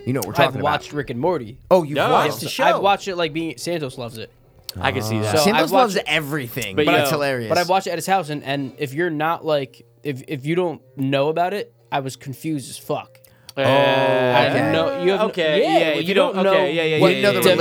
Speaker 2: You know what we're
Speaker 4: I've
Speaker 2: talking
Speaker 4: watched
Speaker 2: about.
Speaker 4: Rick and Morty.
Speaker 2: Oh, you've
Speaker 3: No.
Speaker 2: watched the show.
Speaker 4: I've watched it like being Santos loves it.
Speaker 3: I can see that.
Speaker 4: So- I've
Speaker 2: Santos
Speaker 4: watched
Speaker 2: loves
Speaker 4: it.
Speaker 2: everything,
Speaker 3: But
Speaker 2: but,
Speaker 3: yo-
Speaker 2: it's hilarious.
Speaker 4: But I watched it at his house, and, and if you're not like if if you don't know about it, I was confused as fuck.
Speaker 3: oh,
Speaker 4: I
Speaker 2: Okay.
Speaker 4: have no, you have no-
Speaker 3: okay,
Speaker 4: yeah,
Speaker 3: yeah,
Speaker 4: well,
Speaker 3: you don't-
Speaker 4: know
Speaker 3: okay, yeah, yeah,
Speaker 2: What, yeah, know the yeah, yeah.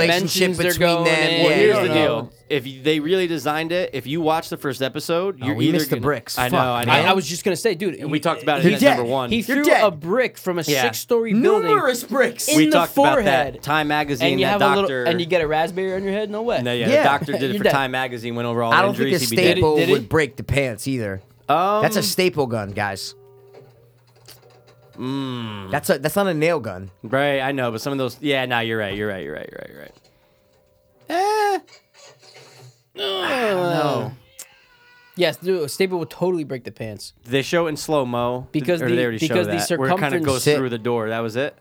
Speaker 2: relationship
Speaker 4: dimensions they're
Speaker 2: between
Speaker 4: going
Speaker 2: them?
Speaker 4: in,
Speaker 2: Well,
Speaker 4: you
Speaker 3: Here's
Speaker 4: don't
Speaker 3: the
Speaker 4: know.
Speaker 3: deal: if you- they really designed it, if you watch the first episode, you're
Speaker 2: we
Speaker 3: either
Speaker 2: missed the
Speaker 3: gonna-
Speaker 2: bricks.
Speaker 3: I
Speaker 2: Fuck,
Speaker 3: know, I know.
Speaker 4: I, I was just gonna say, dude,
Speaker 3: we
Speaker 4: he-
Speaker 3: talked about
Speaker 2: He
Speaker 3: it. as number
Speaker 2: did.
Speaker 3: one.
Speaker 4: He
Speaker 2: You're
Speaker 4: threw
Speaker 2: dead.
Speaker 4: a brick from a
Speaker 3: Yeah.
Speaker 4: six-story building.
Speaker 2: numerous bricks.
Speaker 4: in
Speaker 3: we
Speaker 4: the
Speaker 3: talked about that.
Speaker 4: forehead.
Speaker 3: Time magazine.
Speaker 4: and you
Speaker 3: that
Speaker 4: have
Speaker 3: doctor,
Speaker 4: a little, and you get a raspberry on your head. No way.
Speaker 3: No, yeah,
Speaker 2: Yeah.
Speaker 3: the doctor did it
Speaker 4: You're
Speaker 3: for
Speaker 4: dead.
Speaker 3: Time Magazine. Went over all
Speaker 2: I don't think a
Speaker 3: injuries. he'd be dead.
Speaker 2: staple
Speaker 4: Did he- did he?
Speaker 2: would break the pants either.
Speaker 3: Um,
Speaker 2: That's a staple gun, guys.
Speaker 3: Hmm.
Speaker 2: That's a that's not a nail gun.
Speaker 3: right. I know, but some of those. Yeah, no, you're right. You're right. You're right. You're right. You're right. Eh,
Speaker 4: Yes, dude, a staple would totally break the pants.
Speaker 3: did they show it in slow mo
Speaker 4: Because
Speaker 3: or
Speaker 4: the-
Speaker 3: they already show
Speaker 4: because the
Speaker 3: that, where it kind of
Speaker 4: circumference-
Speaker 3: goes
Speaker 2: Sit.
Speaker 3: through the door. That was it.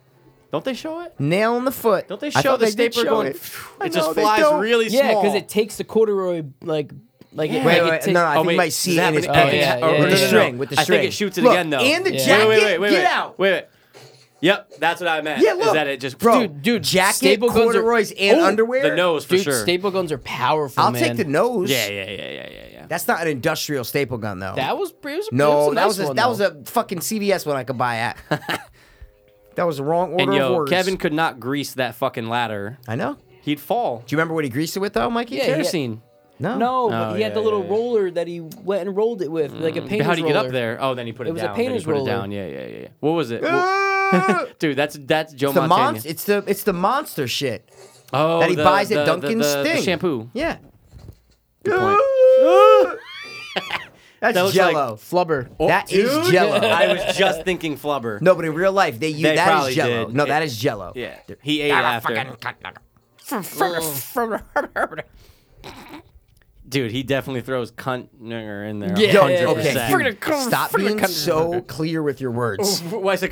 Speaker 3: Don't they show it?
Speaker 2: Nail in the foot.
Speaker 3: Don't they
Speaker 2: I
Speaker 3: show
Speaker 2: thought
Speaker 3: the
Speaker 2: did
Speaker 3: stapler
Speaker 2: show
Speaker 3: going?
Speaker 2: it.
Speaker 3: It
Speaker 2: I
Speaker 3: just
Speaker 2: know, they
Speaker 3: flies
Speaker 2: don't.
Speaker 3: really
Speaker 4: Yeah,
Speaker 3: small.
Speaker 4: because it takes the corduroy like like it,
Speaker 2: Wait,
Speaker 4: like
Speaker 2: wait,
Speaker 4: it
Speaker 2: no, I
Speaker 4: takes
Speaker 2: think
Speaker 3: wait,
Speaker 2: you might
Speaker 3: does
Speaker 2: see
Speaker 3: it
Speaker 2: it in
Speaker 3: happen
Speaker 2: his
Speaker 3: to-
Speaker 4: Oh,
Speaker 2: pants.
Speaker 4: yeah, yeah,
Speaker 2: with
Speaker 4: yeah.
Speaker 2: the string. With the
Speaker 3: I
Speaker 2: string.
Speaker 3: think it shoots it
Speaker 2: Look,
Speaker 3: again though.
Speaker 2: And the
Speaker 4: Yeah.
Speaker 2: jacket.
Speaker 3: Wait, wait, wait, wait,
Speaker 2: Get
Speaker 3: wait.
Speaker 2: out.
Speaker 3: Wait, wait. Yep, that's what I meant.
Speaker 2: Yeah, look.
Speaker 3: Is that it just
Speaker 2: bro,
Speaker 4: Dude, dude,
Speaker 2: jacket,
Speaker 4: staple guns are-
Speaker 2: corduroys, and
Speaker 4: Oh,
Speaker 2: underwear.
Speaker 3: the nose for
Speaker 4: dude,
Speaker 3: sure.
Speaker 4: staple guns are powerful.
Speaker 2: I'll
Speaker 4: man.
Speaker 2: take the nose.
Speaker 3: yeah, yeah, yeah, yeah, yeah, yeah.
Speaker 2: That's not an industrial staple gun though.
Speaker 4: That was it was a,
Speaker 2: no,
Speaker 4: it was a
Speaker 2: that
Speaker 4: nice
Speaker 2: was a,
Speaker 4: one,
Speaker 2: that was
Speaker 4: though.
Speaker 2: a fucking CVS one I could buy at. that was the wrong order
Speaker 3: and
Speaker 2: of
Speaker 3: yo,
Speaker 2: words.
Speaker 3: Kevin could not grease that fucking ladder.
Speaker 2: I know.
Speaker 3: He'd fall.
Speaker 2: Do you remember what he greased it with though, Mikey?
Speaker 4: Yeah, yeah.
Speaker 3: Kerosene.
Speaker 2: No.
Speaker 4: no,
Speaker 3: Oh,
Speaker 4: but he
Speaker 3: yeah,
Speaker 4: had the little
Speaker 3: yeah, yeah.
Speaker 4: roller that he went and rolled it with, like a painter's
Speaker 3: How do you get up
Speaker 4: roller.
Speaker 3: there? Oh, then he put it,
Speaker 4: It was a
Speaker 3: down. Then he
Speaker 4: painter's
Speaker 3: put it
Speaker 4: roller.
Speaker 3: down. Yeah, yeah, yeah. yeah. What was it? What-
Speaker 2: Ah!
Speaker 3: Dude, that's that's Joe
Speaker 2: It's the
Speaker 3: Montana.
Speaker 2: monster. It's the it's the monster shit
Speaker 3: oh,
Speaker 2: that he
Speaker 3: the-
Speaker 2: buys
Speaker 3: the-
Speaker 2: at
Speaker 3: the-
Speaker 2: Duncan's
Speaker 3: the, the,
Speaker 2: thing.
Speaker 3: shampoo.
Speaker 2: Yeah.
Speaker 3: Good point.
Speaker 2: That's
Speaker 3: That looks like-
Speaker 2: Jello.
Speaker 4: Flubber.
Speaker 2: that is
Speaker 3: Dude,
Speaker 2: Jello.
Speaker 3: I was just thinking flubber.
Speaker 2: No, but in real life they use
Speaker 3: They
Speaker 2: that
Speaker 3: probably
Speaker 2: is Jello.
Speaker 3: did.
Speaker 2: No,
Speaker 3: It-
Speaker 2: that is Jello.
Speaker 3: Yeah, he ate it after. Dude, he definitely throws cunt in there.
Speaker 4: Yeah,
Speaker 2: Yo,
Speaker 3: 100%.
Speaker 2: okay. dude, Stop being so clear with your words.
Speaker 3: Why is it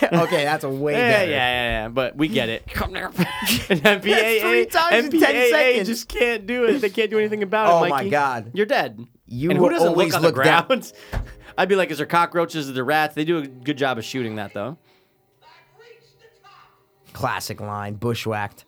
Speaker 2: Yeah, okay, that's a way
Speaker 3: Yeah, yeah,
Speaker 2: better.
Speaker 3: yeah, yeah, but we get it. And MPAA,
Speaker 2: three times in 10
Speaker 3: MPAA
Speaker 2: seconds.
Speaker 3: just can't do it. They can't do anything about it.
Speaker 2: Oh my
Speaker 3: Mikey.
Speaker 2: God.
Speaker 3: you're dead.
Speaker 2: You
Speaker 3: and who
Speaker 2: will
Speaker 3: doesn't
Speaker 2: always
Speaker 3: look on the
Speaker 2: look down.
Speaker 3: ground? I'd be like, is there cockroaches? Is there rats? They do a good job of shooting that though.
Speaker 2: Classic line, bushwhacked.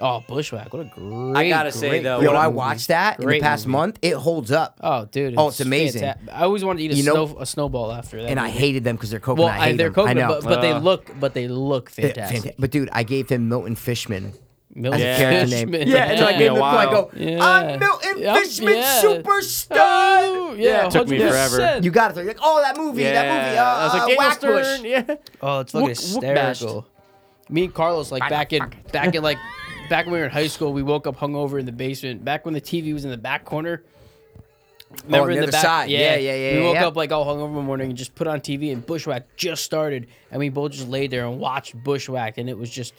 Speaker 4: Oh, Bushwhack! What a great.
Speaker 3: I gotta say
Speaker 4: great-
Speaker 3: though, um,
Speaker 2: Yo,
Speaker 3: when
Speaker 2: I
Speaker 3: I'm-
Speaker 2: watched that in the
Speaker 4: Great
Speaker 2: past
Speaker 4: movie.
Speaker 2: month. It holds up.
Speaker 4: Oh, dude!
Speaker 2: Oh, it's amazing.
Speaker 4: fanta- I always wanted to eat a,
Speaker 2: You know-
Speaker 4: snow, a snowball after that.
Speaker 2: and I
Speaker 4: movie.
Speaker 2: hated them because they're coconut.
Speaker 4: well,
Speaker 2: I hate
Speaker 4: they're
Speaker 2: them. I
Speaker 4: coconut,
Speaker 2: know.
Speaker 4: but, but they
Speaker 3: Ugh.
Speaker 4: look, but they look
Speaker 2: They're
Speaker 4: fantastic.
Speaker 2: fanta- But dude, I gave him Milton Fishman
Speaker 4: Milton
Speaker 2: as a character name.
Speaker 4: Fishman.
Speaker 2: Yeah, and so I
Speaker 3: Yeah.
Speaker 2: gave him the
Speaker 3: Yeah,
Speaker 2: I go,
Speaker 3: wow.
Speaker 4: Yeah.
Speaker 2: I'm Milton
Speaker 4: Yep,
Speaker 2: Fishman
Speaker 4: yeah.
Speaker 2: superstar.
Speaker 4: yeah,
Speaker 3: Took me
Speaker 4: 100%.
Speaker 2: You got it. You're like, oh, that movie,
Speaker 3: Uh. yeah,
Speaker 2: that movie, uh,
Speaker 3: I was like,
Speaker 2: uh,
Speaker 3: Daniel
Speaker 2: Whack Bush.
Speaker 3: Stern, yeah.
Speaker 4: Oh, it's fucking
Speaker 3: Wook- wook bashed.
Speaker 4: hysterical. Me and Carlos, like back in back in like back when we were in high school, we woke up hungover in the basement. Back when the TV was in the back corner.
Speaker 2: on Oh, the
Speaker 4: in
Speaker 2: other side. Yeah, yeah, yeah,
Speaker 4: We
Speaker 2: yeah,
Speaker 4: woke
Speaker 2: yeah.
Speaker 4: up like all hungover in the morning and just put on TV and Bushwhack just started, and we both just laid there and watched Bushwhack, and it was just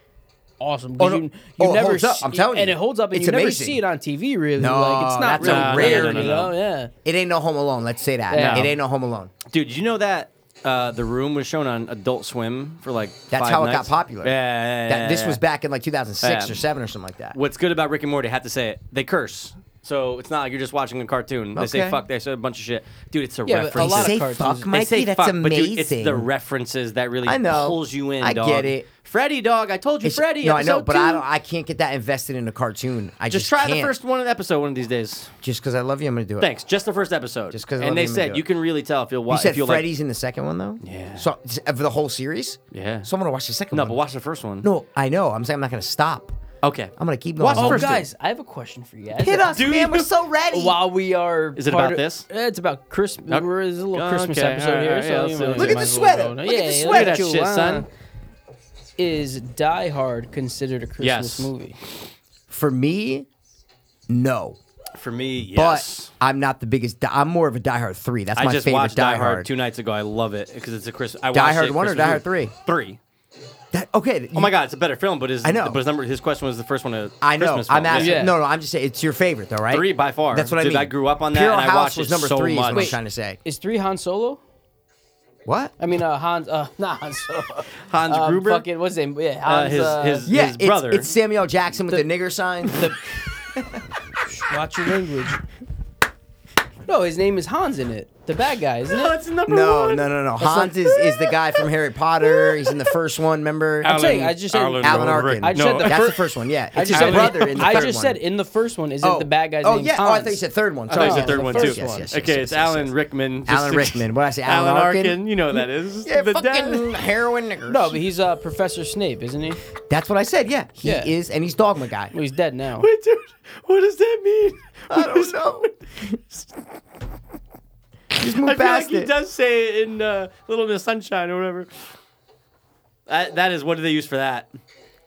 Speaker 4: awesome. 'Cause
Speaker 2: Oh, no.
Speaker 4: you, you
Speaker 2: Oh, it
Speaker 4: never
Speaker 2: holds up, I'm
Speaker 4: see-
Speaker 2: telling
Speaker 4: and
Speaker 2: you.
Speaker 4: it holds up, and
Speaker 2: It's
Speaker 4: you never
Speaker 2: amazing.
Speaker 4: see it on TV really.
Speaker 2: No,
Speaker 4: like it's not
Speaker 2: that's
Speaker 4: really
Speaker 2: a
Speaker 4: rare,
Speaker 2: rarity.
Speaker 4: you know? Yeah.
Speaker 2: It ain't no Home Alone. Let's say that.
Speaker 4: Yeah.
Speaker 2: It ain't no Home Alone.
Speaker 3: Dude, did you know that uh, the room was shown on Adult Swim for like
Speaker 2: That's
Speaker 3: five
Speaker 2: how it got
Speaker 3: nights?
Speaker 2: popular.
Speaker 3: Yeah, yeah, yeah,
Speaker 2: That, this
Speaker 3: yeah.
Speaker 2: was back in like 2006
Speaker 3: Yeah.
Speaker 2: or seven or something like that.
Speaker 3: What's good about Rick and Morty? I have to say it. They curse, so it's not like you're just watching a cartoon. They
Speaker 2: Okay.
Speaker 3: say fuck. They say a bunch of shit, dude. It's a
Speaker 4: Yeah, but a
Speaker 3: reference.
Speaker 2: They
Speaker 4: lot of
Speaker 2: say
Speaker 4: cartoons-
Speaker 2: fuck,
Speaker 4: They
Speaker 3: They
Speaker 2: Mikey.
Speaker 3: say
Speaker 2: that's
Speaker 3: fuck,
Speaker 2: amazing.
Speaker 3: but dude, it's the references that really
Speaker 2: I know.
Speaker 3: pulls you in.
Speaker 2: I
Speaker 3: dog.
Speaker 2: get it.
Speaker 3: Freddy, dog. I told you,
Speaker 2: It's-
Speaker 3: Freddy.
Speaker 2: No, I know,
Speaker 3: episode
Speaker 2: but I
Speaker 3: two.
Speaker 2: don't. I can't get that invested in a cartoon. I
Speaker 3: Just
Speaker 2: just,
Speaker 3: try the
Speaker 2: can't.
Speaker 3: first one episode one of these days.
Speaker 2: Just because I love you, I'm gonna do it.
Speaker 3: Thanks. Just the first episode.
Speaker 2: Just 'cause I love
Speaker 3: and they
Speaker 2: you, I'm gonna do
Speaker 3: said
Speaker 2: it.
Speaker 3: you can really tell if you'll
Speaker 2: You
Speaker 3: watch.
Speaker 2: said
Speaker 3: if you'll
Speaker 2: Freddy's in the second one though.
Speaker 3: Yeah.
Speaker 2: So s- for the whole series.
Speaker 3: Yeah.
Speaker 2: So I'm gonna watch the second
Speaker 3: Like, no,
Speaker 2: one.
Speaker 3: but watch the first one.
Speaker 2: No, I know. I'm saying I'm not gonna stop.
Speaker 3: Okay.
Speaker 2: I'm gonna keep
Speaker 3: Watch
Speaker 2: going.
Speaker 3: the
Speaker 4: Oh,
Speaker 3: first two.
Speaker 4: guys, I have a question for you guys.
Speaker 2: Hit us,
Speaker 3: Dude.
Speaker 2: man. We're so ready.
Speaker 4: While we are,
Speaker 3: Is it
Speaker 4: part
Speaker 3: about
Speaker 4: of-
Speaker 3: this?
Speaker 4: Eh, It's about Christmas.
Speaker 3: Okay.
Speaker 4: We're There's a little
Speaker 3: Okay,
Speaker 4: Christmas
Speaker 3: all right,
Speaker 4: episode
Speaker 3: all
Speaker 4: here.
Speaker 3: right,
Speaker 4: so
Speaker 3: yeah,
Speaker 4: you
Speaker 3: let's
Speaker 4: know,
Speaker 3: do it.
Speaker 4: we
Speaker 3: Look at
Speaker 4: might
Speaker 2: the
Speaker 4: as well
Speaker 2: sweater.
Speaker 4: go.
Speaker 2: Look at the
Speaker 4: yeah,
Speaker 2: sweater.
Speaker 3: Look at that
Speaker 4: you
Speaker 3: shit,
Speaker 4: are.
Speaker 3: son.
Speaker 4: Is Die Hard considered a Christmas
Speaker 3: Yes.
Speaker 4: movie?
Speaker 2: For me, no.
Speaker 3: For me, yes.
Speaker 2: But I'm not the biggest. Di- I'm more of a Die Hard three. That's
Speaker 3: I
Speaker 2: my
Speaker 3: just
Speaker 2: favorite
Speaker 3: watched
Speaker 2: Die, Hard.
Speaker 3: two nights ago. I love it because it's a Christmas. I
Speaker 2: Die
Speaker 3: watched
Speaker 2: Hard
Speaker 3: it
Speaker 2: one or
Speaker 3: Christmas
Speaker 2: Die Hard
Speaker 3: Eve. Three.
Speaker 2: That- okay.
Speaker 3: Oh my God, it's a better film, but his
Speaker 2: I know.
Speaker 3: But his number, his question was the first one. Of
Speaker 2: I know.
Speaker 3: Christmas
Speaker 2: I'm
Speaker 3: films.
Speaker 2: asking.
Speaker 3: Yeah.
Speaker 4: Yeah.
Speaker 2: No, no. I'm just saying it's your favorite though, right?
Speaker 3: Three by far.
Speaker 2: That's what I
Speaker 3: Dude,
Speaker 2: mean.
Speaker 3: I grew up on that,
Speaker 2: Pure
Speaker 3: and I
Speaker 2: House
Speaker 3: watched
Speaker 2: was
Speaker 3: it
Speaker 2: number
Speaker 3: so
Speaker 2: three. Is
Speaker 3: much.
Speaker 2: what I'm trying to say.
Speaker 4: Is three Han Solo?
Speaker 2: What?
Speaker 4: I mean, uh, Hans, uh, not Han Solo.
Speaker 3: Hans
Speaker 4: Um,
Speaker 3: Gruber.
Speaker 4: Fucking, what's his name? Yeah, Hans,
Speaker 3: his-
Speaker 4: uh,
Speaker 3: his-
Speaker 2: Yeah, it's,
Speaker 3: brother.
Speaker 2: It's Samuel Jackson with the, nigger sign.
Speaker 4: Watch your language. No, his name is Hans in it. The bad guy, isn't it?
Speaker 3: it's number
Speaker 2: no, no, no, no. Hans
Speaker 4: like-
Speaker 2: is, is the guy from Harry Potter. He's in the first one. Remember?
Speaker 4: I'm saying, I just said
Speaker 2: Alan Arkin.
Speaker 4: I just said the
Speaker 2: That's
Speaker 4: fir-
Speaker 2: the first one. Yeah,
Speaker 4: I
Speaker 2: it's
Speaker 4: just
Speaker 2: his
Speaker 4: said
Speaker 2: brother in the
Speaker 4: I
Speaker 2: third
Speaker 4: just
Speaker 2: one.
Speaker 4: said in the first one, is
Speaker 2: oh.
Speaker 4: it the bad guy's
Speaker 2: Oh
Speaker 4: name?
Speaker 2: yeah.
Speaker 4: Hans?
Speaker 2: Oh, I thought you said third one.
Speaker 3: I thought you
Speaker 4: Oh,
Speaker 3: said third
Speaker 4: the
Speaker 3: one
Speaker 4: first
Speaker 3: too.
Speaker 4: Yes, yes,
Speaker 2: yes,
Speaker 3: okay,
Speaker 2: yes, yes,
Speaker 3: it's
Speaker 2: yes,
Speaker 3: Alan
Speaker 2: yes.
Speaker 3: Rickman. just
Speaker 2: Alan
Speaker 3: to-
Speaker 2: Rickman. What did I say?
Speaker 3: Alan,
Speaker 2: Alan
Speaker 3: Arkin?
Speaker 2: Arkin?
Speaker 3: You know who that is.
Speaker 2: Yeah,
Speaker 3: the
Speaker 2: fucking
Speaker 3: dad.
Speaker 2: heroin niggers.
Speaker 4: No, but he's uh, Professor Snape, isn't he?
Speaker 2: that's what I said. Yeah, he
Speaker 4: Yeah.
Speaker 2: is, and he's dogma guy.
Speaker 4: Well, he's dead now.
Speaker 3: Wait, dude, what does that mean?
Speaker 2: I don't know. Just move
Speaker 3: I feel
Speaker 2: past
Speaker 3: like he
Speaker 2: it.
Speaker 3: does say it in uh, Little Miss Sunshine or whatever. That, that is what do they use for that?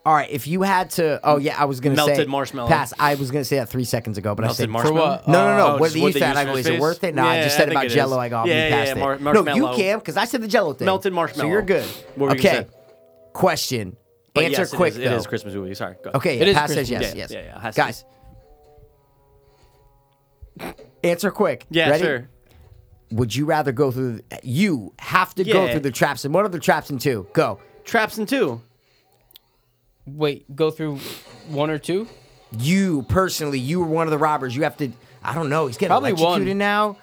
Speaker 2: All right, if you had to, oh yeah, I was gonna say
Speaker 3: Melted marshmallow.
Speaker 2: Pass. I was gonna say that three seconds ago, but I
Speaker 3: Melted
Speaker 2: said
Speaker 3: marshmallow? For what?
Speaker 2: No, no, no.
Speaker 3: Oh, just
Speaker 2: what they
Speaker 3: what
Speaker 2: used
Speaker 3: they
Speaker 2: that?
Speaker 3: use
Speaker 2: I
Speaker 3: for
Speaker 2: go,
Speaker 3: his
Speaker 2: is it
Speaker 3: face?
Speaker 2: worth it? No, I
Speaker 3: Yeah,
Speaker 2: just
Speaker 3: I
Speaker 2: said
Speaker 3: think
Speaker 2: about
Speaker 3: it is.
Speaker 2: Jello. I go, I'll
Speaker 3: Yeah,
Speaker 2: move
Speaker 3: yeah,
Speaker 2: past
Speaker 3: yeah,
Speaker 2: it.
Speaker 3: mar-
Speaker 2: No,
Speaker 3: marshmallow.
Speaker 2: you can because I said the Jello thing.
Speaker 3: Melted marshmallow.
Speaker 2: So you're good.
Speaker 3: What were you gonna
Speaker 2: okay.
Speaker 3: say?
Speaker 2: Question.
Speaker 3: But
Speaker 2: Answer
Speaker 3: yes,
Speaker 2: quick
Speaker 3: It is,
Speaker 2: though.
Speaker 3: it is Christmas movie. Sorry. Go.
Speaker 2: Okay,
Speaker 4: It
Speaker 2: yeah,
Speaker 4: is
Speaker 2: pass
Speaker 4: Christmas.
Speaker 2: says yes,
Speaker 3: Yeah,
Speaker 2: yes.
Speaker 3: yeah, yeah, it has to
Speaker 2: Guys, answer quick.
Speaker 3: Yeah,
Speaker 2: Ready?
Speaker 3: sure.
Speaker 2: Would you rather go through? You have to go
Speaker 3: Yeah.
Speaker 2: through the traps. And what are the traps in two? Go.
Speaker 3: Traps and two.
Speaker 4: Wait, go through one or two?
Speaker 2: You personally, you were one of the robbers. You have to. I don't know. He's getting
Speaker 4: Probably one.
Speaker 2: electrocuted now.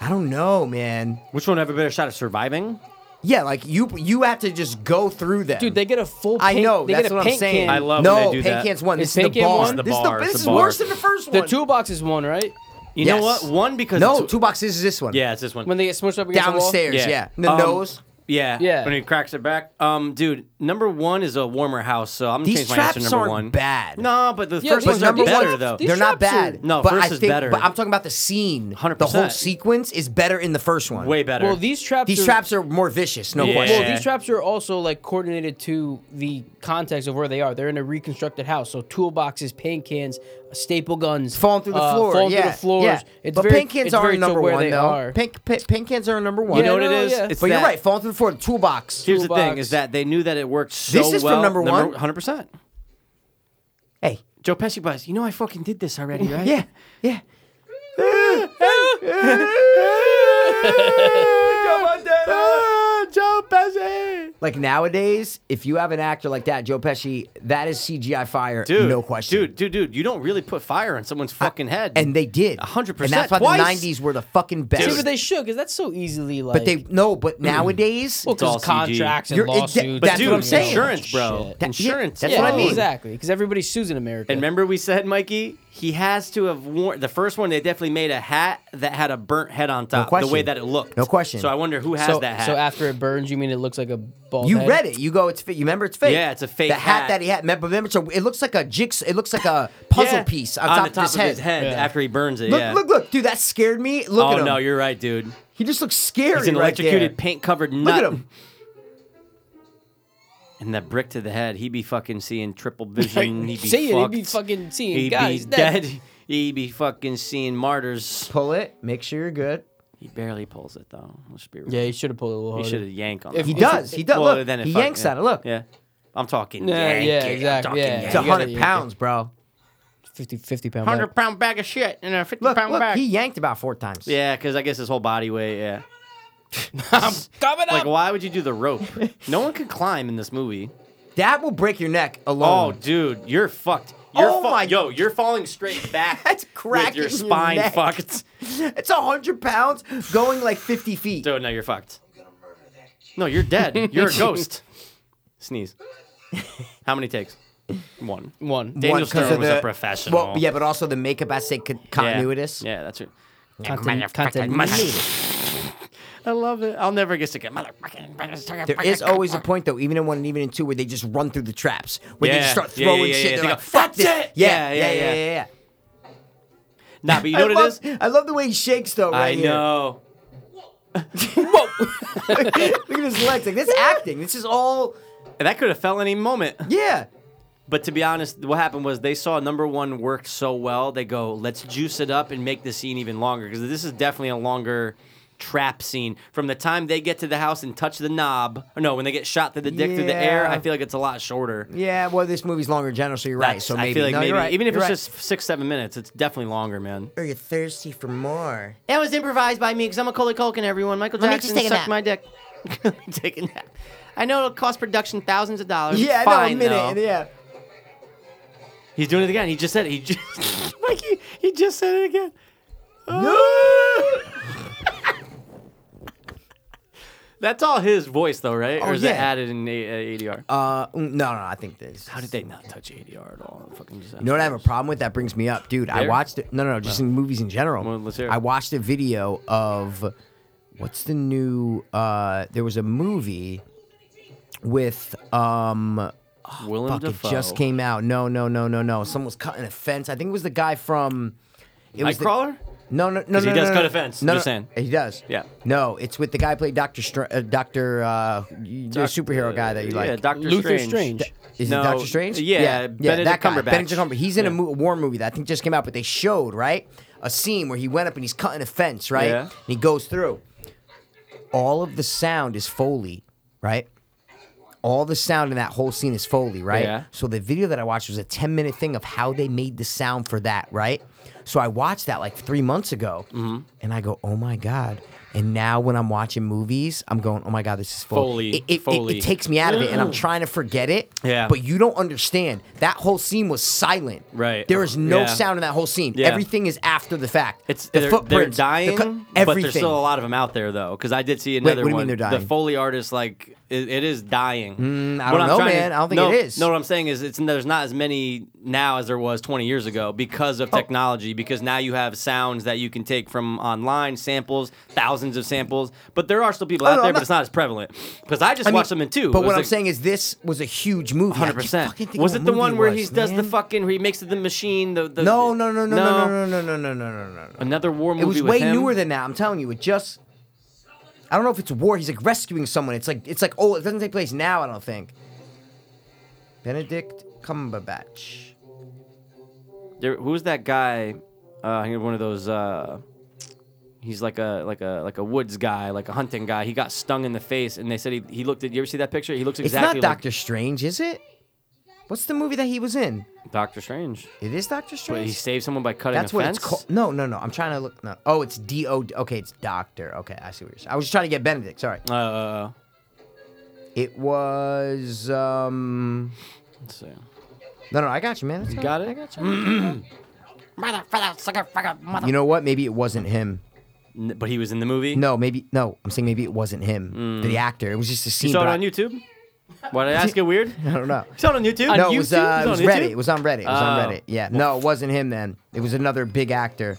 Speaker 2: I don't know, man.
Speaker 3: Which one have a better shot of surviving?
Speaker 2: Yeah, like you, you have to just go through them.
Speaker 4: Dude, they get a full
Speaker 2: I
Speaker 4: paint.
Speaker 2: know.
Speaker 4: they
Speaker 2: That's
Speaker 4: get a
Speaker 2: what I'm
Speaker 4: paint
Speaker 2: saying.
Speaker 4: Can.
Speaker 3: I love
Speaker 2: no,
Speaker 3: when they do
Speaker 2: paint
Speaker 3: that.
Speaker 2: can's one.
Speaker 4: Is
Speaker 2: This is the
Speaker 4: paint can
Speaker 2: bar.
Speaker 4: one?
Speaker 3: The
Speaker 2: This is,
Speaker 3: bar,
Speaker 2: this
Speaker 3: it's
Speaker 2: is
Speaker 3: the
Speaker 2: worse
Speaker 3: bar.
Speaker 2: than the first
Speaker 4: The
Speaker 2: one.
Speaker 4: toolbox is one, right?
Speaker 3: You know
Speaker 2: Yes.
Speaker 3: what? One because
Speaker 2: no,
Speaker 3: the two-
Speaker 2: two boxes is this one.
Speaker 3: Yeah, it's this one.
Speaker 4: When they get smushed up against
Speaker 2: downstairs.
Speaker 3: Yeah.
Speaker 2: Yeah, the
Speaker 3: Um,
Speaker 2: nose.
Speaker 3: yeah,
Speaker 4: Yeah.
Speaker 3: When he cracks it back. Um, dude, number one is a warmer house, so I'm gonna
Speaker 2: These
Speaker 3: change my answer to
Speaker 2: traps
Speaker 3: number
Speaker 2: aren't
Speaker 3: one.
Speaker 2: bad.
Speaker 3: No, but the
Speaker 4: Yeah,
Speaker 3: first
Speaker 4: these
Speaker 3: one's
Speaker 4: are-
Speaker 3: are
Speaker 2: Number
Speaker 4: these
Speaker 3: better
Speaker 4: are-
Speaker 3: though.
Speaker 4: these
Speaker 2: They're not
Speaker 4: traps are-
Speaker 2: bad.
Speaker 3: No,
Speaker 2: but
Speaker 3: first
Speaker 2: I
Speaker 3: is
Speaker 2: think,
Speaker 3: better.
Speaker 2: But I'm talking about the scene. The
Speaker 3: 100%.
Speaker 2: whole sequence is better in the first one.
Speaker 3: Way
Speaker 4: the
Speaker 3: better.
Speaker 4: wall. Well, these traps.
Speaker 2: These
Speaker 4: are,
Speaker 2: traps are more vicious, no
Speaker 3: Yeah.
Speaker 2: question.
Speaker 4: Well, these traps are also like coordinated to the context of where they are. They're in a reconstructed house, so toolboxes, paint cans, staple guns,
Speaker 2: Falling through the
Speaker 4: uh,
Speaker 2: floor.
Speaker 4: falling
Speaker 2: yeah,
Speaker 4: through the floors.
Speaker 2: Yeah.
Speaker 4: It's
Speaker 2: but
Speaker 4: very,
Speaker 2: paint cans
Speaker 4: it's very
Speaker 2: aren't
Speaker 4: to
Speaker 2: number
Speaker 4: where
Speaker 2: one
Speaker 4: they
Speaker 2: though.
Speaker 4: are.
Speaker 2: Pink paint, paint cans are number one.
Speaker 4: Yeah,
Speaker 3: you know what it
Speaker 4: no,
Speaker 3: is?
Speaker 4: yeah.
Speaker 3: It's
Speaker 2: but you're
Speaker 3: that-
Speaker 2: right. Falling through the floor, the toolbox.
Speaker 3: Here's the thing:
Speaker 4: Toolbox.
Speaker 3: is that they knew that it worked so
Speaker 2: This is from
Speaker 3: well.
Speaker 2: number one?
Speaker 3: 100. percent
Speaker 2: Hey,
Speaker 3: Joe Pesci buys. You know I fucking did this already, right?
Speaker 2: yeah, yeah.
Speaker 3: Come on, Dad. Joe Pesci.
Speaker 2: Like nowadays, if you have an actor like that, Joe Pesci, that is CGI fire,
Speaker 3: Dude,
Speaker 2: no question.
Speaker 3: Dude, dude, dude, you don't really put fire on someone's fucking head.
Speaker 2: and they did
Speaker 3: 100%
Speaker 2: And that's why
Speaker 3: twice.
Speaker 2: the '90s were the fucking best.
Speaker 4: See, but they should, because that's so easily like.
Speaker 2: but they no,
Speaker 3: Mm-hmm.
Speaker 2: but nowadays,
Speaker 4: well,
Speaker 3: It's all
Speaker 4: 'cause contracts
Speaker 2: You're-
Speaker 4: and
Speaker 2: it- that-
Speaker 4: lawsuits.
Speaker 2: but
Speaker 4: and
Speaker 2: dude,
Speaker 4: all that
Speaker 2: saying.
Speaker 3: Insurance, bro.
Speaker 4: shit.
Speaker 2: That- yeah,
Speaker 3: insurance.
Speaker 2: that's
Speaker 4: yeah,
Speaker 2: what I mean.
Speaker 4: exactly. Because everybody's suing America.
Speaker 3: And remember we said, Mikey, he has to have worn the first one. They definitely made a hat that had a burnt head on top, the
Speaker 2: question.
Speaker 3: way that it looked.
Speaker 2: No question.
Speaker 3: So I wonder who has
Speaker 4: so,
Speaker 3: that hat.
Speaker 4: so after it burns, you mean it looks like a ball?
Speaker 2: you read it. You go, it's fake. You remember it's fake.
Speaker 3: Yeah, it's a fake
Speaker 2: The hat,
Speaker 3: hat.
Speaker 2: that he had. Remember, remember so it looks like a jigsaw. It looks like a puzzle
Speaker 3: Yeah,
Speaker 2: piece on,
Speaker 3: the
Speaker 2: top,
Speaker 3: top
Speaker 2: of his head.
Speaker 4: Yeah.
Speaker 3: after he burns it.
Speaker 2: Look,
Speaker 3: yeah.
Speaker 2: look, look, dude, that scared me. Look
Speaker 3: oh
Speaker 2: at him.
Speaker 3: no, you're right, dude.
Speaker 2: he just looks scary.
Speaker 3: He's an
Speaker 2: right
Speaker 3: electrocuted,
Speaker 2: there.
Speaker 3: paint covered nut.
Speaker 2: Look at him.
Speaker 3: And that brick to the head, he'd be fucking seeing triple vision. He'd be
Speaker 4: See it. He'd
Speaker 3: fucked.
Speaker 4: be fucking seeing.
Speaker 3: He'd
Speaker 4: God,
Speaker 3: be
Speaker 4: he's dead.
Speaker 3: He'd be fucking seeing martyrs.
Speaker 2: Pull it. Make sure you're good.
Speaker 3: He barely pulls it though. Let's be real.
Speaker 4: Yeah, he should have pulled it a little
Speaker 3: he
Speaker 4: harder.
Speaker 3: should have yanked on.
Speaker 4: If-
Speaker 2: He
Speaker 3: that one.
Speaker 2: does. He does.
Speaker 3: Well,
Speaker 2: look,
Speaker 3: then it
Speaker 2: he
Speaker 3: fuck-
Speaker 2: yanks
Speaker 3: yeah.
Speaker 2: at it. Look,
Speaker 3: Yeah, I'm talking.
Speaker 4: Yeah,
Speaker 3: yank
Speaker 4: yeah,
Speaker 3: it. I'm
Speaker 4: exactly,
Speaker 3: talking
Speaker 4: yeah.
Speaker 2: it's a
Speaker 3: yank.
Speaker 4: You gotta
Speaker 2: hundred
Speaker 4: yank it.
Speaker 2: pounds, bro.
Speaker 4: 50, 50 pound.
Speaker 3: hundred
Speaker 4: bag.
Speaker 3: pound bag of shit and a fifty
Speaker 2: Look,
Speaker 3: pound
Speaker 2: look,
Speaker 3: bag.
Speaker 2: he yanked about four times.
Speaker 3: yeah, because I guess his whole body weight. Yeah.
Speaker 4: Coming
Speaker 3: Like,
Speaker 4: up.
Speaker 3: why would you do the rope? No one could climb in this movie.
Speaker 2: that will break your neck
Speaker 3: Oh,
Speaker 2: alone.
Speaker 3: dude, you're fucked. You're
Speaker 2: Oh
Speaker 3: fu-
Speaker 2: my-
Speaker 3: Yo, you're falling straight back.
Speaker 2: That's
Speaker 3: with
Speaker 2: cracking
Speaker 3: your
Speaker 2: your
Speaker 3: spine
Speaker 2: neck.
Speaker 3: fucked.
Speaker 2: it's a hundred pounds going like fifty feet.
Speaker 3: Dude, no, you're fucked. No, you're dead. You're a ghost. Sneeze. How many takes? One.
Speaker 4: One.
Speaker 3: Daniel
Speaker 2: One, 'cause
Speaker 3: Stern
Speaker 2: of
Speaker 3: was
Speaker 2: the-
Speaker 3: a professional.
Speaker 2: Well, yeah, but also the makeup I say con-
Speaker 3: Yeah.
Speaker 2: continuous.
Speaker 3: Yeah, that's right.
Speaker 4: Content, content.
Speaker 3: I love it. I'll never get sick of motherfucking.
Speaker 2: There is always a point though, even in one and even in two, where they just run through the traps, where they
Speaker 3: Yeah.
Speaker 2: just start
Speaker 3: Yeah, yeah,
Speaker 2: throwing
Speaker 3: yeah,
Speaker 2: shit.
Speaker 3: yeah.
Speaker 2: They're
Speaker 3: They
Speaker 2: like,
Speaker 3: go,
Speaker 2: "Fuck
Speaker 3: "That's
Speaker 2: this!"
Speaker 3: it!
Speaker 2: Yeah,
Speaker 3: Yeah,
Speaker 2: yeah,
Speaker 3: yeah,
Speaker 2: yeah,
Speaker 3: yeah.
Speaker 2: yeah. yeah.
Speaker 3: Nah, but you know
Speaker 2: I
Speaker 3: what
Speaker 2: love,
Speaker 3: it is?
Speaker 2: I love the way he shakes though.
Speaker 3: I
Speaker 2: Right here.
Speaker 3: know.
Speaker 2: Look at his legs. Like this acting. This is all.
Speaker 3: And that could have fell any moment.
Speaker 2: Yeah.
Speaker 3: But to be honest, what happened was they saw number one work so well, they go, let's juice it up and make the scene even longer. Because this is definitely a longer trap scene. From the time they get to the house and touch the knob, or no, when they get shot through the dick through the air,
Speaker 2: Yeah.
Speaker 3: I feel like it's a lot shorter.
Speaker 2: Yeah. Well, this movie's longer in general, so you're right.
Speaker 3: That's-
Speaker 2: So maybe
Speaker 3: I feel like
Speaker 2: no,
Speaker 3: maybe
Speaker 2: you're right.
Speaker 3: even if
Speaker 2: you're
Speaker 3: it's
Speaker 2: right.
Speaker 3: just six, seven minutes, it's definitely longer, man.
Speaker 2: Are you thirsty for more?
Speaker 3: That was improvised by me because I'm a Coley Culkin, everyone. Michael
Speaker 2: Let me
Speaker 3: Jackson
Speaker 2: just take a nap.
Speaker 3: sucked my dick. take a nap. I know it'll cost production thousands of dollars.
Speaker 2: Yeah, no, a
Speaker 3: Fine,
Speaker 2: minute.
Speaker 3: though.
Speaker 2: and Yeah.
Speaker 3: He's doing it again. He just said it. He just Mikey, he just said it again. That's all his voice though, right?
Speaker 2: Oh,
Speaker 3: or is
Speaker 2: yeah.
Speaker 3: it added in A- uh, ADR?
Speaker 2: Uh, mm, no, no, I think this.
Speaker 3: How did they not touch ADR at all? Fucking disaster.
Speaker 2: You know what I have a problem with? That brings me up, dude. I
Speaker 3: There?
Speaker 2: watched it. No, no, no. Just in movies in general.
Speaker 3: Well, let's hear it.
Speaker 2: I watched a video of what's the new? uh There was a movie with um
Speaker 3: Willem
Speaker 2: fuck,
Speaker 3: Dafoe.
Speaker 2: it just came out. No, no, no, no, no. Someone was cutting a fence. I think it was the guy from. It was the-
Speaker 3: Nightcrawler?
Speaker 2: No, no, no,
Speaker 3: 'Cause
Speaker 2: no.
Speaker 3: he
Speaker 2: no,
Speaker 3: does
Speaker 2: no,
Speaker 3: cut
Speaker 2: no.
Speaker 3: a fence,
Speaker 2: No,
Speaker 3: just
Speaker 2: no,
Speaker 3: saying.
Speaker 2: He does.
Speaker 3: Yeah.
Speaker 2: No, it's with the guy who played Doctor Str- uh, Doctor uh, the superhero guy that you like.
Speaker 3: Yeah, Doctor
Speaker 4: Luther
Speaker 3: Strange.
Speaker 4: Strange.
Speaker 2: Is
Speaker 3: No,
Speaker 2: it Doctor Strange?
Speaker 3: yeah, Benedict
Speaker 2: that guy,
Speaker 3: Cumberbatch.
Speaker 2: Benedict Cumberbatch. He's in
Speaker 3: Yeah.
Speaker 2: a mo- war movie that I think just came out, but they showed right a scene where he went up and he's cutting a fence, right?
Speaker 3: Yeah.
Speaker 2: And he goes through. All of the sound is Foley, right? All the sound in that whole scene is Foley, right?
Speaker 3: Yeah.
Speaker 2: So the video that I watched was a 10 minute thing of how they made the sound for that, right? So I watched that like three months ago,
Speaker 3: Mm-hmm.
Speaker 2: and I go, "Oh my god!" And now when I'm watching movies, I'm going, "Oh my god, this is Foley."
Speaker 3: Foley,
Speaker 2: It- it- it-
Speaker 3: Foley.
Speaker 2: it takes me out of it, and I'm trying to forget it.
Speaker 3: Yeah.
Speaker 2: But you don't understand. That whole scene was silent.
Speaker 3: Right.
Speaker 2: There is no
Speaker 3: Yeah.
Speaker 2: sound in that whole scene.
Speaker 3: Yeah.
Speaker 2: Everything is after the fact.
Speaker 3: It's
Speaker 2: the
Speaker 3: they're, they're
Speaker 2: footprints, the
Speaker 3: dying,
Speaker 2: co-
Speaker 3: but
Speaker 2: everything.
Speaker 3: there's still a lot of them out there though. Because I did see another
Speaker 2: what do you
Speaker 3: one.
Speaker 2: mean they're
Speaker 3: The
Speaker 2: dying? Hmm,
Speaker 3: Foley artist, like it, it is dying.
Speaker 2: I
Speaker 3: What
Speaker 2: don't
Speaker 3: I'm
Speaker 2: know,
Speaker 3: trying
Speaker 2: man. I don't think
Speaker 3: no,
Speaker 2: it is.
Speaker 3: No, what I'm saying is it's there's not as many now as there was 20 years ago because
Speaker 2: Oh.
Speaker 3: of technology. Because now you have sounds that you can take from online samples, thousands of samples. But there are still people out
Speaker 2: no,
Speaker 3: there,
Speaker 2: I'm
Speaker 3: but
Speaker 2: not-
Speaker 3: it's not as prevalent. Because I just
Speaker 2: I mean,
Speaker 3: watched them in two.
Speaker 2: But what I'm saying is, this was a huge movie. I keep
Speaker 3: Hundred
Speaker 2: fucking
Speaker 3: percent.
Speaker 2: thinking
Speaker 3: Was
Speaker 2: what
Speaker 3: it the
Speaker 2: movie
Speaker 3: one where
Speaker 2: was,
Speaker 3: he does the
Speaker 2: man.
Speaker 3: fucking? Where he makes it the machine. The, the
Speaker 2: No, no, no, no, no, no, no, no, no, no, no, no, no.
Speaker 3: Another war movie.
Speaker 2: It was
Speaker 3: with
Speaker 2: way
Speaker 3: him?
Speaker 2: newer than that. I'm telling you, it just. I don't know if it's war. He's like rescuing someone. It's like it's like oh, it doesn't take place now. I don't think. Benedict Cumberbatch.
Speaker 3: There, who was that guy? Uh, he had one of those. Uh, he's like a like a like a woods guy, like a hunting guy. He got stung in the face, and they said he, he looked at. You ever see that picture? He looks exactly
Speaker 2: it's not
Speaker 3: like
Speaker 2: Doctor Strange, is it? What's the movie that he was in?
Speaker 3: Doctor Strange.
Speaker 2: It is Doctor
Speaker 3: But
Speaker 2: Strange.
Speaker 3: he saved someone by cutting
Speaker 2: That's
Speaker 3: a
Speaker 2: what
Speaker 3: fence.
Speaker 2: it's called. No, no, no. I'm trying to look. No. Oh, it's D O. Okay, it's Doctor. Okay, I see what you're saying. I was just trying to get Benedict. Sorry.
Speaker 3: Uh,
Speaker 2: It was um
Speaker 3: Let's see.
Speaker 2: no no I got you man. That's all
Speaker 3: Got
Speaker 2: right.
Speaker 3: it?
Speaker 2: I got you. you know what? Maybe it wasn't him.
Speaker 3: N- But he was in the movie.
Speaker 2: No, maybe no. I'm saying maybe it wasn't him. The actor. It was just a scene.
Speaker 3: Hmm. You saw
Speaker 2: but
Speaker 3: it
Speaker 2: I-
Speaker 3: on YouTube. Why did I ask it weird? You
Speaker 2: I don't know.
Speaker 3: saw it on YouTube.
Speaker 2: no, it was, uh, it was
Speaker 3: on
Speaker 2: Reddit.
Speaker 3: YouTube?
Speaker 2: It was on Reddit. It was on
Speaker 3: Oh.
Speaker 2: Reddit. Yeah. No, it wasn't him then. It was another big actor.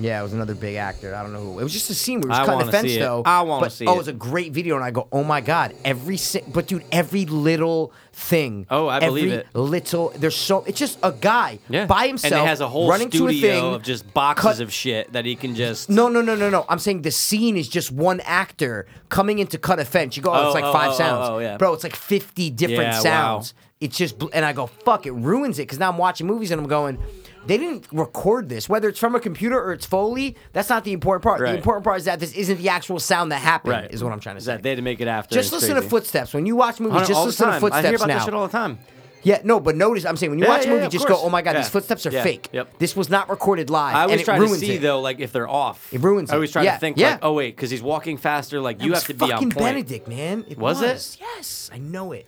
Speaker 2: Yeah, it was another big actor. I don't know who. It was just a scene where he
Speaker 3: I
Speaker 2: was cutting the
Speaker 3: wanna
Speaker 2: fence,
Speaker 3: see it.
Speaker 2: though.
Speaker 3: I wanna
Speaker 2: but-
Speaker 3: see
Speaker 2: Oh,
Speaker 3: it.
Speaker 2: it was a great video, and I go, oh my god, every si- but dude, every little thing.
Speaker 3: Oh, I believe
Speaker 2: every
Speaker 3: it.
Speaker 2: Little, there's so it's just a guy
Speaker 3: Yeah.
Speaker 2: by himself,
Speaker 3: And it has a whole
Speaker 2: running
Speaker 3: studio
Speaker 2: to a thing
Speaker 3: of just boxes
Speaker 2: cut-
Speaker 3: of shit that he can just.
Speaker 2: No, no, no, no, no. I'm saying the scene is just one actor coming in to cut a fence. You go, oh,
Speaker 3: Oh,
Speaker 2: it's like
Speaker 3: oh,
Speaker 2: five
Speaker 3: oh, oh,
Speaker 2: sounds.
Speaker 3: oh, yeah.
Speaker 2: Bro, it's like 50 different
Speaker 3: Yeah, wow.
Speaker 2: sounds. It's just, bl- and I go, fuck, it ruins it. Because now I'm watching movies and I'm going, they didn't record this. Whether it's from a computer or it's Foley, that's not the important part.
Speaker 3: Right.
Speaker 2: The important part is that this isn't the actual sound that happened,
Speaker 3: Right.
Speaker 2: is what I'm trying to
Speaker 3: Is
Speaker 2: say.
Speaker 3: that they had to make it after?
Speaker 2: just
Speaker 3: It's
Speaker 2: listen to
Speaker 3: crazy.
Speaker 2: footsteps. When you watch
Speaker 3: I know,
Speaker 2: movies, just
Speaker 3: all the
Speaker 2: listen to
Speaker 3: time.
Speaker 2: footsteps
Speaker 3: I hear about
Speaker 2: now.
Speaker 3: that shit all the time.
Speaker 2: Yeah, no, but notice I'm saying when you
Speaker 3: Yeah,
Speaker 2: watch
Speaker 3: yeah,
Speaker 2: a movie,
Speaker 3: yeah, of
Speaker 2: just
Speaker 3: course.
Speaker 2: go, "Oh my god,
Speaker 3: Yeah.
Speaker 2: these footsteps are
Speaker 3: Yeah.
Speaker 2: fake.
Speaker 3: Yep.
Speaker 2: This was not recorded live."
Speaker 3: I
Speaker 2: and
Speaker 3: always
Speaker 2: it
Speaker 3: try to
Speaker 2: ruins
Speaker 3: see
Speaker 2: it.
Speaker 3: though, like if they're off.
Speaker 2: It ruins
Speaker 3: I always
Speaker 2: it.
Speaker 3: try
Speaker 2: Yeah,
Speaker 3: to think
Speaker 2: yeah.
Speaker 3: like, oh wait, because he's walking faster. Like you
Speaker 2: It
Speaker 3: have to
Speaker 2: was
Speaker 3: be on
Speaker 2: fucking
Speaker 3: point.
Speaker 2: Benedict, man. It
Speaker 3: Was
Speaker 2: was,
Speaker 3: it?
Speaker 2: Yes, I know it.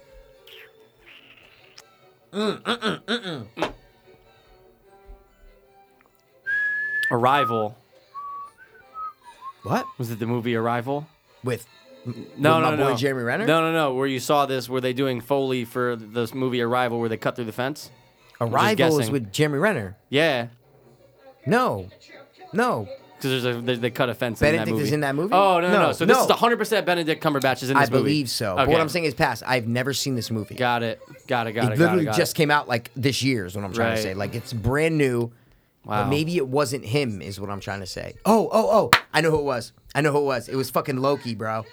Speaker 3: Arrival.
Speaker 2: What
Speaker 3: Was it the movie Arrival?
Speaker 2: with?
Speaker 3: No,
Speaker 2: With
Speaker 3: no,
Speaker 2: my
Speaker 3: no.
Speaker 2: boy Jeremy Renner?
Speaker 3: No, no, no. Where you saw this? Were they doing Foley for this movie Arrival, where they cut through the fence?
Speaker 2: Arrival is
Speaker 3: guessing.
Speaker 2: with Jeremy Renner.
Speaker 3: Yeah,
Speaker 2: No, no.
Speaker 3: because there's a they, they cut a fence. in
Speaker 2: Benedict
Speaker 3: that
Speaker 2: is
Speaker 3: movie.
Speaker 2: in that movie?
Speaker 3: Oh no, no.
Speaker 2: No,
Speaker 3: no. So this
Speaker 2: no.
Speaker 3: is 100 percent Benedict Cumberbatch is in
Speaker 2: I
Speaker 3: this movie.
Speaker 2: believe so. But
Speaker 3: Okay.
Speaker 2: what I'm saying is, past. I've never seen this movie.
Speaker 3: Got it. Got it. Got it.
Speaker 2: it
Speaker 3: got
Speaker 2: literally
Speaker 3: got
Speaker 2: just came out like this year. Is what I'm trying
Speaker 3: Right.
Speaker 2: to say. Like it's brand new.
Speaker 3: Wow.
Speaker 2: But maybe it wasn't him. Is what I'm trying to say. Oh, oh, oh! I know who it was. I know who it was. It was fucking Loki, bro.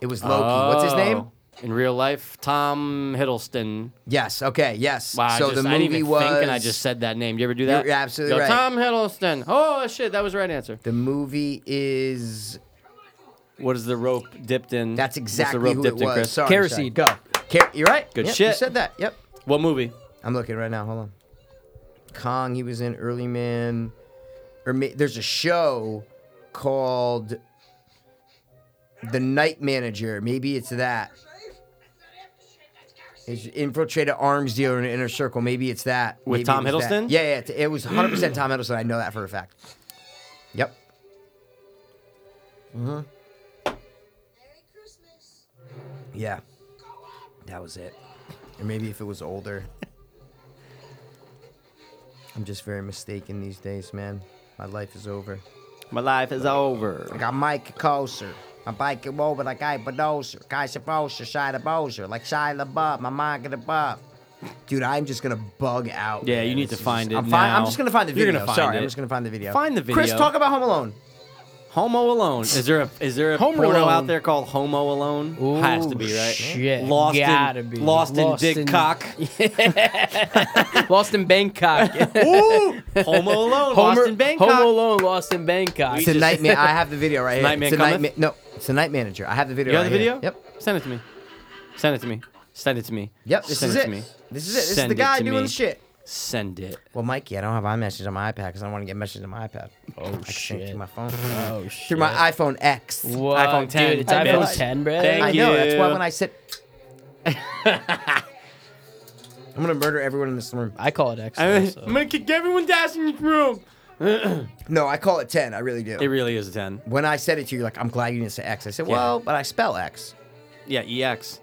Speaker 2: It was Loki. What's his name?
Speaker 3: Oh. In real life, Tom Hiddleston.
Speaker 2: Yes. Okay. Yes.
Speaker 3: Wow, I
Speaker 2: so
Speaker 3: just-
Speaker 2: the movie
Speaker 3: I didn't even
Speaker 2: was.
Speaker 3: think, and I just said that name. You ever do that?
Speaker 2: You're absolutely
Speaker 3: Go,
Speaker 2: right.
Speaker 3: Tom Hiddleston. Oh shit, that was the right answer.
Speaker 2: The movie is.
Speaker 3: What is the rope dipped in? What's
Speaker 2: That's
Speaker 3: the
Speaker 2: exactly
Speaker 3: rope
Speaker 2: who it
Speaker 3: dipped in,
Speaker 2: was.
Speaker 3: Chris?
Speaker 2: Sorry,
Speaker 4: Kerosene.
Speaker 2: sorry. Go. Ker- you're right.
Speaker 3: Good
Speaker 2: Yep, You
Speaker 3: shit.
Speaker 2: said that. Yep.
Speaker 3: What movie?
Speaker 2: I'm looking right now. Hold on. Kong. He was in Early Man. Or ma- there's a show called The Night Manager. Maybe it's that. He's infiltrate an arms dealer in the inner circle. Maybe it's that.
Speaker 3: With
Speaker 2: Maybe
Speaker 3: Tom
Speaker 2: it was that.
Speaker 3: Hiddleston?
Speaker 2: Yeah, yeah. It it was 100% Tom Hiddleston. I know that for a fact. Yep. Mm-hmm.
Speaker 6: Merry Christmas.
Speaker 2: Yeah. That was it. Or maybe if it was older. I'm just very mistaken these days, man. My life is over.
Speaker 3: My life is over.
Speaker 2: I got Mike Koser. My bike is over like I Bodoser. Kaiser Boser, Shia Boser. Like Shia LaBeouf. My mind get above. Dude, I'm just gonna bug out.
Speaker 3: Yeah,
Speaker 2: man.
Speaker 3: you need
Speaker 2: This is
Speaker 3: to find
Speaker 2: just-
Speaker 3: it
Speaker 2: I'm, fi- I'm
Speaker 3: now.
Speaker 2: just gonna find the
Speaker 3: You're
Speaker 2: video.
Speaker 3: gonna find
Speaker 2: Sorry,
Speaker 3: it.
Speaker 2: I'm just gonna find the video.
Speaker 3: Find the
Speaker 2: Chris,
Speaker 3: video.
Speaker 2: talk about Home Alone.
Speaker 3: Homo Alone. Is there a is there a
Speaker 4: Homo
Speaker 3: porno
Speaker 4: Alone.
Speaker 3: out there called Homo Alone?
Speaker 4: Ooh,
Speaker 3: Has to be right.
Speaker 4: shit.
Speaker 3: Lost
Speaker 4: Gotta
Speaker 3: in
Speaker 4: be.
Speaker 3: Lost,
Speaker 4: Lost
Speaker 3: in Dick
Speaker 4: in-
Speaker 3: Cock.
Speaker 4: Lost in Bangkok.
Speaker 3: Ooh, Homo Alone. Lost in Bangkok.
Speaker 4: Homo Alone, Lost in Bangkok.
Speaker 2: It's a nightmare. I have the video right here.
Speaker 3: Nightman
Speaker 2: it's a
Speaker 3: Cometh?
Speaker 2: nightmare. No, it's a night manager. I have the video.
Speaker 3: You have
Speaker 2: right
Speaker 3: the video?
Speaker 2: Here. Yep.
Speaker 3: Send it to me. Send it to me. Send it to me.
Speaker 2: Yep. This
Speaker 3: Send
Speaker 2: is
Speaker 3: it
Speaker 2: it.
Speaker 3: to me.
Speaker 2: This is it. This
Speaker 3: Send
Speaker 2: is the
Speaker 3: it
Speaker 2: guy
Speaker 3: to
Speaker 2: doing
Speaker 3: me.
Speaker 2: shit.
Speaker 3: Send it.
Speaker 2: Well, Mikey, I don't have iMessage on my iPad because I want to get messages on my iPad.
Speaker 4: Oh,
Speaker 2: I can send it
Speaker 4: shit.
Speaker 2: through my phone.
Speaker 4: Oh,
Speaker 2: Through my iPhone X. I
Speaker 4: What,
Speaker 3: iPhone 10,
Speaker 4: Dude, it's
Speaker 3: I
Speaker 4: iPhone
Speaker 3: bet.
Speaker 4: 10, bro.
Speaker 3: Thank you.
Speaker 2: know. That's why
Speaker 3: you.
Speaker 2: when I said, I'm gonna murder everyone in this room.
Speaker 4: I call it X.
Speaker 3: I'm,
Speaker 4: though, so.
Speaker 3: gonna kick everyone down in this room.
Speaker 2: No, I call it ten. I really do.
Speaker 3: It really is a ten.
Speaker 2: when I said it to you, like, I'm glad you didn't say X. I said, well, but I spell X.
Speaker 3: Yeah, E EX.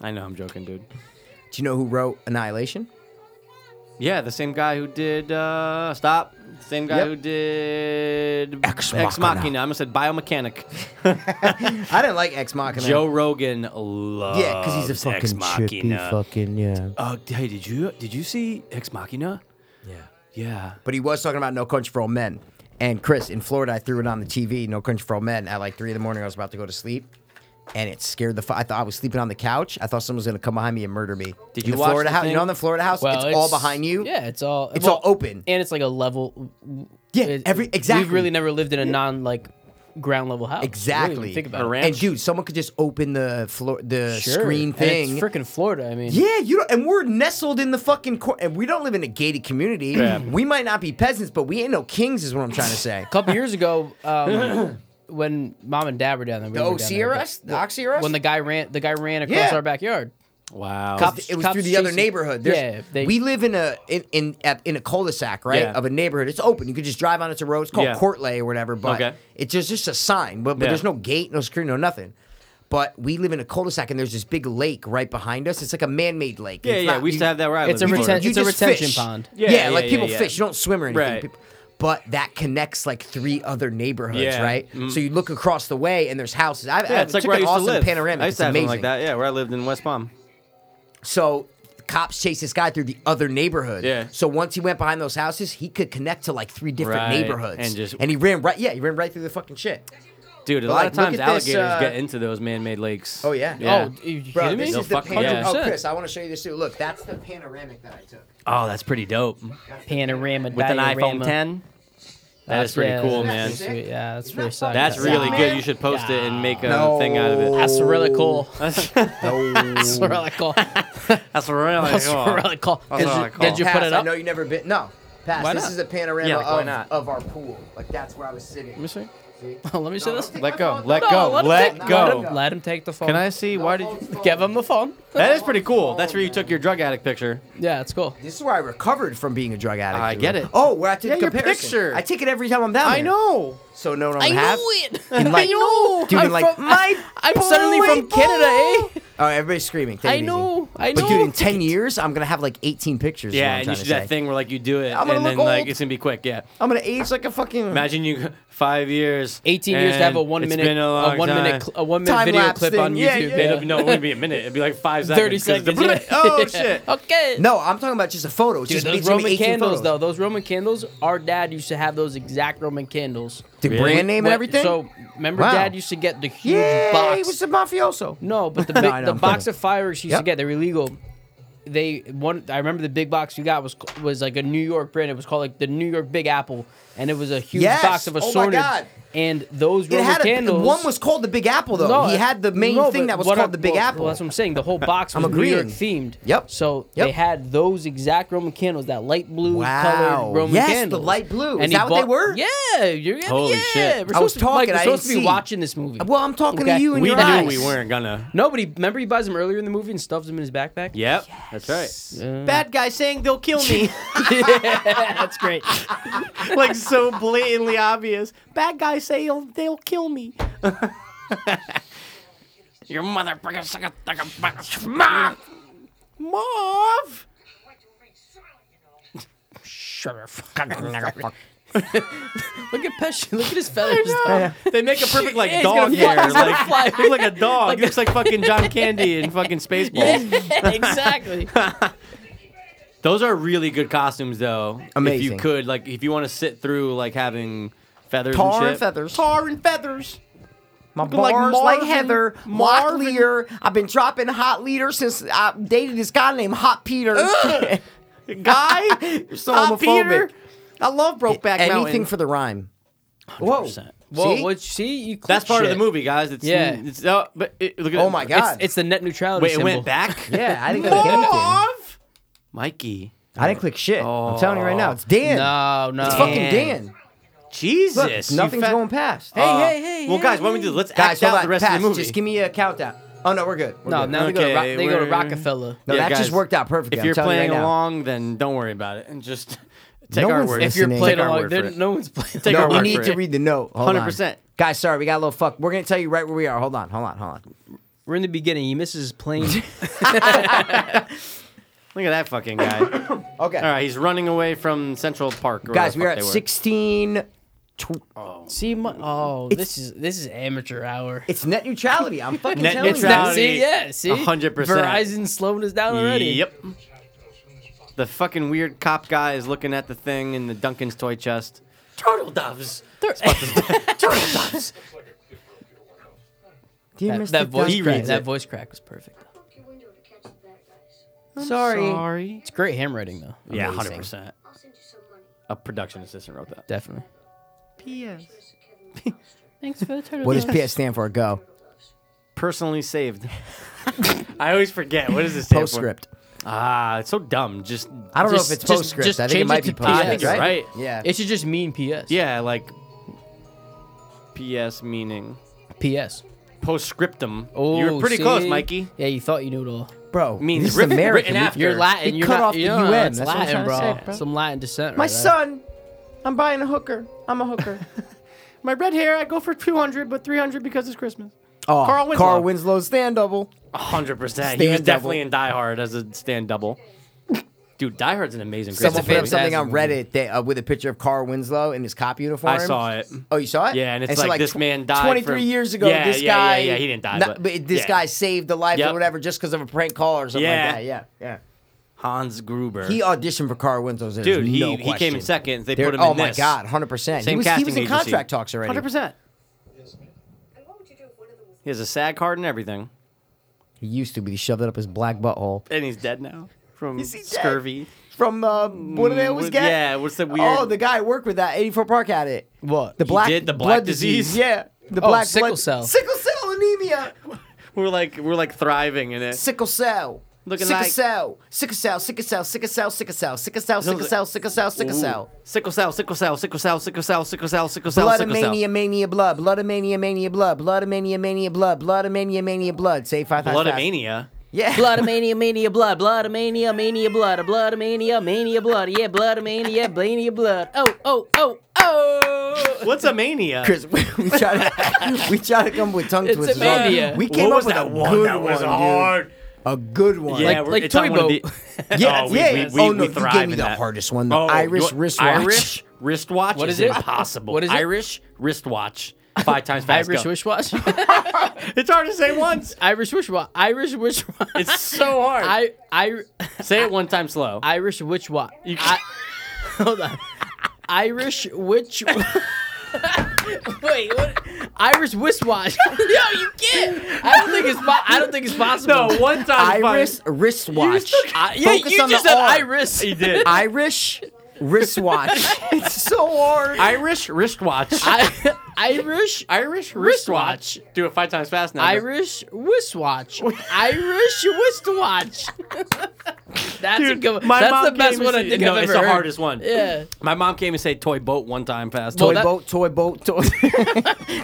Speaker 3: I know I'm joking, dude.
Speaker 2: Do you know who wrote Annihilation?
Speaker 3: Yeah, the same guy who did uh stop. Same guy
Speaker 2: Yep.
Speaker 3: who did
Speaker 2: Ex
Speaker 3: Machina.
Speaker 2: Machina.
Speaker 3: I almost said biomechanic.
Speaker 2: I didn't like Ex Machina.
Speaker 3: Joe Rogan loves
Speaker 2: yeah, because he's a
Speaker 3: Ex
Speaker 2: fucking
Speaker 3: Machina.
Speaker 2: trippy fucking yeah.
Speaker 3: Uh, hey, did you did you see Ex Machina?
Speaker 2: Yeah.
Speaker 3: Yeah.
Speaker 2: But he was talking about No Country for Old Men. And Chris, in Florida, I threw it on the TV, No Country for Old Men, at like three in the morning. I was about to go to sleep, and it scared the. F- I thought I was sleeping on the couch. I thought someone was gonna come behind me and murder me.
Speaker 3: Did
Speaker 2: In
Speaker 3: you
Speaker 2: the
Speaker 3: watch
Speaker 2: Florida
Speaker 3: the
Speaker 2: house? You
Speaker 3: thing?
Speaker 2: know, in the Florida house,
Speaker 4: Well,
Speaker 2: it's, all behind you.
Speaker 4: Yeah, it's all
Speaker 2: It's
Speaker 4: well,
Speaker 2: all open.
Speaker 4: and it's like a level.
Speaker 2: Yeah,
Speaker 4: it-
Speaker 2: every- exactly.
Speaker 4: We've really never lived in a non like ground level house. really, when you
Speaker 2: Exactly.
Speaker 4: think about
Speaker 3: A
Speaker 4: it.
Speaker 3: ranch.
Speaker 2: and dude, someone could just open the floor, the
Speaker 4: Sure.
Speaker 2: screen
Speaker 4: And
Speaker 2: thing.
Speaker 4: It's freaking Florida. I mean,
Speaker 2: yeah, you don't, and we're nestled in the fucking cor- and we don't live in a gated community.
Speaker 3: Yeah.
Speaker 2: We might not be peasants, but we ain't no kings, is what I'm trying to say.
Speaker 4: a couple years ago, um, when mom and dad were down there. we
Speaker 2: The
Speaker 4: were down
Speaker 2: OC
Speaker 4: there, but
Speaker 2: arrest? Oh, The Oxy arrest?
Speaker 4: When the guy ran, the guy ran across
Speaker 2: Yeah.
Speaker 4: our backyard.
Speaker 3: Wow.
Speaker 2: Cop- it was
Speaker 4: cops
Speaker 2: through the other
Speaker 4: chasing-
Speaker 2: neighborhood. There's,
Speaker 4: Yeah, they-
Speaker 2: we live in a in in, at, in a cul-de-sac, right?
Speaker 4: Yeah.
Speaker 2: Of a neighborhood. It's open. You could just drive on. It's a road. It's called
Speaker 3: Yeah.
Speaker 2: Courtlay or whatever. But
Speaker 3: Okay.
Speaker 2: it's just just a sign. But, but
Speaker 3: Yeah.
Speaker 2: there's no gate, no security, no nothing. But we live in a cul-de-sac, and there's this big lake right behind us. It's like a man-made lake.
Speaker 3: yeah,
Speaker 2: It's
Speaker 3: yeah.
Speaker 2: not-
Speaker 3: we used
Speaker 2: you-
Speaker 3: to have that where I
Speaker 4: It's a
Speaker 3: lived before.
Speaker 4: reten- it's a
Speaker 2: just
Speaker 4: retention
Speaker 2: fish.
Speaker 4: pond.
Speaker 2: Yeah,
Speaker 3: Yeah, yeah,
Speaker 2: like
Speaker 3: yeah,
Speaker 2: people
Speaker 3: yeah.
Speaker 2: fish. You don't swim or anything.
Speaker 3: Right.
Speaker 2: People- but that connects like three other neighborhoods,
Speaker 3: Yeah. Mm.
Speaker 2: right? So you look across the way and there's houses. I, I
Speaker 3: Yeah, it's like
Speaker 2: took
Speaker 3: where I
Speaker 2: an
Speaker 3: used
Speaker 2: awesome
Speaker 3: to live.
Speaker 2: panoramic.
Speaker 3: I used
Speaker 2: it's
Speaker 3: to have
Speaker 2: amazing.
Speaker 3: something like that. Yeah, where I lived in West Palm.
Speaker 2: So cops chase this guy through the other neighborhood.
Speaker 3: Yeah.
Speaker 2: So once he went behind those houses, he could connect to like three different
Speaker 3: Right,
Speaker 2: neighborhoods.
Speaker 3: and just-
Speaker 2: he ran right yeah, he ran right through the fucking shit.
Speaker 3: Dude, a
Speaker 2: But,
Speaker 3: lot
Speaker 2: like,
Speaker 3: of
Speaker 2: look
Speaker 3: times
Speaker 2: at this,
Speaker 3: alligators
Speaker 2: uh,
Speaker 3: get into those man-made lakes.
Speaker 2: Oh, yeah.
Speaker 3: yeah.
Speaker 4: Oh, you
Speaker 2: Bro,
Speaker 4: kidding me?
Speaker 2: this
Speaker 3: They'll
Speaker 2: is the
Speaker 3: fucking-
Speaker 2: pan-
Speaker 3: yeah.
Speaker 2: Oh
Speaker 4: 100%.
Speaker 2: Chris, I want to show you this too. Look, that's the panoramic that I took.
Speaker 3: Oh, that's pretty dope. With
Speaker 4: Panorama
Speaker 3: an
Speaker 4: diorama.
Speaker 3: iPhone 10. That is pretty
Speaker 4: yeah,
Speaker 3: cool,
Speaker 4: that's
Speaker 3: man.
Speaker 4: pretty sweet. Yeah, that's pretty sick.
Speaker 3: That's
Speaker 4: Yeah.
Speaker 3: really
Speaker 2: Yeah.
Speaker 3: good. You should post it and make a
Speaker 2: No.
Speaker 3: thing out of it.
Speaker 4: That's really cool.
Speaker 3: That's,
Speaker 4: That's really cool.
Speaker 3: that's really
Speaker 4: That's
Speaker 3: cool.
Speaker 4: really cool.
Speaker 3: That's
Speaker 4: Did
Speaker 3: really
Speaker 4: you,
Speaker 3: cool.
Speaker 4: did you put
Speaker 2: Pass,
Speaker 4: it
Speaker 2: I
Speaker 4: up?
Speaker 2: know you never been no. Pass.
Speaker 4: Why
Speaker 2: this
Speaker 4: not?
Speaker 2: is a panorama
Speaker 3: Yeah, like, why
Speaker 2: of,
Speaker 3: not?
Speaker 2: of our pool. Like that's where I was sitting.
Speaker 3: Let me see.
Speaker 2: See?
Speaker 4: Let me see this.
Speaker 3: Let go.
Speaker 2: No,
Speaker 3: Let
Speaker 4: No,
Speaker 3: go.
Speaker 4: him
Speaker 3: Let
Speaker 4: take-
Speaker 3: go.
Speaker 4: Oh, Let him, let him take the phone.
Speaker 3: Can I see? Why did you?
Speaker 2: you
Speaker 4: give him the phone?
Speaker 3: That is pretty cool. That's where you took your drug addict picture.
Speaker 4: Yeah, it's cool.
Speaker 2: This is where I recovered from being a drug addict.
Speaker 3: I
Speaker 2: dude.
Speaker 3: get it.
Speaker 2: Oh, where I took
Speaker 3: Yeah,
Speaker 2: the
Speaker 3: your
Speaker 2: comparison.
Speaker 3: picture.
Speaker 2: I take it every time I'm down there.
Speaker 3: know.
Speaker 2: So no, no,
Speaker 4: I
Speaker 2: half.
Speaker 4: know it.
Speaker 2: And like,
Speaker 4: I know.
Speaker 2: Dude,
Speaker 4: I'm
Speaker 2: like
Speaker 4: from-
Speaker 2: my.
Speaker 4: I'm
Speaker 2: boy,
Speaker 4: suddenly from
Speaker 2: boy.
Speaker 4: Canada, eh?
Speaker 2: Oh, everybody's screaming. Take it
Speaker 4: I
Speaker 2: easy.
Speaker 4: know. I know.
Speaker 2: But dude, in ten years, I'm gonna have like 18 pictures. is what I'm
Speaker 3: Yeah, and you
Speaker 2: trying
Speaker 3: should
Speaker 2: to
Speaker 3: do that
Speaker 2: say.
Speaker 3: thing where like you do it
Speaker 2: I'm gonna
Speaker 3: and then
Speaker 2: look
Speaker 3: like
Speaker 2: old.
Speaker 3: it's gonna be quick. Yeah.
Speaker 2: I'm gonna age like a fucking.
Speaker 3: Imagine you five years.
Speaker 4: 18 years to have a
Speaker 3: and
Speaker 4: one
Speaker 3: it's
Speaker 4: minute,
Speaker 3: been
Speaker 4: a,
Speaker 3: a, long
Speaker 4: one
Speaker 3: time.
Speaker 4: minute, cl- a one minute
Speaker 2: Time
Speaker 4: video
Speaker 2: lapse
Speaker 4: clip
Speaker 2: thing.
Speaker 4: on YouTube.
Speaker 2: Yeah, yeah,
Speaker 3: It'll be- no, it wouldn't be a minute. It'd be like five seconds.
Speaker 4: 30
Speaker 3: 'cause the-
Speaker 4: seconds. yeah.
Speaker 3: Oh shit.
Speaker 4: okay.
Speaker 2: No, I'm talking about just a photo. It's
Speaker 4: Dude,
Speaker 2: just
Speaker 4: those
Speaker 2: it's gonna be
Speaker 4: Roman
Speaker 2: 18
Speaker 4: candles,
Speaker 2: photos.
Speaker 4: though. Those Roman candles. Our dad used to have those exact Roman candles.
Speaker 2: The
Speaker 3: Really?
Speaker 2: brand name
Speaker 4: What-
Speaker 2: and everything.
Speaker 4: So remember,
Speaker 2: Wow.
Speaker 4: dad used to get the huge
Speaker 2: yeah,
Speaker 4: box.
Speaker 2: he was a mafioso.
Speaker 4: No, but the
Speaker 2: No,
Speaker 4: big,
Speaker 2: I know,
Speaker 4: the
Speaker 2: I'm
Speaker 4: box
Speaker 2: kidding.
Speaker 4: of fireworks you used
Speaker 2: Yep.
Speaker 4: to get they were illegal. They one I remember the big box you got was was like a New York brand. It was called like the New York Big Apple, and it was a huge
Speaker 2: Yes!
Speaker 4: box of
Speaker 2: Oh my
Speaker 4: assorted.
Speaker 2: God.
Speaker 4: And those
Speaker 2: It
Speaker 4: Roman
Speaker 2: had a,
Speaker 4: candles.
Speaker 2: one was called the Big Apple though. he had the main
Speaker 4: no,
Speaker 2: thing
Speaker 4: but
Speaker 2: that was
Speaker 4: what
Speaker 2: called
Speaker 4: I-
Speaker 2: the Big
Speaker 4: well-
Speaker 2: Apple.
Speaker 4: Well, that's what I'm saying. The whole box
Speaker 2: I'm
Speaker 4: was New York
Speaker 2: agreeing.
Speaker 4: themed.
Speaker 2: Yep.
Speaker 4: So
Speaker 2: Yep.
Speaker 4: they had those exact Roman candles, that light blue
Speaker 2: Wow.
Speaker 4: colored Roman
Speaker 2: Yes, the
Speaker 4: candles.
Speaker 2: light blue.
Speaker 4: And
Speaker 2: Is
Speaker 4: he
Speaker 2: that what they
Speaker 4: bought-
Speaker 2: were?
Speaker 4: Yeah. You're,
Speaker 3: Holy
Speaker 4: yeah.
Speaker 3: shit.
Speaker 4: We're
Speaker 2: I was
Speaker 4: supposed to be- Mike,
Speaker 2: talking,
Speaker 4: We're
Speaker 2: I didn't
Speaker 4: supposed to be
Speaker 2: see.
Speaker 4: watching this movie.
Speaker 2: well, I'm talking to
Speaker 4: Okay.
Speaker 2: you and
Speaker 3: We
Speaker 2: your
Speaker 3: knew
Speaker 2: eyes.
Speaker 3: we weren't gonna.
Speaker 4: No, but he remember he buys them earlier in the movie and stuffs them in his backpack.
Speaker 3: Yep. That's right.
Speaker 4: Bad guy saying they'll kill me. yeah, that's great.
Speaker 3: like so blatantly obvious. Bad guys say they'll, they'll kill me. Your mother bring us like a like a bunch of Marv. Marv.
Speaker 4: Look at Pesci. Look at his feathers.
Speaker 3: They make a perfect like
Speaker 4: Yeah, he's
Speaker 3: dog
Speaker 4: gonna
Speaker 3: hair.
Speaker 4: fly- he's gonna
Speaker 3: Like,
Speaker 4: fly.
Speaker 3: look like a dog. He looks like fucking John Candy in fucking Spaceballs.
Speaker 4: exactly.
Speaker 3: Those are really good costumes though. If you
Speaker 2: Amazing.
Speaker 3: could like if you want to sit through like having feathers and
Speaker 2: Tar and
Speaker 3: shit.
Speaker 2: feathers.
Speaker 3: Tar and feathers.
Speaker 2: My
Speaker 3: Looking like
Speaker 2: bars like,
Speaker 3: Marvin-
Speaker 2: Heather, Mark
Speaker 3: Marvin-
Speaker 2: Lear. I've been dropping Hot Leader since I dated this guy named Hot Peter.
Speaker 3: Guy, you're so
Speaker 2: Hot
Speaker 3: homophobic.
Speaker 2: Peter.
Speaker 3: I love Brokeback Mountain.
Speaker 2: Anything for the rhyme. Whoa.
Speaker 4: Whoa,
Speaker 2: See?
Speaker 4: what? See, you clipped
Speaker 3: That's part of
Speaker 4: shit.
Speaker 3: the movie, guys. It's,
Speaker 4: Yeah.
Speaker 3: It's, oh, but it, look at
Speaker 2: Oh
Speaker 3: it.
Speaker 2: my
Speaker 4: It's,
Speaker 2: God.
Speaker 4: it's the net neutrality
Speaker 3: Wait, it
Speaker 4: symbol.
Speaker 3: went back.
Speaker 2: Yeah, I didn't click anything.
Speaker 3: Marv. Mikey.
Speaker 2: I didn't click shit. I'm telling you right now, it's Dan.
Speaker 4: No, no.
Speaker 2: It's fucking
Speaker 3: Dan.
Speaker 2: Dan.
Speaker 3: Jesus.
Speaker 2: Look,
Speaker 3: you
Speaker 2: nothing's
Speaker 3: fat-
Speaker 2: going past.
Speaker 4: Hey,
Speaker 2: Uh,
Speaker 4: hey, hey.
Speaker 3: Well,
Speaker 4: hey,
Speaker 3: guys, why don't
Speaker 4: hey.
Speaker 3: we do? Let's
Speaker 2: guys,
Speaker 3: act out
Speaker 2: hold on.
Speaker 3: the rest
Speaker 2: pass.
Speaker 3: of the movie.
Speaker 2: Just give me a countdown. Oh no, we're good. We're
Speaker 4: No,
Speaker 2: good.
Speaker 4: now they go to Ro-
Speaker 3: Okay,
Speaker 4: they go to
Speaker 3: we're-
Speaker 4: Rockefeller.
Speaker 2: No,
Speaker 3: Yeah,
Speaker 2: that just
Speaker 3: guys,
Speaker 2: worked out perfectly.
Speaker 3: If
Speaker 2: I'm
Speaker 3: you're
Speaker 2: telling you
Speaker 3: playing
Speaker 2: right now.
Speaker 3: along, then don't worry about it and just take
Speaker 2: No
Speaker 3: our
Speaker 2: one's
Speaker 3: word.
Speaker 4: If you're
Speaker 2: listening.
Speaker 4: playing
Speaker 3: Take our
Speaker 4: along,
Speaker 3: word for
Speaker 4: there-
Speaker 3: it.
Speaker 4: no one's playing.
Speaker 3: Take
Speaker 4: along.
Speaker 2: No,
Speaker 3: our
Speaker 2: we
Speaker 3: word
Speaker 2: need
Speaker 3: for
Speaker 2: to
Speaker 3: it.
Speaker 2: read the note. Hold
Speaker 3: 100%.
Speaker 2: On. Guys, sorry, we got a little fuck. We're gonna tell you right where we are. Hold on, hold on, hold on.
Speaker 4: We're in the beginning. He misses his plane.
Speaker 3: Look at that fucking guy. All
Speaker 2: Okay.
Speaker 3: right, he's running away from Central Park. or
Speaker 2: Guys, we are
Speaker 3: wherever the
Speaker 2: at
Speaker 3: fuck
Speaker 2: 16. Tw-
Speaker 4: See, my, oh, this is this is amateur hour.
Speaker 2: it's net neutrality. I'm fucking
Speaker 3: Net
Speaker 2: telling
Speaker 4: Now,
Speaker 3: neutrality.
Speaker 4: see, yeah, see,
Speaker 3: 100%.
Speaker 4: Verizon slowing us down
Speaker 3: they were.
Speaker 4: already.
Speaker 3: Yep. The fucking weird cop guy is looking at the thing in the Duncan's toy chest. Turtle doves. Turtle doves.
Speaker 2: you. Dear
Speaker 4: That,
Speaker 2: Mr.
Speaker 4: that voice,
Speaker 3: He
Speaker 4: crack,
Speaker 3: reads
Speaker 4: that
Speaker 3: it.
Speaker 4: voice crack was perfect.
Speaker 6: Broke your window to catch the bad guys.
Speaker 2: Sorry.
Speaker 3: Sorry.
Speaker 4: It's great handwriting though.
Speaker 3: Yeah,
Speaker 2: Amazing.
Speaker 3: hundred percent.
Speaker 6: I'll send you some money.
Speaker 3: A production assistant wrote that.
Speaker 4: Definitely.
Speaker 3: P.S.
Speaker 6: Mr. Kevin McAllister.
Speaker 4: Thanks for the turtle.
Speaker 2: What does PS stand for? Go.
Speaker 3: Personally saved. I always forget. What is this?
Speaker 2: Postscript.
Speaker 3: Ah, it's so dumb. Just
Speaker 2: I don't
Speaker 4: Just-
Speaker 2: know if it's
Speaker 4: just-
Speaker 2: postscript.
Speaker 4: just
Speaker 2: I think it
Speaker 4: change
Speaker 2: might
Speaker 4: it
Speaker 2: be
Speaker 4: to PS,
Speaker 2: PS,
Speaker 3: I think you're
Speaker 2: right?
Speaker 3: right.
Speaker 2: Yeah.
Speaker 4: It should just mean PS.
Speaker 3: yeah, like PS meaning?
Speaker 4: P.S.
Speaker 3: Postscriptum.
Speaker 4: Oh,
Speaker 3: you were pretty close,
Speaker 4: see?
Speaker 3: Mikey.
Speaker 4: Yeah, you thought you knew it all.
Speaker 2: bro.
Speaker 3: Means
Speaker 2: this is
Speaker 3: written-
Speaker 2: American.
Speaker 3: written
Speaker 2: We-
Speaker 3: after.
Speaker 4: You're Latin.
Speaker 2: They
Speaker 4: you're
Speaker 2: cut
Speaker 4: not-
Speaker 2: off the
Speaker 4: you're
Speaker 2: UN,
Speaker 4: not- It's
Speaker 2: that's what I'm
Speaker 4: Latin,
Speaker 2: trying to
Speaker 4: bro.
Speaker 2: say, bro.
Speaker 4: Some Latin descent.
Speaker 2: My
Speaker 4: right there.
Speaker 2: son, I'm buying a hooker. I'm a hooker.
Speaker 3: My red hair, I go for 200, but 300 because it's Christmas.
Speaker 2: Oh,
Speaker 3: Carl Winslow.
Speaker 2: Carl Winslow's stand double.
Speaker 3: 100%.
Speaker 2: Stand
Speaker 3: he was
Speaker 2: double.
Speaker 3: definitely in Die Hard as a stand double. Dude, Die Hard's an amazing
Speaker 2: Someone
Speaker 3: Christmas
Speaker 2: put up
Speaker 3: movie.
Speaker 2: something on
Speaker 4: movie.
Speaker 2: Reddit that, uh, with a picture of Carl Winslow in his cop uniform.
Speaker 3: I saw it.
Speaker 2: Oh, you saw it?
Speaker 3: Yeah, and it's
Speaker 2: so,
Speaker 3: like, this
Speaker 2: tw-
Speaker 3: man died
Speaker 2: 23
Speaker 3: from-
Speaker 2: years ago.
Speaker 3: Yeah,
Speaker 2: this
Speaker 3: yeah,
Speaker 2: guy,
Speaker 3: yeah, yeah, he didn't die, but-
Speaker 2: this
Speaker 3: yeah.
Speaker 2: guy saved the life
Speaker 3: Yep.
Speaker 2: or whatever just because of a prank call or something
Speaker 3: Yeah.
Speaker 2: like that. Yeah, yeah.
Speaker 3: Hans Gruber.
Speaker 2: He auditioned for Carl Winslow. There's
Speaker 3: Dude, he,
Speaker 2: no
Speaker 3: he came
Speaker 2: question.
Speaker 3: in second. They
Speaker 2: There-
Speaker 3: put him
Speaker 2: oh
Speaker 3: in
Speaker 2: my
Speaker 3: this.
Speaker 2: God, 100%. he
Speaker 3: Same
Speaker 2: was, he was
Speaker 3: casting
Speaker 2: in
Speaker 3: agency.
Speaker 2: contract talks already.
Speaker 3: 100%.
Speaker 6: And what would you do if one of them was
Speaker 3: He has a SAG card and everything.
Speaker 2: He used to, but he shoved it up his black butthole.
Speaker 3: And he's dead now from
Speaker 2: Is he dead?
Speaker 3: scurvy.
Speaker 2: From uh, what did they always
Speaker 3: what-
Speaker 2: get?
Speaker 3: yeah, what's the weird-
Speaker 2: Oh, the guy I worked with that 84 Park had it.
Speaker 4: What?
Speaker 2: The black
Speaker 3: did the black
Speaker 2: blood
Speaker 3: disease?
Speaker 2: Yeah, the
Speaker 4: Oh,
Speaker 2: black
Speaker 4: sickle
Speaker 2: blood-
Speaker 4: cell.
Speaker 2: Sickle cell anemia.
Speaker 3: We're like we're like thriving in it.
Speaker 2: Sickle cell.
Speaker 3: Looking
Speaker 2: sickle
Speaker 3: like-
Speaker 2: cell. Sickle cell. Sickle cell. Sickle cell. Sickle cell. Sickle cell. Sickle cell. Sickle cell. Sickle cell.
Speaker 3: Sickle cell, sickle cell, sickle cell, sickle cell, sickle cell, sickle cell,
Speaker 2: Blood
Speaker 3: sickle
Speaker 2: mania,
Speaker 3: cell.
Speaker 2: mania, blood. Blood mania, mania, blood. Blood mania, mania, blood. Blood mania, mania, blood. Say five times. fast.
Speaker 3: Bloodamania.
Speaker 2: Yeah.
Speaker 4: Bloodomania, mania, blood. Bloodomania, mania, blood. Bloodomania, mania, blood. Yeah, bloodomania, mania, blood. Oh, oh, oh, oh.
Speaker 3: What's a mania?
Speaker 2: Chris, we, we try to we try to come up with tongue
Speaker 4: It's
Speaker 2: twisters.
Speaker 4: a mania.
Speaker 2: We came
Speaker 3: what
Speaker 2: up
Speaker 3: was
Speaker 2: with
Speaker 3: that
Speaker 2: a
Speaker 3: one?
Speaker 2: good
Speaker 3: that was
Speaker 2: one,
Speaker 3: hard.
Speaker 2: dude. A good one.
Speaker 3: Yeah,
Speaker 4: Like-
Speaker 3: we're-
Speaker 4: like
Speaker 3: it's on
Speaker 4: Toy
Speaker 3: one of the-
Speaker 4: Boat.
Speaker 2: yeah,
Speaker 3: Oh, we-
Speaker 2: yeah.
Speaker 3: we- we-
Speaker 2: oh
Speaker 3: we
Speaker 2: no, you
Speaker 3: thrive
Speaker 2: gave me
Speaker 3: in
Speaker 2: the
Speaker 3: that.
Speaker 2: hardest one. The
Speaker 3: Oh,
Speaker 2: Irish
Speaker 3: you-
Speaker 2: wristwatch.
Speaker 3: Irish wristwatch.
Speaker 4: What is it?
Speaker 3: Impossible.
Speaker 4: What is it?
Speaker 3: Irish wristwatch. Five times fast.
Speaker 4: Irish
Speaker 3: go.
Speaker 4: wishwash.
Speaker 3: It's hard to say once.
Speaker 4: Irish wishwash. Irish wishwash.
Speaker 3: It's so hard.
Speaker 4: I, I,
Speaker 3: say it one time slow.
Speaker 4: Irish wishwash.
Speaker 3: You-
Speaker 4: I, hold on. Irish witch. Wait, what? Irish wishwash. no, you can't. I don't think it's. Po- I don't think it's possible.
Speaker 3: no, one time.
Speaker 2: Irish
Speaker 3: fine.
Speaker 2: wristwatch.
Speaker 4: I, yeah,
Speaker 2: Focus
Speaker 4: you
Speaker 2: on
Speaker 4: just
Speaker 2: the
Speaker 4: said
Speaker 2: R.
Speaker 4: iris.
Speaker 3: He did.
Speaker 2: Irish wristwatch. it's so hard.
Speaker 3: Irish wristwatch.
Speaker 4: I, Irish.
Speaker 3: Irish wristwatch. Do it five times fast now.
Speaker 4: Irish wristwatch. Irish wristwatch. That's a
Speaker 3: Dude,
Speaker 4: good one.
Speaker 3: my
Speaker 4: That's
Speaker 3: mom
Speaker 4: the best
Speaker 3: came
Speaker 4: one
Speaker 3: and
Speaker 4: I
Speaker 3: said-
Speaker 4: think
Speaker 3: no,
Speaker 4: I've
Speaker 3: it's
Speaker 4: ever
Speaker 3: the
Speaker 4: heard.
Speaker 3: hardest one.
Speaker 4: Yeah.
Speaker 3: My mom came and said toy boat one time fast.
Speaker 2: Toy
Speaker 4: Well, that-
Speaker 2: boat, toy boat, toy.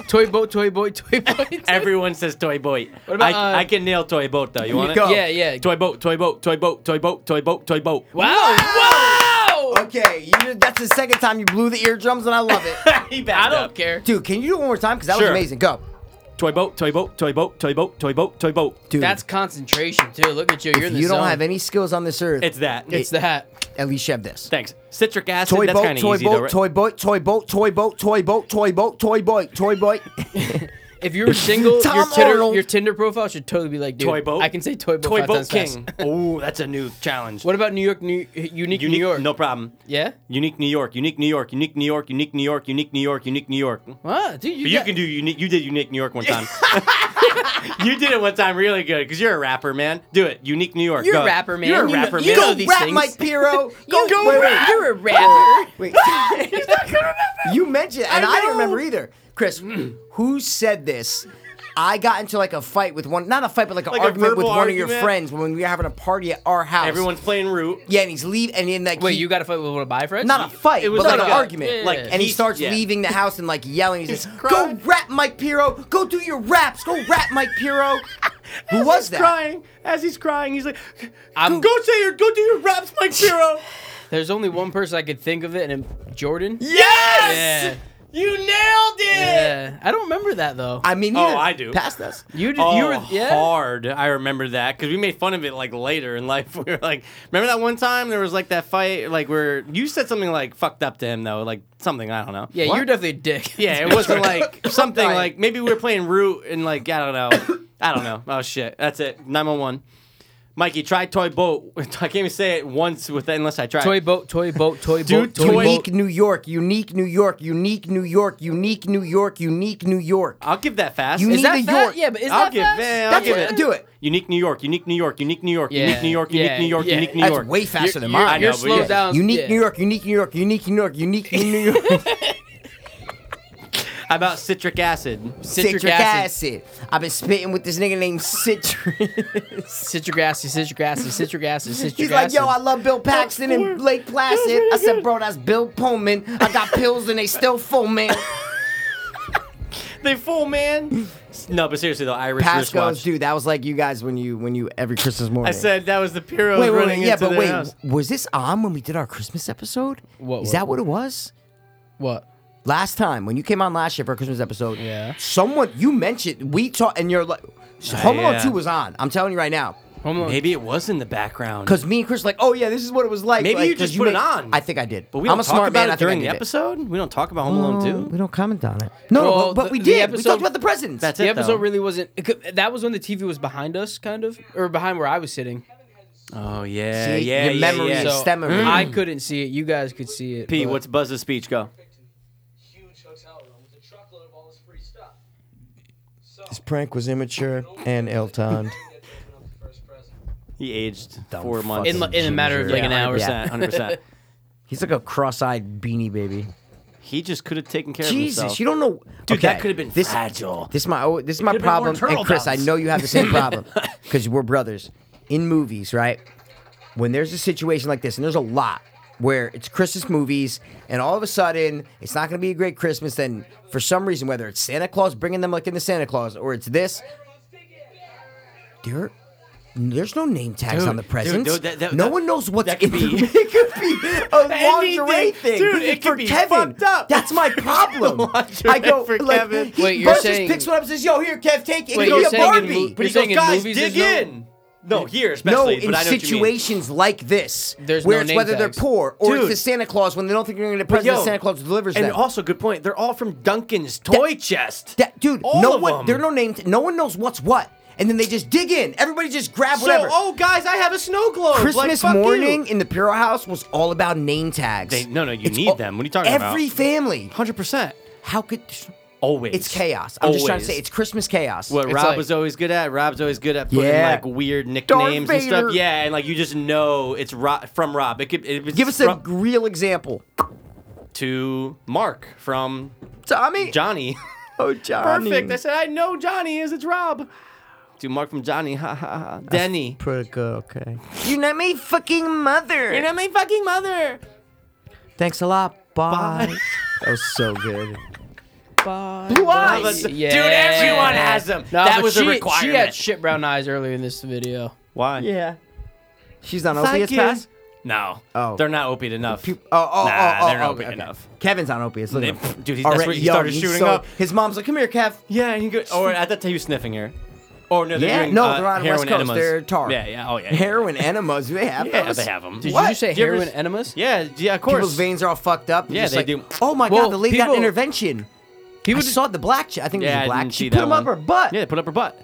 Speaker 4: Toy boat, toy boy, toy boy.
Speaker 3: Everyone says toy boat.
Speaker 4: What about,
Speaker 3: I,
Speaker 4: uh,
Speaker 3: I can nail toy boat though. You want it?
Speaker 2: Go.
Speaker 4: yeah, yeah.
Speaker 3: oh. Toy boat, toy boat, toy boat, toy boat, toy boat, toy boat.
Speaker 4: wow. Wow.
Speaker 2: okay, you, that's the second time you blew the eardrums, and I love it.
Speaker 3: he
Speaker 4: I
Speaker 3: backed
Speaker 4: don't
Speaker 3: up.
Speaker 4: care.
Speaker 2: Dude, can you do it one more time? Because that was
Speaker 3: Sure.
Speaker 2: amazing. Go.
Speaker 3: Toy boat, toy boat, toy boat, toy boat, toy boat, toy boat.
Speaker 2: Dude,
Speaker 4: That's concentration too. Look at you. You're
Speaker 2: if
Speaker 4: in the
Speaker 2: you don't
Speaker 4: zone.
Speaker 2: have any skills on this earth,
Speaker 3: It's that.
Speaker 4: It's the hat.
Speaker 2: at least you have this.
Speaker 3: Thanks. Citric acid.
Speaker 2: Toy
Speaker 3: that's
Speaker 2: boat,
Speaker 3: kind of
Speaker 2: toy
Speaker 3: easy though.
Speaker 2: boat,
Speaker 3: right?
Speaker 2: toy boat, toy boat, toy boat, toy boat, toy boat, toy boat, toy boat.
Speaker 4: If you were single,
Speaker 2: Tom
Speaker 4: your Tinder,
Speaker 2: Arnold.
Speaker 4: your Tinder profile should totally be like, dude,
Speaker 3: Toy boat.
Speaker 4: I can say toy boat.
Speaker 3: Toy
Speaker 4: five
Speaker 3: boat
Speaker 4: times fast.
Speaker 3: king. oh, that's a new challenge.
Speaker 4: What about New York, New Unique
Speaker 3: unique
Speaker 4: New York?
Speaker 3: No problem.
Speaker 4: Yeah.
Speaker 3: Unique New York. Unique New York. Unique New York. Unique New York. Unique New York. Unique New York.
Speaker 4: What, dude? You,
Speaker 3: You can do unique. You did unique New York one time. you did it one time really good because you're a rapper, man. Do it. Unique New York.
Speaker 4: You're a
Speaker 3: Go.
Speaker 4: rapper, man.
Speaker 3: You're a
Speaker 4: You know-
Speaker 3: rapper,
Speaker 4: you
Speaker 3: man.
Speaker 4: know
Speaker 2: Go
Speaker 4: these
Speaker 2: rap,
Speaker 4: things.
Speaker 2: Mike Piro. Go,
Speaker 4: go
Speaker 2: wait, wait,
Speaker 4: rap. You're a
Speaker 2: Wait,
Speaker 4: rapper.
Speaker 2: wait. you mentioned, and I, didn't remember either. Chris, who said this? I got into like a fight with one, not a fight, but like an
Speaker 3: Like a
Speaker 2: argument with
Speaker 3: verbal
Speaker 2: one of your
Speaker 3: argument?
Speaker 2: friends when we were having a party at our house.
Speaker 3: Everyone's playing root.
Speaker 2: yeah, and he's leaving, and then like
Speaker 4: Wait,
Speaker 2: he-
Speaker 4: you got to fight with one of my friends?
Speaker 2: not a fight,
Speaker 3: It was
Speaker 2: but like,
Speaker 3: like
Speaker 2: an
Speaker 3: a-
Speaker 2: argument.
Speaker 4: yeah.
Speaker 2: Like, eh. and he
Speaker 3: He's-
Speaker 2: starts
Speaker 3: yeah.
Speaker 2: leaving the house and like yelling. He says, "Go
Speaker 3: crying.
Speaker 2: rap, Mike Piro. Go do your raps. Go rap, Mike Piro." Who was that?
Speaker 3: Crying as he's crying, he's like,
Speaker 4: I'm-
Speaker 3: "Go say your, go do your raps, Mike Zero."
Speaker 4: There's only one person I could think of it, and it- Jordan.
Speaker 3: yes, you nailed it.
Speaker 4: Yeah. I don't remember that though.
Speaker 2: I mean, he
Speaker 3: Oh,
Speaker 2: didn't
Speaker 3: I do.
Speaker 2: Past us.
Speaker 4: you did.
Speaker 3: Oh,
Speaker 4: you were yeah.
Speaker 3: hard. I remember that because we made fun of it like later in life. We were like, remember that one time there was like that fight, like where you said something like fucked up to him though, like something I don't know.
Speaker 4: Yeah, you're definitely a dick.
Speaker 3: yeah. It wasn't like something
Speaker 2: dying.
Speaker 3: like maybe we were playing root and like I don't know, I don't know. Oh shit, that's it. Nine one one. Mikey, try toy boat. I can't even say it once with unless I try.
Speaker 4: toy boat, toy boat, toy
Speaker 3: Dude,
Speaker 4: boat, toy,
Speaker 3: toy-
Speaker 4: boat.
Speaker 2: Unique New York, unique New York, unique New York, unique New York, unique New York.
Speaker 3: I'll give that fast.
Speaker 2: You
Speaker 4: Is
Speaker 2: need
Speaker 4: that
Speaker 2: a
Speaker 4: fat?
Speaker 2: York.
Speaker 4: Yeah, but is
Speaker 3: I'll
Speaker 4: that
Speaker 3: give
Speaker 4: fast?
Speaker 3: it- I'll
Speaker 2: That's
Speaker 3: give
Speaker 2: what,
Speaker 3: it.
Speaker 2: do it.
Speaker 3: Unique New York, unique New York, unique New York,
Speaker 4: Yeah,
Speaker 3: unique New York,
Speaker 4: yeah,
Speaker 3: unique New York,
Speaker 4: yeah.
Speaker 3: unique New
Speaker 2: That's
Speaker 3: York.
Speaker 2: way faster than
Speaker 4: you're-
Speaker 2: mine.
Speaker 4: you're
Speaker 3: I know, but
Speaker 4: slowed
Speaker 3: yeah.
Speaker 4: down.
Speaker 2: Unique
Speaker 4: yeah.
Speaker 2: New York, unique New York, unique New York, unique New York.
Speaker 3: How about citric acid?
Speaker 4: Citric acid.
Speaker 2: I've been spitting with this nigga named Citrus.
Speaker 4: Citric acid, citric acid, citric acid, citric
Speaker 2: He's like,
Speaker 4: acid.
Speaker 2: yo, I love Bill Paxton and Lake Placid. I said, bro, that's Bill Pullman. I got pills and they still full, man.
Speaker 3: they full man. No, but seriously though, Irish
Speaker 2: Pasco's,
Speaker 3: wristwatch.
Speaker 2: dude, that was like you guys when you when you every Christmas morning.
Speaker 3: I said that was the Piro
Speaker 2: wait, wait,
Speaker 3: running
Speaker 2: wait, yeah,
Speaker 3: into
Speaker 2: but
Speaker 3: their
Speaker 2: wait,
Speaker 3: house.
Speaker 2: was this on when we did our Christmas episode?
Speaker 4: What-
Speaker 2: is
Speaker 4: what-
Speaker 2: that? What it was?
Speaker 4: What?
Speaker 2: Last time when you came on last year for our Christmas episode,
Speaker 4: Yeah.
Speaker 2: someone you mentioned we talked, and you're like, Home Alone
Speaker 3: Uh, yeah.
Speaker 2: Two was on. I'm telling you right now,
Speaker 4: Home Alone.
Speaker 3: Maybe it was in the background.
Speaker 2: because me and Chris were like, oh yeah, this is what it was like.
Speaker 3: Maybe
Speaker 2: like,
Speaker 3: you
Speaker 2: 'cause
Speaker 3: just put it
Speaker 2: make-
Speaker 3: on.
Speaker 2: I think I did.
Speaker 3: But we
Speaker 2: I'm
Speaker 3: don't
Speaker 2: a
Speaker 3: talk
Speaker 2: smart
Speaker 3: about
Speaker 2: man. I
Speaker 3: it
Speaker 2: think I
Speaker 3: during the
Speaker 2: did it. Mm.
Speaker 3: episode. We don't talk about Home Alone
Speaker 2: No, Um, We
Speaker 3: too.
Speaker 2: don't comment on it. No, no, but,
Speaker 4: Well,
Speaker 2: but
Speaker 4: the-
Speaker 2: we
Speaker 4: the
Speaker 2: did. we
Speaker 4: episode-
Speaker 2: talked about the presents.
Speaker 3: That's
Speaker 4: the
Speaker 3: it,
Speaker 4: episode
Speaker 3: though.
Speaker 4: really wasn't. It could, that was when the TV was behind us, kind of, or behind where I was sitting.
Speaker 3: Oh yeah,
Speaker 2: See,
Speaker 3: yeah,
Speaker 2: your
Speaker 3: yeah,
Speaker 2: memory
Speaker 3: yeah.
Speaker 2: is
Speaker 4: So
Speaker 2: stem of it.
Speaker 4: I couldn't see it. You guys could see it.
Speaker 3: P,
Speaker 4: but-
Speaker 3: what's Buzz's speech go?
Speaker 5: Huge hotel room with a truckload of all this free stuff. So,
Speaker 2: This prank was immature and ill-timed.
Speaker 5: get open up the first present.
Speaker 3: He aged
Speaker 2: Dumb
Speaker 3: four months.
Speaker 4: in, li- in a matter of like an hour?
Speaker 2: Yeah.
Speaker 3: hundred percent.
Speaker 2: He's like a cross-eyed beanie baby.
Speaker 3: He just could have taken care of himself.
Speaker 2: Jesus, you don't know,
Speaker 3: Dude, that
Speaker 2: Okay,
Speaker 3: could have been
Speaker 2: this,
Speaker 3: fragile.
Speaker 2: This is my oh, this is my
Speaker 7: could've been more
Speaker 2: problem.
Speaker 7: turtle
Speaker 2: And Chris, I
Speaker 7: doves.
Speaker 2: know you have the same problem because we're brothers. In movies, right? When there's a situation like this, and there's a lot where it's Christmas movies, and all of a sudden it's not going to be a great Christmas. Then for some reason, whether it's Santa Claus bringing them like in the Santa Claus, or it's this, there. There's no name tags
Speaker 3: Dude,
Speaker 2: on the
Speaker 3: dude,
Speaker 2: presents.
Speaker 3: dude, that- that-
Speaker 2: no
Speaker 3: that-
Speaker 2: one knows what's
Speaker 3: that
Speaker 2: in Oh,
Speaker 3: could be-
Speaker 2: them. it could be a
Speaker 3: Anything.
Speaker 2: lingerie thing.
Speaker 3: Dude, it
Speaker 2: for
Speaker 3: could be
Speaker 2: Kevin.
Speaker 3: fucked up.
Speaker 2: That's my problem.
Speaker 3: Lingerie
Speaker 2: I go
Speaker 3: for
Speaker 2: like,
Speaker 3: Kevin.
Speaker 2: he-
Speaker 4: Wait, you're
Speaker 2: Buzz
Speaker 4: saying-
Speaker 2: just picks one up and says, "Yo, here, Kev, take it.
Speaker 4: Wait,
Speaker 2: It'll
Speaker 4: you're
Speaker 2: be a
Speaker 4: saying in
Speaker 2: Barbie."
Speaker 4: mo-
Speaker 3: But
Speaker 4: You're
Speaker 3: he goes,
Speaker 4: saying in
Speaker 3: guys,
Speaker 4: movies
Speaker 3: dig
Speaker 4: there's no-
Speaker 3: in. No, here
Speaker 2: no,
Speaker 3: especially.
Speaker 2: in
Speaker 3: but I know what you mean.
Speaker 2: situations like this,
Speaker 4: There's
Speaker 2: where
Speaker 4: no
Speaker 2: it's
Speaker 4: name
Speaker 2: whether
Speaker 4: tags.
Speaker 2: they're poor or
Speaker 3: Dude.
Speaker 2: it's the Santa Claus when they don't think you're going to get a
Speaker 3: But
Speaker 2: present,
Speaker 3: yo,
Speaker 2: Santa Claus delivers
Speaker 3: And
Speaker 2: them.
Speaker 3: also, good point. They're all from Duncan's toy chest.
Speaker 2: That- dude,
Speaker 3: all
Speaker 2: no
Speaker 3: of
Speaker 2: one,
Speaker 3: them.
Speaker 2: there are no name, no one knows what's what, and then they just dig in. Everybody just grab whatever.
Speaker 3: So, oh guys, I have a snow globe. Like,
Speaker 2: Christmas
Speaker 3: fuck you.
Speaker 2: morning in the Puro House was all about name tags.
Speaker 3: They- no, no, you need them. What are you talking
Speaker 2: every
Speaker 3: about?
Speaker 2: Every family.
Speaker 3: 100%.
Speaker 2: How could?
Speaker 3: Always.
Speaker 2: It's chaos. I'm just trying to
Speaker 3: Always.
Speaker 2: say, it's Christmas chaos.
Speaker 3: What
Speaker 4: It's
Speaker 3: Rob
Speaker 4: like-
Speaker 3: was always good at. Rob's always good at putting
Speaker 2: Yeah.
Speaker 3: like weird
Speaker 2: Darth
Speaker 3: nicknames and stuff.
Speaker 2: Vader.
Speaker 3: Yeah, and like you just know it's Ro- from Rob. It could it, it's
Speaker 2: Give us a
Speaker 3: from,
Speaker 2: real example.
Speaker 3: to Mark from
Speaker 2: Tommy.
Speaker 3: Johnny.
Speaker 2: Oh, Johnny.
Speaker 3: Perfect. I said I know Johnny is. It's Rob. To Mark from Johnny. Ha ha ha. Denny.
Speaker 2: Pretty good, okay. You're not my fucking mother.
Speaker 3: You're not my fucking mother.
Speaker 2: Thanks a lot. Bye.
Speaker 3: Bye.
Speaker 2: that was so good.
Speaker 3: Blue
Speaker 2: eyes.
Speaker 3: Dude, everyone has them.
Speaker 4: No,
Speaker 3: that
Speaker 4: but
Speaker 3: was
Speaker 4: she,
Speaker 3: a requirement.
Speaker 4: She had shit brown eyes earlier in this video.
Speaker 3: Why?
Speaker 2: Yeah. She's on
Speaker 3: Thank
Speaker 2: opiates
Speaker 3: you.
Speaker 2: pass?
Speaker 3: No.
Speaker 2: Oh.
Speaker 3: They're not opiate enough.
Speaker 2: Pew- Oh, oh,
Speaker 3: Nah,
Speaker 2: oh, oh,
Speaker 3: they're not
Speaker 2: oh,
Speaker 3: opiate
Speaker 2: okay.
Speaker 3: enough.
Speaker 2: Kevin's on opiates. Look at
Speaker 3: They-
Speaker 2: him.
Speaker 3: dude, he- that's
Speaker 2: Already-
Speaker 3: where he
Speaker 2: yo,
Speaker 3: started
Speaker 2: he's
Speaker 3: shooting
Speaker 2: so-
Speaker 3: up.
Speaker 2: His mom's like, come here, Kev.
Speaker 3: Yeah, and he goes, or at that time he was sniffing her. Or no, they're
Speaker 2: Yeah,
Speaker 3: doing,
Speaker 2: no,
Speaker 3: uh,
Speaker 2: they're on the
Speaker 3: heroin
Speaker 2: West Coast.
Speaker 3: enemas.
Speaker 2: They're tar.
Speaker 3: Yeah, yeah, oh yeah. yeah.
Speaker 2: Heroin enemas. Do they have
Speaker 3: Yeah,
Speaker 2: those?
Speaker 3: they have them.
Speaker 4: Did
Speaker 2: What?
Speaker 4: you just say
Speaker 3: Do you ever
Speaker 4: heroin
Speaker 3: s-
Speaker 4: enemas?
Speaker 3: Yeah, yeah, of course.
Speaker 2: People's veins are all fucked up. You're
Speaker 3: Yeah,
Speaker 2: just
Speaker 3: they
Speaker 2: like,
Speaker 3: do.
Speaker 2: Oh my
Speaker 4: Well,
Speaker 2: god, the lady got
Speaker 4: people-
Speaker 2: intervention. He
Speaker 4: would-
Speaker 2: saw the black chick. I think
Speaker 3: Yeah,
Speaker 2: it was a
Speaker 3: I
Speaker 2: black
Speaker 3: didn't
Speaker 2: chick.
Speaker 3: see
Speaker 2: put
Speaker 3: that
Speaker 2: him
Speaker 3: one.
Speaker 2: up her butt.
Speaker 3: Yeah, they put up her butt.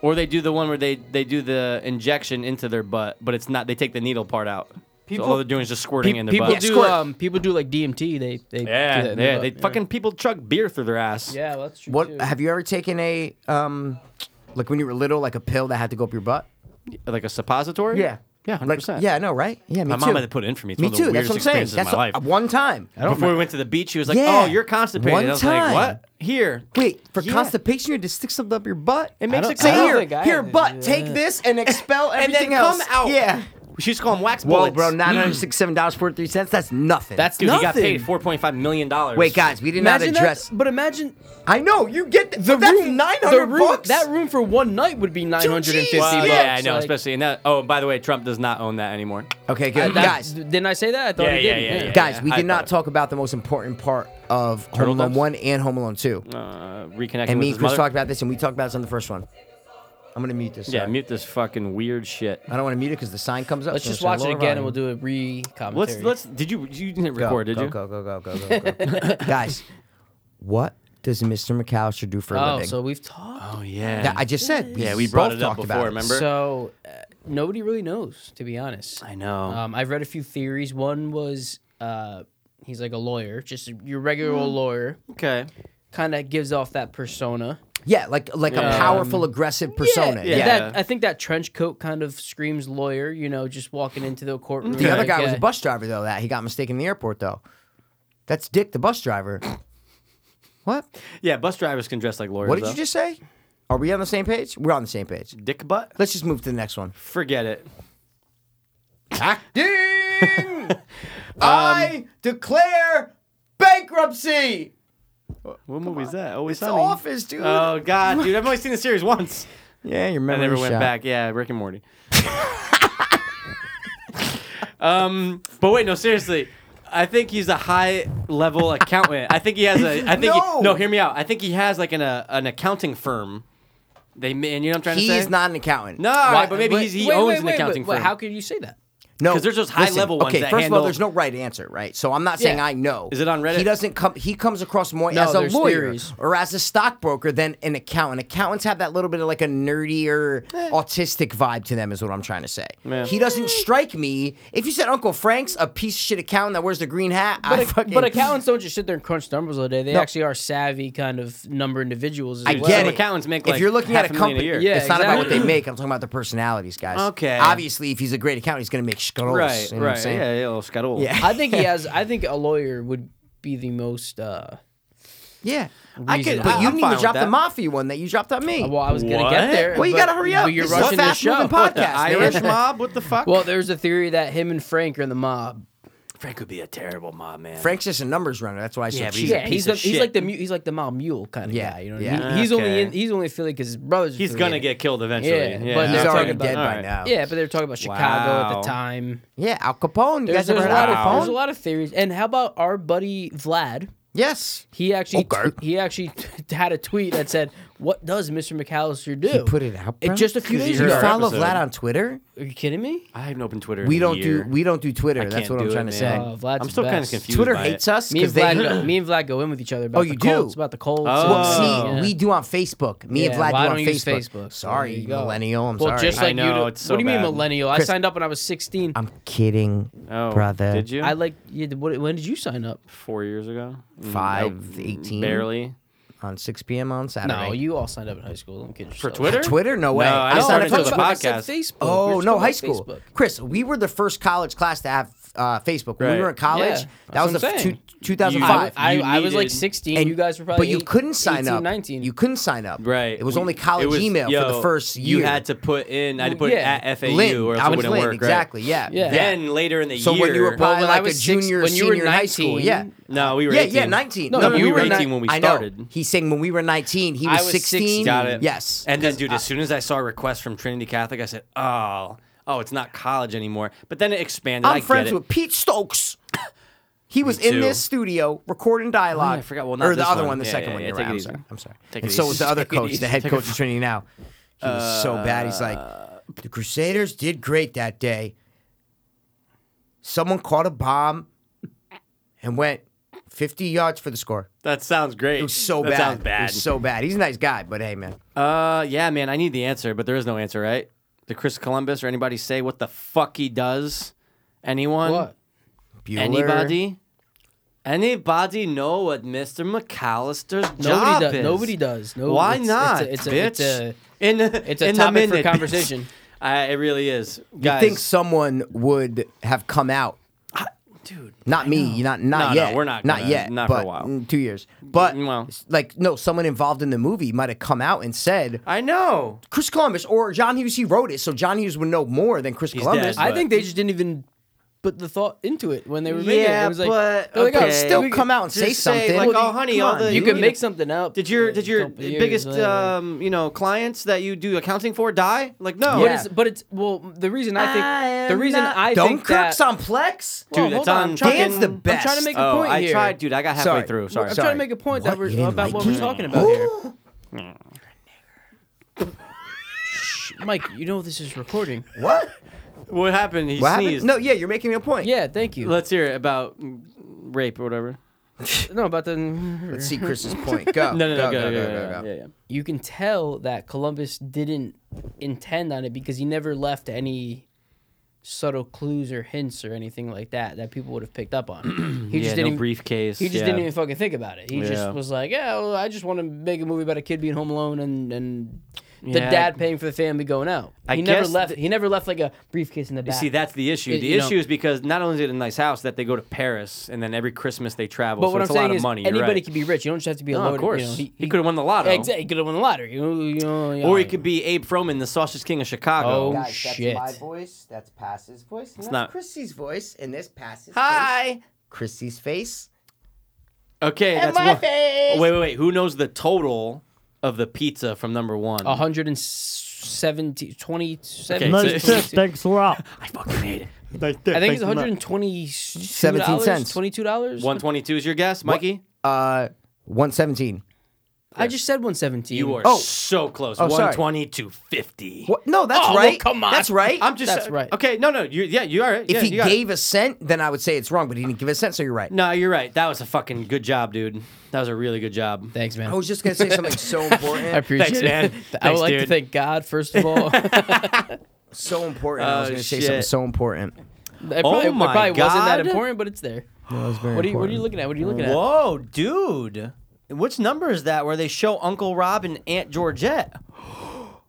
Speaker 3: Or they do the one where they, they do the injection into their butt, but it's not. They take the needle part out. People, so all they're doing is just squirting
Speaker 4: Pe-
Speaker 3: in their
Speaker 4: people
Speaker 3: butt.
Speaker 4: do
Speaker 2: squirt.
Speaker 4: um people do like DMT. They they do
Speaker 3: yeah,
Speaker 4: that
Speaker 3: yeah.
Speaker 4: in their
Speaker 3: They
Speaker 4: butt.
Speaker 3: fucking people chug beer through their ass.
Speaker 4: yeah. Well, that's true.
Speaker 2: What
Speaker 4: too.
Speaker 2: have you ever taken a um like when you were little, like a pill that had to go up your butt?
Speaker 3: like a suppository.
Speaker 2: Yeah.
Speaker 3: yeah, hundred
Speaker 2: Like,
Speaker 3: percent.
Speaker 2: yeah, I know, right? Yeah, me
Speaker 3: my
Speaker 2: too.
Speaker 3: mom had to put it in for me. It's
Speaker 2: me
Speaker 3: one of the
Speaker 2: too. That's
Speaker 3: weirdest
Speaker 2: what I'm saying.
Speaker 3: experiences
Speaker 2: That's
Speaker 3: in my
Speaker 2: a-
Speaker 3: life.
Speaker 2: one time.
Speaker 3: Before we went to the beach, she was like,
Speaker 2: Yeah.
Speaker 3: "Oh, you're constipated."
Speaker 2: One
Speaker 3: I was
Speaker 2: time.
Speaker 3: like, "What? Here?
Speaker 2: Wait, for
Speaker 3: Yeah.
Speaker 2: constipation, you had to stick something up your butt. It
Speaker 3: makes it
Speaker 2: say
Speaker 3: I don't
Speaker 2: here,
Speaker 4: think I
Speaker 2: here,
Speaker 4: had to
Speaker 2: butt.
Speaker 4: do
Speaker 2: Take
Speaker 4: that.
Speaker 2: this and expel
Speaker 3: And then
Speaker 2: everything
Speaker 3: come
Speaker 2: else.
Speaker 3: out.
Speaker 2: Yeah.
Speaker 3: She used to call them wax
Speaker 2: Whoa,
Speaker 3: bullets.
Speaker 2: bro, nine hundred sixty-seven dollars forty-three cents. That's nothing.
Speaker 4: That's
Speaker 3: Dude, he got
Speaker 4: nothing.
Speaker 3: paid four point five million dollars.
Speaker 2: Wait, guys, we did not
Speaker 4: Imagine
Speaker 2: address.
Speaker 4: that, but imagine
Speaker 2: I know you get th-
Speaker 4: the
Speaker 2: that's
Speaker 4: room.
Speaker 2: Nine
Speaker 4: the
Speaker 2: hundred
Speaker 4: room,
Speaker 2: bucks.
Speaker 4: That room for one night would be nine hundred and fifty.
Speaker 2: Jeez,
Speaker 3: Well,
Speaker 4: bucks.
Speaker 3: yeah, I know,
Speaker 4: like-
Speaker 3: especially in that. Oh, by the way, Trump does not own that anymore.
Speaker 2: Okay,
Speaker 4: I-
Speaker 2: good,
Speaker 4: that-
Speaker 2: Uh, guys.
Speaker 4: Didn't I say that? I thought
Speaker 3: Yeah,
Speaker 4: I did.
Speaker 3: yeah, yeah, yeah.
Speaker 2: Guys, we
Speaker 3: I
Speaker 2: did
Speaker 3: thought
Speaker 2: not
Speaker 3: it-
Speaker 2: talk about the most important part of
Speaker 3: Turtle
Speaker 2: Home Alone
Speaker 3: Doves?
Speaker 2: One and Home Alone Two.
Speaker 3: Uh, reconnecting
Speaker 2: and me
Speaker 3: with his
Speaker 2: and Chris
Speaker 3: mother.
Speaker 2: talked about this, and we talked about this on the first one. I'm gonna mute this.
Speaker 3: yeah,
Speaker 2: sorry.
Speaker 3: mute this fucking weird shit.
Speaker 2: I don't want to mute it because the sign comes up.
Speaker 4: Let's
Speaker 2: so
Speaker 4: just
Speaker 2: it's gonna
Speaker 4: watch it
Speaker 2: lower
Speaker 4: again and we'll
Speaker 2: volume.
Speaker 4: do a re-commentary.
Speaker 3: Let's let's. Did you you didn't
Speaker 2: Go,
Speaker 3: record? did
Speaker 2: go,
Speaker 3: you?
Speaker 2: Go, go, go, go, go, go. Guys, what does Mr. McAllister do for a
Speaker 4: Oh,
Speaker 2: living?
Speaker 4: so we've talked.
Speaker 3: Oh yeah.
Speaker 2: That I just said.
Speaker 3: yeah, we brought
Speaker 2: both
Speaker 3: it up
Speaker 2: talked
Speaker 3: before.
Speaker 2: about it.
Speaker 3: Remember?
Speaker 4: So uh, nobody really knows, to be honest.
Speaker 3: I know.
Speaker 4: Um, I've read a few theories. One was uh, he's like a lawyer, just your regular
Speaker 2: Mm.
Speaker 4: old lawyer,
Speaker 3: okay.
Speaker 4: kind of gives off that persona.
Speaker 2: Yeah, like like a
Speaker 3: Yeah.
Speaker 2: powerful, aggressive persona.
Speaker 3: yeah.
Speaker 2: Yeah.
Speaker 4: That, I think that trench coat kind of screams lawyer. You know, just walking into the courtroom.
Speaker 2: The other
Speaker 4: like,
Speaker 2: guy was
Speaker 4: uh,
Speaker 2: a bus driver though. That he got mistaken in the airport though. That's Dick, the bus driver. what?
Speaker 3: Yeah, bus drivers can dress like lawyers.
Speaker 2: What did
Speaker 3: though.
Speaker 2: you just say? Are we on the same page? We're on the same page.
Speaker 3: Dick butt?
Speaker 2: Let's just move to the next one.
Speaker 3: Forget it. Um,
Speaker 2: Acting. I declare bankruptcy.
Speaker 3: What, what movie is that? Always
Speaker 2: It's
Speaker 3: Sunny.
Speaker 2: Office, dude.
Speaker 3: Oh God, dude! I've only seen the series once.
Speaker 2: yeah, your
Speaker 3: I
Speaker 2: memory
Speaker 3: never went
Speaker 2: shot.
Speaker 3: back. Yeah, Rick and Morty. um, but wait, no, seriously. I think he's a high level accountant. I think he has a. I think he-
Speaker 2: No!
Speaker 3: no. Hear me out. I think he has like an uh, an accounting firm. They ma- and you know what I'm trying to say.
Speaker 2: He's not an accountant.
Speaker 3: No, all right, but maybe he's, he
Speaker 4: Wait,
Speaker 3: owns
Speaker 4: wait,
Speaker 3: an
Speaker 4: wait,
Speaker 3: accounting
Speaker 4: but- but
Speaker 3: firm.
Speaker 4: How could you say that?
Speaker 2: No,
Speaker 3: 'Cause there's those high-level ones
Speaker 2: Okay,
Speaker 3: that
Speaker 2: first of all,
Speaker 3: handle-
Speaker 2: there's no right answer, right? So I'm not saying
Speaker 4: Yeah.
Speaker 2: I know.
Speaker 3: Is it on Reddit?
Speaker 2: He doesn't come. He comes across more
Speaker 4: No,
Speaker 2: as a
Speaker 4: there's
Speaker 2: lawyer
Speaker 4: theories.
Speaker 2: or as a stockbroker than an accountant. Accountants have that little bit of like a nerdier, autistic vibe to them, is what I'm trying to say.
Speaker 3: Eh. Yeah. Eh.
Speaker 2: He doesn't strike me. If you said Uncle Frank's a piece of shit accountant that wears the green hat,
Speaker 4: But,
Speaker 2: I
Speaker 4: ac-
Speaker 2: fucking
Speaker 4: but accountants don't just sit there and crunch numbers all day. They
Speaker 2: No.
Speaker 4: actually are savvy kind of number individuals. As
Speaker 2: I
Speaker 4: well.
Speaker 2: get
Speaker 3: Some
Speaker 2: it.
Speaker 3: accountants make,
Speaker 2: if
Speaker 3: like,
Speaker 2: you're looking
Speaker 3: half
Speaker 2: at a
Speaker 3: a million a
Speaker 2: company,
Speaker 3: year.
Speaker 2: it's
Speaker 4: Yeah,
Speaker 2: not about what they
Speaker 4: exactly.
Speaker 2: make. I'm talking about the personalities, guys.
Speaker 3: Okay.
Speaker 2: Obviously, if he's a great accountant, he's going to make scrolls.
Speaker 3: Right,
Speaker 2: you know what I'm
Speaker 3: right.
Speaker 2: saying?
Speaker 3: Yeah, yeah, little scuttle.
Speaker 2: Yeah.
Speaker 4: I think he has. I think a lawyer would be the most. Uh,
Speaker 2: Yeah, I could.
Speaker 4: Reasonable.
Speaker 2: But
Speaker 4: I-
Speaker 2: you
Speaker 3: I'm
Speaker 2: didn't even
Speaker 3: fine with
Speaker 2: drop the
Speaker 3: that.
Speaker 2: mafia one that you dropped on me.
Speaker 4: well, I was gonna
Speaker 3: What?
Speaker 4: get there.
Speaker 2: Well, you
Speaker 4: but-
Speaker 2: gotta hurry up.
Speaker 4: but You're
Speaker 2: This is a
Speaker 4: rushing the
Speaker 2: fast-moving
Speaker 4: show.
Speaker 2: podcast.
Speaker 3: The Irish mob? What the fuck?
Speaker 4: Well, there's a theory that him and Frank are in the mob.
Speaker 3: Frank would be a terrible mob, man.
Speaker 2: Frank's just a numbers runner. That's why I said
Speaker 3: Yeah, but
Speaker 2: cheap.
Speaker 3: he's a
Speaker 4: Yeah, he's
Speaker 3: piece
Speaker 4: the,
Speaker 3: of
Speaker 4: he's
Speaker 3: shit.
Speaker 4: like the mu- he's like the mob mule kind of
Speaker 2: Yeah,
Speaker 4: guy. You know what
Speaker 2: yeah.
Speaker 4: I mean? He's only
Speaker 3: Okay.
Speaker 4: in, he's only affiliated because his brothers.
Speaker 3: He's
Speaker 4: affiliated.
Speaker 3: gonna get killed eventually.
Speaker 4: Yeah, but
Speaker 2: He's
Speaker 4: they're
Speaker 3: okay.
Speaker 2: already
Speaker 4: talking about-
Speaker 2: dead by
Speaker 3: Alright.
Speaker 2: now.
Speaker 4: Yeah, but they're talking about Chicago at
Speaker 3: Wow.
Speaker 4: the time.
Speaker 2: yeah. Al Capone. You
Speaker 4: There's,
Speaker 2: guys ever
Speaker 4: there's
Speaker 2: heard
Speaker 4: a
Speaker 2: of
Speaker 4: lot of
Speaker 2: Al
Speaker 4: there's a
Speaker 2: Capone?
Speaker 4: lot of theories. And how about our buddy Vlad?
Speaker 2: Yes.
Speaker 4: He actually
Speaker 2: Okay.
Speaker 4: he actually had a tweet that said, "What does Mr. McAllister do?"
Speaker 2: He put it out. Bro.
Speaker 4: just a few
Speaker 3: 'Cause he
Speaker 4: days
Speaker 2: You
Speaker 3: heard
Speaker 4: ago.
Speaker 3: our
Speaker 2: follow
Speaker 3: episode.
Speaker 2: Vlad on Twitter?
Speaker 4: Are you kidding me?
Speaker 3: I haven't opened Twitter.
Speaker 2: We
Speaker 3: in a
Speaker 2: don't
Speaker 3: year.
Speaker 2: do. We don't do Twitter.
Speaker 3: I
Speaker 2: That's
Speaker 3: can't
Speaker 2: what I'm
Speaker 3: do
Speaker 2: trying
Speaker 3: it,
Speaker 2: to
Speaker 3: man.
Speaker 2: say.
Speaker 4: Oh, Vlad's
Speaker 3: I'm
Speaker 4: the
Speaker 3: still kind of
Speaker 4: best.
Speaker 3: confused.
Speaker 2: Twitter
Speaker 3: by it.
Speaker 2: hates us
Speaker 4: Me
Speaker 2: because
Speaker 4: and
Speaker 2: they.
Speaker 4: Vlad, go, me and Vlad go in with each other about
Speaker 2: Oh,
Speaker 4: the
Speaker 2: you do?
Speaker 4: Colts, about the Colts.
Speaker 3: Oh.
Speaker 2: Well,
Speaker 4: about-
Speaker 2: see,
Speaker 4: yeah.
Speaker 2: we do on Facebook. Me and
Speaker 4: Yeah,
Speaker 2: Vlad
Speaker 4: well, I
Speaker 2: do
Speaker 4: don't
Speaker 2: on
Speaker 4: use
Speaker 2: Facebook.
Speaker 4: Facebook, so
Speaker 2: Sorry,
Speaker 4: there you go.
Speaker 2: millennial. I'm
Speaker 4: Well,
Speaker 2: sorry.
Speaker 4: just
Speaker 3: I
Speaker 4: like you.
Speaker 3: know,
Speaker 4: do-
Speaker 3: it's so
Speaker 4: what do you mean,
Speaker 3: bad.
Speaker 4: millennial? I
Speaker 2: Chris-
Speaker 4: signed up when I was 16.
Speaker 2: I'm kidding,
Speaker 3: Oh,
Speaker 2: brother.
Speaker 3: Did you?
Speaker 4: I like. You, what, when did you sign up?
Speaker 3: four years ago. Mm,
Speaker 2: Five,
Speaker 3: nope.
Speaker 2: 18?
Speaker 3: Barely.
Speaker 2: On 6 p.m. on Saturday.
Speaker 4: No, you all signed up in high school. Don't kid
Speaker 3: For
Speaker 4: yourself.
Speaker 3: Twitter?
Speaker 2: Twitter? No way.
Speaker 3: I
Speaker 2: I
Speaker 3: don't
Speaker 2: signed up
Speaker 3: wanna
Speaker 2: for the
Speaker 3: do that.
Speaker 2: podcast.
Speaker 4: I said Facebook. We
Speaker 2: Oh
Speaker 4: were
Speaker 2: no,
Speaker 4: talking
Speaker 2: high
Speaker 4: about
Speaker 2: school.
Speaker 4: Facebook.
Speaker 2: Chris, we were the first college class to have uh, Facebook. When we
Speaker 3: Right.
Speaker 2: were in college,
Speaker 4: Yeah,
Speaker 2: that
Speaker 4: that's
Speaker 2: was
Speaker 4: what I'm
Speaker 2: the two,
Speaker 4: saying. I,
Speaker 2: 2005.
Speaker 4: I,
Speaker 3: You
Speaker 4: I was like
Speaker 3: needed-
Speaker 4: 16.
Speaker 2: And-
Speaker 4: you guys were probably.
Speaker 2: but you
Speaker 4: eight-
Speaker 2: couldn't sign
Speaker 4: 18,
Speaker 2: up.
Speaker 4: 19.
Speaker 2: You couldn't sign up.
Speaker 3: Right.
Speaker 2: It was
Speaker 3: We-
Speaker 2: only college
Speaker 3: it was-
Speaker 2: email for the
Speaker 3: yo,
Speaker 2: first year.
Speaker 3: You had to put in. I had to put
Speaker 4: Yeah.
Speaker 3: at FAU
Speaker 2: Lin,
Speaker 3: or else
Speaker 2: I
Speaker 3: it
Speaker 2: was
Speaker 3: wouldn't
Speaker 2: Lin,
Speaker 3: work.
Speaker 2: Exactly. Yeah.
Speaker 4: Yeah.
Speaker 3: Right? Then later in the
Speaker 2: So
Speaker 3: year.
Speaker 2: when you were
Speaker 4: Well,
Speaker 2: probably
Speaker 4: when I
Speaker 2: like a
Speaker 4: was six-
Speaker 2: junior,
Speaker 4: when you were
Speaker 2: senior in high school.
Speaker 4: 19,
Speaker 2: Yeah.
Speaker 3: no, we were.
Speaker 2: yeah,
Speaker 3: 18.
Speaker 2: yeah, 19.
Speaker 4: No,
Speaker 2: No,
Speaker 4: you
Speaker 2: we
Speaker 4: were
Speaker 2: were
Speaker 4: 19
Speaker 2: 19
Speaker 3: when we
Speaker 2: I know.
Speaker 3: started.
Speaker 2: He's saying when we were 19, he
Speaker 4: I
Speaker 2: was,
Speaker 4: was
Speaker 2: 16.
Speaker 4: 16.
Speaker 3: Got it.
Speaker 2: Yes.
Speaker 3: And then, dude, as soon as I saw a request from Trinity Catholic, I said, "Oh, oh, it's not college anymore." But then it expanded. I
Speaker 2: I'm
Speaker 3: get
Speaker 2: friends
Speaker 3: it.
Speaker 2: with Pete Stokes. He was in
Speaker 3: too. Oh,
Speaker 2: this studio recording dialogue.
Speaker 3: I forgot. Well, not
Speaker 2: or the
Speaker 3: this
Speaker 2: other one,
Speaker 3: one.
Speaker 2: the
Speaker 3: Yeah,
Speaker 2: second
Speaker 3: yeah,
Speaker 2: one.
Speaker 3: yeah,
Speaker 2: You're right.
Speaker 3: take it
Speaker 2: I'm
Speaker 3: easy.
Speaker 2: sorry. I'm sorry.
Speaker 3: Take it
Speaker 2: And so
Speaker 3: easy.
Speaker 2: was the other
Speaker 3: Take it
Speaker 2: coach,
Speaker 3: easy.
Speaker 2: the head
Speaker 3: Take it
Speaker 2: coach of Trinity now. He was so bad. He's like, the Crusaders did great that day. Someone caught a bomb and went 50 yards for the score.
Speaker 3: That sounds great.
Speaker 2: It was so
Speaker 3: that
Speaker 2: bad.
Speaker 3: Sounds
Speaker 2: It
Speaker 3: bad.
Speaker 2: was so bad. He's a nice guy, but hey, man.
Speaker 3: Uh, yeah, man, I need the answer, but there is no answer, right? Did Chris Columbus or anybody say what the fuck he does? Anyone?
Speaker 4: What?
Speaker 2: Bueller.
Speaker 3: Anybody? Anybody know what Mr. McAllister's job
Speaker 4: Nobody does.
Speaker 3: is?
Speaker 4: Nobody does. No,
Speaker 3: Why
Speaker 4: it's-
Speaker 3: not,
Speaker 4: It's a,
Speaker 3: bitch?
Speaker 4: it's a,
Speaker 3: in the,
Speaker 4: it's a,
Speaker 3: in
Speaker 4: it's a
Speaker 3: the
Speaker 4: topic for
Speaker 3: minute.
Speaker 4: conversation.
Speaker 3: I, it really is.
Speaker 2: You
Speaker 3: Guys,
Speaker 2: think someone would have come out
Speaker 3: dude?
Speaker 2: Not me. Not not
Speaker 3: No, no,
Speaker 2: yet.
Speaker 3: we're not
Speaker 2: Not
Speaker 3: gonna-
Speaker 2: yet.
Speaker 3: not for a
Speaker 2: but
Speaker 3: while.
Speaker 2: mm, Two years. But
Speaker 3: well.
Speaker 2: s- like no, someone involved in the movie might have come out and said
Speaker 3: I know.
Speaker 2: Chris Columbus or John Hughes. He wrote it, so John Hughes would know more than Chris
Speaker 3: He's
Speaker 2: Columbus.
Speaker 3: dead,
Speaker 4: I
Speaker 3: But-
Speaker 4: think they just didn't even put the thought into it when they were making it.
Speaker 3: Yeah,
Speaker 4: It was like,
Speaker 3: but-
Speaker 4: they're like, oh,
Speaker 3: okay.
Speaker 4: still
Speaker 2: Still come out and
Speaker 3: Just
Speaker 2: say something.
Speaker 3: like, oh, honey, all the
Speaker 4: you could
Speaker 3: know,
Speaker 4: make something up.
Speaker 3: Did your
Speaker 4: in
Speaker 3: did
Speaker 4: a
Speaker 3: your
Speaker 4: couple years
Speaker 3: biggest
Speaker 4: later.
Speaker 3: um you know clients that you do accounting for die? Like no,
Speaker 4: But
Speaker 2: Yeah.
Speaker 4: it's but it's well the reason I think
Speaker 3: oh. I am
Speaker 4: the reason
Speaker 3: not-
Speaker 4: I think
Speaker 2: Dunkirk's
Speaker 4: that
Speaker 2: on Plex.
Speaker 4: Well,
Speaker 3: Dude,
Speaker 4: hold
Speaker 3: it's
Speaker 4: on,
Speaker 3: on
Speaker 4: I'm trying-
Speaker 2: Dan's the best.
Speaker 4: I'm trying to make a
Speaker 3: Oh,
Speaker 4: point
Speaker 3: I
Speaker 4: here.
Speaker 3: tried, dude. I got halfway
Speaker 2: Sorry.
Speaker 3: through.
Speaker 4: I'm
Speaker 3: Sorry.
Speaker 4: trying to make a point that
Speaker 2: What?
Speaker 4: we're
Speaker 2: You didn't
Speaker 4: about
Speaker 2: like
Speaker 4: what
Speaker 2: it?
Speaker 4: we're talking about here. Mike, you know this is recording.
Speaker 2: What?
Speaker 3: What happened? He
Speaker 2: What happened?
Speaker 3: sneezed.
Speaker 2: No, yeah, you're making me a point.
Speaker 4: Yeah, thank you.
Speaker 3: Let's hear it about mm, rape or whatever.
Speaker 4: no, about the
Speaker 2: Let's see Chris's point. Go.
Speaker 3: No, no, no,
Speaker 2: go,
Speaker 3: Oh,
Speaker 2: go,
Speaker 3: go, go,
Speaker 2: go,
Speaker 3: go,
Speaker 2: go.
Speaker 3: yeah, yeah.
Speaker 4: you can tell that Columbus didn't intend on it because he never left any subtle clues or hints or anything like that that people would have picked up on. He
Speaker 3: Yeah,
Speaker 4: just
Speaker 3: no
Speaker 4: didn't. even-
Speaker 3: briefcase.
Speaker 4: he just
Speaker 3: yeah.
Speaker 4: didn't even fucking think about it. He
Speaker 3: Yeah.
Speaker 4: just was like, "Yeah, well, I just want to make a movie about a kid being home alone and and the
Speaker 3: Yeah, I-
Speaker 4: dad paying for the family going out."
Speaker 3: I
Speaker 4: he never
Speaker 3: guess
Speaker 4: left. he never left like a briefcase in the
Speaker 3: You
Speaker 4: back.
Speaker 3: see, that's the issue.
Speaker 4: It-
Speaker 3: the
Speaker 4: you know-
Speaker 3: issue is because not only is it a nice house that they go to Paris and then every Christmas they travel.
Speaker 4: But
Speaker 3: so
Speaker 4: what I'm
Speaker 3: it's a
Speaker 4: saying
Speaker 3: lot of
Speaker 4: is,
Speaker 3: money. you're
Speaker 4: anybody
Speaker 3: right.
Speaker 4: could be rich. You don't just have to be a
Speaker 3: No,
Speaker 4: lawyer.
Speaker 3: of course.
Speaker 4: you know,
Speaker 3: he could have won the lotto.
Speaker 4: Exactly. He could have won the lottery. You know, you know, yeah.
Speaker 3: Or he could be Abe Froman, the Sausage King of Chicago.
Speaker 4: Oh, Guys, that's shit. my
Speaker 2: voice. That's Pass's voice. It's
Speaker 3: not-
Speaker 2: Chrissy's voice, and this Pass's
Speaker 3: Hi.
Speaker 2: Chrissy's face.
Speaker 3: Okay, that's
Speaker 2: my
Speaker 3: one.
Speaker 2: face.
Speaker 3: Wait, wait, wait. Who knows the total of the pizza from number one?
Speaker 4: 170, 27.
Speaker 3: Okay,
Speaker 7: Nice
Speaker 3: so-
Speaker 7: tip. Thanks a lot.
Speaker 3: I fucking hate it.
Speaker 7: Nice tip.
Speaker 4: I think
Speaker 7: thanks
Speaker 4: it's
Speaker 7: a lot.
Speaker 4: 120
Speaker 2: 17 cents.
Speaker 4: Twenty-two dollars.
Speaker 3: One twenty-two is your guess, Mikey.
Speaker 2: Uh, one seventeen.
Speaker 4: I just said one seventeen.
Speaker 3: You are
Speaker 2: Oh.
Speaker 3: so close.
Speaker 2: Oh, sorry.
Speaker 3: One twenty-two fifty.
Speaker 2: What? No, that's
Speaker 4: Oh, well,
Speaker 2: right.
Speaker 4: come on.
Speaker 2: that's right.
Speaker 3: I'm just.
Speaker 4: That's right.
Speaker 3: Okay, no, no. You, yeah, you are. right.
Speaker 2: if
Speaker 3: yeah,
Speaker 2: he
Speaker 3: you got it.
Speaker 2: gave a cent, then I would say it's wrong, but he didn't give a cent, so you're right.
Speaker 3: No, you're right. That was a fucking good job, dude. That was a really good job.
Speaker 4: Thanks, man.
Speaker 2: I was just gonna say something so
Speaker 4: I
Speaker 2: important,
Speaker 4: appreciate
Speaker 3: Thanks,
Speaker 4: it.
Speaker 3: man.
Speaker 4: I
Speaker 3: Thanks,
Speaker 4: would like to
Speaker 3: dude.
Speaker 4: thank God first of all.
Speaker 2: so important. I was
Speaker 3: Oh,
Speaker 2: gonna say
Speaker 3: shit.
Speaker 2: something so important.
Speaker 4: It probably,
Speaker 3: Oh my
Speaker 4: it probably wasn't that
Speaker 3: God.
Speaker 4: important, but it's there. What are you What are you looking at? What are you looking at?
Speaker 3: Whoa, dude. Which number is that where they show Uncle Rob and Aunt Georgette?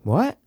Speaker 2: What?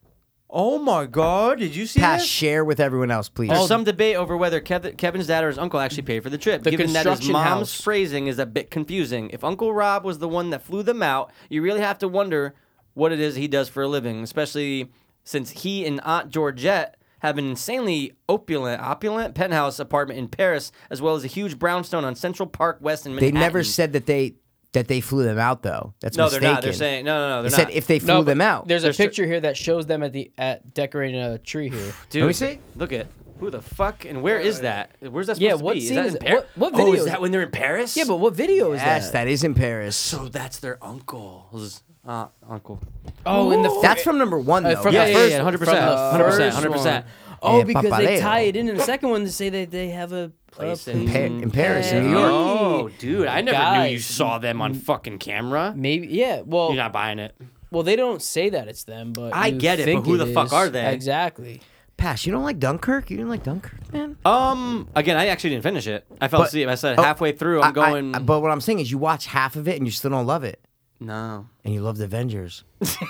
Speaker 3: Oh my God! Did you see
Speaker 2: Pass.
Speaker 3: this?
Speaker 2: Share with everyone else, please.
Speaker 3: There's some debate over whether Kev- Kevin's dad or his uncle actually paid for the trip.
Speaker 4: The
Speaker 3: Given that his
Speaker 4: construction
Speaker 3: mom's
Speaker 4: house.
Speaker 3: phrasing is a bit confusing. If Uncle Rob was the one that flew them out, you really have to wonder what it is he does for a living, especially since he and Aunt Georgette have an insanely opulent, opulent penthouse apartment in Paris, as well as a huge brownstone on Central Park West in
Speaker 2: they
Speaker 3: Manhattan.
Speaker 2: never said that they that they flew them out though. That's
Speaker 3: No,
Speaker 2: mistaken.
Speaker 3: they're not. They're saying no, no, no. They're
Speaker 2: they said
Speaker 3: not.
Speaker 2: if they flew
Speaker 4: No, but
Speaker 2: them out.
Speaker 4: There's a
Speaker 3: There's tr-
Speaker 4: picture here that shows them at the at decorating a tree here.
Speaker 3: Dude,
Speaker 2: Let me see.
Speaker 3: Look at who the fuck and where is that? Where's that supposed
Speaker 4: Yeah,
Speaker 3: to
Speaker 4: what
Speaker 3: be?
Speaker 4: scene
Speaker 3: that
Speaker 4: is
Speaker 3: in
Speaker 4: it?
Speaker 3: Paris?
Speaker 4: What- what
Speaker 3: oh,
Speaker 4: video
Speaker 3: is
Speaker 4: is
Speaker 3: that
Speaker 4: it?
Speaker 3: when they're in Paris?
Speaker 4: yeah, but what video is
Speaker 2: yes,
Speaker 4: that?
Speaker 2: that is in Paris.
Speaker 3: So that's their uncle's uh, uncle.
Speaker 4: Oh, in the
Speaker 2: That's from number one though.
Speaker 4: Uh, from
Speaker 3: Yeah,
Speaker 4: the
Speaker 3: yeah,
Speaker 4: first,
Speaker 3: yeah, 100%,
Speaker 4: from the
Speaker 3: 100%,
Speaker 4: first
Speaker 3: 100%.
Speaker 4: one. Oh,
Speaker 2: Yeah,
Speaker 4: because they
Speaker 2: Eh, Papaleo.
Speaker 4: tie it in in the second one to say that they have a
Speaker 3: Place
Speaker 4: a
Speaker 3: in-
Speaker 2: Pa- in Paris, in New
Speaker 4: Hey.
Speaker 2: York.
Speaker 3: Oh, dude, I never knew you
Speaker 4: Guys.
Speaker 3: saw them on fucking camera.
Speaker 4: Maybe yeah. Well,
Speaker 3: You're not buying it.
Speaker 4: well, they don't say that it's them, but
Speaker 3: I
Speaker 4: you
Speaker 3: get it, but
Speaker 4: think
Speaker 3: who the fuck
Speaker 4: is.
Speaker 3: are they?
Speaker 4: Exactly.
Speaker 2: Pass. You don't like Dunkirk? You didn't like Dunkirk, man?
Speaker 3: Um, again, I actually didn't finish it. I fell
Speaker 2: But-
Speaker 3: asleep. I said
Speaker 2: oh,
Speaker 3: halfway through, I'm
Speaker 2: I- I-
Speaker 3: going.
Speaker 2: but what I'm saying is, you watch half of it and you still don't love it,
Speaker 3: no,
Speaker 2: and you love the Avengers.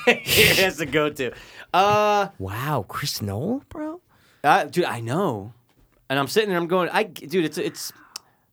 Speaker 3: it has to go to. Uh,
Speaker 2: Wow, Chris Noel, bro.
Speaker 3: I- Uh, dude, I know, and I'm sitting there. I'm going. I, dude, it's it's.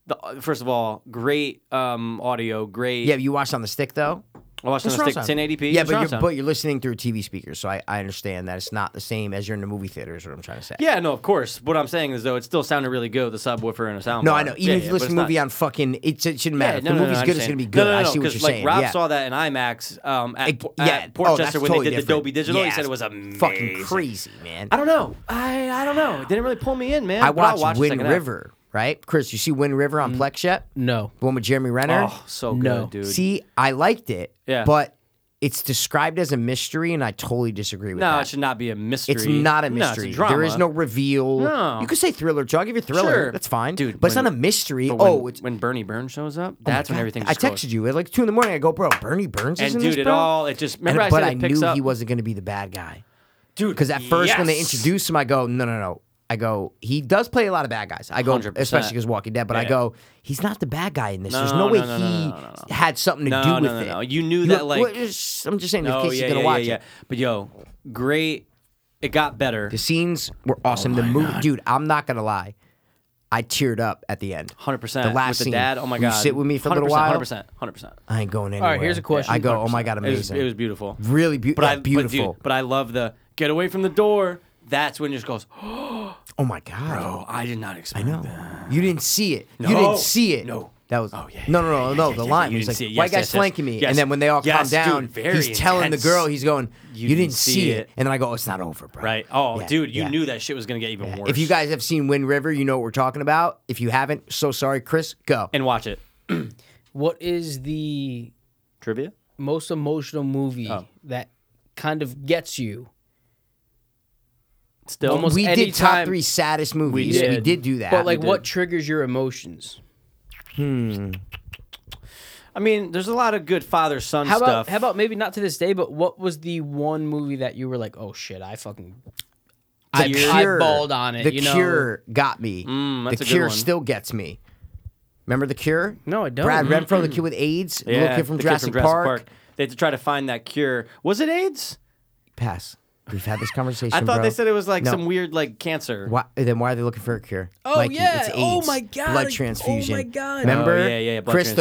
Speaker 3: The, first of all, great um audio, great.
Speaker 2: Yeah, you watched on the stick though.
Speaker 3: I watched
Speaker 2: It's
Speaker 3: on the stick
Speaker 2: surround
Speaker 3: 1080p.
Speaker 2: sound. Yeah,
Speaker 3: it's
Speaker 2: but
Speaker 3: surround
Speaker 2: you're
Speaker 3: sound.
Speaker 2: but you're listening through TV speakers, so I, I understand that it's not the same as you're in the movie theater. Is what I'm trying to say.
Speaker 3: Yeah, no, of course. What I'm saying is though, it still sounded really good. The subwoofer and a sound.
Speaker 2: No,
Speaker 3: bar.
Speaker 2: I know. Even
Speaker 3: Yeah,
Speaker 2: if
Speaker 3: yeah,
Speaker 2: you listen
Speaker 3: but
Speaker 2: to
Speaker 3: it's
Speaker 2: the movie
Speaker 3: not-
Speaker 2: on fucking, it, it shouldn't matter.
Speaker 3: Yeah,
Speaker 2: if
Speaker 3: no,
Speaker 2: the
Speaker 3: no, no,
Speaker 2: movie's
Speaker 3: I
Speaker 2: good, it's
Speaker 3: understand.
Speaker 2: gonna be good.
Speaker 3: No, no, no,
Speaker 2: I see what
Speaker 3: 'cause,
Speaker 2: you're
Speaker 3: like,
Speaker 2: saying.
Speaker 3: Rob
Speaker 2: yeah.
Speaker 3: saw that in IMAX um, at,
Speaker 2: It-
Speaker 3: Po-
Speaker 2: yeah,
Speaker 3: at Port
Speaker 2: oh, that's
Speaker 3: Chester when
Speaker 2: totally
Speaker 3: they did the
Speaker 2: different.
Speaker 3: Dolby Digital.
Speaker 2: Yeah,
Speaker 3: he said it
Speaker 2: it's
Speaker 3: was amazing.
Speaker 2: fucking crazy, man.
Speaker 3: I don't know. I I don't know. It didn't really pull me in, man.
Speaker 2: I
Speaker 3: but I'll
Speaker 2: watched
Speaker 3: watch the
Speaker 2: Wind
Speaker 3: second half.
Speaker 2: River, right? Chris, you see Wind River on Plex yet?
Speaker 4: No.
Speaker 2: The one with Jeremy Renner.
Speaker 3: Mm. Oh, so good,
Speaker 4: No.
Speaker 3: dude.
Speaker 2: see, I liked it.
Speaker 3: Yeah.
Speaker 2: But it's described as a mystery, and I totally disagree with
Speaker 3: no,
Speaker 2: that.
Speaker 3: it should not be a mystery.
Speaker 2: It's not a
Speaker 3: No, it's
Speaker 2: mystery.
Speaker 3: drama.
Speaker 2: There is no reveal.
Speaker 3: No.
Speaker 2: You could say thriller, Joe. I'll give you thriller.
Speaker 3: Sure.
Speaker 2: That's fine.
Speaker 3: Dude,
Speaker 2: but it's
Speaker 3: when-
Speaker 2: not a mystery.
Speaker 3: But when,
Speaker 2: oh, it's. Oh
Speaker 3: when Bernie Burns shows up, that's when everything.
Speaker 2: I
Speaker 3: Just goes.
Speaker 2: texted you at like two in the morning. I go, bro, Bernie Burns is
Speaker 3: And
Speaker 2: in
Speaker 3: dude,
Speaker 2: this,
Speaker 3: it
Speaker 2: bro?"
Speaker 3: all it just
Speaker 2: And-
Speaker 3: remember
Speaker 2: but
Speaker 3: I
Speaker 2: I
Speaker 3: said it picks
Speaker 2: knew
Speaker 3: up.
Speaker 2: he wasn't going to be the bad guy.
Speaker 3: dude
Speaker 2: Because at first, when they
Speaker 3: yes.
Speaker 2: introduce him, I go, no, no, no. I go, he does play a lot of bad guys. I go,
Speaker 3: 100%.
Speaker 2: especially because Walking Dead, but I
Speaker 3: Yeah.
Speaker 2: go, he's not the bad guy in this.
Speaker 3: No,
Speaker 2: There's no,
Speaker 3: no,
Speaker 2: way
Speaker 3: no, no,
Speaker 2: he
Speaker 3: no, no, no.
Speaker 2: had something to
Speaker 3: No,
Speaker 2: do
Speaker 3: no,
Speaker 2: with
Speaker 3: no,
Speaker 2: it.
Speaker 3: no. You knew that, like-
Speaker 2: well, it's- I'm just saying, in
Speaker 3: Oh
Speaker 2: case
Speaker 3: yeah,
Speaker 2: you're going to
Speaker 3: yeah,
Speaker 2: watch
Speaker 3: yeah, yeah.
Speaker 2: it.
Speaker 3: But yo, great. It got better.
Speaker 2: The scenes were
Speaker 3: Oh
Speaker 2: awesome. the movie, dude, I'm not going to lie. I teared up at the end.
Speaker 3: Hundred percent.
Speaker 2: The last
Speaker 3: with the
Speaker 2: scene.
Speaker 3: dad. Oh my
Speaker 2: Will you
Speaker 3: god.
Speaker 2: sit with me for a little
Speaker 3: Hundred
Speaker 2: while?
Speaker 3: percent. Hundred percent.
Speaker 2: I ain't going anywhere.
Speaker 4: here's a question.
Speaker 2: I go, oh my God,
Speaker 3: It was,
Speaker 2: amazing.
Speaker 3: it was beautiful.
Speaker 2: really beau-
Speaker 3: But I
Speaker 2: like,
Speaker 3: But,
Speaker 2: beautiful.
Speaker 3: dude, but I love the get away from the door. That's when it just goes.
Speaker 2: oh my God.
Speaker 3: Oh, I did not expect
Speaker 2: No,
Speaker 3: that.
Speaker 2: you didn't see it. You
Speaker 3: No.
Speaker 2: didn't see it.
Speaker 3: No.
Speaker 2: that was.
Speaker 3: Oh, yeah,
Speaker 2: no, no, no,
Speaker 3: yeah,
Speaker 2: no.
Speaker 3: yeah,
Speaker 2: the
Speaker 3: yeah,
Speaker 2: line
Speaker 3: you
Speaker 2: was
Speaker 3: didn't
Speaker 2: like
Speaker 3: see it.
Speaker 2: white
Speaker 3: Yes,
Speaker 2: guy
Speaker 3: yes, yes.
Speaker 2: flanking me,
Speaker 3: Yes.
Speaker 2: and then when they all
Speaker 3: Yes,
Speaker 2: calm
Speaker 3: dude,
Speaker 2: down,
Speaker 3: very
Speaker 2: he's telling the
Speaker 3: intense.
Speaker 2: girl, he's going, "You, didn't, see it. and then I go, "It's not over, bro."
Speaker 3: Right. Oh,
Speaker 2: Yeah,
Speaker 3: dude, you
Speaker 2: yeah.
Speaker 3: knew that shit was gonna get even worse.
Speaker 2: If you guys have seen Wind River, you know what we're talking about. If you haven't, so sorry, Chris. Go.
Speaker 3: and watch it.
Speaker 4: What is the
Speaker 3: Trivia.
Speaker 4: most emotional movie
Speaker 2: Oh.
Speaker 4: that kind of gets you?
Speaker 3: Still.
Speaker 4: Almost
Speaker 2: we
Speaker 4: any
Speaker 2: did top
Speaker 4: time-
Speaker 2: three saddest movies. We did,
Speaker 4: did.
Speaker 2: do that.
Speaker 4: But like,
Speaker 3: did.
Speaker 4: what triggers your emotions?
Speaker 3: I mean, there's a lot of good father son
Speaker 4: How
Speaker 3: stuff.
Speaker 4: about how about maybe not to this day, but what was the one movie that you were like, oh shit, I fucking I
Speaker 2: The
Speaker 4: eyeballed on it.
Speaker 2: The
Speaker 4: you know?
Speaker 2: Cure got me.
Speaker 3: Mm, that's
Speaker 2: the
Speaker 3: a good
Speaker 2: Cure
Speaker 3: one.
Speaker 2: still gets me. Remember the Cure?
Speaker 4: No, I don't.
Speaker 2: Brad Renfro, the kid with AIDS, the
Speaker 3: yeah,
Speaker 2: little kid from
Speaker 3: the
Speaker 2: Jurassic
Speaker 3: Jurassic
Speaker 2: Park.
Speaker 3: They had to try to find that cure. Was it AIDS?
Speaker 2: Pass. We've had this conversation.
Speaker 3: I thought
Speaker 2: bro.
Speaker 3: they said it was like
Speaker 2: No.
Speaker 3: some weird like cancer.
Speaker 2: Why, then why are they looking for a cure?
Speaker 4: Oh,
Speaker 2: Mikey,
Speaker 4: yeah.
Speaker 2: it's AIDS.
Speaker 4: Oh, my God.
Speaker 2: Blood
Speaker 4: Oh,
Speaker 2: transfusion.
Speaker 4: my God.
Speaker 2: Remember?
Speaker 3: Oh, yeah, yeah, yeah, blood
Speaker 2: Chris, the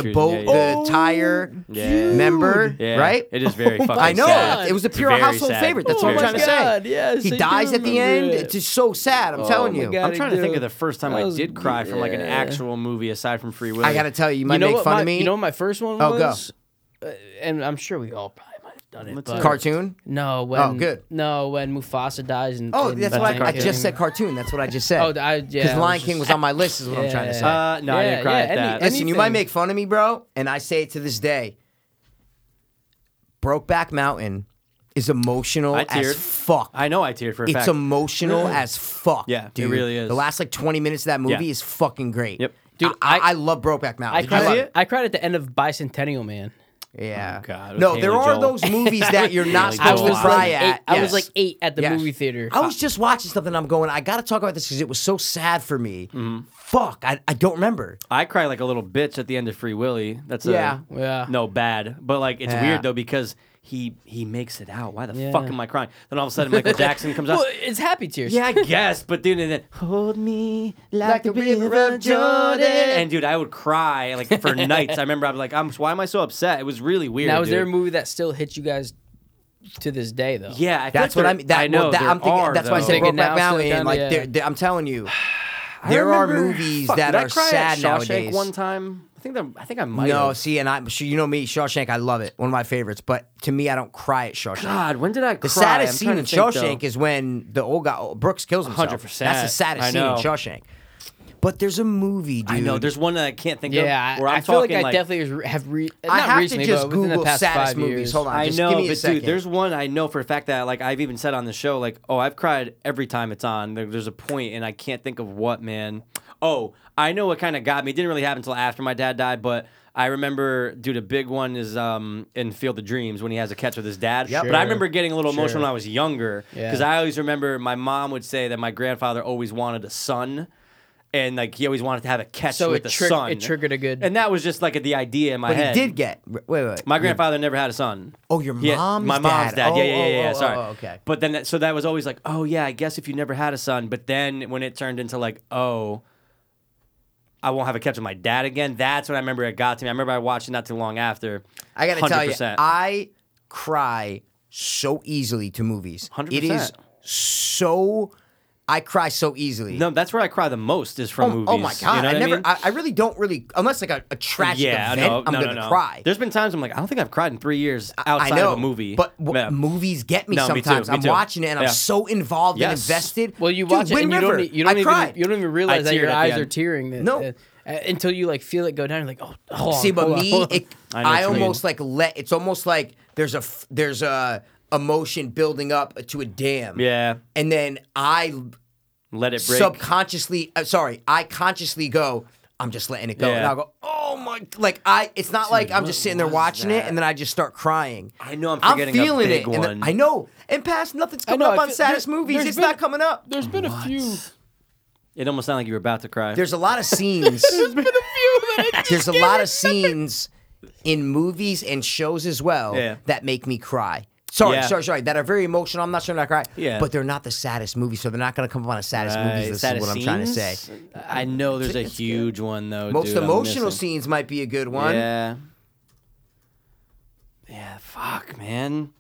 Speaker 2: boat,
Speaker 3: transfusion. Yeah, yeah.
Speaker 2: the tire.
Speaker 3: Yeah.
Speaker 2: Member,
Speaker 3: Yeah.
Speaker 2: right?
Speaker 3: It is very fucking
Speaker 2: I know.
Speaker 3: sad.
Speaker 2: It was a
Speaker 3: It's
Speaker 2: pure
Speaker 3: very
Speaker 2: household
Speaker 3: sad.
Speaker 2: favorite. That's
Speaker 3: Oh
Speaker 2: what I'm
Speaker 3: my
Speaker 2: trying to say.
Speaker 4: God, yes,
Speaker 2: he
Speaker 4: I do
Speaker 2: dies at the end.
Speaker 4: remember it.
Speaker 2: It's just so sad. I'm telling
Speaker 4: my
Speaker 2: you.
Speaker 4: God.
Speaker 3: I'm trying to think
Speaker 4: do.
Speaker 3: of the first time
Speaker 4: That
Speaker 3: I
Speaker 4: was-
Speaker 3: did cry from like an
Speaker 4: yeah.
Speaker 3: actual movie aside from Free Willy.
Speaker 2: I got to tell you, you might
Speaker 4: you know
Speaker 2: make
Speaker 4: what
Speaker 2: fun
Speaker 4: my,
Speaker 2: of me.
Speaker 4: You know what my first one
Speaker 2: Oh, go.
Speaker 4: was? Uh, and I'm sure we all probably might have done it.
Speaker 3: Let's
Speaker 4: but-
Speaker 3: hear it.
Speaker 2: Cartoon?
Speaker 4: No, when
Speaker 2: Oh, good.
Speaker 4: No, when Mufasa dies and
Speaker 2: Oh,
Speaker 4: and
Speaker 2: that's
Speaker 4: the
Speaker 2: why
Speaker 4: Lion
Speaker 2: I, I
Speaker 4: King.
Speaker 2: just said cartoon. That's what I just said.
Speaker 4: Oh, I, yeah.
Speaker 2: Because
Speaker 4: it was
Speaker 2: Lion
Speaker 4: just-
Speaker 2: King was on my list, is what I'm trying to say.
Speaker 4: Yeah.
Speaker 3: Uh, no, I didn't
Speaker 4: Yeah,
Speaker 3: cry
Speaker 4: yeah,
Speaker 3: at
Speaker 4: any-
Speaker 3: that.
Speaker 2: Listen, you might
Speaker 4: anything.
Speaker 2: make fun of me, bro, and I say it to this day. Brokeback Mountain is emotional
Speaker 3: I
Speaker 2: as
Speaker 3: teared.
Speaker 2: fuck.
Speaker 3: I know I teared for a
Speaker 2: it's
Speaker 3: fact.
Speaker 2: emotional as fuck.
Speaker 3: Yeah, it
Speaker 2: dude.
Speaker 3: really is.
Speaker 2: The last like 20 minutes of that movie
Speaker 3: Yeah.
Speaker 2: is fucking great.
Speaker 3: Yep.
Speaker 2: Dude,
Speaker 4: Dude,
Speaker 2: I, I,
Speaker 4: I-
Speaker 2: love Brokeback Mountain.
Speaker 4: I
Speaker 2: I love
Speaker 4: cried,
Speaker 2: it.
Speaker 4: I cried at the end of Bicentennial Man.
Speaker 2: Yeah.
Speaker 3: Oh, God, with
Speaker 2: no,
Speaker 3: Haley
Speaker 2: there are
Speaker 3: Joel.
Speaker 2: those movies that you're not
Speaker 3: Haley I
Speaker 4: I
Speaker 2: supposed
Speaker 4: was
Speaker 3: Joel.
Speaker 2: to
Speaker 3: was
Speaker 2: cry
Speaker 4: like
Speaker 2: at.
Speaker 4: eight. I was
Speaker 2: Yes.
Speaker 4: like eight at the
Speaker 2: Yes.
Speaker 4: movie theater.
Speaker 2: I was just watching something. I'm going. I got to talk about this because it was so sad for me.
Speaker 3: Mm-hmm.
Speaker 2: Fuck, I, I don't remember.
Speaker 3: I cry like a little bitch at the end of Free Willy. That's
Speaker 2: Yeah.
Speaker 3: a,
Speaker 4: Yeah.
Speaker 3: no bad, but like it's
Speaker 2: Yeah.
Speaker 3: weird though because he he makes it out. Why the
Speaker 4: Yeah.
Speaker 3: fuck am I crying? Then all of a sudden Michael Jackson comes out.
Speaker 4: Well, it's happy tears.
Speaker 3: Yeah, I guess, but dude, and then hold me like,
Speaker 2: Like
Speaker 3: the
Speaker 2: the
Speaker 3: river
Speaker 2: river
Speaker 3: of
Speaker 2: of
Speaker 3: Jordan.
Speaker 2: Jordan.
Speaker 3: And dude, I would cry like for nights. I remember I'd be like, I'm, why am I so upset? It was really weird.
Speaker 4: Now, is there a
Speaker 3: dude.
Speaker 4: movie that still hits you guys to this day though?
Speaker 3: Yeah, I feel
Speaker 2: That's
Speaker 3: like
Speaker 2: what
Speaker 3: there-
Speaker 2: I mean. That,
Speaker 3: I know.
Speaker 2: well, that,
Speaker 3: there
Speaker 2: I'm thinking.
Speaker 3: are,
Speaker 2: that's why I
Speaker 3: though.
Speaker 2: said
Speaker 4: Thinking
Speaker 2: Brokeback
Speaker 4: now, still
Speaker 2: Mountain.
Speaker 4: down,
Speaker 2: Like,
Speaker 4: yeah.
Speaker 2: there- there- I'm telling you,
Speaker 3: I
Speaker 2: there are
Speaker 3: remember-
Speaker 2: movies
Speaker 3: fuck,
Speaker 2: that
Speaker 3: did I
Speaker 2: are
Speaker 3: cry
Speaker 2: sad
Speaker 3: at Shawshank
Speaker 2: nowadays.
Speaker 3: One time, I think that I think I might.
Speaker 2: no.
Speaker 3: have.
Speaker 2: See, and I, you know me, Shawshank. I love it. One of my favorites. But to me, I don't cry at Shawshank.
Speaker 3: God, when did I cry?
Speaker 2: The saddest scene in Shawshank is when the old guy oh, Brooks kills himself.
Speaker 3: 100%.
Speaker 2: That's the
Speaker 3: I
Speaker 2: saddest scene in
Speaker 3: know.
Speaker 2: Shawshank. But there's a movie, dude.
Speaker 3: I know there's one that I can't think of.
Speaker 4: Yeah, I,
Speaker 3: where I'm
Speaker 4: I feel like
Speaker 3: talking,
Speaker 4: I definitely re- have read.
Speaker 2: I have
Speaker 4: recently,
Speaker 2: to just
Speaker 4: but within
Speaker 2: Google
Speaker 4: the past
Speaker 2: saddest
Speaker 4: five
Speaker 2: movies.
Speaker 4: Years.
Speaker 2: Hold on,
Speaker 3: I
Speaker 2: just
Speaker 3: know,
Speaker 2: give me a
Speaker 3: but
Speaker 2: second.
Speaker 3: dude, there's one I know for a fact that like I've even said on the show, like, oh, I've cried every time it's on. There, there's a point, and I can't think of what, man. Oh, I know what kind of got me. It didn't really happen until after my dad died, but I remember, dude, a big one is um in Field of Dreams when he has a catch with his dad.
Speaker 2: Yep.
Speaker 3: But I
Speaker 4: Sure.
Speaker 3: remember getting a little emotional when I was younger
Speaker 4: Yeah.
Speaker 3: because I always remember my mom would say that my grandfather always wanted a son. And like he always wanted to have a catch
Speaker 4: So
Speaker 3: with
Speaker 4: it
Speaker 3: the
Speaker 4: trick-
Speaker 3: son.
Speaker 4: it triggered a good-
Speaker 3: and that was just like the idea in my
Speaker 2: but
Speaker 3: head.
Speaker 2: he did get. Wait, wait.
Speaker 3: My grandfather never had a son.
Speaker 2: Oh, your
Speaker 3: Yeah,
Speaker 2: mom's
Speaker 3: my mom's
Speaker 2: dad.
Speaker 3: dad. yeah,
Speaker 2: Oh,
Speaker 3: yeah, yeah,
Speaker 2: oh,
Speaker 3: yeah.
Speaker 2: oh,
Speaker 3: sorry.
Speaker 2: oh, okay.
Speaker 3: But then, that, so that was always like, oh yeah, I guess if you never had a son. But then when it turned into like, oh, I won't have a catch with my dad again. That's when I remember it got to me. I remember I watched it not too long after.
Speaker 2: I gotta tell you,
Speaker 3: 100%.
Speaker 2: I cry so easily to movies.
Speaker 3: 100%.
Speaker 2: It is so. I cry so easily.
Speaker 3: no, that's where I cry the most is from
Speaker 2: Oh,
Speaker 3: movies.
Speaker 2: oh my god!
Speaker 3: You know
Speaker 2: I
Speaker 3: what
Speaker 2: never.
Speaker 3: mean?
Speaker 2: I, I really don't really unless like a, a tragic
Speaker 3: yeah,
Speaker 2: event.
Speaker 3: no,
Speaker 2: I'm
Speaker 3: no, no,
Speaker 2: gonna
Speaker 3: no.
Speaker 2: cry.
Speaker 3: There's been times I'm like, I don't think I've cried in three years outside
Speaker 2: I know,
Speaker 3: of a movie.
Speaker 2: but w-
Speaker 3: Yeah.
Speaker 2: movies get me
Speaker 3: No, me too,
Speaker 2: sometimes.
Speaker 3: me
Speaker 2: I'm
Speaker 3: too.
Speaker 2: watching it and
Speaker 3: Yeah.
Speaker 2: I'm so involved and
Speaker 3: Yes.
Speaker 2: invested.
Speaker 4: Well, you
Speaker 2: Dude,
Speaker 4: watch it
Speaker 2: Wind
Speaker 4: and you
Speaker 2: River,
Speaker 4: don't, e- you don't
Speaker 2: I
Speaker 4: even
Speaker 2: cried.
Speaker 4: you don't even realize that
Speaker 3: teared at
Speaker 4: your
Speaker 3: the
Speaker 4: eyes
Speaker 3: end.
Speaker 4: are tearing. that-
Speaker 2: No.
Speaker 4: that- uh, until you like feel it go down. You're like, oh, hold on,
Speaker 2: See, but
Speaker 4: hold on,
Speaker 2: me,
Speaker 4: hold on.
Speaker 2: it,
Speaker 3: I know
Speaker 2: I,
Speaker 3: what you
Speaker 2: almost like let. It's almost like there's a f- there's a emotion building up to a dam.
Speaker 3: yeah,
Speaker 2: and then I
Speaker 3: let it break.
Speaker 2: subconsciously, uh, sorry, I consciously go. I'm just letting it go, and
Speaker 3: Yeah.
Speaker 2: I will go, "Oh my!" Like I, it's not like I'm just sitting there watching it, and then I just start crying.
Speaker 3: I know I'm
Speaker 2: I'm
Speaker 3: forgetting a
Speaker 2: feeling
Speaker 3: big
Speaker 2: it. and then-
Speaker 3: one.
Speaker 2: I know. And past nothing's coming
Speaker 4: know,
Speaker 2: up
Speaker 4: I
Speaker 2: on
Speaker 4: feel-
Speaker 2: saddest
Speaker 4: there-
Speaker 2: movies.
Speaker 4: there's
Speaker 2: It's
Speaker 4: been-
Speaker 2: not coming up.
Speaker 4: There's been a few.
Speaker 3: it almost sounded like you were about to cry.
Speaker 2: There's a lot of scenes. There's a lot of scenes in movies and shows as well
Speaker 3: Yeah.
Speaker 2: that make me cry. Sorry,
Speaker 3: Yeah.
Speaker 2: sorry, sorry. That are very emotional. I'm not sure that I cry.
Speaker 3: Yeah.
Speaker 2: But they're not the saddest movies, so they're not going to come up on a saddest movies.
Speaker 3: Right,
Speaker 2: This
Speaker 3: saddest
Speaker 2: is what I'm trying to say.
Speaker 3: scenes? I know there's a huge one though.
Speaker 2: Most
Speaker 3: dude, I'm
Speaker 2: emotional
Speaker 3: missing.
Speaker 2: scenes might be a good one.
Speaker 3: Yeah. Yeah. Fuck, man.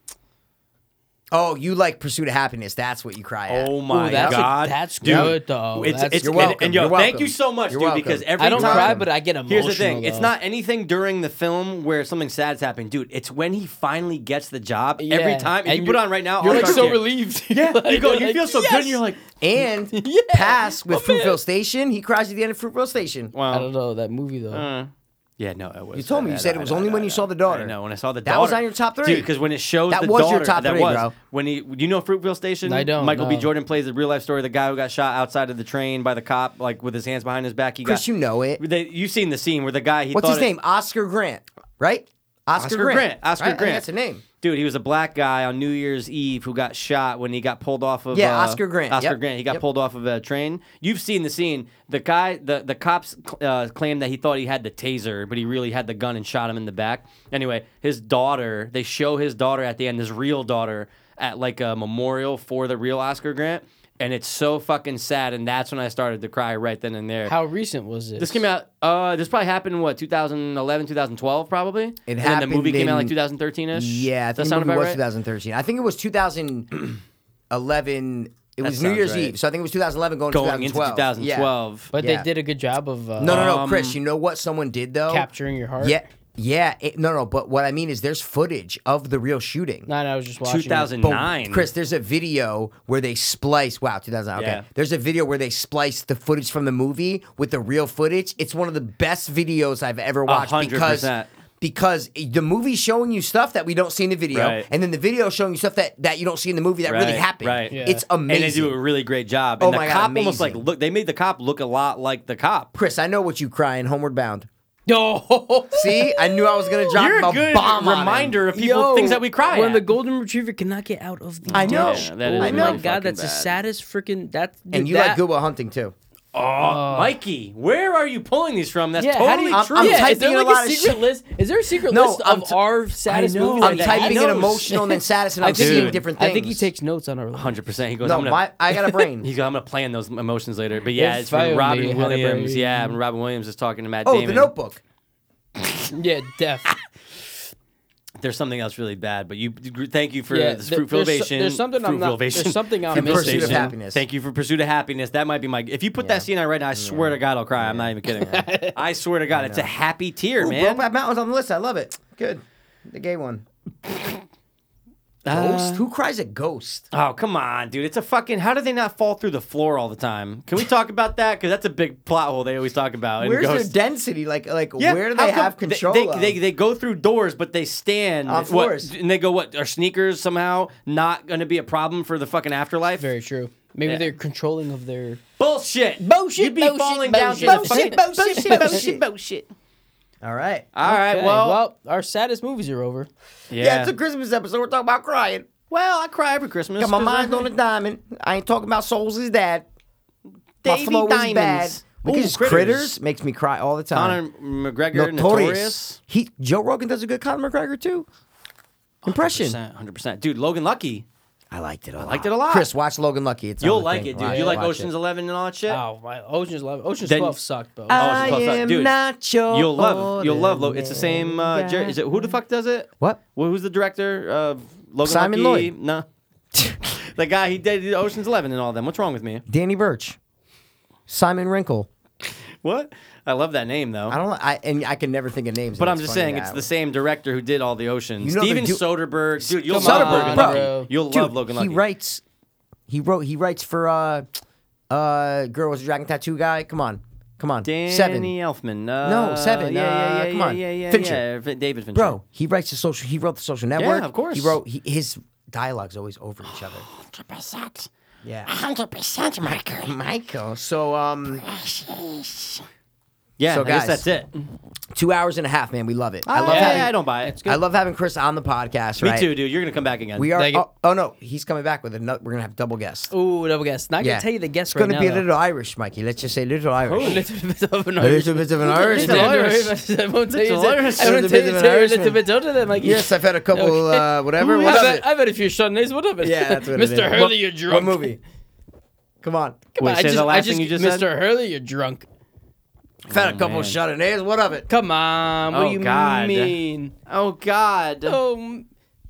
Speaker 2: Oh, you like Pursuit of Happiness? That's what you cry at.
Speaker 3: Oh my
Speaker 4: Ooh, that's a-
Speaker 3: god.
Speaker 4: that's
Speaker 3: Dude,
Speaker 4: good, though.
Speaker 3: It's,
Speaker 4: That's
Speaker 3: it's,
Speaker 2: You're
Speaker 3: and-
Speaker 2: welcome.
Speaker 3: And, yo,
Speaker 2: You're
Speaker 3: thank
Speaker 2: welcome.
Speaker 3: you so much,
Speaker 2: You're
Speaker 3: dude.
Speaker 2: welcome.
Speaker 3: Because every
Speaker 4: I don't
Speaker 3: time,
Speaker 4: cry, but I get emotional.
Speaker 3: Here's the thing: it's
Speaker 4: though.
Speaker 3: not anything during the film where something sad's happening, dude. It's when he finally gets the job. Every
Speaker 4: Yeah,
Speaker 3: time, if
Speaker 4: and
Speaker 3: you put it
Speaker 4: you're-
Speaker 3: on right now,
Speaker 4: You're
Speaker 3: I'll
Speaker 4: like
Speaker 3: start
Speaker 4: so
Speaker 3: tearing.
Speaker 4: relieved.
Speaker 3: Yeah, you go.
Speaker 4: You're
Speaker 3: You
Speaker 4: like,
Speaker 3: feel so good.
Speaker 4: "Yes!"
Speaker 3: and You're like,
Speaker 2: And Pass with Fruitville Station. He cries at the end of Fruitville Station.
Speaker 3: wow.
Speaker 4: I don't know that movie though.
Speaker 3: Uh, yeah, no, it was.
Speaker 2: You told me. You
Speaker 3: I-
Speaker 2: said it
Speaker 3: I-
Speaker 2: was
Speaker 3: I-
Speaker 2: only
Speaker 3: I-
Speaker 2: when you
Speaker 3: I-
Speaker 2: saw the daughter.
Speaker 3: I know when I saw the daughter.
Speaker 2: That was on your top three.
Speaker 3: dude. Because when it shows
Speaker 2: That
Speaker 3: the
Speaker 2: was your
Speaker 3: daughter-
Speaker 2: top
Speaker 3: that
Speaker 2: three,
Speaker 3: was.
Speaker 2: bro.
Speaker 3: When he, you know, Fruitville Station.
Speaker 4: I don't,
Speaker 3: Michael B.
Speaker 4: no.
Speaker 3: Jordan plays the real life story of the guy who got shot outside of the train by the cop, like with his hands behind his back. He
Speaker 2: Chris,
Speaker 3: got.
Speaker 2: you know it.
Speaker 3: they, you've seen the scene where the guy. He
Speaker 2: What's
Speaker 3: thought
Speaker 2: his
Speaker 3: it-
Speaker 2: name? Oscar Grant, right? Oscar,
Speaker 3: Oscar Grant. Oscar
Speaker 2: right? I think
Speaker 3: Grant.
Speaker 2: That's the name.
Speaker 3: Dude, he was a black guy on New Year's Eve who got shot when he got pulled off of.
Speaker 2: Yeah,
Speaker 3: uh,
Speaker 2: Oscar Grant.
Speaker 3: Oscar
Speaker 2: Yep.
Speaker 3: Grant. He got
Speaker 2: Yep.
Speaker 3: pulled off of a train. You've seen the scene. The guy, the the cops cl- uh, claimed that he thought he had the taser, but he really had the gun and shot him in the back. Anyway, his daughter. They show his daughter at the end. His real daughter. at like a memorial for the real Oscar Grant, and it's so fucking sad. And that's when I started to cry right then and there.
Speaker 4: How recent was this?
Speaker 3: this came out. Uh, this probably happened in what 2011, 2012, probably. It and then the
Speaker 2: happened
Speaker 3: movie came out
Speaker 2: in-
Speaker 3: like 2013 ish.
Speaker 2: Yeah, I think
Speaker 3: that
Speaker 2: the
Speaker 3: sound
Speaker 2: movie
Speaker 3: about
Speaker 2: was
Speaker 3: right?
Speaker 2: 2013. I think it was 2011. It was New
Speaker 3: sounds
Speaker 2: Year's
Speaker 3: right.
Speaker 2: Eve, so I think it was 2011 going,
Speaker 3: Going
Speaker 2: to
Speaker 3: into
Speaker 2: 2012. Yeah.
Speaker 3: 2012.
Speaker 4: but
Speaker 2: yeah.
Speaker 4: they did a good job of uh,
Speaker 2: No, no, no,
Speaker 3: Um,
Speaker 2: Chris. You know what someone did though?
Speaker 4: capturing your heart.
Speaker 2: Yeah, yeah. It, no, no. But what I mean is, there's footage of the real shooting.
Speaker 4: No, no, I was just watching. it.
Speaker 3: 2009.
Speaker 2: Chris, there's a video where they splice. Wow, 2009. Okay.
Speaker 3: Yeah.
Speaker 2: There's a video where they splice the footage from the movie with the real footage. It's one of the best videos I've ever watched
Speaker 3: hundred
Speaker 2: because
Speaker 3: percent.
Speaker 2: because the movie's showing you stuff that we don't see in the video,
Speaker 3: Right.
Speaker 2: and then the video's showing you stuff that, that you don't see in the movie that really
Speaker 3: Right,
Speaker 2: happened.
Speaker 3: right. Yeah.
Speaker 2: It's amazing.
Speaker 3: And they do a really great job.
Speaker 2: Oh
Speaker 3: And the
Speaker 2: my God,
Speaker 3: cop almost like
Speaker 2: amazing.
Speaker 3: look. They made the cop look a lot like the cop.
Speaker 2: Chris, I know what you cry in Homeward Bound.
Speaker 4: No.
Speaker 2: See, I knew I was gonna drop
Speaker 3: You're
Speaker 2: a
Speaker 3: a good
Speaker 2: bomb on him.
Speaker 3: reminder of people things that we cry
Speaker 4: When
Speaker 3: at.
Speaker 4: the golden retriever cannot get out of the
Speaker 2: I know.
Speaker 4: dish.
Speaker 3: Yeah, that
Speaker 4: oh
Speaker 3: is
Speaker 4: my
Speaker 2: really
Speaker 3: fucking
Speaker 4: god, that's the
Speaker 3: bad.
Speaker 4: saddest freaking that.
Speaker 2: And
Speaker 4: dude,
Speaker 2: you
Speaker 4: that,
Speaker 2: like Goodwill Hunting too.
Speaker 3: Oh, Mikey, where are you pulling these from? That's
Speaker 4: Yeah, how
Speaker 3: totally
Speaker 4: do you,
Speaker 2: I'm-
Speaker 3: true.
Speaker 2: I'm
Speaker 4: yeah,
Speaker 2: typing
Speaker 4: is there
Speaker 2: in a
Speaker 4: like
Speaker 2: lot of
Speaker 4: secret
Speaker 2: shit.
Speaker 4: list? Is there a secret
Speaker 2: No,
Speaker 4: list
Speaker 2: I'm
Speaker 4: of
Speaker 2: t-
Speaker 4: our saddest
Speaker 3: know.
Speaker 4: movies?
Speaker 2: I'm
Speaker 4: that
Speaker 2: typing
Speaker 4: he
Speaker 2: in
Speaker 4: knows?
Speaker 2: emotional and then saddest, and
Speaker 4: I
Speaker 2: I'm
Speaker 4: think
Speaker 2: seeing
Speaker 4: he-
Speaker 2: different things.
Speaker 4: I think he takes notes on our.
Speaker 3: Hundred percent. He goes.
Speaker 2: No,
Speaker 3: I'm gonna,
Speaker 2: my, I got a brain.
Speaker 3: He's got. I'm gonna plan those emotions later. But yeah,
Speaker 4: If
Speaker 3: it's from
Speaker 4: I only
Speaker 3: Robin
Speaker 4: had a
Speaker 3: Williams.
Speaker 4: brain.
Speaker 3: Yeah, when Robin Williams is talking to Matt
Speaker 2: oh,
Speaker 3: Damon.
Speaker 2: the Notebook.
Speaker 4: Yeah, def.
Speaker 3: There's something else really bad. But you, thank you for
Speaker 4: Yeah,
Speaker 3: this
Speaker 4: there-
Speaker 3: fruit
Speaker 4: there's so-
Speaker 3: filibation.
Speaker 4: there's something I'm
Speaker 3: fruit
Speaker 4: not- there's
Speaker 3: filibation,
Speaker 4: something I'm
Speaker 3: fruit
Speaker 4: missing.
Speaker 2: Pursuit of
Speaker 3: filibation.
Speaker 2: happiness.
Speaker 3: Thank you for pursuit of happiness. That might be my. If you put that scene on right now, I swear to God, I'll cry. I'm not even kidding. I swear to God, it's a happy tear,
Speaker 2: Ooh,
Speaker 3: man.
Speaker 2: Brokeback Mountain's on the list. I love it. Good. The gay one.
Speaker 3: Uh,
Speaker 2: Ghost? Who cries a ghost?
Speaker 3: Oh, come on, dude. It's a fucking. How do they not fall through the floor all the time? Can we talk about that? Because that's a big plot hole they always talk about. in
Speaker 2: Where's
Speaker 3: Ghost.
Speaker 2: their density? Like, like
Speaker 3: Yeah,
Speaker 2: where do
Speaker 3: how
Speaker 2: they
Speaker 3: come
Speaker 2: have control?
Speaker 3: They,
Speaker 2: of?
Speaker 3: they, they go through doors, but they stand
Speaker 2: On
Speaker 3: what-
Speaker 2: floors.
Speaker 3: and they go, "What are sneakers somehow not going to be a problem for the fucking afterlife?"
Speaker 4: Very true. Maybe
Speaker 3: Yeah.
Speaker 4: they're controlling of their.
Speaker 3: bullshit.
Speaker 4: Bullshit,
Speaker 3: You'd be
Speaker 4: bullshit,
Speaker 3: falling
Speaker 4: bullshit,
Speaker 3: down to the
Speaker 4: bullshit,
Speaker 3: fucking
Speaker 2: bullshit, bullshit,
Speaker 3: bullshit.
Speaker 2: All right.
Speaker 3: All right,
Speaker 4: Okay,
Speaker 3: well,
Speaker 4: our saddest movies are over.
Speaker 3: yeah.
Speaker 2: Yeah. it's a Christmas episode. We're talking about crying.
Speaker 3: well, I cry every Christmas.
Speaker 2: Got my
Speaker 3: 'cause
Speaker 2: mind
Speaker 3: I-
Speaker 2: on a diamond. I ain't talking about souls is dad.
Speaker 3: Davy
Speaker 2: my flow is bad.
Speaker 3: Diamonds.
Speaker 2: Because
Speaker 3: Ooh,
Speaker 2: critters.
Speaker 3: Critters.
Speaker 2: makes me cry all the time.
Speaker 3: Conor
Speaker 2: notorious.
Speaker 3: McGregor, notorious.
Speaker 2: He Joe Rogan does a good Conor McGregor too. Impression.
Speaker 3: Hundred percent, dude. Logan Lucky,
Speaker 2: I liked it a lot.
Speaker 3: liked it a lot.
Speaker 2: Chris, watch Logan Lucky. It's on
Speaker 3: you'll
Speaker 2: the
Speaker 3: like
Speaker 2: thing.
Speaker 3: it, dude.
Speaker 2: Watch
Speaker 3: you like
Speaker 2: watch
Speaker 3: Ocean's
Speaker 2: it.
Speaker 3: Eleven and all that shit.
Speaker 4: Oh my, Ocean's Love, Ocean's
Speaker 3: Then-
Speaker 4: Love sucked, but
Speaker 3: I
Speaker 2: I
Speaker 3: Ocean's Eleven,
Speaker 2: am
Speaker 3: dude.
Speaker 2: not your
Speaker 3: You'll love, you'll love. Lo- it's the
Speaker 2: ordinary
Speaker 3: same. Uh, Jer- is it who the fuck does it?
Speaker 2: What?
Speaker 3: Well, who's the director of Logan
Speaker 2: Simon
Speaker 3: Lucky?
Speaker 2: Lloyd.
Speaker 3: No. the guy he did Ocean's Eleven and all them. What's wrong with me?
Speaker 2: Danny Birch, Simon Wrinkle.
Speaker 3: What? I love that name though.
Speaker 2: I don't. li- I and I can never think of names.
Speaker 3: but
Speaker 2: and
Speaker 3: I'm
Speaker 2: it's
Speaker 3: just
Speaker 2: funny
Speaker 3: saying
Speaker 2: that
Speaker 3: it's
Speaker 2: I-
Speaker 3: the same director who did all the oceans.
Speaker 2: You know
Speaker 3: Steven
Speaker 2: they do-
Speaker 3: Soderbergh, dude, you'll
Speaker 2: Come
Speaker 3: love
Speaker 2: on,
Speaker 3: Logan
Speaker 2: bro.
Speaker 3: Lucky. You'll
Speaker 2: Dude,
Speaker 3: love Logan Lucky.
Speaker 2: He writes. He wrote. He writes for uh, uh, girl was a dragon tattoo guy. Come on, come on.
Speaker 3: Danny
Speaker 2: Seven,
Speaker 3: Elfman. Uh,
Speaker 2: No, Seven,
Speaker 3: Yeah, yeah,
Speaker 2: uh,
Speaker 3: yeah.
Speaker 2: come
Speaker 3: yeah,
Speaker 2: on.
Speaker 3: Yeah, yeah,
Speaker 2: Fincher.
Speaker 3: yeah. Fin- David Fincher.
Speaker 2: bro. He writes the social. He wrote the social network.
Speaker 3: of course.
Speaker 2: He wrote. He, his dialogue's always over each other.
Speaker 1: 100%.
Speaker 2: Yeah,
Speaker 1: 100%, Michael.
Speaker 2: Michael. So um,
Speaker 3: Yeah,
Speaker 2: So
Speaker 3: I guess
Speaker 2: guys,
Speaker 3: that's it.
Speaker 2: two hours and a half, man. We love it.
Speaker 4: Oh,
Speaker 2: I love
Speaker 3: yeah,
Speaker 2: having.
Speaker 3: I don't buy it.
Speaker 2: I love having Chris on the podcast.
Speaker 3: Me
Speaker 2: right?
Speaker 3: too, dude. You're gonna come back again.
Speaker 2: We are.
Speaker 4: Thank you.
Speaker 2: Oh, oh, no, he's coming back with another. We're gonna have double guest.
Speaker 4: Ooh, double guess. Not
Speaker 2: Yeah,
Speaker 4: gonna tell you the guess
Speaker 2: It's
Speaker 4: right
Speaker 2: gonna
Speaker 4: now.
Speaker 2: be a
Speaker 4: though.
Speaker 2: little Irish, Mikey. Let's just say little Irish.
Speaker 4: little bit of an
Speaker 2: A
Speaker 4: Irish.
Speaker 2: little bit of an Irish.
Speaker 4: Little
Speaker 2: man.
Speaker 4: Irish. I won't tell you.
Speaker 3: Little
Speaker 4: that-
Speaker 3: Irish.
Speaker 4: I won't
Speaker 2: Little bit
Speaker 4: tell
Speaker 2: of
Speaker 4: you
Speaker 2: an
Speaker 4: that you're a
Speaker 2: Irishman.
Speaker 4: little bit older than Mikey.
Speaker 2: Yes, I've had a couple.
Speaker 4: Okay.
Speaker 2: Uh, whatever.
Speaker 4: I've
Speaker 2: What is
Speaker 4: had,
Speaker 2: it?
Speaker 4: I've had a few Sundays. What of it?
Speaker 2: Yeah, that's what it
Speaker 4: Mr.
Speaker 2: is.
Speaker 4: Hurley,
Speaker 2: What-
Speaker 4: you're drunk.
Speaker 2: What movie? Come on.
Speaker 4: Come on,
Speaker 3: Wait,
Speaker 4: I
Speaker 3: say
Speaker 4: just,
Speaker 3: the last
Speaker 4: I
Speaker 3: thing you just
Speaker 4: Mr.
Speaker 3: said?
Speaker 4: Hurley, you're drunk.
Speaker 2: I've had a couple
Speaker 3: man.
Speaker 2: Chardonnays. What of it?
Speaker 4: Come on. What
Speaker 3: Oh,
Speaker 4: do you
Speaker 3: God.
Speaker 4: mean?
Speaker 3: Oh God.
Speaker 4: Um,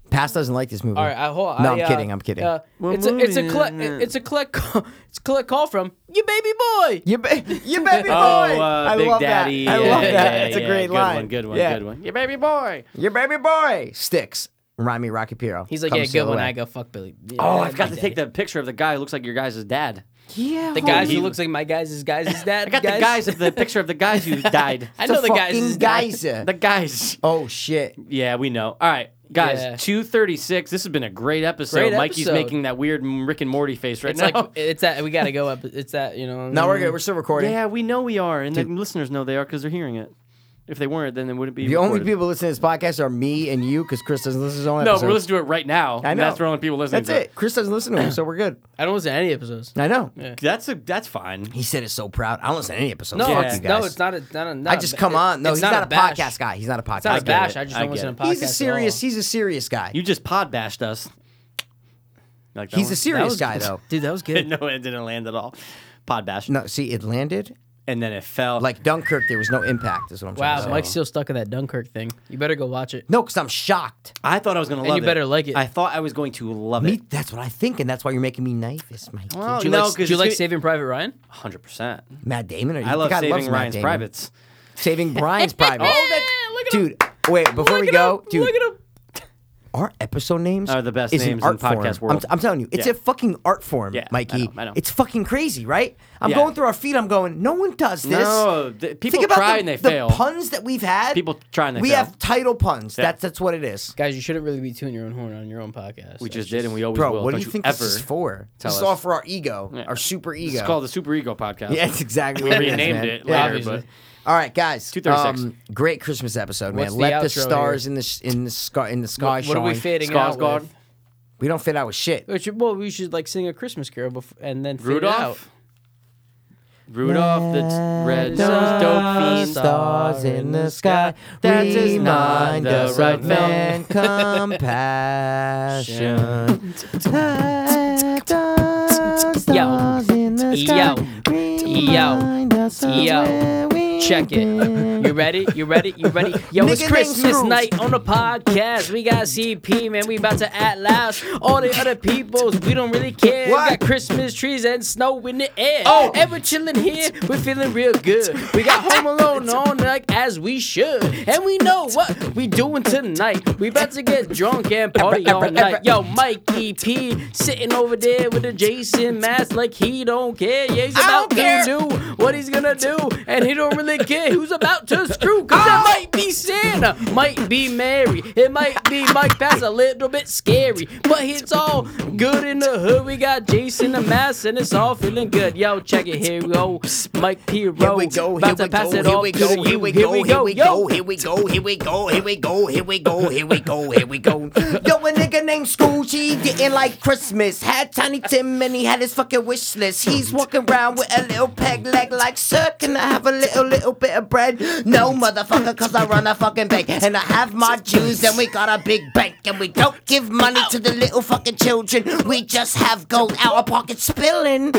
Speaker 2: Pass doesn't like this movie.
Speaker 4: all right, I hold.
Speaker 2: No,
Speaker 4: I,
Speaker 2: I'm
Speaker 4: uh,
Speaker 2: kidding, I'm kidding.
Speaker 4: Uh,
Speaker 3: What
Speaker 4: it's a it's a
Speaker 3: movie
Speaker 4: collect
Speaker 3: is it?
Speaker 4: it's a collect call, it's a collect call from your baby boy.
Speaker 2: You, ba- you baby boy.
Speaker 3: Oh, uh,
Speaker 2: I
Speaker 3: Big
Speaker 2: love
Speaker 3: Daddy.
Speaker 2: that. I
Speaker 3: Yeah,
Speaker 2: love that.
Speaker 3: yeah,
Speaker 2: That's a
Speaker 3: yeah.
Speaker 2: great
Speaker 3: good
Speaker 2: line.
Speaker 3: One, good one.
Speaker 2: Yeah.
Speaker 3: Good one. Your baby boy.
Speaker 2: Your baby boy sticks. Remind me, of Rocky Piro.
Speaker 4: He's like,
Speaker 2: Come
Speaker 4: yeah,
Speaker 2: sail
Speaker 4: good one.
Speaker 2: away.
Speaker 4: I go fuck Billy.
Speaker 3: Oh, I forgot to take the picture of the guy who looks like your guys' dad.
Speaker 2: Yeah. oh,
Speaker 4: The guys who looks like my guys is guys is that.
Speaker 3: I got the guys of the picture of the guys who died.
Speaker 4: I know the guys is guys.
Speaker 2: Geyser.
Speaker 3: The guys.
Speaker 2: Oh shit.
Speaker 3: Yeah, we know. All right, guys.
Speaker 4: Yeah.
Speaker 3: Two thirty six. This has been a great episode.
Speaker 4: Great
Speaker 3: Mikey's
Speaker 4: episode.
Speaker 3: making that weird Rick and Morty face right
Speaker 4: It's
Speaker 3: now.
Speaker 4: like it's that we gotta go up. It's that you know.
Speaker 2: No, we're good. We're still recording.
Speaker 3: yeah, we know we are, and the listeners know they are because they're hearing it. If they weren't, then it wouldn't be.
Speaker 2: The only
Speaker 3: recorded.
Speaker 2: people listening to this podcast are me and you, because Chris doesn't listen to his own
Speaker 3: No,
Speaker 2: episodes.
Speaker 3: we're listening to it right now.
Speaker 2: I
Speaker 3: and
Speaker 2: know.
Speaker 3: that's the only people listening.
Speaker 2: That's
Speaker 3: to
Speaker 2: it. Chris doesn't listen to him, so we're good.
Speaker 4: I don't listen to any episodes.
Speaker 2: I know.
Speaker 3: That's a that's fine.
Speaker 2: He said it's so proud. I don't listen to any episodes.
Speaker 4: No,
Speaker 2: Fuck
Speaker 4: it's,
Speaker 2: you
Speaker 4: no,
Speaker 2: guys.
Speaker 4: it's not a. Not a not
Speaker 2: I
Speaker 4: a
Speaker 2: just
Speaker 4: ba-
Speaker 2: come on. No,
Speaker 4: it's
Speaker 2: he's not, a
Speaker 4: bash.
Speaker 2: podcast guy. He's not a podcast.
Speaker 4: It's not a
Speaker 3: get
Speaker 4: bash.
Speaker 3: it.
Speaker 4: I just
Speaker 3: I
Speaker 4: don't
Speaker 3: get
Speaker 4: listen to
Speaker 3: it.
Speaker 4: podcasts.
Speaker 2: He's a
Speaker 4: at
Speaker 2: serious.
Speaker 4: all.
Speaker 2: He's a serious guy.
Speaker 3: You just pod bashed us. You Like that
Speaker 2: He's
Speaker 3: one?
Speaker 2: a serious
Speaker 4: was-
Speaker 2: guy, though.
Speaker 4: Dude, that was good.
Speaker 3: no, it didn't land at all. Pod bash,
Speaker 2: No, see, it landed
Speaker 3: and then it fell.
Speaker 2: like Dunkirk. There was no impact. Is what I'm trying to
Speaker 4: Wow,
Speaker 2: say.
Speaker 4: Mike's still stuck in that Dunkirk thing. You better go watch it.
Speaker 2: No, because I'm shocked.
Speaker 3: I thought I was gonna love
Speaker 4: you
Speaker 3: it.
Speaker 4: better like it.
Speaker 3: I thought I was going to love
Speaker 2: Me, Oh,
Speaker 3: it.
Speaker 2: that's what I think, and that's why you're making me nervous, Mike.
Speaker 3: Well,
Speaker 4: Do you
Speaker 3: no,
Speaker 4: like, do you like Saving Private Ryan?
Speaker 3: Hundred percent.
Speaker 2: Matt Damon? Or you
Speaker 3: I love
Speaker 2: think I
Speaker 3: saving Ryan's
Speaker 2: Matt Damon?
Speaker 3: privates.
Speaker 2: Saving Brian's private.
Speaker 4: Oh, look
Speaker 2: dude, wait, before we go, dude,
Speaker 4: Look at him.
Speaker 2: our episode names
Speaker 3: Are the best
Speaker 2: is an
Speaker 3: names in
Speaker 2: art
Speaker 3: podcast
Speaker 2: form. I'm,
Speaker 3: world.
Speaker 2: I'm telling you, it's
Speaker 3: Yeah.
Speaker 2: a fucking art form,
Speaker 3: Yeah, I
Speaker 2: Mikey.
Speaker 3: know, I know.
Speaker 2: It's fucking crazy, right? I'm
Speaker 3: Yeah.
Speaker 2: going through our feed. I'm going, no one does this.
Speaker 3: No, th- people
Speaker 2: Think about
Speaker 3: try
Speaker 2: the,
Speaker 3: and they
Speaker 2: the
Speaker 3: fail.
Speaker 2: puns that we've had.
Speaker 3: People try and they
Speaker 2: we
Speaker 3: fail.
Speaker 2: have title puns. That's that's what it is,
Speaker 4: Guys, you shouldn't really be tuning your own horn on your own podcast.
Speaker 3: we just did, and we always
Speaker 2: bro.
Speaker 3: will.
Speaker 2: what do
Speaker 3: Don't
Speaker 2: you think
Speaker 3: ever?
Speaker 2: this is for?
Speaker 3: tell
Speaker 2: this is
Speaker 3: us.
Speaker 2: all for our ego,
Speaker 3: Yeah.
Speaker 2: our super ego.
Speaker 3: It's called the Super Ego Podcast.
Speaker 2: yeah, it's exactly
Speaker 3: we
Speaker 2: what it is,
Speaker 3: renamed
Speaker 2: man.
Speaker 3: it
Speaker 2: Yeah.
Speaker 3: later,
Speaker 4: obviously.
Speaker 3: but
Speaker 2: All right, guys. um,
Speaker 3: 236.
Speaker 2: great Christmas episode, man.
Speaker 4: What's the
Speaker 2: Let the,
Speaker 4: outro here?
Speaker 2: stars in the sh- in the sky in the sky
Speaker 4: What, what are we
Speaker 2: shine.
Speaker 4: fading out
Speaker 3: Skarsgård,
Speaker 4: with?
Speaker 2: We don't fit out with shit.
Speaker 4: We should- well, we should like sing a Christmas carol before, and then fade it out.
Speaker 3: Rudolph. Rudolph, that's red,
Speaker 4: Those
Speaker 3: dope fiend.
Speaker 2: Stars in the sky,
Speaker 3: That is not
Speaker 2: remind
Speaker 3: the
Speaker 2: us
Speaker 3: right
Speaker 2: of
Speaker 3: film.
Speaker 2: man compassion. Let the stars in the
Speaker 4: Yo.
Speaker 2: sky
Speaker 4: Yo.
Speaker 2: remind us of
Speaker 4: Yo.
Speaker 2: where we've
Speaker 4: Check it.
Speaker 2: been.
Speaker 4: You ready? You ready? You ready? Yo,
Speaker 2: Nigga,
Speaker 4: it's
Speaker 2: name's
Speaker 4: Christmas
Speaker 2: Scrooge.
Speaker 4: night on the podcast. We got CP, man. We about to at last. All the other peoples, we don't really care. We
Speaker 2: What?
Speaker 4: got Christmas trees and snow in the air. Oh, and we're chilling here. We're feeling real good. We got Home Alone on like as we should. And we know what we doing tonight. We about to get drunk and party all night. Yo, Mikey P sitting over there with a Jason mask like he don't care. Yeah, he's about to do what he's gonna do, and he don't really care who's about to screw. Cause
Speaker 2: Oh!
Speaker 4: it might be Santa, might be Mary, it might be Mike. That's a little bit scary, but it's all good in the hood. We got Jason the mask, and it's all feeling good. Yo, check it here, we go, Mike P.
Speaker 2: Here we go, here
Speaker 4: about
Speaker 2: we
Speaker 4: to pass
Speaker 2: go,
Speaker 4: it
Speaker 2: here
Speaker 4: off
Speaker 2: we
Speaker 4: to
Speaker 2: go,
Speaker 4: you.
Speaker 2: here we go, here we
Speaker 4: yo.
Speaker 2: go, here we go, here we go, here we go, here we go, here we go, here we go. Yo, a nigga named Scrooge, he didn't like Christmas. Had Tiny Tim and he had his fucking wish list. He's walking around with a little peg leg like, sir, can I have a little, little bit of bread? No, motherfucker, cause I run a fucking bank. And I have my Jews and we got a big bank. And we don't give money to the little fucking children. We just have gold out of pocket spilling.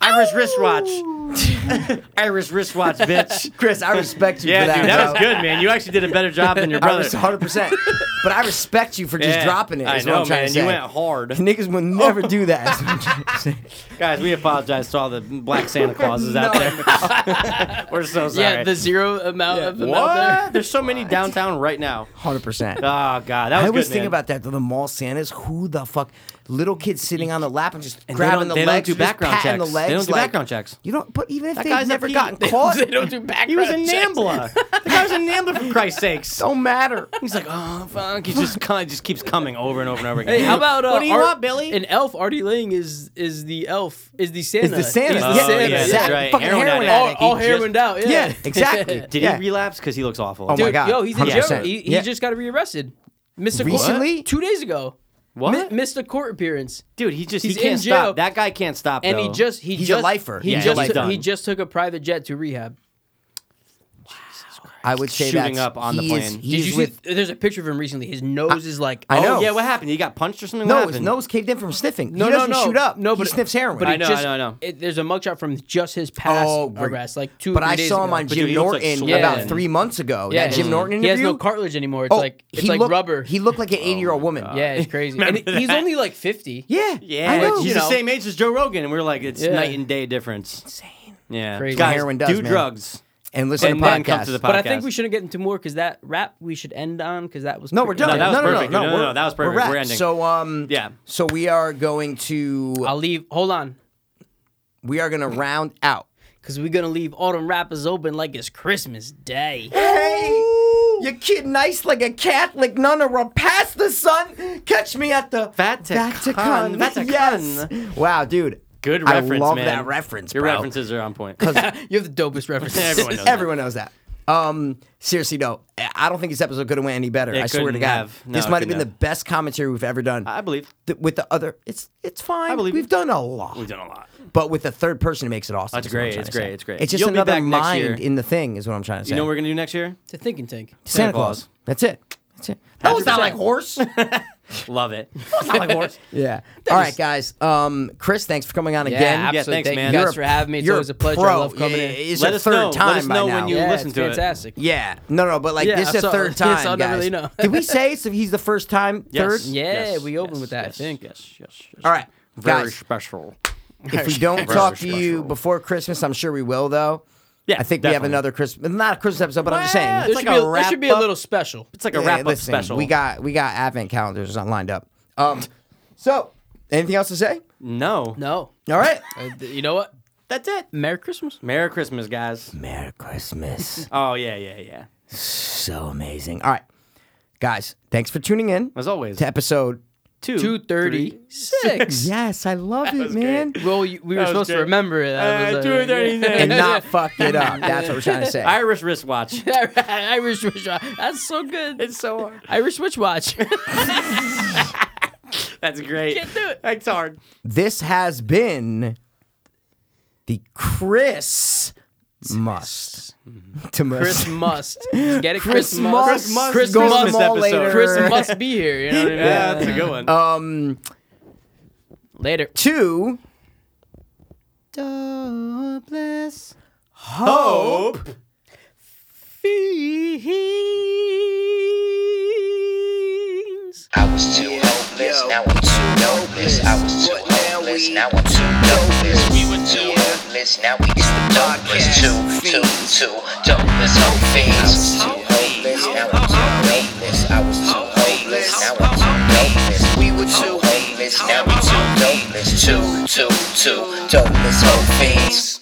Speaker 3: Irish wristwatch. Irish wristwatch, bitch.
Speaker 2: Chris, I respect you
Speaker 3: Yeah, dude, that was good, man. You actually did a better job than your
Speaker 2: I
Speaker 3: brother.
Speaker 2: was 100. percent But I respect you for just
Speaker 3: Yeah.
Speaker 2: dropping it. Is
Speaker 3: I know,
Speaker 2: what I'm trying
Speaker 3: man.
Speaker 2: to say.
Speaker 3: You went hard.
Speaker 2: Niggas will never do that. is what I'm trying to say.
Speaker 3: Guys, we apologize to all the black Santa Clauses out
Speaker 2: No.
Speaker 3: there. We're so sorry.
Speaker 4: Yeah, the zero amount of them out there.
Speaker 3: what? There's so many downtown right now.
Speaker 2: 100%.
Speaker 3: Oh god, that was
Speaker 2: I always
Speaker 3: good,
Speaker 2: think
Speaker 3: man.
Speaker 2: about that. though, The mall Santas, who the fuck? Little kids sitting on the lap and just
Speaker 3: And they
Speaker 2: grabbing
Speaker 3: don't-
Speaker 2: the
Speaker 3: they don't
Speaker 2: legs,
Speaker 3: do
Speaker 2: just
Speaker 3: background
Speaker 2: patting
Speaker 3: checks.
Speaker 2: the legs.
Speaker 3: They don't do
Speaker 2: like-
Speaker 3: background checks.
Speaker 2: You don't. But even if they've
Speaker 3: guy's a
Speaker 2: never
Speaker 3: P-
Speaker 2: gotten caught,
Speaker 4: they
Speaker 2: it
Speaker 4: don't do background.
Speaker 3: He was in
Speaker 4: checks.
Speaker 3: Nambla. the guy was in Nambla for Christ's sakes.
Speaker 2: don't matter.
Speaker 3: He's like, oh fuck. He just kind of just keeps coming over and over and over again.
Speaker 4: Hey, how about uh,
Speaker 3: what do you
Speaker 4: Art-
Speaker 3: want, Billy?
Speaker 4: An elf, Artie Lang is is the elf, is the Santa,
Speaker 2: It's the Santa.
Speaker 4: He's the
Speaker 3: Oh,
Speaker 4: Santa.
Speaker 3: yeah, that's
Speaker 2: exactly.
Speaker 3: right.
Speaker 2: Fucking
Speaker 3: Heroin
Speaker 2: heroin
Speaker 3: addict.
Speaker 4: All,
Speaker 2: addict.
Speaker 4: all
Speaker 3: He
Speaker 4: heroined
Speaker 3: just-
Speaker 4: out. Yeah,
Speaker 2: Yeah, exactly.
Speaker 3: Did
Speaker 2: Yeah.
Speaker 3: he relapse? Because he looks awful.
Speaker 2: Oh my
Speaker 4: Dude,
Speaker 2: God,
Speaker 4: yo, he's in jail.
Speaker 2: 100%.
Speaker 4: He, he
Speaker 2: Yeah.
Speaker 4: just got rearrested. Missed a
Speaker 2: Recently?
Speaker 4: court, two days ago.
Speaker 3: What?
Speaker 4: Mi- missed a court appearance,
Speaker 3: Dude, he just
Speaker 4: He's
Speaker 3: he
Speaker 4: in
Speaker 3: can't
Speaker 4: jail.
Speaker 3: stop. That guy can't stop.
Speaker 4: and he
Speaker 3: though.
Speaker 4: just he
Speaker 2: He's a
Speaker 4: just
Speaker 2: lifer.
Speaker 4: He
Speaker 2: Yeah,
Speaker 4: just
Speaker 3: he's
Speaker 4: took-
Speaker 3: done.
Speaker 4: he just took a private jet to rehab.
Speaker 2: I would say
Speaker 3: Shooting
Speaker 2: that's
Speaker 3: up on the
Speaker 2: he is-
Speaker 3: plane.
Speaker 4: Did
Speaker 2: He's
Speaker 4: you
Speaker 2: with.
Speaker 4: see? There's a picture of him recently. His nose is like
Speaker 2: I know.
Speaker 3: Oh, yeah, what happened? He got punched or something? What
Speaker 2: No, his
Speaker 3: happened?
Speaker 2: nose caved in from sniffing.
Speaker 4: No,
Speaker 2: he
Speaker 4: no,
Speaker 2: doesn't
Speaker 4: no.
Speaker 2: shoot up.
Speaker 4: No, but
Speaker 2: he sniffs heroin.
Speaker 4: But
Speaker 3: I
Speaker 4: it
Speaker 3: know, I
Speaker 4: just,
Speaker 3: know, I know.
Speaker 4: It, there's a mugshot from just his past
Speaker 2: Oh, right.
Speaker 4: arrest, like two. or
Speaker 2: but
Speaker 4: three
Speaker 2: I
Speaker 4: days
Speaker 2: saw him
Speaker 4: ago.
Speaker 2: on
Speaker 3: But
Speaker 2: Jim
Speaker 3: dude, he looks like
Speaker 2: Norton
Speaker 3: shit.
Speaker 2: about
Speaker 4: Yeah.
Speaker 2: three months ago. that Jim
Speaker 4: he-
Speaker 2: Norton interview. Oh,
Speaker 4: He has no cartilage anymore. It's like it's
Speaker 2: he
Speaker 4: like
Speaker 2: looked-
Speaker 4: rubber.
Speaker 2: He looked like an 80 year old woman.
Speaker 4: yeah, it's crazy. and
Speaker 3: Uh, Remember
Speaker 4: he's
Speaker 3: that?
Speaker 4: only like 50.
Speaker 2: Yeah.
Speaker 3: Yeah,
Speaker 2: I know.
Speaker 3: he's
Speaker 4: you
Speaker 3: the
Speaker 4: know.
Speaker 3: same age as Joe Rogan, and we're like, it's
Speaker 4: Yeah.
Speaker 3: night and day difference. Insane. Yeah,
Speaker 4: Crazy.
Speaker 3: guys,
Speaker 2: Heroin does,
Speaker 3: do
Speaker 2: man.
Speaker 3: drugs.
Speaker 2: And listen
Speaker 3: And
Speaker 2: to
Speaker 3: then
Speaker 2: podcasts.
Speaker 3: come to the
Speaker 4: But I think
Speaker 3: podcast.
Speaker 4: we shouldn't get into more because that rap we should end on because that was
Speaker 2: no, we're
Speaker 4: pretty-
Speaker 2: done.
Speaker 3: No, that was
Speaker 2: no,
Speaker 3: perfect.
Speaker 2: no,
Speaker 3: No, no, no, that was perfect.
Speaker 2: wrapped.
Speaker 3: We're ending.
Speaker 2: So um,
Speaker 3: Yeah.
Speaker 2: So we are going to
Speaker 4: I'll leave. Hold on,
Speaker 2: we are going to round out.
Speaker 4: because we're gonna leave all them rappers open like it's Christmas Day.
Speaker 2: Hey, your kid nice like a Catholic nun or a pastor, son. Catch me at the
Speaker 3: Vatican,
Speaker 2: Vatican.
Speaker 3: Vatican.
Speaker 2: Yes. Wow, dude.
Speaker 3: Good
Speaker 2: I
Speaker 3: reference,
Speaker 2: love
Speaker 3: man.
Speaker 2: that reference,
Speaker 3: Your
Speaker 2: bro.
Speaker 3: references are on point.
Speaker 4: You have the dopest references.
Speaker 3: Everyone knows that.
Speaker 2: Everyone knows that. Um, seriously though, I I don't think this episode could have went any better.
Speaker 3: It
Speaker 2: I swear to
Speaker 3: couldn't
Speaker 2: God,
Speaker 3: have. No,
Speaker 2: this
Speaker 3: it
Speaker 2: might have been
Speaker 3: couldn't
Speaker 2: the
Speaker 3: have.
Speaker 2: best commentary we've ever done.
Speaker 3: I believe
Speaker 2: Th- with the other, it's it's fine.
Speaker 3: believe
Speaker 2: we've
Speaker 3: you.
Speaker 2: done a lot,
Speaker 3: we've done a lot.
Speaker 2: but with the third person, it makes it awesome.
Speaker 3: That's
Speaker 2: is what I'm
Speaker 3: great,
Speaker 2: trying
Speaker 3: it's
Speaker 2: to say.
Speaker 3: great, it's great.
Speaker 2: It's just
Speaker 3: You'll be
Speaker 2: another
Speaker 3: back next year.
Speaker 2: mind in the thing, is what I'm trying to say.
Speaker 3: You know what we're gonna do next year?
Speaker 4: It's a thinking tank.
Speaker 2: Santa
Speaker 3: Santa
Speaker 2: Claus.
Speaker 3: Claus.
Speaker 2: That's it. That's it. That was not
Speaker 3: 100%.
Speaker 2: like horse.
Speaker 3: Love it.
Speaker 2: Yeah. All right, guys. Um, Chris, thanks for coming on again.
Speaker 3: Yeah,
Speaker 4: absolutely.
Speaker 3: thanks,
Speaker 4: Thank
Speaker 3: man.
Speaker 4: you
Speaker 3: You're
Speaker 4: guys
Speaker 3: a-
Speaker 4: for having me. It's
Speaker 2: You're
Speaker 4: always a pleasure.
Speaker 2: Pro.
Speaker 4: I love coming
Speaker 2: Yeah,
Speaker 4: in.
Speaker 2: It's
Speaker 3: Let
Speaker 2: your
Speaker 3: us
Speaker 2: third
Speaker 3: know. Let
Speaker 2: time
Speaker 3: us
Speaker 2: by
Speaker 3: know
Speaker 2: now.
Speaker 3: when you-
Speaker 4: yeah,
Speaker 3: listen
Speaker 4: it's
Speaker 3: to it.
Speaker 4: fantastic.
Speaker 2: Yeah. No, no, but like
Speaker 4: Yeah,
Speaker 2: this is the
Speaker 4: so-
Speaker 2: third
Speaker 4: so I
Speaker 2: time,
Speaker 4: don't
Speaker 2: guys.
Speaker 4: really know.
Speaker 2: Did we say so he's the first time third?
Speaker 3: Yes.
Speaker 4: Yeah,
Speaker 3: Yes.
Speaker 4: we opened with that, I
Speaker 3: Yes.
Speaker 4: think.
Speaker 3: Yes. Yes. yes.
Speaker 2: All right.
Speaker 3: Very
Speaker 2: guys,
Speaker 3: special.
Speaker 2: if we don't
Speaker 3: Very
Speaker 2: talk to you
Speaker 3: special.
Speaker 2: before Christmas, I'm sure we will though.
Speaker 3: Yeah,
Speaker 2: I think we have
Speaker 3: definitely.
Speaker 2: another Christmas, not a Christmas episode, but I'm just saying.
Speaker 4: There
Speaker 3: like
Speaker 4: should,
Speaker 3: a
Speaker 4: be a, there should be a
Speaker 3: wrap-up.
Speaker 4: little special.
Speaker 3: It's like a
Speaker 2: Hey,
Speaker 3: wrap up
Speaker 2: listen,
Speaker 3: special.
Speaker 2: We got we got advent calendars not lined up. Um, so anything else to say?
Speaker 3: no.
Speaker 4: No.
Speaker 2: All right.
Speaker 4: Uh, th- you know what?
Speaker 3: That's it.
Speaker 4: Merry Christmas.
Speaker 3: Merry Christmas, guys.
Speaker 2: Merry Christmas.
Speaker 3: Oh yeah, yeah, yeah.
Speaker 2: so amazing. All right, guys. Thanks for tuning in
Speaker 3: As always.
Speaker 2: to episode.
Speaker 3: two.
Speaker 4: Two
Speaker 3: three.
Speaker 4: thirty-six.
Speaker 2: Yes, I love it,
Speaker 3: was
Speaker 2: man.
Speaker 4: Well, you, we were
Speaker 3: was
Speaker 4: supposed
Speaker 3: great.
Speaker 4: to remember it. I
Speaker 3: Uh,
Speaker 4: was,
Speaker 3: two thirty-six.
Speaker 2: And not fuck it up. That's what we're trying to say.
Speaker 3: Irish wristwatch.
Speaker 4: Irish witch watch. That's so good.
Speaker 3: It's so hard.
Speaker 4: Irish witch watch.
Speaker 3: That's great.
Speaker 4: Can't do it.
Speaker 3: That's hard.
Speaker 2: This has been the Chris must
Speaker 3: Mm-hmm.
Speaker 2: to
Speaker 4: Chris
Speaker 2: must.
Speaker 4: must get it.
Speaker 2: Chris
Speaker 4: Chris
Speaker 2: must.
Speaker 4: Chris
Speaker 2: go
Speaker 4: must.
Speaker 2: mall
Speaker 3: episode.
Speaker 2: later.
Speaker 4: Chris must be here. You know what I mean?
Speaker 3: Yeah, that's a good one.
Speaker 2: Um,
Speaker 4: Later.
Speaker 2: two.
Speaker 3: Hope.
Speaker 1: I was too hopeless, now I'm too hopeless. I was too hopeless, now I'm too hopeless. We were too hopeless, now we just the darkness. Two, two, two, dopeless hope fiends. I was too hopeless, now I'm too hopeless. I was too hopeless, now I'm too hopeless. We were too hopeless, now we too dopeless. Two, two, two, dopeless hope fiends.